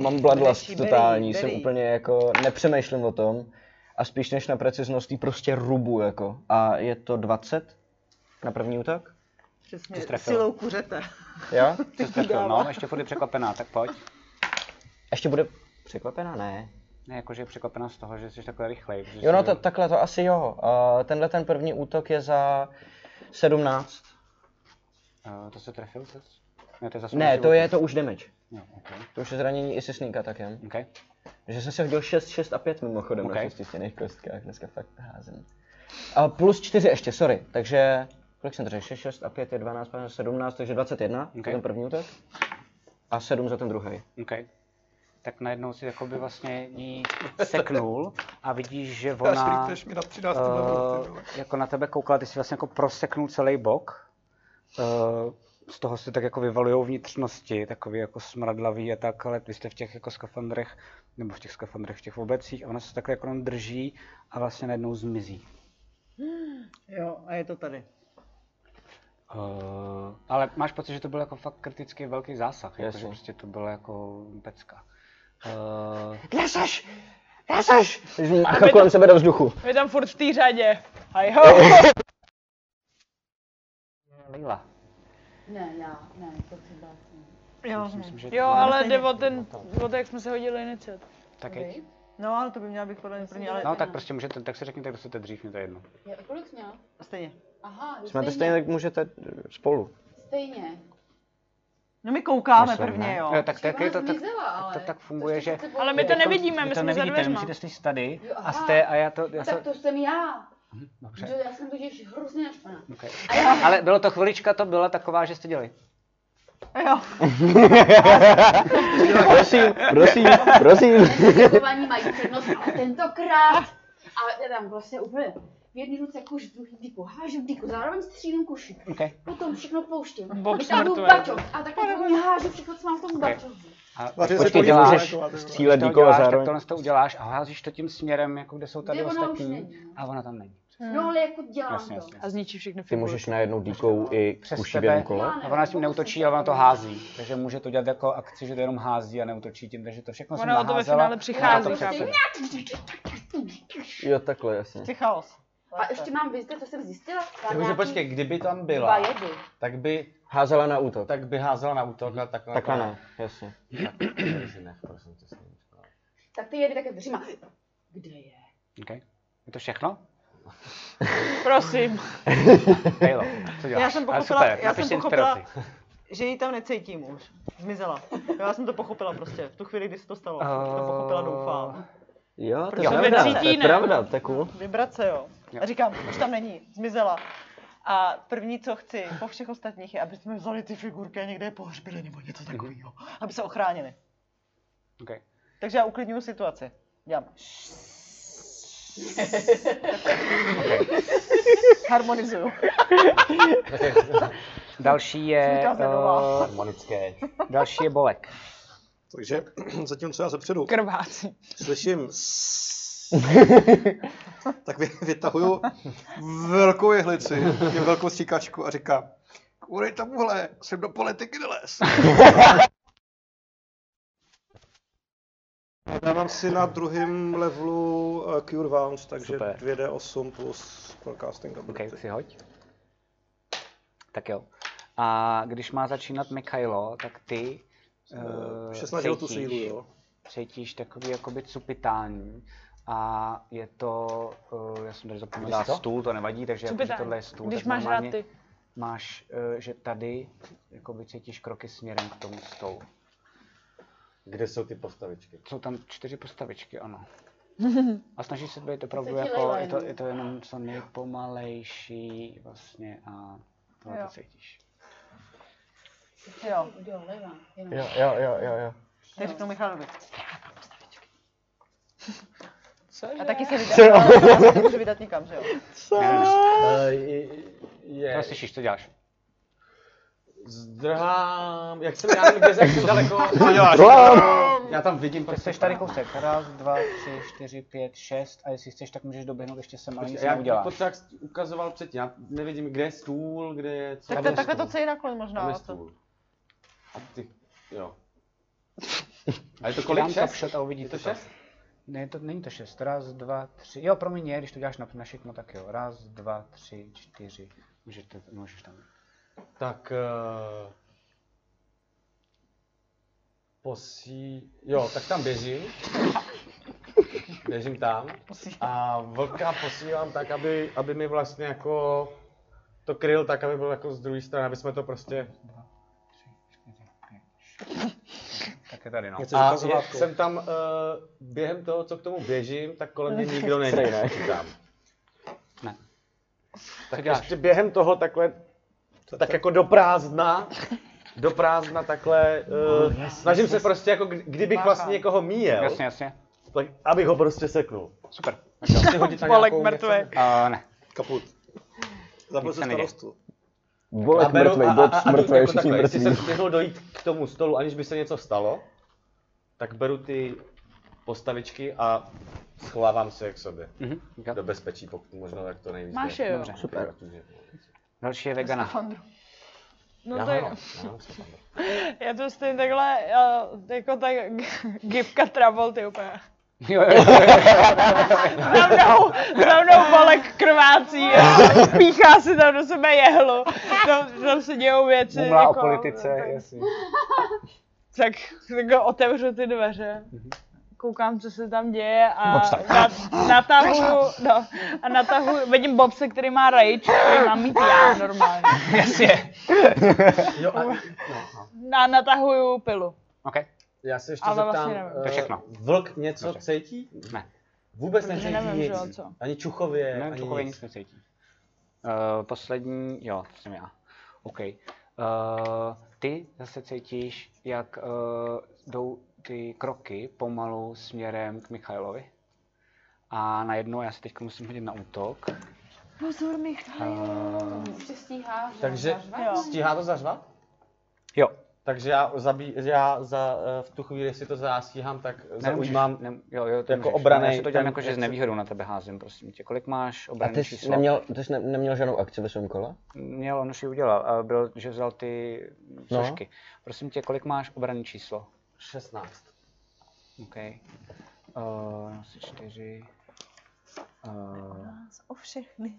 [SPEAKER 8] mám
[SPEAKER 9] Berejší,
[SPEAKER 8] bloodlust
[SPEAKER 9] berejní,
[SPEAKER 8] totální, jsem
[SPEAKER 9] berejní.
[SPEAKER 8] úplně jako, nepřemýšlím o tom a spíš než na preciznost jí prostě rubu jako a je to 20 na první útok,
[SPEAKER 9] Přesně,
[SPEAKER 1] Jsi strefil.
[SPEAKER 9] silou kuřete.
[SPEAKER 1] (laughs)
[SPEAKER 8] jo?
[SPEAKER 1] Jsi strefil, no, ještě bude překvapená, tak pojď.
[SPEAKER 8] Ještě bude překvapená, ne?
[SPEAKER 1] Ne, jakože je překvapená z toho, že jsi takhle rychlej. protože
[SPEAKER 8] Jo no
[SPEAKER 1] jsi-
[SPEAKER 8] to, takhle to asi jo, uh, tenhle ten první útok je za 17,
[SPEAKER 1] Eh, to se trefil? To... Ne, to je zase
[SPEAKER 8] ne
[SPEAKER 1] na
[SPEAKER 8] to je
[SPEAKER 1] životu.
[SPEAKER 8] to už damage.
[SPEAKER 1] Jo, okay.
[SPEAKER 8] To už je zranění i se sníka takem.
[SPEAKER 1] Okay.
[SPEAKER 8] Že jsem si hodil 6, 6 a 5 mimochodem
[SPEAKER 1] Okay.
[SPEAKER 8] okay. na šestistěných kostkách, dneska fakt házím. A plus 4 ještě, sorry, takže kolik jsem to řekl, 6, 6 a 5 je 12, 15, 17, takže 21 okay.
[SPEAKER 1] Okay.
[SPEAKER 8] ten první útok. A 7 za ten druhý.
[SPEAKER 1] OK. Tak najednou si jakoby vlastně jí seknul a vidíš, že ona
[SPEAKER 19] škripteš mi na 13 level, ty
[SPEAKER 1] eh, jako na tebe koukala, ty si vlastně jako proseknul celý bok. Eh, z toho si tak jako vyvalujou vnitřnosti, takový jako smradlavý a tak, ale vy jste v těch jako skafandrech, nebo v těch skafandrech, v těch obecích a ona se takhle jako jenom drží a vlastně najednou zmizí.
[SPEAKER 9] Hmm, Jo, a je to tady.
[SPEAKER 1] Uh, ale máš pocit, že to byl jako fakt kritický velký zásah, jako, že
[SPEAKER 8] Jasně.
[SPEAKER 1] prostě to bylo jako pecka. Uh,
[SPEAKER 8] Kde seš? Kde seš? Mácha kolem sebe do vzduchu.
[SPEAKER 4] Vy tam furt v té řadě.
[SPEAKER 1] (laughs)
[SPEAKER 4] A jo.
[SPEAKER 1] Leila.
[SPEAKER 7] Ne, já, ne, to třeba.
[SPEAKER 9] Jo, no,
[SPEAKER 4] Jo, ale jde o ten, o to, jak jsme se hodili iniciat.
[SPEAKER 1] Tak jeď.
[SPEAKER 9] No, ale to by měla být podle mě první, ale
[SPEAKER 1] No tak prostě můžete, tak si řekněte, kdo jste dřív, mě to je jedno.
[SPEAKER 7] Já, kolik jsi měla?
[SPEAKER 9] stejně.
[SPEAKER 7] Aha, vy
[SPEAKER 8] Jsme to stejně, tak můžete spolu.
[SPEAKER 7] Stejně.
[SPEAKER 9] No my koukáme
[SPEAKER 8] Myslím,
[SPEAKER 9] prvně,
[SPEAKER 8] ne?
[SPEAKER 9] jo.
[SPEAKER 1] Jo, tak, tak, je to, tak,
[SPEAKER 7] Zmizela, ale.
[SPEAKER 1] to tak funguje, že...
[SPEAKER 4] Ale my to nevidíme,
[SPEAKER 1] Vy
[SPEAKER 4] my
[SPEAKER 1] to
[SPEAKER 4] jsme za
[SPEAKER 1] nevidíte, vy
[SPEAKER 4] dveřma.
[SPEAKER 1] musíte slyšet tady
[SPEAKER 7] Jo,
[SPEAKER 1] a
[SPEAKER 7] aha.
[SPEAKER 1] jste a já to... Já
[SPEAKER 7] tak
[SPEAKER 1] se,
[SPEAKER 7] to jsem já.
[SPEAKER 1] Mhm, Dobře.
[SPEAKER 7] Jo, já jsem totiž hrozně naštvaná.
[SPEAKER 1] okay. Ale bylo to chvilička, to byla taková, že jste dělali.
[SPEAKER 9] Jo.
[SPEAKER 8] prosím, prosím, prosím.
[SPEAKER 7] Chování mají přednost, ale tentokrát. A já tam vlastně úplně v jedné ruce koš, v druhé dyku, hážu dyku, zároveň střílím koši.
[SPEAKER 8] Okay.
[SPEAKER 7] Potom všechno pouštím.
[SPEAKER 4] Bob
[SPEAKER 7] Pak tam jdu
[SPEAKER 4] smartuje.
[SPEAKER 7] baťoch a takhle volně hážu všechno, co mám v tom baťohu.
[SPEAKER 1] A
[SPEAKER 8] Vaři se
[SPEAKER 1] počkej,
[SPEAKER 8] to
[SPEAKER 1] děláš,
[SPEAKER 8] můžeš
[SPEAKER 1] děláš,
[SPEAKER 8] střílet
[SPEAKER 1] to
[SPEAKER 8] nikoho
[SPEAKER 1] děláš, tak
[SPEAKER 8] zároveň.
[SPEAKER 1] tohle to uděláš a házíš to tím směrem, jako kde jsou tady
[SPEAKER 7] Kde ona už
[SPEAKER 1] ostatní.
[SPEAKER 7] není,
[SPEAKER 1] A ona tam není.
[SPEAKER 9] Hmm.
[SPEAKER 7] No ale jako dělám
[SPEAKER 1] Jasně,
[SPEAKER 7] to.
[SPEAKER 1] jasně.
[SPEAKER 4] A zničí všechny
[SPEAKER 8] Ty můžeš najednou díkou i
[SPEAKER 1] Přes
[SPEAKER 8] kuší v
[SPEAKER 1] tebe
[SPEAKER 8] jednom kole.
[SPEAKER 1] a
[SPEAKER 7] jako
[SPEAKER 1] ona s tím neutočí, ale ona to hází. Takže může to dělat jako akci, že to jenom hází a neutočí tím, takže to všechno jsem
[SPEAKER 4] Ona o to ve
[SPEAKER 1] naházela.
[SPEAKER 4] finále přichází,
[SPEAKER 7] prostě
[SPEAKER 1] Ona to přes
[SPEAKER 4] chápeš?
[SPEAKER 1] sebe.
[SPEAKER 8] Jo, takhle, jasně.
[SPEAKER 9] Ty chaos.
[SPEAKER 7] A ještě mám vězde, co jsem zjistila. Tam
[SPEAKER 2] Takže
[SPEAKER 7] nějaký
[SPEAKER 2] počkej, kdyby tam
[SPEAKER 7] Dva
[SPEAKER 2] byla,
[SPEAKER 7] jedy.
[SPEAKER 2] tak by...
[SPEAKER 8] Házela na útok.
[SPEAKER 2] Tak by házela na útok a takhle...
[SPEAKER 8] Takhle ne, jasně.
[SPEAKER 2] Ne, prosím tě, s ním.
[SPEAKER 7] Tak ty jedy také držím a... Kde je?
[SPEAKER 1] Okay. Je to všechno? (laughs)
[SPEAKER 4] Prosím.
[SPEAKER 1] Halo, co děláš?
[SPEAKER 9] Já jsem
[SPEAKER 1] Ale
[SPEAKER 9] pochopila,
[SPEAKER 1] super,
[SPEAKER 9] já
[SPEAKER 1] napiš
[SPEAKER 9] jsem
[SPEAKER 1] si
[SPEAKER 9] pochopila
[SPEAKER 1] inspiraci.
[SPEAKER 9] že ji tam necítím už. Zmizela. Jo, Já jsem to pochopila prostě. V tu chvíli, kdy se to stalo, jsem už to pochopila, doufám.
[SPEAKER 8] Jo, to
[SPEAKER 9] Protože
[SPEAKER 8] je
[SPEAKER 9] to
[SPEAKER 8] pravda, to
[SPEAKER 9] necítí,
[SPEAKER 8] je
[SPEAKER 9] ne?
[SPEAKER 8] pravda, to je cool.
[SPEAKER 9] Vibrace, jo. A říkám, už tam není, zmizela. A první, co chci po všech ostatních, je, aby jsme vzali ty figurky a někde je pohřbili nebo něco takového, aby se ochránili.
[SPEAKER 1] Okay.
[SPEAKER 9] Takže já uklidňuju situaci. Dělám. Harmonizuju.
[SPEAKER 2] (laughs)
[SPEAKER 1] Další je...
[SPEAKER 6] Vzniká zanová.
[SPEAKER 1] eh, Další je Bolek.
[SPEAKER 6] Takže (clears throat) zatímco já zepředu.
[SPEAKER 4] Krváci.
[SPEAKER 6] Slyším. tak vy, vytahuju velkou jehlici, tím velkou stříkačku a říkám, kvůli tomuhle jsem do politiky neles. (laughs) Dávám si na druhém levelu uh, Cure Wounds, takže
[SPEAKER 1] Super.
[SPEAKER 6] 2D8 plus Spellcasting Ability.
[SPEAKER 1] Okay, si hoď. Tak jo. A když má začínat Mikhailo, tak ty
[SPEAKER 6] Eh,
[SPEAKER 1] eh,
[SPEAKER 6] 16 dělal tu sílu, jo.
[SPEAKER 1] cítíš takový jakoby cupitání. A je to, eh, já jsem tady zapomněl dát
[SPEAKER 8] Místo?
[SPEAKER 1] stůl, to nevadí, takže jako, že
[SPEAKER 4] Cupitání.
[SPEAKER 1] tohle je stůl.
[SPEAKER 4] Když
[SPEAKER 1] tak
[SPEAKER 4] máš rád
[SPEAKER 1] normálně
[SPEAKER 4] ty.
[SPEAKER 1] Máš, eh, že tady jakoby cítíš kroky směrem k tomu stolu.
[SPEAKER 2] Kde jsou ty postavičky?
[SPEAKER 1] Jsou tam čtyři postavičky, ano. A snaží se být opravdu
[SPEAKER 2] se ti
[SPEAKER 1] jako,
[SPEAKER 2] lejlej,
[SPEAKER 1] je to,
[SPEAKER 2] no.
[SPEAKER 1] je to jenom co nejpomalejší vlastně a tohle
[SPEAKER 9] Jo.
[SPEAKER 1] to cítíš.
[SPEAKER 9] Jo.
[SPEAKER 8] Jo, jo, jo, jo, jo.
[SPEAKER 9] Teď řeknu Michalovi.
[SPEAKER 4] Cože?
[SPEAKER 9] A taky se
[SPEAKER 8] Co?
[SPEAKER 9] vydá. Ale já se nemůžu vydat nikam, že jo?
[SPEAKER 2] Je.
[SPEAKER 1] To slyšíš, co děláš?
[SPEAKER 2] Zdrhám, jak jsem já nevím, kde jsem, (laughs) jak jsem daleko.
[SPEAKER 1] Co děláš? Zdrhám.
[SPEAKER 2] Já tam vidím,
[SPEAKER 1] Ty jsi tady kousek. Raz, dva, tři, čtyři, pět, šest. A jestli chceš, tak můžeš doběhnout ještě sem, ale nic
[SPEAKER 2] Já
[SPEAKER 1] neuděláš.
[SPEAKER 2] potřeba jak jsi ukazoval předtím, já nevidím, kde je stůl, kde je co.
[SPEAKER 9] Tak to je takhle to celý nakonec možná.
[SPEAKER 2] Tam je
[SPEAKER 9] ale to-
[SPEAKER 2] stůl. A ty, jo. A je to kolik?
[SPEAKER 1] Dám
[SPEAKER 2] Šest?
[SPEAKER 1] kapšot a uvidíte
[SPEAKER 2] Je to
[SPEAKER 1] to.
[SPEAKER 2] šest?
[SPEAKER 1] Ne, to není to šest. Raz, dva, tři. Jo, promiň, je, když to děláš na, na šikmo, tak jo. Raz, dva, tři, čtyři. Můžete, můžeš tam.
[SPEAKER 2] Tak... Uh, posí... Jo, tak tam běžím. Běžím tam. A vlka posílám tak, aby, aby mi vlastně jako to kryl tak, aby byl jako z druhé strany, aby jsme to prostě...
[SPEAKER 1] Tak je tady, no.
[SPEAKER 2] A je, jsem tam uh, během toho, co k tomu běžím, tak kolem mě nikdo není.
[SPEAKER 1] Sej, ne?
[SPEAKER 2] Říkám.
[SPEAKER 1] Ne.
[SPEAKER 2] Tak ještě během toho takhle, tak jako do prázdna, do prázdna takhle,
[SPEAKER 20] No,
[SPEAKER 2] uh,
[SPEAKER 20] jasně,
[SPEAKER 2] snažím se
[SPEAKER 20] jasně.
[SPEAKER 2] prostě jako, kdy- kdybych vlastně někoho míjel,
[SPEAKER 1] Jasně, jasně.
[SPEAKER 2] tak abych ho prostě seknul.
[SPEAKER 1] Super.
[SPEAKER 2] Chci hodit na
[SPEAKER 1] Bolek
[SPEAKER 2] nějakou
[SPEAKER 1] mrtvej.
[SPEAKER 2] něco.
[SPEAKER 1] A ne.
[SPEAKER 6] Kaput. Zabil
[SPEAKER 2] Nic
[SPEAKER 6] se
[SPEAKER 2] se neděje.
[SPEAKER 6] starostu.
[SPEAKER 8] Bolek
[SPEAKER 2] A beru-
[SPEAKER 8] mrtvej,
[SPEAKER 2] a- a-
[SPEAKER 8] Bob
[SPEAKER 2] a- a-
[SPEAKER 8] mrtvej,
[SPEAKER 2] jako
[SPEAKER 8] všichni
[SPEAKER 2] takhle, Jestli jsem
[SPEAKER 8] mrtví.
[SPEAKER 2] stihl dojít k tomu stolu, aniž by se něco stalo, tak beru ty postavičky a schovávám se je k sobě.
[SPEAKER 1] Mhm,
[SPEAKER 2] Do bezpečí, pokud možno, jak to nejvíc.
[SPEAKER 4] Máš
[SPEAKER 2] jde.
[SPEAKER 4] je, jo. Dobře.
[SPEAKER 1] Super. Další je vegana.
[SPEAKER 4] No
[SPEAKER 2] Já
[SPEAKER 4] to
[SPEAKER 2] ho
[SPEAKER 4] je... (laughs)
[SPEAKER 2] mám, já ho mám.
[SPEAKER 4] Já to stejně takhle, já, jako tak (laughs) gifka Travolty úplně.
[SPEAKER 1] (laughs) Jo, jo,
[SPEAKER 4] Za mnou, za mnou
[SPEAKER 1] (laughs)
[SPEAKER 4] balek krvácí a píchá si tam do sebe jehlu. Tam, tam se dějou věci.
[SPEAKER 1] Mumla o
[SPEAKER 4] jako,
[SPEAKER 1] politice, jasně.
[SPEAKER 4] tak, tak otevřu ty dveře.
[SPEAKER 2] Mhm.
[SPEAKER 4] Koukám, co se tam děje a
[SPEAKER 1] Odstaň.
[SPEAKER 4] na, natahuju, no, a natahuju, vidím Bobse, který má rage, který mám mít já normálně.
[SPEAKER 1] Jasně.
[SPEAKER 2] Jo, a, no, no.
[SPEAKER 4] A natahuju pilu.
[SPEAKER 1] Okay.
[SPEAKER 2] Já se ještě
[SPEAKER 4] Ale
[SPEAKER 2] zeptám,
[SPEAKER 4] vlastně nevím.
[SPEAKER 2] eh,
[SPEAKER 4] To je
[SPEAKER 1] všechno.
[SPEAKER 2] vlk něco cítí?
[SPEAKER 1] Ne.
[SPEAKER 2] Vůbec
[SPEAKER 4] Protože
[SPEAKER 2] necítí
[SPEAKER 4] nevím, že
[SPEAKER 2] nic.
[SPEAKER 4] jo, co.
[SPEAKER 2] Ani čuchově,
[SPEAKER 1] Ne,
[SPEAKER 2] ani
[SPEAKER 1] čuchově
[SPEAKER 2] nic.
[SPEAKER 1] Eh, nic necítí. Uh, poslední, jo, to jsem já. OK. Uh, ty zase cítíš, jak uh, jdou ty kroky pomalu směrem k Michailovi. A najednou já si teď musím hodit na útok.
[SPEAKER 17] Pozor,
[SPEAKER 1] Uh,
[SPEAKER 7] Už to stíháš.
[SPEAKER 2] Takže stíhá to zařvat?
[SPEAKER 1] Jo.
[SPEAKER 2] Takže já, zabí, já za, eh, v tu chvíli, jestli to já stíhám, tak zaujímám
[SPEAKER 1] jo, jo, to
[SPEAKER 2] jako
[SPEAKER 1] můžeš.
[SPEAKER 2] obranej.
[SPEAKER 1] Já si to dělám
[SPEAKER 2] ten-
[SPEAKER 1] jako, že s
[SPEAKER 2] jak se-
[SPEAKER 1] nevýhodou na tebe házím, prosím tě. Kolik máš
[SPEAKER 8] A
[SPEAKER 1] obrany
[SPEAKER 8] ty jsi neměl, ty jsi ne, neměl žádnou akci ve svém kole?
[SPEAKER 1] Měl, on už ji udělal, a byl, že vzal ty
[SPEAKER 8] No.
[SPEAKER 1] složky. Prosím tě, kolik máš obranné číslo?
[SPEAKER 2] 16.
[SPEAKER 1] OK. Uh, asi čtyři. Uh,
[SPEAKER 15] O všechny.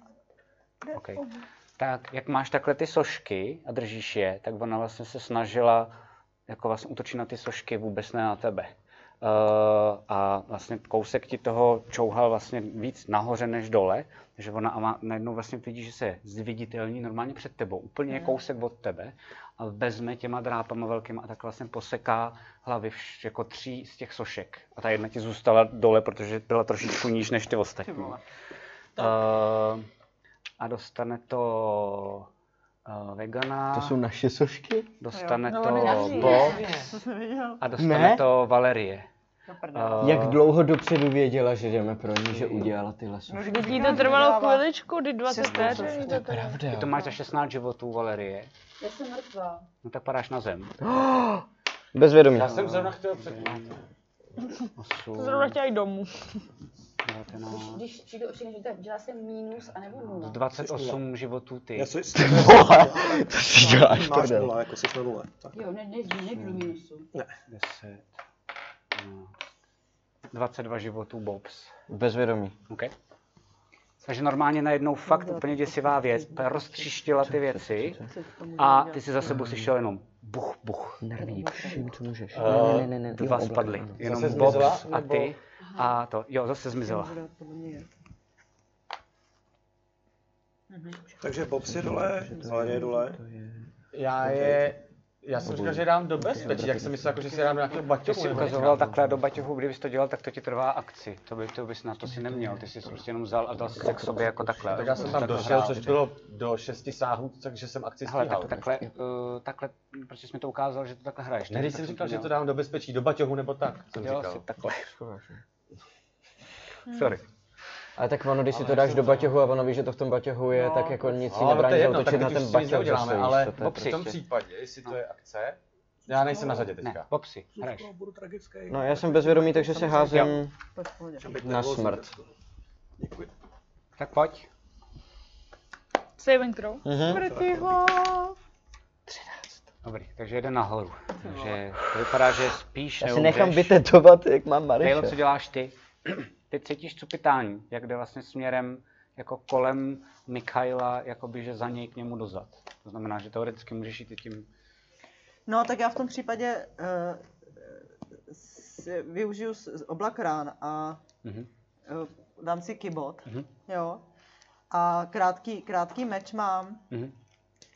[SPEAKER 1] Okay. tak jak máš takhle ty sošky a držíš je, tak ona vlastně se snažila jako vlastně útočit na ty sošky, vůbec ne na tebe. Uh, a vlastně kousek ti toho čouhal vlastně víc nahoře než dole, že ona a má, najednou vlastně vidí, že se zviditelní normálně před tebou, úplně
[SPEAKER 14] Mhm.
[SPEAKER 1] kousek od tebe a vezme těma drápama velkýma a tak vlastně poseká hlavy vš, jako tří z těch sošek. A ta jedna ti zůstala dole, protože byla trošičku níž než ty ostatní. Uh, a dostane to uh, vegana.
[SPEAKER 8] To jsou naše sošky?
[SPEAKER 1] Dostane
[SPEAKER 8] Jo. No,
[SPEAKER 1] to
[SPEAKER 8] nedaří,
[SPEAKER 1] box.
[SPEAKER 8] to jsem
[SPEAKER 15] nevěděla.
[SPEAKER 1] A dostane
[SPEAKER 8] Ne?
[SPEAKER 1] to Valerie. Eh,
[SPEAKER 8] Jak dlouho dopředu věděla, že jdeme pro ní, že udělala tyhle sošky?
[SPEAKER 4] Vždyť jí to trvalo chviličku, kdy 20 vteřin.
[SPEAKER 8] To je pravda.
[SPEAKER 1] Ty to máš za 16 životů, Valerie.
[SPEAKER 7] Já jsem mrtvá.
[SPEAKER 1] No tak padáš na zem.
[SPEAKER 8] Bez vědomí.
[SPEAKER 2] Já jsem zrovna chtěl před...
[SPEAKER 4] To zrovna chtěla jít domů.
[SPEAKER 7] Když,
[SPEAKER 1] No.
[SPEAKER 7] když přijdu o všechny, tak dělá jsem mínus a nebo nula.
[SPEAKER 1] 28 životů ty.
[SPEAKER 19] Já si...
[SPEAKER 8] to si děláš,
[SPEAKER 19] Máš
[SPEAKER 8] prdel.
[SPEAKER 19] nula, jako jsi na nule. Tak.
[SPEAKER 7] Jo, ne, ne, ne,
[SPEAKER 1] No.
[SPEAKER 7] ne, mínusu.
[SPEAKER 19] Ne.
[SPEAKER 1] 10. no, 22 životů Bobs.
[SPEAKER 8] Bez vědomí.
[SPEAKER 1] Okay. Takže normálně najednou fakt úplně děsivá věc. Roztříštila ty věci a ty si za sebou slyšel jenom buch, buch.
[SPEAKER 8] Nerví, vším, co můžeš.
[SPEAKER 1] Eh,
[SPEAKER 8] Ne, ne, ne, ne,
[SPEAKER 1] Dva
[SPEAKER 8] jo,
[SPEAKER 1] spadly.
[SPEAKER 8] oblak, ano.
[SPEAKER 1] Jenom
[SPEAKER 8] Zase
[SPEAKER 1] Bob
[SPEAKER 8] zmizela,
[SPEAKER 1] a
[SPEAKER 8] nebo-
[SPEAKER 1] ty. A to, jo, zase zmizela.
[SPEAKER 19] Takže Bobs je dole, Valerie je dole.
[SPEAKER 2] Já je... Já jsem říkal, že dám do bezpečí, jak jsem myslel, jako, že si dám do nějakého
[SPEAKER 1] Ty jsi
[SPEAKER 2] baťohu.
[SPEAKER 1] ukazoval takhle do baťohu, kdybys to dělal, tak to ti trvá akci. To by, to bys na to si neměl, ty jsi prostě jenom vzal a dal si se k sobě jako takhle.
[SPEAKER 2] Tak já jsem tam
[SPEAKER 1] Takhle
[SPEAKER 2] došel,
[SPEAKER 1] hrál.
[SPEAKER 2] což bylo do šesti sáhů, takže jsem akci
[SPEAKER 1] Hele,
[SPEAKER 2] stíhal.
[SPEAKER 1] tak, takhle, uh, takhle, prostě jsi mi to ukázal, že to takhle hraješ.
[SPEAKER 2] Ne, když jsem říkal, že to dám do bezpečí, do baťohu nebo tak, jsem
[SPEAKER 1] Jo,
[SPEAKER 2] říkal.
[SPEAKER 1] si takhle. Sorry.
[SPEAKER 8] Ale tak ono, když si
[SPEAKER 2] Ale
[SPEAKER 8] to
[SPEAKER 2] já
[SPEAKER 8] dáš
[SPEAKER 2] jsem
[SPEAKER 8] do
[SPEAKER 2] to-
[SPEAKER 8] baťohu a ono ví, že to v tom baťohu je, tak jako nic si nebrání zautočit na ten baťoh, že
[SPEAKER 2] uděláme,
[SPEAKER 8] stojíš,
[SPEAKER 2] ale
[SPEAKER 8] to- to je
[SPEAKER 2] v tom
[SPEAKER 8] prostě-
[SPEAKER 2] případě, jestli to je akce, no. já nejsem na řadě teďka.
[SPEAKER 1] Ne, popsi, hraješ.
[SPEAKER 8] No, já jsem bezvědomý, takže se házím na
[SPEAKER 2] nebylo
[SPEAKER 8] smrt.
[SPEAKER 1] Tak pojď.
[SPEAKER 4] Saving throw.
[SPEAKER 8] Mhm.
[SPEAKER 4] Mrtýho.
[SPEAKER 1] No Dobrý, takže jeden nahoru. Takže to vypadá, že spíš
[SPEAKER 8] Já se
[SPEAKER 1] neumřeš.
[SPEAKER 8] nechám vytetovat, jak mám Mariše.
[SPEAKER 1] Taylor, co děláš ty? Ty cítíš cupitání, jak jde vlastně směrem jako kolem Mikhaila, jakoby, že za něj k němu dozad. To znamená, že teoreticky můžeš jít i tím
[SPEAKER 9] No, tak já v tom případě uh, si využiju s- z oblak rán a
[SPEAKER 1] Mhm.
[SPEAKER 9] eh, dám si kybot,
[SPEAKER 1] Mhm.
[SPEAKER 9] jo. A krátký, krátký meč mám.
[SPEAKER 1] Mhm.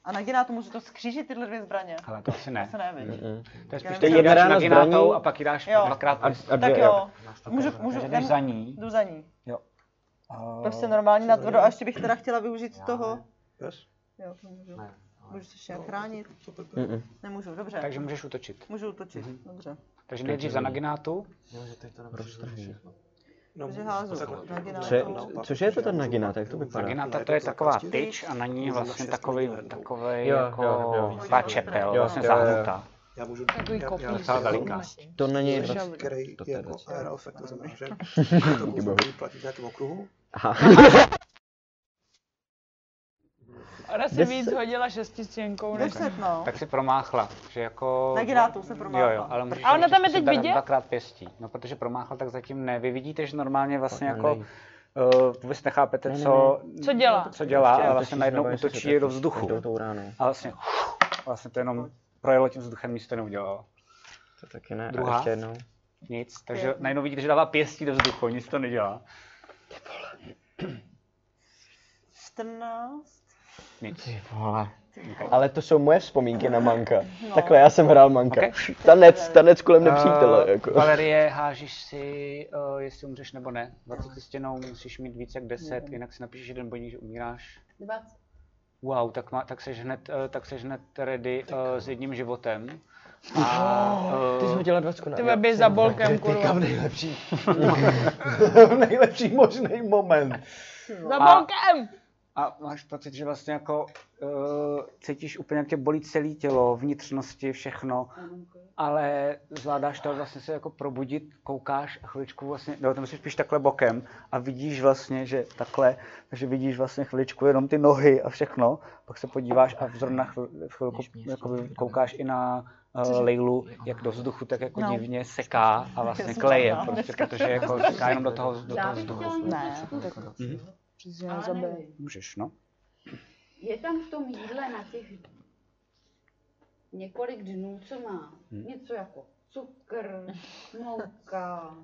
[SPEAKER 9] A na to můžu to skřížit tyhle dvě zbraně.
[SPEAKER 1] Ale to asi ne.
[SPEAKER 9] To ne, viď?
[SPEAKER 1] Mm-mm. To je
[SPEAKER 9] Já
[SPEAKER 1] spíš
[SPEAKER 9] nevím.
[SPEAKER 1] tak,
[SPEAKER 9] To je jedna
[SPEAKER 1] dáš
[SPEAKER 9] rána
[SPEAKER 1] naginátou
[SPEAKER 9] zbraní.
[SPEAKER 1] a pak ji dáš
[SPEAKER 9] Jo.
[SPEAKER 1] dvakrát.
[SPEAKER 9] A-
[SPEAKER 1] vys.
[SPEAKER 9] a Tak dvě- jo. Můžu-
[SPEAKER 1] Takže
[SPEAKER 9] můžu-
[SPEAKER 1] jdeš
[SPEAKER 9] jdem-
[SPEAKER 1] za ní.
[SPEAKER 9] Jdu za ní.
[SPEAKER 1] Jo. A-
[SPEAKER 9] Pak jsem normálně na tvrdo a ještě bych teda chtěla využít toho.
[SPEAKER 19] Yes.
[SPEAKER 9] Jo, to můžu. Můžu se ještě chránit?
[SPEAKER 1] Mm-mm.
[SPEAKER 9] Nemůžu, dobře.
[SPEAKER 1] Takže Mhm. můžeš útočit.
[SPEAKER 9] Můžu útočit, dobře.
[SPEAKER 1] Takže nejdřív za naginátu.
[SPEAKER 9] Takže házu.
[SPEAKER 8] Co je, cože je to ten naginát, jak to vypadá?
[SPEAKER 1] Naginata to je taková tyč a na ní vlastně takový, takový
[SPEAKER 8] Jo,
[SPEAKER 1] jako
[SPEAKER 8] jo, jo.
[SPEAKER 1] taková čepel,
[SPEAKER 8] Jo,
[SPEAKER 1] vlastně
[SPEAKER 8] jo, jo.
[SPEAKER 1] zahnutá.
[SPEAKER 19] Já můžu...
[SPEAKER 4] Takový
[SPEAKER 19] já- já-
[SPEAKER 4] kopíš.
[SPEAKER 1] Docela veliká.
[SPEAKER 8] To není
[SPEAKER 19] Slyšel,
[SPEAKER 8] 20.
[SPEAKER 19] který
[SPEAKER 8] To
[SPEAKER 19] je
[SPEAKER 8] je
[SPEAKER 19] jako
[SPEAKER 8] 20.
[SPEAKER 19] aero effect, to znamená, že
[SPEAKER 8] Díky
[SPEAKER 19] to
[SPEAKER 8] bohu.
[SPEAKER 19] můžu platit v nějakém okruhu.
[SPEAKER 8] Aha.
[SPEAKER 4] Ona si
[SPEAKER 1] Deset.
[SPEAKER 4] víc hodila šestistěnkou. než-
[SPEAKER 9] Deset, no.
[SPEAKER 1] Tak si promáchla, že jako...
[SPEAKER 4] Naginátou se promáchla.
[SPEAKER 1] Jo, jo, ale můžeš
[SPEAKER 4] A ona tam je
[SPEAKER 1] si
[SPEAKER 4] teď
[SPEAKER 1] dát
[SPEAKER 4] vidět?
[SPEAKER 1] Dvakrát pěstí, no protože promáchla, tak zatím ne. Vy vidíte, že normálně vlastně
[SPEAKER 8] Fakt
[SPEAKER 1] jako...
[SPEAKER 8] nejde.
[SPEAKER 1] Uh, vůbec nechápete,
[SPEAKER 8] Ne, ne,
[SPEAKER 1] co,
[SPEAKER 8] ne.
[SPEAKER 4] Co dělá?
[SPEAKER 1] co dělá,
[SPEAKER 8] Já
[SPEAKER 1] ale
[SPEAKER 8] to
[SPEAKER 1] vlastně
[SPEAKER 8] šířím,
[SPEAKER 1] najednou
[SPEAKER 8] nebo jestli
[SPEAKER 1] útočí
[SPEAKER 8] se to-
[SPEAKER 1] do vzduchu.
[SPEAKER 8] tou- tou ránou.
[SPEAKER 1] A vlastně, vlastně to jenom projelo tím vzduchem, nic to neudělalo.
[SPEAKER 8] To taky ne,
[SPEAKER 1] Druhá.
[SPEAKER 8] a ještě jednou.
[SPEAKER 1] Nic, takže najednou vidíte, že dává pěstí do vzduchu, nic to nedělá.
[SPEAKER 9] 14.
[SPEAKER 1] Nic.
[SPEAKER 8] Vole. Ale to jsou moje vzpomínky na Manka.
[SPEAKER 9] No.
[SPEAKER 8] Takhle já jsem hrál Manka.
[SPEAKER 1] Okay.
[SPEAKER 8] Tanec, tanec kolem
[SPEAKER 1] Eh,
[SPEAKER 8] (laughs) nepřítele. Jako.
[SPEAKER 1] Valerie, hážíš si, uh, jestli umřeš nebo ne. 20 stěnou musíš mít více jak 10, jinak si napíšeš jeden bodík, že umíráš.
[SPEAKER 7] 20.
[SPEAKER 1] Wow, tak, má, tak, seš hned, eh, tak seš hned ready eh, s jedním životem. A,
[SPEAKER 8] Oh, ty jsi
[SPEAKER 1] eh,
[SPEAKER 8] hodila dvacku na...
[SPEAKER 4] Ty bys za bolkem, kurva.
[SPEAKER 8] nejlepší.
[SPEAKER 21] nejlepší možný moment.
[SPEAKER 4] Za bolkem!
[SPEAKER 21] A máš pocit, že vlastně jako uh, cítíš úplně, jak tě bolí celé tělo, vnitřnosti, všechno, ale zvládáš to vlastně se jako probudit, koukáš a chviličku vlastně, no tam si spíš takhle bokem a vidíš vlastně, že takhle, takže vidíš vlastně chviličku jenom ty nohy a všechno, pak se podíváš a zrovna chvil, chvilku jakoby, koukáš i na uh, Lejlu, jak do vzduchu tak jako
[SPEAKER 1] No.
[SPEAKER 21] divně seká a vlastně
[SPEAKER 1] jsem
[SPEAKER 21] kleje,
[SPEAKER 1] to dala
[SPEAKER 21] prostě,
[SPEAKER 1] dneska.
[SPEAKER 21] protože jako seká jenom do toho,
[SPEAKER 1] No,
[SPEAKER 21] do
[SPEAKER 7] Já
[SPEAKER 21] toho
[SPEAKER 7] bych
[SPEAKER 21] vzduchu.
[SPEAKER 7] chtěla něco
[SPEAKER 9] Ne,
[SPEAKER 7] zkusit.
[SPEAKER 9] tak-
[SPEAKER 21] Mhm.
[SPEAKER 9] Že
[SPEAKER 7] Ale
[SPEAKER 9] zabij.
[SPEAKER 7] nevím.
[SPEAKER 21] Můžeš, no.
[SPEAKER 7] Je tam v tom jídle na těch několik dnů, co má
[SPEAKER 21] Hmm.
[SPEAKER 7] něco jako cukr, mouka.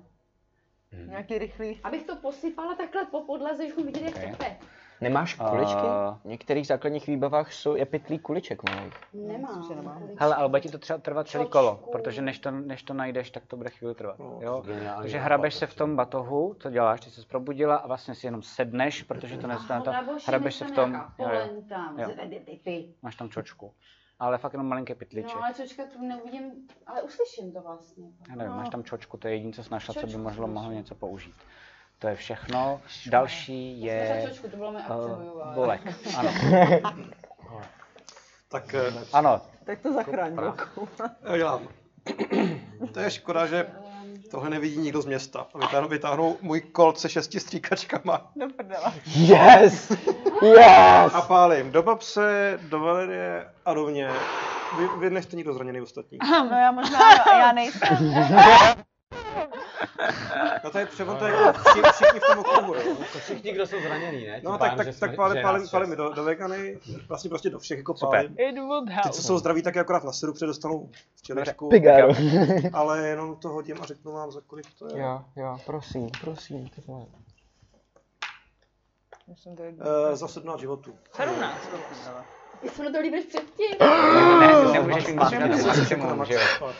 [SPEAKER 1] Mhm.
[SPEAKER 22] Nějaký rychlý.
[SPEAKER 7] Abych to posypala takhle po podlaze, že viděli, jak
[SPEAKER 8] Okay.
[SPEAKER 7] tepe.
[SPEAKER 8] Nemáš kuličky?
[SPEAKER 1] A-
[SPEAKER 8] V některých základních výbavách jsou je pitlí kuliček malých.
[SPEAKER 7] Nemám. kolik-
[SPEAKER 1] Hele, ale bude ti to třeba trvat celý kolo, protože než to, než to najdeš, tak to bude chvíli trvat. Jo?
[SPEAKER 2] geniální
[SPEAKER 1] Takže
[SPEAKER 2] nápad,
[SPEAKER 1] hrabeš se v tom batohu, co děláš, ty jsi se probudila a vlastně si jenom sedneš, protože to
[SPEAKER 7] No,
[SPEAKER 1] nezná to,
[SPEAKER 7] nebo ještě
[SPEAKER 1] hrabeš
[SPEAKER 7] než
[SPEAKER 1] se v
[SPEAKER 7] tam
[SPEAKER 1] tom,
[SPEAKER 7] nějaká
[SPEAKER 1] jo, jo.
[SPEAKER 7] Polenta,
[SPEAKER 1] Jo.
[SPEAKER 7] ty- ty- ty.
[SPEAKER 1] máš tam čočku, ale fakt jenom malinké pytlíček.
[SPEAKER 7] No ale čočka tu neuvidím, ale uslyším to vlastně.
[SPEAKER 1] Já nevím,
[SPEAKER 7] no.
[SPEAKER 1] máš tam čočku, to je jediné, co jsi našla, co by
[SPEAKER 7] Čočku
[SPEAKER 1] možlo,
[SPEAKER 7] jsem
[SPEAKER 1] mohlo něco použít. To je všechno. Další
[SPEAKER 7] našla
[SPEAKER 1] je
[SPEAKER 7] čočku, to byla moje
[SPEAKER 1] eh,
[SPEAKER 7] akce bojová. (laughs)
[SPEAKER 1] bolek. Ano.
[SPEAKER 6] Tak
[SPEAKER 1] ano.
[SPEAKER 9] Tak to zachraň,
[SPEAKER 1] Jako
[SPEAKER 9] Volku.
[SPEAKER 6] Já dělám. To je škoda, že tohle nevidí nikdo z města. A vytáhnou, vytáhnou můj kolt se šesti stříkačkama.
[SPEAKER 9] (laughs) Do prdela.
[SPEAKER 6] Yes!
[SPEAKER 9] Yes!
[SPEAKER 6] A pálím. Do babse, do Valerie a do mě. Vy, vy nejste nikdo zraněný ostatní.
[SPEAKER 9] No já možná, jo,
[SPEAKER 1] (laughs)
[SPEAKER 9] já nejsem.
[SPEAKER 6] No to je převod, to je jako vši- všichni v tom okruhu, jo.
[SPEAKER 2] jako Všichni, kdo jsou zranění, ne? Tím
[SPEAKER 6] No
[SPEAKER 2] pádem,
[SPEAKER 6] tak, tak,
[SPEAKER 2] že jsme-
[SPEAKER 6] tak pálím,
[SPEAKER 2] že
[SPEAKER 6] pálím,
[SPEAKER 2] nás
[SPEAKER 6] pálím do, do vegany, vlastně prostě do všech jako
[SPEAKER 2] Super.
[SPEAKER 6] pálím.
[SPEAKER 4] It would
[SPEAKER 6] Ty,
[SPEAKER 4] help.
[SPEAKER 6] co jsou zdraví, tak je akorát na sedu předostanou včelačku.
[SPEAKER 8] Pigáro.
[SPEAKER 6] (laughs) Ale jenom to hodím a řeknu vám, za kolik to je.
[SPEAKER 8] Jo, jo, prosím, prosím, ty vole.
[SPEAKER 9] Musím to jít.
[SPEAKER 6] Eh, za 17 životů.
[SPEAKER 9] 17, do prdela.
[SPEAKER 7] Já jsem na to líp
[SPEAKER 1] (gasps)
[SPEAKER 7] než předtím.
[SPEAKER 1] Ne, ty se můžeš mít na
[SPEAKER 6] Maximum,
[SPEAKER 1] tom maximum, že jo.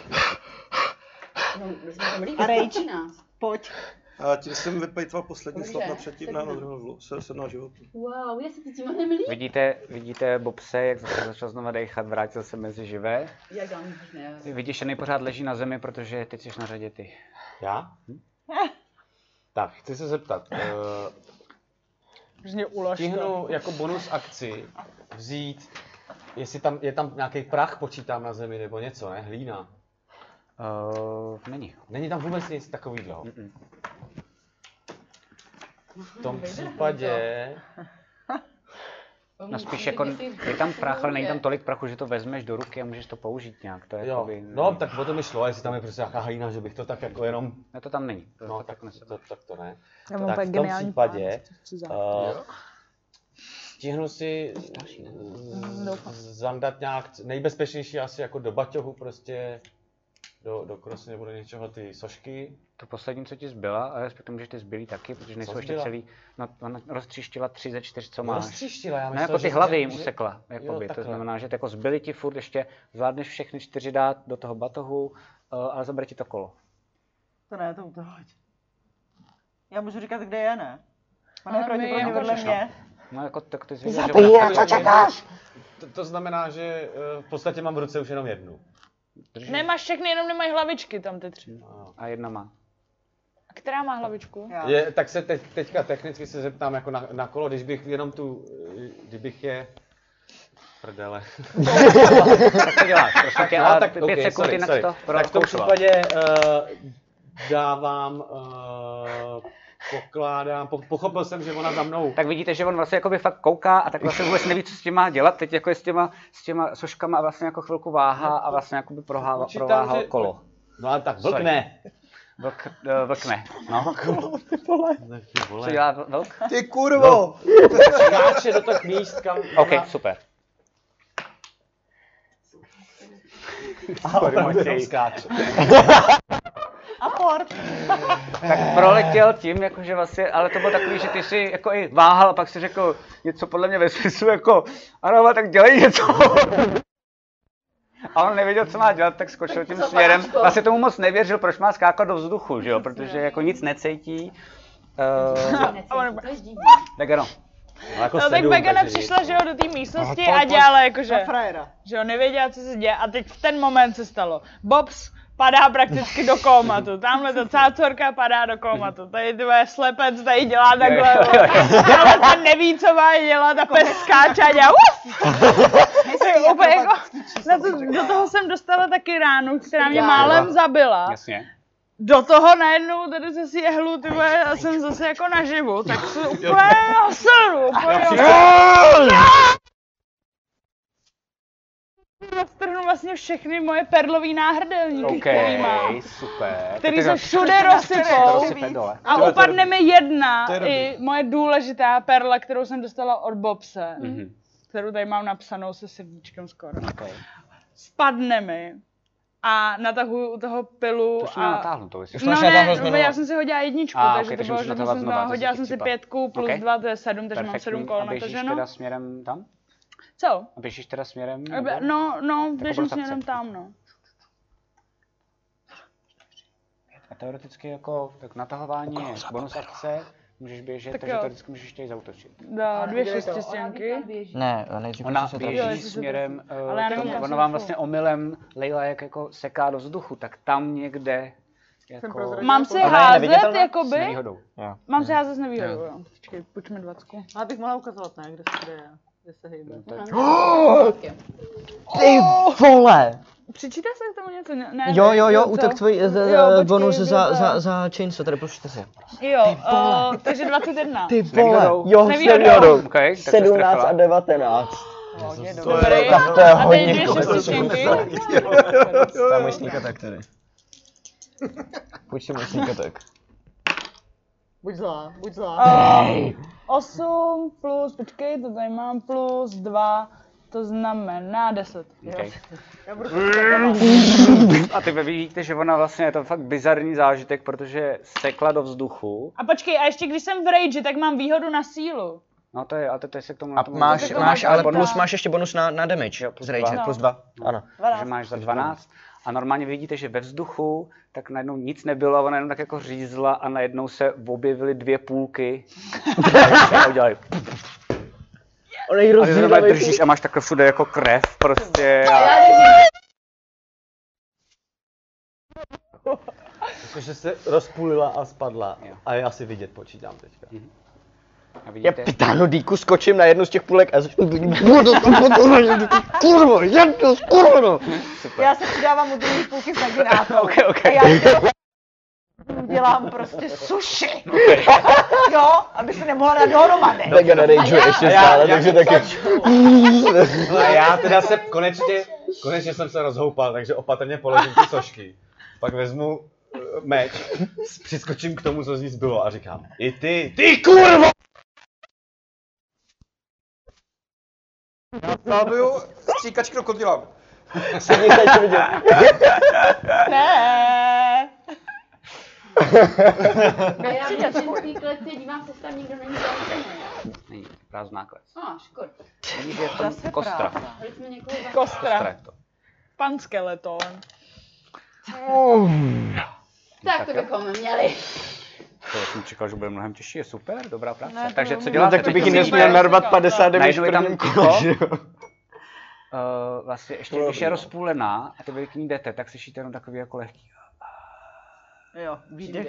[SPEAKER 7] No, my jsme tam líp
[SPEAKER 9] A
[SPEAKER 7] než
[SPEAKER 9] rage?
[SPEAKER 7] předtím.
[SPEAKER 9] Pojď.
[SPEAKER 6] A Eh, tím jsem vypejtval poslední
[SPEAKER 7] Dobře,
[SPEAKER 6] slot na předtím, na, na
[SPEAKER 7] sedmnáct.
[SPEAKER 6] druhou vlu, se- 17 životů.
[SPEAKER 7] Wow, já se cítím mnohem líp.
[SPEAKER 1] Vidíte, vidíte Bobse, jak zase začal znova dechat, vrátil se mezi živé.
[SPEAKER 7] Já dělám nic jiného.
[SPEAKER 1] Vyděšený pořád leží na zemi, protože teď jsi na řadě ty.
[SPEAKER 23] Já? Tak, chci se zeptat. eh,
[SPEAKER 4] Mě ulož
[SPEAKER 2] Stihnu jako bonus akci vzít, jestli tam je tam nějaký prach počítám na zemi nebo něco, ne? Hlína.
[SPEAKER 1] Uh, není.
[SPEAKER 2] Není tam vůbec nic takového.
[SPEAKER 4] Mhm.
[SPEAKER 2] V tom případě...
[SPEAKER 1] No spíš jako, je tam prach, ale není tam tolik prachu, že to vezmeš do ruky a můžeš to použít nějak. To je
[SPEAKER 2] Jo,
[SPEAKER 1] jakoby,
[SPEAKER 2] no tak o to mi šlo, jestli tam je prostě nějaká hlína, že bych to tak jako jenom...
[SPEAKER 1] Ne, to tam není. To, jako
[SPEAKER 2] no, tak, tak, to, tak to ne.
[SPEAKER 4] Já mám
[SPEAKER 2] tak
[SPEAKER 4] úplně
[SPEAKER 2] v tom
[SPEAKER 4] geniální
[SPEAKER 2] případě
[SPEAKER 4] plán, co chci za-
[SPEAKER 2] eh,
[SPEAKER 4] Jo.
[SPEAKER 2] stihnu si z- z- zandat nějak, c- nejbezpečnější asi jako do baťohu prostě, do, do krosy nebo do něčeho ty sošky.
[SPEAKER 1] To poslední, co ti zbyla, a respektive můžeš ty zbylý taky, protože nejsou ještě
[SPEAKER 2] zbyla?
[SPEAKER 1] celý, no, ona roztříštila tři ze čtyř, co
[SPEAKER 2] No,
[SPEAKER 1] máš.
[SPEAKER 2] roztříštila, já
[SPEAKER 1] no,
[SPEAKER 2] myslel,
[SPEAKER 1] jako ty
[SPEAKER 2] že-
[SPEAKER 1] hlavy
[SPEAKER 2] že-
[SPEAKER 1] jim
[SPEAKER 2] že-
[SPEAKER 1] usekla,
[SPEAKER 2] jo,
[SPEAKER 1] jakoby. to
[SPEAKER 2] takhle.
[SPEAKER 1] znamená, že jako zbyly ti furt ještě, zvládneš všechny čtyři dát do toho batohu, eh, ale zabere ti to kolo.
[SPEAKER 9] To ne, to to hoď. Já můžu říkat, kde je, ne? Ona je
[SPEAKER 2] Ale
[SPEAKER 9] proti
[SPEAKER 2] my
[SPEAKER 9] proti
[SPEAKER 2] jako
[SPEAKER 9] vedle
[SPEAKER 2] všechno.
[SPEAKER 9] mě.
[SPEAKER 1] No jako tak ty jsi
[SPEAKER 2] Že-
[SPEAKER 1] ona-
[SPEAKER 2] že- To, to znamená, že eh, v podstatě mám v ruce už jenom jednu.
[SPEAKER 4] Nemáš všechny, jenom nemají hlavičky tam ty tři.
[SPEAKER 1] A jedna má.
[SPEAKER 4] A která má hlavičku?
[SPEAKER 2] Je, tak se teď, teďka technicky se zeptám jako na, na kolo, když bych jenom tu, eh, kdybych je... Prdele.
[SPEAKER 8] (laughs)
[SPEAKER 2] No,
[SPEAKER 1] tak to (laughs) děláš, prosím tě, a pět
[SPEAKER 2] ok,
[SPEAKER 1] sekund jinak to
[SPEAKER 2] Tak v tom
[SPEAKER 1] prokoušela.
[SPEAKER 2] případě uh, dávám, uh, pokládám, po, pochopil jsem, že ona za mnou
[SPEAKER 1] Tak vidíte, že on vlastně jakoby fakt kouká a tak vlastně vůbec neví, co s tím má dělat. Teď jako je s těma, s těma soškama a vlastně jako chvilku váhá a vlastně jakoby prohává,
[SPEAKER 2] Počítám,
[SPEAKER 1] prováhal
[SPEAKER 2] že-
[SPEAKER 1] kolo.
[SPEAKER 2] No ale tak vlk
[SPEAKER 1] Sorry.
[SPEAKER 2] ne.
[SPEAKER 1] Vlk, eh, vlk ne. No.
[SPEAKER 2] vole.
[SPEAKER 1] Co dělá vl- vlk?
[SPEAKER 6] Ty kurvo!
[SPEAKER 2] skáče do tak míst, kam...
[SPEAKER 1] OK, super.
[SPEAKER 2] (laughs) Sorry, Matěj.
[SPEAKER 9] A port.
[SPEAKER 1] Tak proletěl tím, jakože vlastně, ale to bylo takový, že ty si jako i váhal a pak si řekl něco podle mě ve smyslu jako, ano, ale tak dělej něco. A on nevěděl, co má dělat, tak skočil tím
[SPEAKER 21] co,
[SPEAKER 1] směrem.
[SPEAKER 21] panáčko?
[SPEAKER 1] Vlastně tomu moc nevěřil, proč má skákat do vzduchu, (laughs)
[SPEAKER 4] (laughs)
[SPEAKER 1] že jo? Protože jako nic necítí. Uh,
[SPEAKER 7] A on
[SPEAKER 1] tak ano.
[SPEAKER 2] jako
[SPEAKER 4] no tak
[SPEAKER 2] sedm,
[SPEAKER 4] Begana
[SPEAKER 2] takže
[SPEAKER 4] přišla,
[SPEAKER 2] nic,
[SPEAKER 4] že
[SPEAKER 2] no.
[SPEAKER 4] jo, do té místnosti
[SPEAKER 2] No, to-
[SPEAKER 4] a
[SPEAKER 2] to-
[SPEAKER 4] dělala jakože,
[SPEAKER 9] na frajera.
[SPEAKER 4] že jo, nevěděla, co se děje a teď v ten moment se stalo. Bobs padá prakticky do komatu, tamhle ta cácorka padá do komatu, tady tvoje slepec tady dělá takhle,
[SPEAKER 17] Jo, jo, jo.
[SPEAKER 4] ale ten neví, co má dělat a pes skáče a dělá uf! To je úplně jako, na to, do toho jsem dostala taky ránu, která mě
[SPEAKER 17] Já.
[SPEAKER 4] málem zabila.
[SPEAKER 1] Jasně.
[SPEAKER 4] Do toho najednou tady se si jehlu, ty vole, a jsem zase jako naživu, tak se úplně oseru, úplně oseru. Roztrhnu vlastně všechny moje perlový náhrdelníky,
[SPEAKER 1] OK,
[SPEAKER 4] který mám.
[SPEAKER 1] super.
[SPEAKER 4] Který se všude rozsypou
[SPEAKER 1] Rozsype dole.
[SPEAKER 4] a
[SPEAKER 1] To je-
[SPEAKER 4] upadne mi jedna
[SPEAKER 1] to je dobrý.
[SPEAKER 4] i moje důležitá perla, kterou jsem dostala od Bobse,
[SPEAKER 1] Mhm.
[SPEAKER 4] kterou tady mám napsanou se srdíčkem skoro.
[SPEAKER 1] Okay.
[SPEAKER 4] Spadne mi a natahuju u toho pilu
[SPEAKER 1] To jsi
[SPEAKER 4] a...
[SPEAKER 1] měla natáhnout, to jsi- Už to
[SPEAKER 4] no
[SPEAKER 1] máš
[SPEAKER 4] ne,
[SPEAKER 1] natáhnout z
[SPEAKER 4] no,
[SPEAKER 1] minula.
[SPEAKER 4] já jsem si hodila jedničku,
[SPEAKER 1] A,
[SPEAKER 4] takže
[SPEAKER 1] ok,
[SPEAKER 4] to
[SPEAKER 1] takže
[SPEAKER 4] bylo,
[SPEAKER 1] můžeš
[SPEAKER 4] že jsem
[SPEAKER 1] natahovat
[SPEAKER 4] si
[SPEAKER 1] znova,
[SPEAKER 4] dala-
[SPEAKER 1] to
[SPEAKER 4] hodila
[SPEAKER 1] si
[SPEAKER 4] jsem si
[SPEAKER 1] chytla.
[SPEAKER 4] pětku plus
[SPEAKER 1] Ok.
[SPEAKER 4] dva, to je sedm, takže mám
[SPEAKER 1] Perfektní.
[SPEAKER 4] sedm kol
[SPEAKER 1] A
[SPEAKER 4] na to,
[SPEAKER 1] běžíš
[SPEAKER 4] že
[SPEAKER 1] teda
[SPEAKER 4] no.
[SPEAKER 1] směrem tam?
[SPEAKER 4] Co?
[SPEAKER 1] A běžíš teda směrem?
[SPEAKER 4] A be-
[SPEAKER 1] nebo?
[SPEAKER 4] No, no,
[SPEAKER 1] Jako
[SPEAKER 4] běžím
[SPEAKER 1] byl
[SPEAKER 4] směrem
[SPEAKER 1] sakce.
[SPEAKER 4] tam, no.
[SPEAKER 1] A teoreticky jako tak natahování je bonus akce, můžeš běžet,
[SPEAKER 4] Tak
[SPEAKER 1] takže
[SPEAKER 4] jo.
[SPEAKER 1] teoreticky můžeš ještě i zautočit.
[SPEAKER 4] Dá dvě
[SPEAKER 1] udělej to, ona
[SPEAKER 4] šestistěnky.
[SPEAKER 8] Ne, eh, nejdřív prostě
[SPEAKER 1] Ona
[SPEAKER 8] se
[SPEAKER 1] běží
[SPEAKER 4] Jo, jestli se
[SPEAKER 1] směrem
[SPEAKER 4] trefí.
[SPEAKER 1] eh,
[SPEAKER 4] Ale já
[SPEAKER 1] k
[SPEAKER 4] nevím,
[SPEAKER 1] tomu.
[SPEAKER 4] kam
[SPEAKER 1] Ona
[SPEAKER 4] jsem
[SPEAKER 1] vám
[SPEAKER 4] šla.
[SPEAKER 1] vlastně omylem Leila jak jako seká do vzduchu, tak tam někde jako...
[SPEAKER 4] prozradila Mám si půl- házet, jakoby?
[SPEAKER 1] S nevýhodou.
[SPEAKER 4] Mám se házet s nevýhodou,
[SPEAKER 1] Jo.
[SPEAKER 4] jo. Počkej, pojďme dvacku.
[SPEAKER 15] Ale bych mohla ukazovat, ne, kde se, kde je, kde se hejbe.
[SPEAKER 8] Ty vole!
[SPEAKER 4] Přičítá se k tomu něco? Ne, ne,
[SPEAKER 8] Jo, jo, jo,
[SPEAKER 4] co?
[SPEAKER 8] útok tvůj eh, eh,
[SPEAKER 4] Jo, počkej,
[SPEAKER 8] bonus
[SPEAKER 4] byl
[SPEAKER 8] za,
[SPEAKER 4] to-
[SPEAKER 8] za, za chainsaw, tady plus 4.
[SPEAKER 4] Jo, o, takže 21.
[SPEAKER 8] Ty vole, jo, s nevýhodou. 17 a 19.
[SPEAKER 4] Dobrý.
[SPEAKER 8] Tak to je
[SPEAKER 4] A teď
[SPEAKER 8] hodně
[SPEAKER 4] dvě
[SPEAKER 8] kolik.
[SPEAKER 4] šestistěnky.
[SPEAKER 8] (laughs) Tam můj sneak attack tady. (laughs) Půjď si můj sneak attack.
[SPEAKER 15] Buď zlá, buď zlá.
[SPEAKER 4] Ehm, 8 plus, počkej, to tady mám, plus 2, to znamená 10.
[SPEAKER 1] Okay.
[SPEAKER 15] Já budu
[SPEAKER 1] A ty vidíte, že ona vlastně je to fakt bizarní zážitek, protože sekla do vzduchu.
[SPEAKER 4] A počkej, a ještě když jsem v rage, tak mám výhodu na sílu.
[SPEAKER 1] No to je, a to, to je se k tomu... A
[SPEAKER 8] Máš, máš, ale bonus, máš ještě bonus na, na damage. Z rage,
[SPEAKER 1] dva.
[SPEAKER 8] plus 2.
[SPEAKER 2] No.
[SPEAKER 8] Ano.
[SPEAKER 1] Takže máš za 12. A normálně vidíte, že ve vzduchu tak najednou nic nebylo a ona jenom tak jako řízla a najednou se objevily dvě půlky. (laughs) a udělají.
[SPEAKER 8] Ona ji
[SPEAKER 1] A ty
[SPEAKER 8] rozdílá.
[SPEAKER 1] normálně držíš a máš takhle všude jako krev prostě. A...
[SPEAKER 2] Jakože se rozpůlila a spadla. A je asi vidět, počítám teďka.
[SPEAKER 1] A
[SPEAKER 8] Já
[SPEAKER 1] (laughs) vidíte,
[SPEAKER 8] pitáno dýku skočím na jednu z těch půlek a začnu... (laughs) Kurvo, jednu, kurvo!
[SPEAKER 15] Já se přidávám od druhé půlky s naginátou. okay, okay. Já dělám prostě suši. jo, aby se nemohla dát dohromady.
[SPEAKER 8] Mega na rage ještě stále, (laughs) takže taky...
[SPEAKER 2] No a já teda se konečně, konečně jsem se rozhoupal, takže opatrně položím ty sošky. Pak vezmu eh, meč, s- přiskočím k tomu, co z ní zbylo a říkám, i ty, ty kurvo!
[SPEAKER 19] Plánuju stříkač krokodilám.
[SPEAKER 2] (laughs)
[SPEAKER 4] Ne.
[SPEAKER 1] (gasps)
[SPEAKER 7] A já v ženský kletce dívám se, jestli tam nikdo není zavřený.
[SPEAKER 1] Není, prázdná klec.
[SPEAKER 7] A, škoda.
[SPEAKER 1] Vidíš, že je v tom Zase kostra. prázdná.
[SPEAKER 7] Hledali jsme někoho za-
[SPEAKER 1] Kostra
[SPEAKER 4] Kostra.
[SPEAKER 1] je to.
[SPEAKER 4] Pan skeleton.
[SPEAKER 7] Tak to bychom měli.
[SPEAKER 1] To jsem čekal, že bude mnohem těžší, je super, dobrá práce.
[SPEAKER 7] Ne, to
[SPEAKER 1] Takže
[SPEAKER 7] bylo
[SPEAKER 1] co
[SPEAKER 7] mi-
[SPEAKER 1] děláte?
[SPEAKER 8] No tak to bych
[SPEAKER 1] teď?
[SPEAKER 8] ji nesměl narvat 50 damage
[SPEAKER 1] Najednou
[SPEAKER 8] v
[SPEAKER 1] je tam
[SPEAKER 8] prvním
[SPEAKER 1] ticho.
[SPEAKER 8] kole, že jo?
[SPEAKER 1] Eh, vlastně ještě když je rozpůlená a ty vy k ní jdete, tak slyšíte jenom takový jako lehký
[SPEAKER 9] Jo, výdech,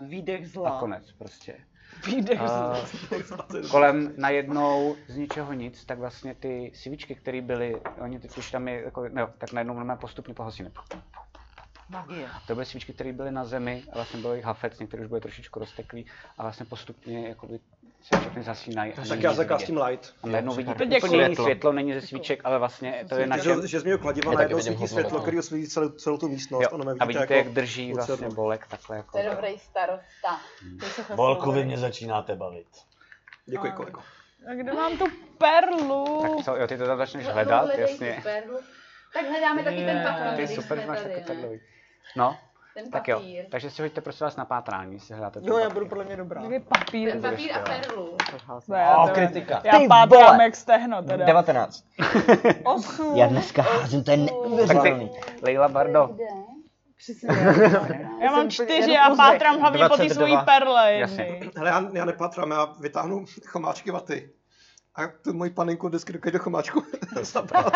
[SPEAKER 9] výdech zla.
[SPEAKER 1] a konec prostě.
[SPEAKER 9] Výdech
[SPEAKER 1] Eh,
[SPEAKER 19] (laughs)
[SPEAKER 9] zla.
[SPEAKER 1] kolem najednou z ničeho nic, tak vlastně ty svíčky, které byly, oni teď už tam je, jako, no, tak najednou normálně postupně pohasíme.
[SPEAKER 9] Magie.
[SPEAKER 1] To byly svíčky, které byly na zemi a vlastně byl jich hafec, některé už byly trošičku rozteklý a vlastně postupně jako by se všechny zasínají. a
[SPEAKER 19] Tak
[SPEAKER 1] není
[SPEAKER 19] já
[SPEAKER 1] nic
[SPEAKER 19] zakastím
[SPEAKER 1] vidět.
[SPEAKER 19] light.
[SPEAKER 1] A najednou
[SPEAKER 19] Jo,
[SPEAKER 1] vidíte
[SPEAKER 19] super.
[SPEAKER 1] úplně
[SPEAKER 19] Děkuji.
[SPEAKER 1] jiný světlo, není ze svíček, ale vlastně to je na
[SPEAKER 19] že,
[SPEAKER 1] čem.
[SPEAKER 19] že z mého kladiva
[SPEAKER 1] Já taky
[SPEAKER 19] najednou
[SPEAKER 1] vidím
[SPEAKER 19] svítí
[SPEAKER 1] hodně
[SPEAKER 19] světlo,
[SPEAKER 1] světla.
[SPEAKER 19] který osvítí celou, celou tu místnost.
[SPEAKER 1] no. Jo,
[SPEAKER 19] ono mě
[SPEAKER 1] a vidíte,
[SPEAKER 19] jako
[SPEAKER 1] jak drží vlastně
[SPEAKER 19] lucernu.
[SPEAKER 1] bolek takhle jako.
[SPEAKER 7] To je dobrý starosta.
[SPEAKER 2] Bolku, vy mě začínáte bavit.
[SPEAKER 19] Děkuji, kolego.
[SPEAKER 4] A kde mám tu perlu?
[SPEAKER 1] Tak co, jo, ty to tam začneš
[SPEAKER 7] No,
[SPEAKER 1] hledat,
[SPEAKER 7] hledej
[SPEAKER 1] jasně.
[SPEAKER 7] tu perlu. Tak hledáme taky ten papír,
[SPEAKER 1] To je
[SPEAKER 7] který
[SPEAKER 1] super, že
[SPEAKER 7] jsme
[SPEAKER 1] máš
[SPEAKER 7] tady,
[SPEAKER 1] taky
[SPEAKER 7] ne?
[SPEAKER 1] perlový. No,
[SPEAKER 7] Ten
[SPEAKER 1] tak jo.
[SPEAKER 7] papír.
[SPEAKER 1] Takže si hoďte prosím vás na pátrání, jestli hledáte ten
[SPEAKER 15] Jo, já
[SPEAKER 1] papír.
[SPEAKER 15] budu podle mě dobrá.
[SPEAKER 4] Kde papír?
[SPEAKER 7] Ten papír a perlu.
[SPEAKER 4] Ne, já
[SPEAKER 8] O,
[SPEAKER 4] to-
[SPEAKER 8] kritika.
[SPEAKER 4] Já
[SPEAKER 8] Ty
[SPEAKER 4] pátrám
[SPEAKER 8] vole.
[SPEAKER 4] jak stehno teda.
[SPEAKER 8] 19.
[SPEAKER 4] Osm.
[SPEAKER 8] Já dneska házím, to je
[SPEAKER 1] Tak
[SPEAKER 8] neuvěřitelný.
[SPEAKER 1] ty, Leila Bardo.
[SPEAKER 4] Já mám
[SPEAKER 19] úplně
[SPEAKER 4] čtyři
[SPEAKER 19] jenom
[SPEAKER 4] a
[SPEAKER 19] úzek.
[SPEAKER 4] pátrám hlavně po té
[SPEAKER 19] 22.
[SPEAKER 4] svojí perle jedny.
[SPEAKER 19] Hele, já, já nepatrám, já vytáhnu (laughs) chomáčky vaty. A tu moji panenku vždycky do každého chomáčku (laughs) zabral.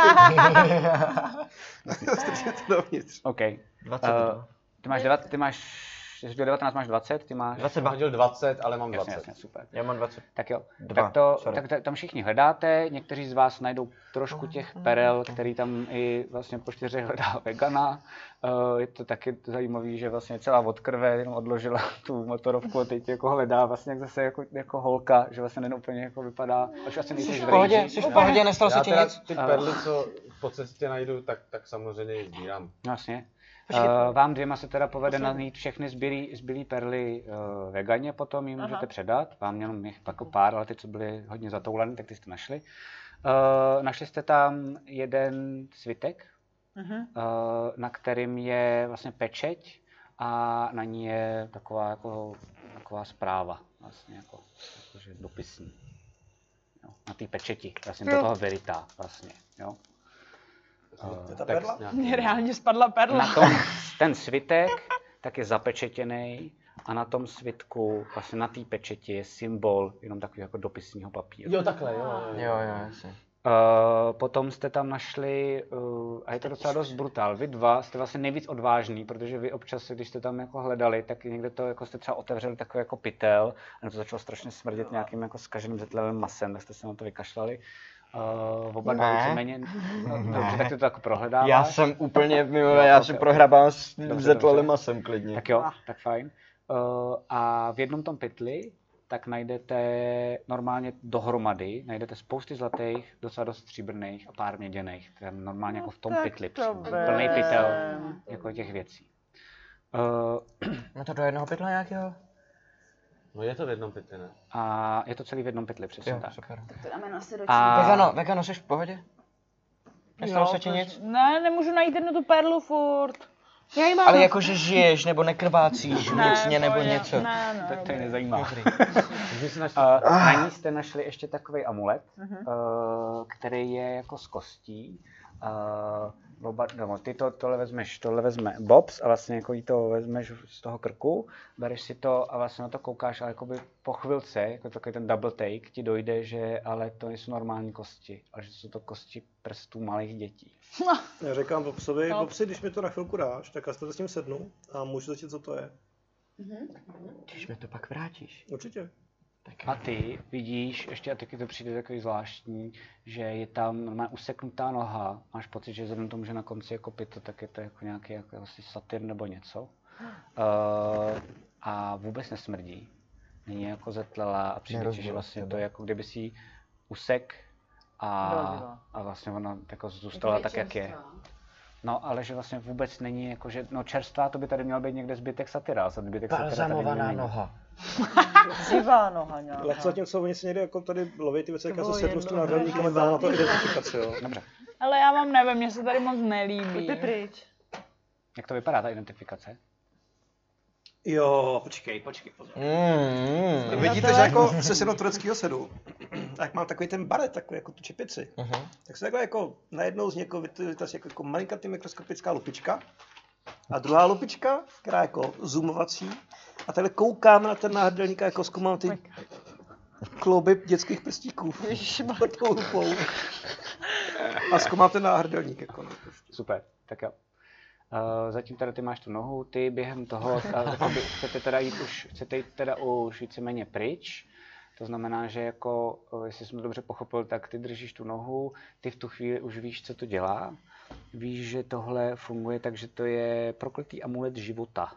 [SPEAKER 19] Strčil to dovnitř.
[SPEAKER 1] OK.
[SPEAKER 19] 22.
[SPEAKER 8] no.
[SPEAKER 1] Eh, ty máš 9, ty máš, jsi byl 19, máš 20, ty máš...
[SPEAKER 2] 22. Hodil 20, ale mám 20.
[SPEAKER 1] Jasně, jasně, super.
[SPEAKER 2] Já mám 20.
[SPEAKER 1] Tak jo,
[SPEAKER 2] Dva,
[SPEAKER 1] tak, to,
[SPEAKER 2] sorry.
[SPEAKER 1] tak ta- tam všichni hledáte, někteří z vás najdou trošku těch perel, který tam i vlastně po čtyřech hledá vegana. Eh, Je to taky zajímavé, že vlastně celá od krve jenom odložila tu motorovku a teď jako hledá vlastně jak zase jako, jako holka, že vlastně nejen úplně jako vypadá, až asi nejsi
[SPEAKER 8] v pohodě, jsi v pohodě, nestalo se
[SPEAKER 14] Já
[SPEAKER 8] ti
[SPEAKER 14] teda
[SPEAKER 8] nic?
[SPEAKER 14] Ty perly, co po cestě najdu, tak, tak samozřejmě je sbírám.
[SPEAKER 1] Jasně.
[SPEAKER 14] Počkej.
[SPEAKER 1] Uh, vám dvěma se teda povede
[SPEAKER 14] Poslední.
[SPEAKER 1] najít všechny zbylý, zbylý perly uh, veganě, potom ji
[SPEAKER 14] Aha.
[SPEAKER 1] můžete předat. Vám jenom jich jako pár, ale ty, co byly hodně zatouleny, tak ty jste našli. Uh, našli jste tam jeden svitek,
[SPEAKER 4] Mhm.
[SPEAKER 1] eh, na kterým je vlastně pečeť a na ní je taková, jako, taková zpráva, vlastně jako, jakože dopisní. Jo, na té pečeti, vlastně do
[SPEAKER 4] Jo.
[SPEAKER 1] toho veritá vlastně, jo. Eh,
[SPEAKER 4] ta
[SPEAKER 1] text
[SPEAKER 4] perla?
[SPEAKER 1] nějaký.
[SPEAKER 4] Mně reálně spadla
[SPEAKER 8] (laughs)
[SPEAKER 4] perla.
[SPEAKER 1] Na tom, ten svitek tak je zapečetěný a na tom svitku, vlastně na té pečeti je symbol jenom takový jako dopisního papíru.
[SPEAKER 2] Jo, takhle, jo, jo, jo.
[SPEAKER 8] Jo, jo, jasně.
[SPEAKER 1] Uh, potom jste tam našli, uh, a je to docela dost brutál, vy dva jste vlastně nejvíc odvážní, protože vy občas, když jste tam jako hledali, tak někde to jako jste třeba otevřeli takový jako pytel, a to začalo strašně smrdět nějakým jako skaženým zetlevým masem, tak jste se na to vykašlali. Uh, oba dva
[SPEAKER 8] Ne. (laughs)
[SPEAKER 1] víceméně, no,
[SPEAKER 8] Ne.
[SPEAKER 1] dobře, tak ty to jako prohledáváš.
[SPEAKER 8] Já jsem úplně mimo, já se
[SPEAKER 1] Ok.
[SPEAKER 8] prohrabám s
[SPEAKER 1] Dobře, dobře.
[SPEAKER 8] zetlelem masem klidně.
[SPEAKER 1] Tak jo, tak fajn. Uh, a v jednom tom pytli tak najdete normálně dohromady, najdete spousty zlatých, docela dost stříbrných a pár měděných. Tam normálně jako v tom
[SPEAKER 8] No, tak
[SPEAKER 1] pytli.
[SPEAKER 8] to
[SPEAKER 1] přímo.
[SPEAKER 8] vem.
[SPEAKER 1] Plný pytel jako těch věcí. Uh,
[SPEAKER 8] No to do jednoho pytla nějakého?
[SPEAKER 14] No je to v jednom pytli, ne?
[SPEAKER 1] a je to celý v jednom pytli, přesně
[SPEAKER 8] Jo,
[SPEAKER 1] tak.
[SPEAKER 8] super. Tak
[SPEAKER 7] to dáme asi do
[SPEAKER 1] A-
[SPEAKER 8] Vegano, vegano, jsi v pohodě? Nestalo
[SPEAKER 4] Jo,
[SPEAKER 8] se ti
[SPEAKER 4] proč-
[SPEAKER 8] nic?
[SPEAKER 4] Ne, nemůžu najít jednu tu perlu furt. Já ji mám.
[SPEAKER 8] Ale jakože žiješ, nebo nekrvácíš
[SPEAKER 4] Ne,
[SPEAKER 8] vnitřně, nebo
[SPEAKER 4] pohodě,
[SPEAKER 8] něco.
[SPEAKER 4] ne, ne,
[SPEAKER 1] Tak to je
[SPEAKER 4] dobrý.
[SPEAKER 1] nezajímá. (laughs)
[SPEAKER 8] Dobrý.
[SPEAKER 1] Uh, na ní jste našli ještě takový amulet,
[SPEAKER 4] Mhm.
[SPEAKER 1] uh, který je jako z kostí. Uh, oba, no, ty to, tohle vezmeš, tohle vezme Bobs a vlastně jako jí to vezmeš z toho krku, bereš si to a vlastně na to koukáš, ale jakoby po chvilce, jako takový ten double take, ti dojde, že ale to nejsou normální kosti, ale že jsou to kosti prstů malých dětí.
[SPEAKER 19] Já říkám Bobsovi,
[SPEAKER 1] No.
[SPEAKER 19] Bobsi, když mi to na chvilku dáš, tak já se s tím sednu a můžu zjistit, co to je.
[SPEAKER 8] Když mi to pak vrátíš.
[SPEAKER 19] Určitě.
[SPEAKER 1] A ty vidíš, ještě a taky to přijde takový zvláštní, že je tam normálně useknutá noha. Máš pocit, že vzhledem k tomu, že na konci je kopyto, tak je to jako nějaký jako asi satyr nebo něco. Uh, a vůbec nesmrdí. Není jako zetlelá a přijde ti, že
[SPEAKER 8] Nerozbila
[SPEAKER 1] vlastně
[SPEAKER 8] tebe.
[SPEAKER 1] to je jako kdyby si ji usek a,
[SPEAKER 8] Dorazila.
[SPEAKER 1] a vlastně ona jako zůstala
[SPEAKER 8] je
[SPEAKER 1] tak, jak je.
[SPEAKER 8] čerstvá.
[SPEAKER 1] No, ale že vlastně vůbec není jako, že no čerstvá, to by tady měl být někde zbytek satyra, a zbytek satyra tady
[SPEAKER 8] Balzamovaná
[SPEAKER 1] není.
[SPEAKER 8] noha.
[SPEAKER 9] Živá noha nějaká.
[SPEAKER 19] Ale co zatímco oni si někde jako tady loví ty věci, tak já se
[SPEAKER 9] bylo
[SPEAKER 19] sednu s tím
[SPEAKER 9] jedno.
[SPEAKER 19] nágradníkem a dám na to identifikaci, jo.
[SPEAKER 1] Dobře.
[SPEAKER 4] Ale já vám nevím, mě se tady moc nelíbí.
[SPEAKER 9] Pojďte pryč.
[SPEAKER 1] Jak to vypadá ta identifikace?
[SPEAKER 19] Jo, počkej, počkej, pozor.
[SPEAKER 8] Mm.
[SPEAKER 19] Vidíte, že jako se synou tureckého sedu, tak mám takový ten baret, takový jako tu čepici.
[SPEAKER 8] Mhm,
[SPEAKER 19] Tak se takhle jako najednou z někoho vytvoří jako, jako malinká ty mikroskopická lupička. A druhá lupička, která je jako zoomovací. A tady koukám na ten náhrdelník a jako zkoumám ty klouby dětských prstíků. Pod tou lupou. A zkoumám ten náhrdelník. Jako, no.
[SPEAKER 1] Super, tak jo. Uh, zatím teda ty máš tu nohu, ty během toho ta, jakoby chcete teda jít už, chcete jít teda už víceméně pryč, to znamená, že jako, eh, jestli jsem to dobře pochopil, tak ty držíš tu nohu, ty v tu chvíli už víš, co to dělá, víš, že tohle funguje tak, že to je prokletý amulet života.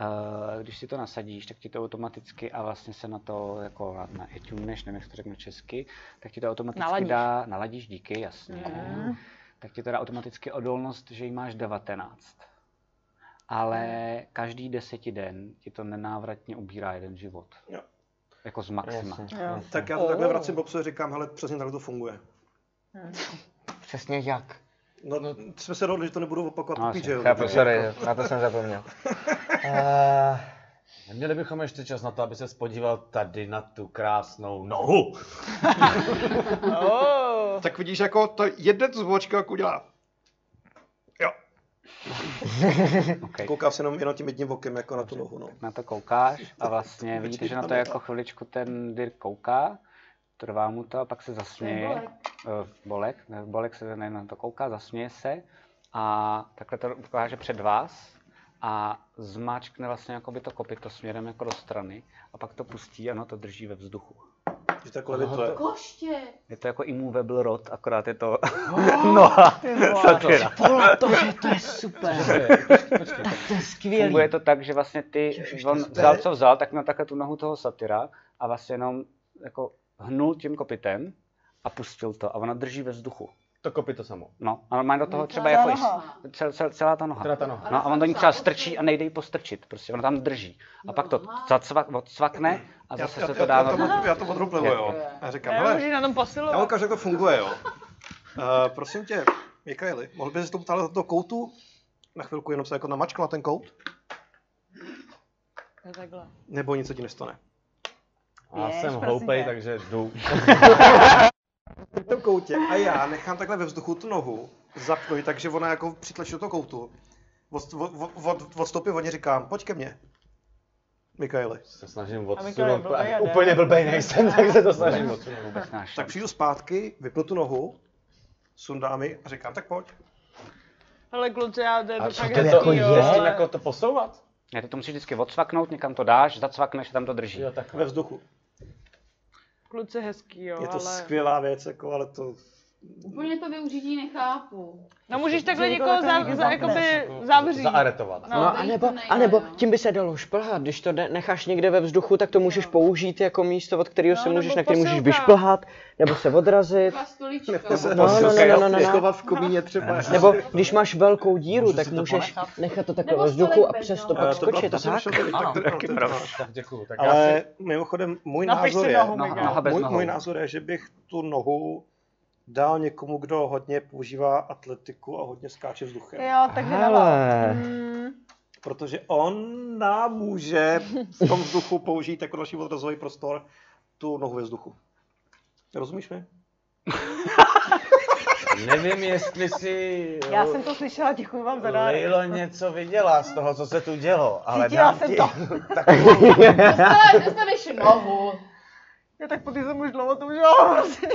[SPEAKER 1] Eh, Když si to nasadíš, tak ti to automaticky a vlastně se na to jako na, na attuneš, nevím, jak to řeknu česky, tak ti to automaticky
[SPEAKER 4] Naladíš.
[SPEAKER 1] dá, naladíš díky, jasně
[SPEAKER 4] Mhm.
[SPEAKER 1] tak ti teda automaticky odolnost, že jí máš 19. Ale
[SPEAKER 4] Mhm.
[SPEAKER 1] každý deseti den ti to nenávratně ubírá jeden život.
[SPEAKER 19] Jo.
[SPEAKER 1] Jako z maxima.
[SPEAKER 19] Jasně, jasně. Tak já to takhle vracím Bobsu a říkám, hele, přesně tak to funguje.
[SPEAKER 8] Přesně jak.
[SPEAKER 19] No, jsme se dohodli, že to nebudu opakovat
[SPEAKER 8] No,
[SPEAKER 19] no, že jo?
[SPEAKER 8] chápu, sorry, na to jsem (laughs) zapomněl.
[SPEAKER 2] Eh, Neměli bychom ještě čas na to, aby se podíval tady na tu krásnou nohu.
[SPEAKER 19] Tak vidíš, jako to jeden z vočka jako udělá. Jo.
[SPEAKER 1] okay.
[SPEAKER 19] Koukám se jenom, jenom tím jedním okem jako na tu nohu. No.
[SPEAKER 1] Na to koukáš a vlastně vidíte, že na to
[SPEAKER 19] tam je
[SPEAKER 1] jako chviličku ten Dirk kouká. trvá mu to a pak se zasměje.
[SPEAKER 7] bolek.
[SPEAKER 1] Eh, bolek, ne, bolek se nejen na to kouká, zasměje se a takhle to ukáže před vás a zmáčkne vlastně jakoby to kopyto směrem jako do strany a pak to pustí, ano, to drží ve vzduchu.
[SPEAKER 6] Že takhle vytvoje.
[SPEAKER 7] Koště.
[SPEAKER 1] Je to jako immovable rod, akorát je to
[SPEAKER 7] Oh,
[SPEAKER 1] (laughs) noha
[SPEAKER 7] ty vole.
[SPEAKER 1] satyra.
[SPEAKER 7] Vole, to je- to je super.
[SPEAKER 1] Tak
[SPEAKER 7] to je skvělý.
[SPEAKER 1] Funguje to tak, že vlastně ty, on vzal, co vzal, tak měl takhle tu nohu toho satyra a vlastně jenom jako hnul tím kopitem a pustil to a ona drží ve vzduchu.
[SPEAKER 2] To kopyto samo.
[SPEAKER 1] No, a normálně do toho
[SPEAKER 2] Celá
[SPEAKER 1] třeba
[SPEAKER 2] ta
[SPEAKER 1] jako
[SPEAKER 2] noha.
[SPEAKER 1] jist- cel, cel, celá ta noha.
[SPEAKER 2] Celá ta noha.
[SPEAKER 1] No a on do ní třeba strčí a nejde jí postrčit, prostě ona tam drží.
[SPEAKER 2] No
[SPEAKER 1] A pak to zacvak, odsvakne a
[SPEAKER 6] Já-
[SPEAKER 1] zase
[SPEAKER 6] já-
[SPEAKER 1] se
[SPEAKER 6] já-
[SPEAKER 1] to dá...
[SPEAKER 6] já to-
[SPEAKER 1] normálně.
[SPEAKER 6] já to odruplevu,
[SPEAKER 1] Je.
[SPEAKER 6] jo. Já říkám,
[SPEAKER 4] Já
[SPEAKER 6] hele,
[SPEAKER 4] už na tom posilu.
[SPEAKER 6] já mu ukážu, jak to funguje, jo. Uh, prosím tě, Mikaeli, mohl bys to ptát do toho koutu? Na chvilku jenom se jako namačkl na ten kout?
[SPEAKER 4] Takhle.
[SPEAKER 6] Nebo nic se ti nestane.
[SPEAKER 2] Já
[SPEAKER 6] Běž,
[SPEAKER 2] jsem
[SPEAKER 6] prosím
[SPEAKER 2] hloupej,
[SPEAKER 6] tě.
[SPEAKER 2] takže jdu.
[SPEAKER 6] V tom koutě a já nechám takhle ve vzduchu tu nohu, zapnu ji, takže ona jako přitlačí do toho koutu. Od, od, od, odstoupím od ní říkám, pojď ke mně. Mikaeli.
[SPEAKER 2] Se snažím
[SPEAKER 6] Mikael je
[SPEAKER 2] odsunout,
[SPEAKER 6] blbej
[SPEAKER 2] ale
[SPEAKER 6] a jde.
[SPEAKER 2] úplně blbej nejsem, tak se to snažím odsunout.
[SPEAKER 6] Tak přijdu zpátky, vypnu tu nohu, sundám ji a říkám, tak pojď.
[SPEAKER 4] Hele kluci, já to je to tak
[SPEAKER 2] je
[SPEAKER 4] hezký,
[SPEAKER 2] to,
[SPEAKER 4] jo.
[SPEAKER 2] s tím
[SPEAKER 4] ale-
[SPEAKER 2] jako to posouvat?
[SPEAKER 1] Ne, ty to musíš vždycky odsvaknout, někam to dáš, zacvakneš a tam to drží. Jo,
[SPEAKER 2] tak
[SPEAKER 6] ve vzduchu.
[SPEAKER 4] Kluci hezký, jo,
[SPEAKER 6] Je to
[SPEAKER 4] No, ale...
[SPEAKER 6] skvělá věc, jako, ale to...
[SPEAKER 7] Úplně to využití nechápu.
[SPEAKER 4] No
[SPEAKER 8] Prostě
[SPEAKER 4] můžeš takhle
[SPEAKER 7] Že
[SPEAKER 4] někoho
[SPEAKER 8] jako
[SPEAKER 7] někoho
[SPEAKER 4] za,
[SPEAKER 7] takhle
[SPEAKER 4] za,
[SPEAKER 7] někdo
[SPEAKER 4] jakoby
[SPEAKER 2] jako
[SPEAKER 7] zamkneš.
[SPEAKER 4] zavřít.
[SPEAKER 2] Zaaretovat.
[SPEAKER 4] No,
[SPEAKER 8] No, a nebo, a nebo tím by se dalo šplhat, když to ne- necháš někde ve vzduchu, tak to můžeš použít jako místo, od kterého se
[SPEAKER 4] prostě
[SPEAKER 8] můžeš, na který můžeš
[SPEAKER 7] posilka.
[SPEAKER 8] vyšplhat, nebo se odrazit.
[SPEAKER 7] Stolička.
[SPEAKER 8] No, no, no, no, no, no, no.
[SPEAKER 6] v komíně třeba.
[SPEAKER 8] (laughs) Nebo když máš velkou díru, tak
[SPEAKER 2] si to
[SPEAKER 8] můžeš
[SPEAKER 2] ponechat?
[SPEAKER 8] nechat to takhle
[SPEAKER 2] Nebo
[SPEAKER 8] ve vzduchu a
[SPEAKER 2] stolek
[SPEAKER 8] přes
[SPEAKER 2] bez,
[SPEAKER 8] to
[SPEAKER 2] no.
[SPEAKER 8] pak
[SPEAKER 2] Eh, to
[SPEAKER 8] skočit.
[SPEAKER 2] byla-
[SPEAKER 6] prostě
[SPEAKER 2] to
[SPEAKER 8] To
[SPEAKER 2] jsem
[SPEAKER 8] tak?
[SPEAKER 2] šel tady, tak
[SPEAKER 8] Ano.
[SPEAKER 2] to-
[SPEAKER 6] Taky pravda.
[SPEAKER 2] No, Tak děkuju. Tak
[SPEAKER 6] Ale
[SPEAKER 2] já si...
[SPEAKER 6] mimochodem, můj
[SPEAKER 2] Napiš
[SPEAKER 6] názor,
[SPEAKER 2] si
[SPEAKER 6] je,
[SPEAKER 2] nohu, Miguel. Noha bez
[SPEAKER 6] můj,
[SPEAKER 2] nohou.
[SPEAKER 6] můj názor je, že bych tu nohu dal někomu, kdo hodně používá atletiku a hodně skáče vzduchem.
[SPEAKER 24] Jo, takže Hele.
[SPEAKER 8] dala.
[SPEAKER 6] Protože ona může v tom vzduchu použít jako další odrazový prostor tu nohu ve vzduchu. Rozumíš mi?
[SPEAKER 2] Nevím, jestli si...
[SPEAKER 9] Já jsem to slyšela, děkuji vám za dárek.
[SPEAKER 2] Lilo něco viděla z toho, co se tu dělo, ale
[SPEAKER 9] Cítila
[SPEAKER 2] dám
[SPEAKER 9] jsem
[SPEAKER 2] (laughs) ti...
[SPEAKER 9] to.
[SPEAKER 7] Ale dostaneš nohu.
[SPEAKER 9] Já tak po ty jsem už dlouho to užívala, (laughs) prostě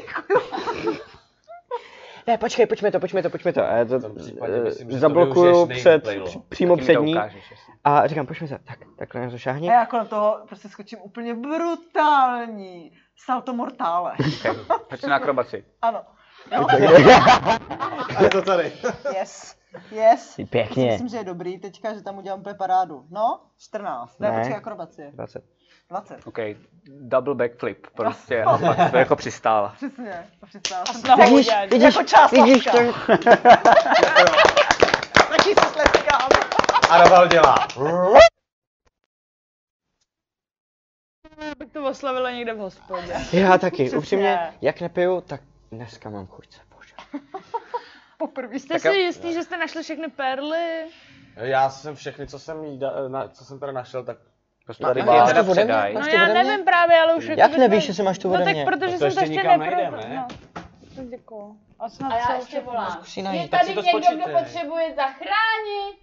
[SPEAKER 8] Ne, počkej, pojďme to, pojďme to, pojďme to. A já to, eh,
[SPEAKER 2] myslím, že to
[SPEAKER 8] zablokuju
[SPEAKER 2] využiješ
[SPEAKER 8] před,
[SPEAKER 2] nejplejlo.
[SPEAKER 8] při- přímo
[SPEAKER 2] Taky mi
[SPEAKER 8] před
[SPEAKER 2] to
[SPEAKER 8] ní.
[SPEAKER 2] ukážeš,
[SPEAKER 8] A říkám, pojďme se, tak, takhle na to šáhni.
[SPEAKER 9] A já kolem toho prostě skočím úplně brutální. Salto mortále. (laughs)
[SPEAKER 1] Pojď si na akrobaci.
[SPEAKER 9] Ano. Jo.
[SPEAKER 6] A je to tady.
[SPEAKER 9] Yes. Yes.
[SPEAKER 8] Ty pěkně.
[SPEAKER 9] Myslím, že je dobrý teďka, že tam udělám úplně parádu. No, 14. Ne,
[SPEAKER 1] Ne.
[SPEAKER 9] ne. počkej, akrobacie.
[SPEAKER 8] 20.
[SPEAKER 9] 20.
[SPEAKER 1] OK, double backflip,
[SPEAKER 2] (laughs)
[SPEAKER 1] prostě, a pak to jako přistála.
[SPEAKER 9] Přesně, to přistála. Jsem
[SPEAKER 4] snahu
[SPEAKER 9] tak-
[SPEAKER 4] Vidíš,
[SPEAKER 1] vidíš,
[SPEAKER 9] jako část
[SPEAKER 8] vidíš
[SPEAKER 9] laska. Taky se tleskám.
[SPEAKER 2] A Raval dělá.
[SPEAKER 4] Bych to oslavila někde v hospodě.
[SPEAKER 8] Já taky,
[SPEAKER 4] Přesně.
[SPEAKER 8] upřímně, jak nepiju, tak dneska mám chuť.
[SPEAKER 4] Poprvé. Jste
[SPEAKER 2] Tak
[SPEAKER 4] si
[SPEAKER 2] já-
[SPEAKER 4] jistý, že jste našli všechny perly?
[SPEAKER 2] Já jsem všechny, co jsem, jída, na, co jsem teda našel, tak
[SPEAKER 1] prostě
[SPEAKER 8] tady máš. Máš to ode mě?
[SPEAKER 4] No
[SPEAKER 8] Máš to
[SPEAKER 4] já
[SPEAKER 8] ode mě?
[SPEAKER 4] nevím právě, ale už...
[SPEAKER 8] Jak
[SPEAKER 4] jako bychom-
[SPEAKER 8] nevíš, jestli máš to ode
[SPEAKER 4] No tak
[SPEAKER 8] mě?
[SPEAKER 4] protože
[SPEAKER 2] No to
[SPEAKER 4] jsem
[SPEAKER 2] ještě
[SPEAKER 4] to ještě
[SPEAKER 2] nikam
[SPEAKER 4] neprovedla.
[SPEAKER 2] nejdeme.
[SPEAKER 4] No. Tak Děkuju. A
[SPEAKER 8] No,
[SPEAKER 4] snad
[SPEAKER 7] A já
[SPEAKER 4] jsou
[SPEAKER 7] ještě
[SPEAKER 4] všechny.
[SPEAKER 7] volám.
[SPEAKER 8] najít,
[SPEAKER 7] Je
[SPEAKER 8] tak si
[SPEAKER 7] tady
[SPEAKER 8] to
[SPEAKER 7] někdo, kdo
[SPEAKER 8] spočítej.
[SPEAKER 7] potřebuje zachránit.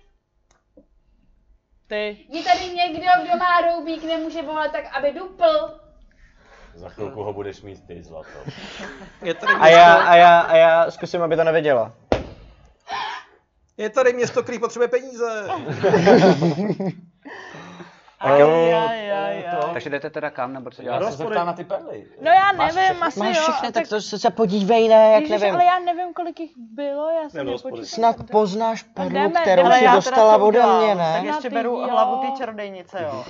[SPEAKER 4] Ty.
[SPEAKER 7] Je tady někdo, kdo má roubík, nemůže volat tak, aby dupl.
[SPEAKER 2] Za chvilku ho budeš mít ty, zlato.
[SPEAKER 6] Je tady
[SPEAKER 8] A já, a já, a já zkusím, aby to nevěděla.
[SPEAKER 6] Je tady město, který potřebuje peníze.
[SPEAKER 1] Takže jdete teda kam, nebo co
[SPEAKER 2] Já
[SPEAKER 1] děláte?
[SPEAKER 2] se zeptám na ty perly.
[SPEAKER 4] No já nevím, asi
[SPEAKER 8] Máš
[SPEAKER 4] jo.
[SPEAKER 8] všechny, tak to se, se podívej, ne, jak
[SPEAKER 4] Ježiš,
[SPEAKER 8] nevím.
[SPEAKER 4] ale já nevím, kolik jich bylo, já jsem
[SPEAKER 8] Nebylo
[SPEAKER 4] nepočítala.
[SPEAKER 8] Snad poznáš perlu,
[SPEAKER 4] jdeme,
[SPEAKER 8] kterou
[SPEAKER 4] jdeme.
[SPEAKER 8] si
[SPEAKER 4] Ale já teda
[SPEAKER 8] dostala
[SPEAKER 4] co
[SPEAKER 8] ode
[SPEAKER 4] udělám?
[SPEAKER 8] mě,
[SPEAKER 9] Tak
[SPEAKER 8] ne?
[SPEAKER 9] ještě beru
[SPEAKER 4] jo.
[SPEAKER 9] hlavu té čarodejnice, jo.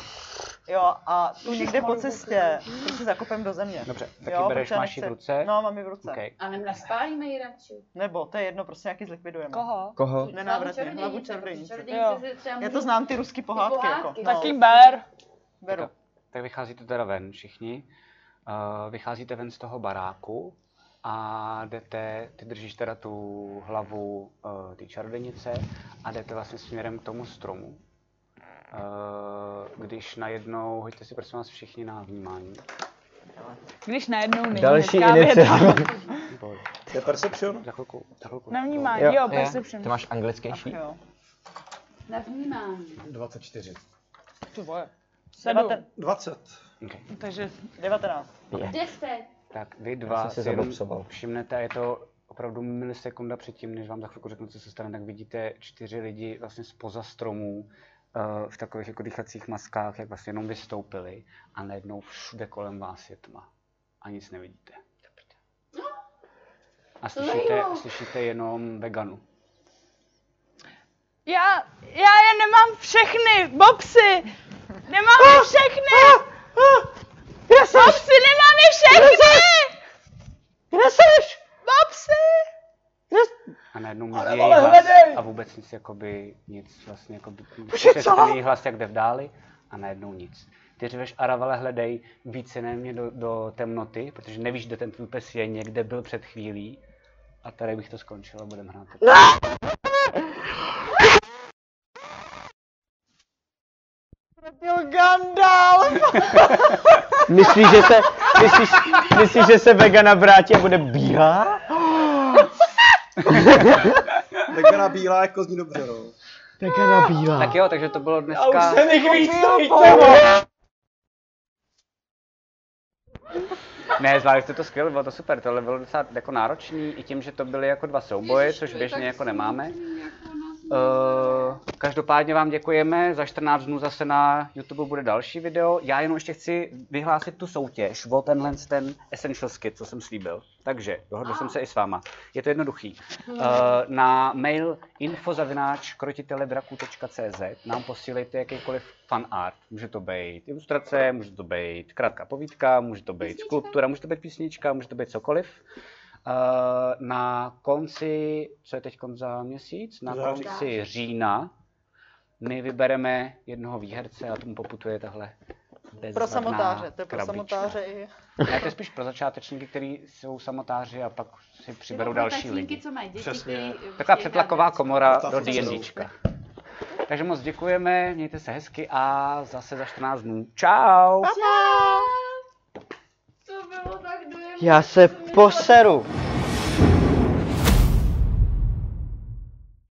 [SPEAKER 9] Jo, a tu někde po cestě prostě zakopem do země.
[SPEAKER 1] Dobře, tak
[SPEAKER 9] Jo,
[SPEAKER 1] ji bereš,
[SPEAKER 9] protože já
[SPEAKER 1] máš ji v
[SPEAKER 9] nechci-
[SPEAKER 1] ruce?
[SPEAKER 9] No, mám ji v ruce.
[SPEAKER 1] Okej.
[SPEAKER 7] A nenaspálíme ji radši.
[SPEAKER 9] Nebo, to je jedno, prostě nějaký zlikvidujeme. Koho?
[SPEAKER 8] Koho?
[SPEAKER 9] Nenávratně,
[SPEAKER 7] Hlavu
[SPEAKER 9] hlavu
[SPEAKER 7] čarodějnice,
[SPEAKER 9] čarodejnice.
[SPEAKER 7] protože čarodějnice si třeba
[SPEAKER 9] Já
[SPEAKER 7] může-
[SPEAKER 9] to znám ty ruský pohádky, jako.
[SPEAKER 7] pohádky,
[SPEAKER 4] Tak jim ber.
[SPEAKER 9] Beru.
[SPEAKER 1] Tak vycházíte teda ven všichni. Uh, vycházíte ven z toho baráku a jdete, ty držíš teda tu hlavu uh, ty čarodenice a jdete vlastně směrem k tomu stromu. Uh, když najednou, hoďte si prosím vás všichni na vnímání.
[SPEAKER 4] Když najednou
[SPEAKER 8] No,
[SPEAKER 4] není
[SPEAKER 1] Další
[SPEAKER 4] hezká věta.
[SPEAKER 6] To je perception?
[SPEAKER 1] Za chvilku, za chvilku.
[SPEAKER 4] Na vnímání, jo, perception.
[SPEAKER 8] Ty máš anglickější?
[SPEAKER 7] Na vnímání.
[SPEAKER 2] 24.
[SPEAKER 4] Ty vole.
[SPEAKER 9] Sedm.
[SPEAKER 6] 20.
[SPEAKER 1] Okay.
[SPEAKER 9] Takže 19.
[SPEAKER 7] Deset.
[SPEAKER 1] Tak vy
[SPEAKER 8] jsem
[SPEAKER 1] dva
[SPEAKER 8] si
[SPEAKER 1] si jenom
[SPEAKER 8] zabobsoval.
[SPEAKER 1] všimnete, je to opravdu milisekunda předtím, než vám za chvilku řeknu, co se stane, tak vidíte čtyři lidi vlastně spoza stromů eh, v takových jako dýchacích maskách, jak vlastně jenom vystoupili a najednou všude kolem vás je tma a nic nevidíte. A slyšíte,
[SPEAKER 4] Lejlo.
[SPEAKER 1] slyšíte jenom veganu.
[SPEAKER 4] Já, já je nemám všechny, bobsy! Nemám je všechny! Kde jsi? Bobsy, nemám je všechny! Kde jsi? Bobsy!
[SPEAKER 1] A najednou
[SPEAKER 4] Ale
[SPEAKER 1] mizí její
[SPEAKER 4] vole,
[SPEAKER 1] hlas
[SPEAKER 4] hledej!
[SPEAKER 1] a vůbec nic, jakoby, nic vlastně, jakoby,
[SPEAKER 4] Počkej,
[SPEAKER 1] slyšíte
[SPEAKER 4] co?
[SPEAKER 1] ten její hlas, jak jde v dáli a najednou nic. Ty řveš Aravale hledej více nemě do, do temnoty, protože nevíš, kde ten tvůj pes je, někde byl před chvílí. A tady bych to skončil a budem hrát.
[SPEAKER 15] Byl Gandalf!
[SPEAKER 8] Myslíš, že se, myslíš, myslíš, že se vegana vrátí a bude bílá?
[SPEAKER 19] Vegana bílá jako zní dobře, no.
[SPEAKER 8] Vegana
[SPEAKER 1] (laughs)
[SPEAKER 8] bílá.
[SPEAKER 1] Tak jo, takže to bylo dneska. Ne, zvládli jste to skvěle, bylo to super, tohle bylo docela jako náročný, i tím, že to byly jako dva souboje, což běžně jako nemáme.
[SPEAKER 7] jako
[SPEAKER 1] Uh, každopádně vám děkujeme, za 14 dnů zase na YouTube bude další video. Já jenom ještě chci vyhlásit tu soutěž o tenhle ten Essentials Kit, co jsem slíbil. Takže, dohodl jsem se i s váma. Je to jednoduchý. Uh, na mail infozavináčkrotiteledraku.cz nám posílejte jakýkoliv fanart. Může to být ilustrace, může to být krátká povídka, může to být skulptura, může to být písnička, může to být cokoliv. Eh, na konci, co je teď za měsíc, na
[SPEAKER 19] Září.
[SPEAKER 1] konci října my vybereme jednoho výherce a tomu poputuje tahle
[SPEAKER 9] Pro
[SPEAKER 1] bezvadná
[SPEAKER 9] samotáře, to je pro
[SPEAKER 1] krabička. (laughs)
[SPEAKER 9] samotáře i...
[SPEAKER 1] Ne, to je spíš pro začátečníky, kteří jsou samotáři a pak si přiberou
[SPEAKER 7] pro
[SPEAKER 1] další
[SPEAKER 7] tatínky,
[SPEAKER 1] lidi.
[SPEAKER 7] co mají děti, Přesně. který, eh,
[SPEAKER 1] Taková
[SPEAKER 7] chtějí
[SPEAKER 1] přetlaková komora
[SPEAKER 7] Tatínky
[SPEAKER 1] do
[SPEAKER 7] jsou.
[SPEAKER 1] D&Dčka. Takže moc děkujeme, mějte se hezky a zase za 14 dnů. Čau!
[SPEAKER 7] To bylo tak dojemné.
[SPEAKER 8] Já se poseru.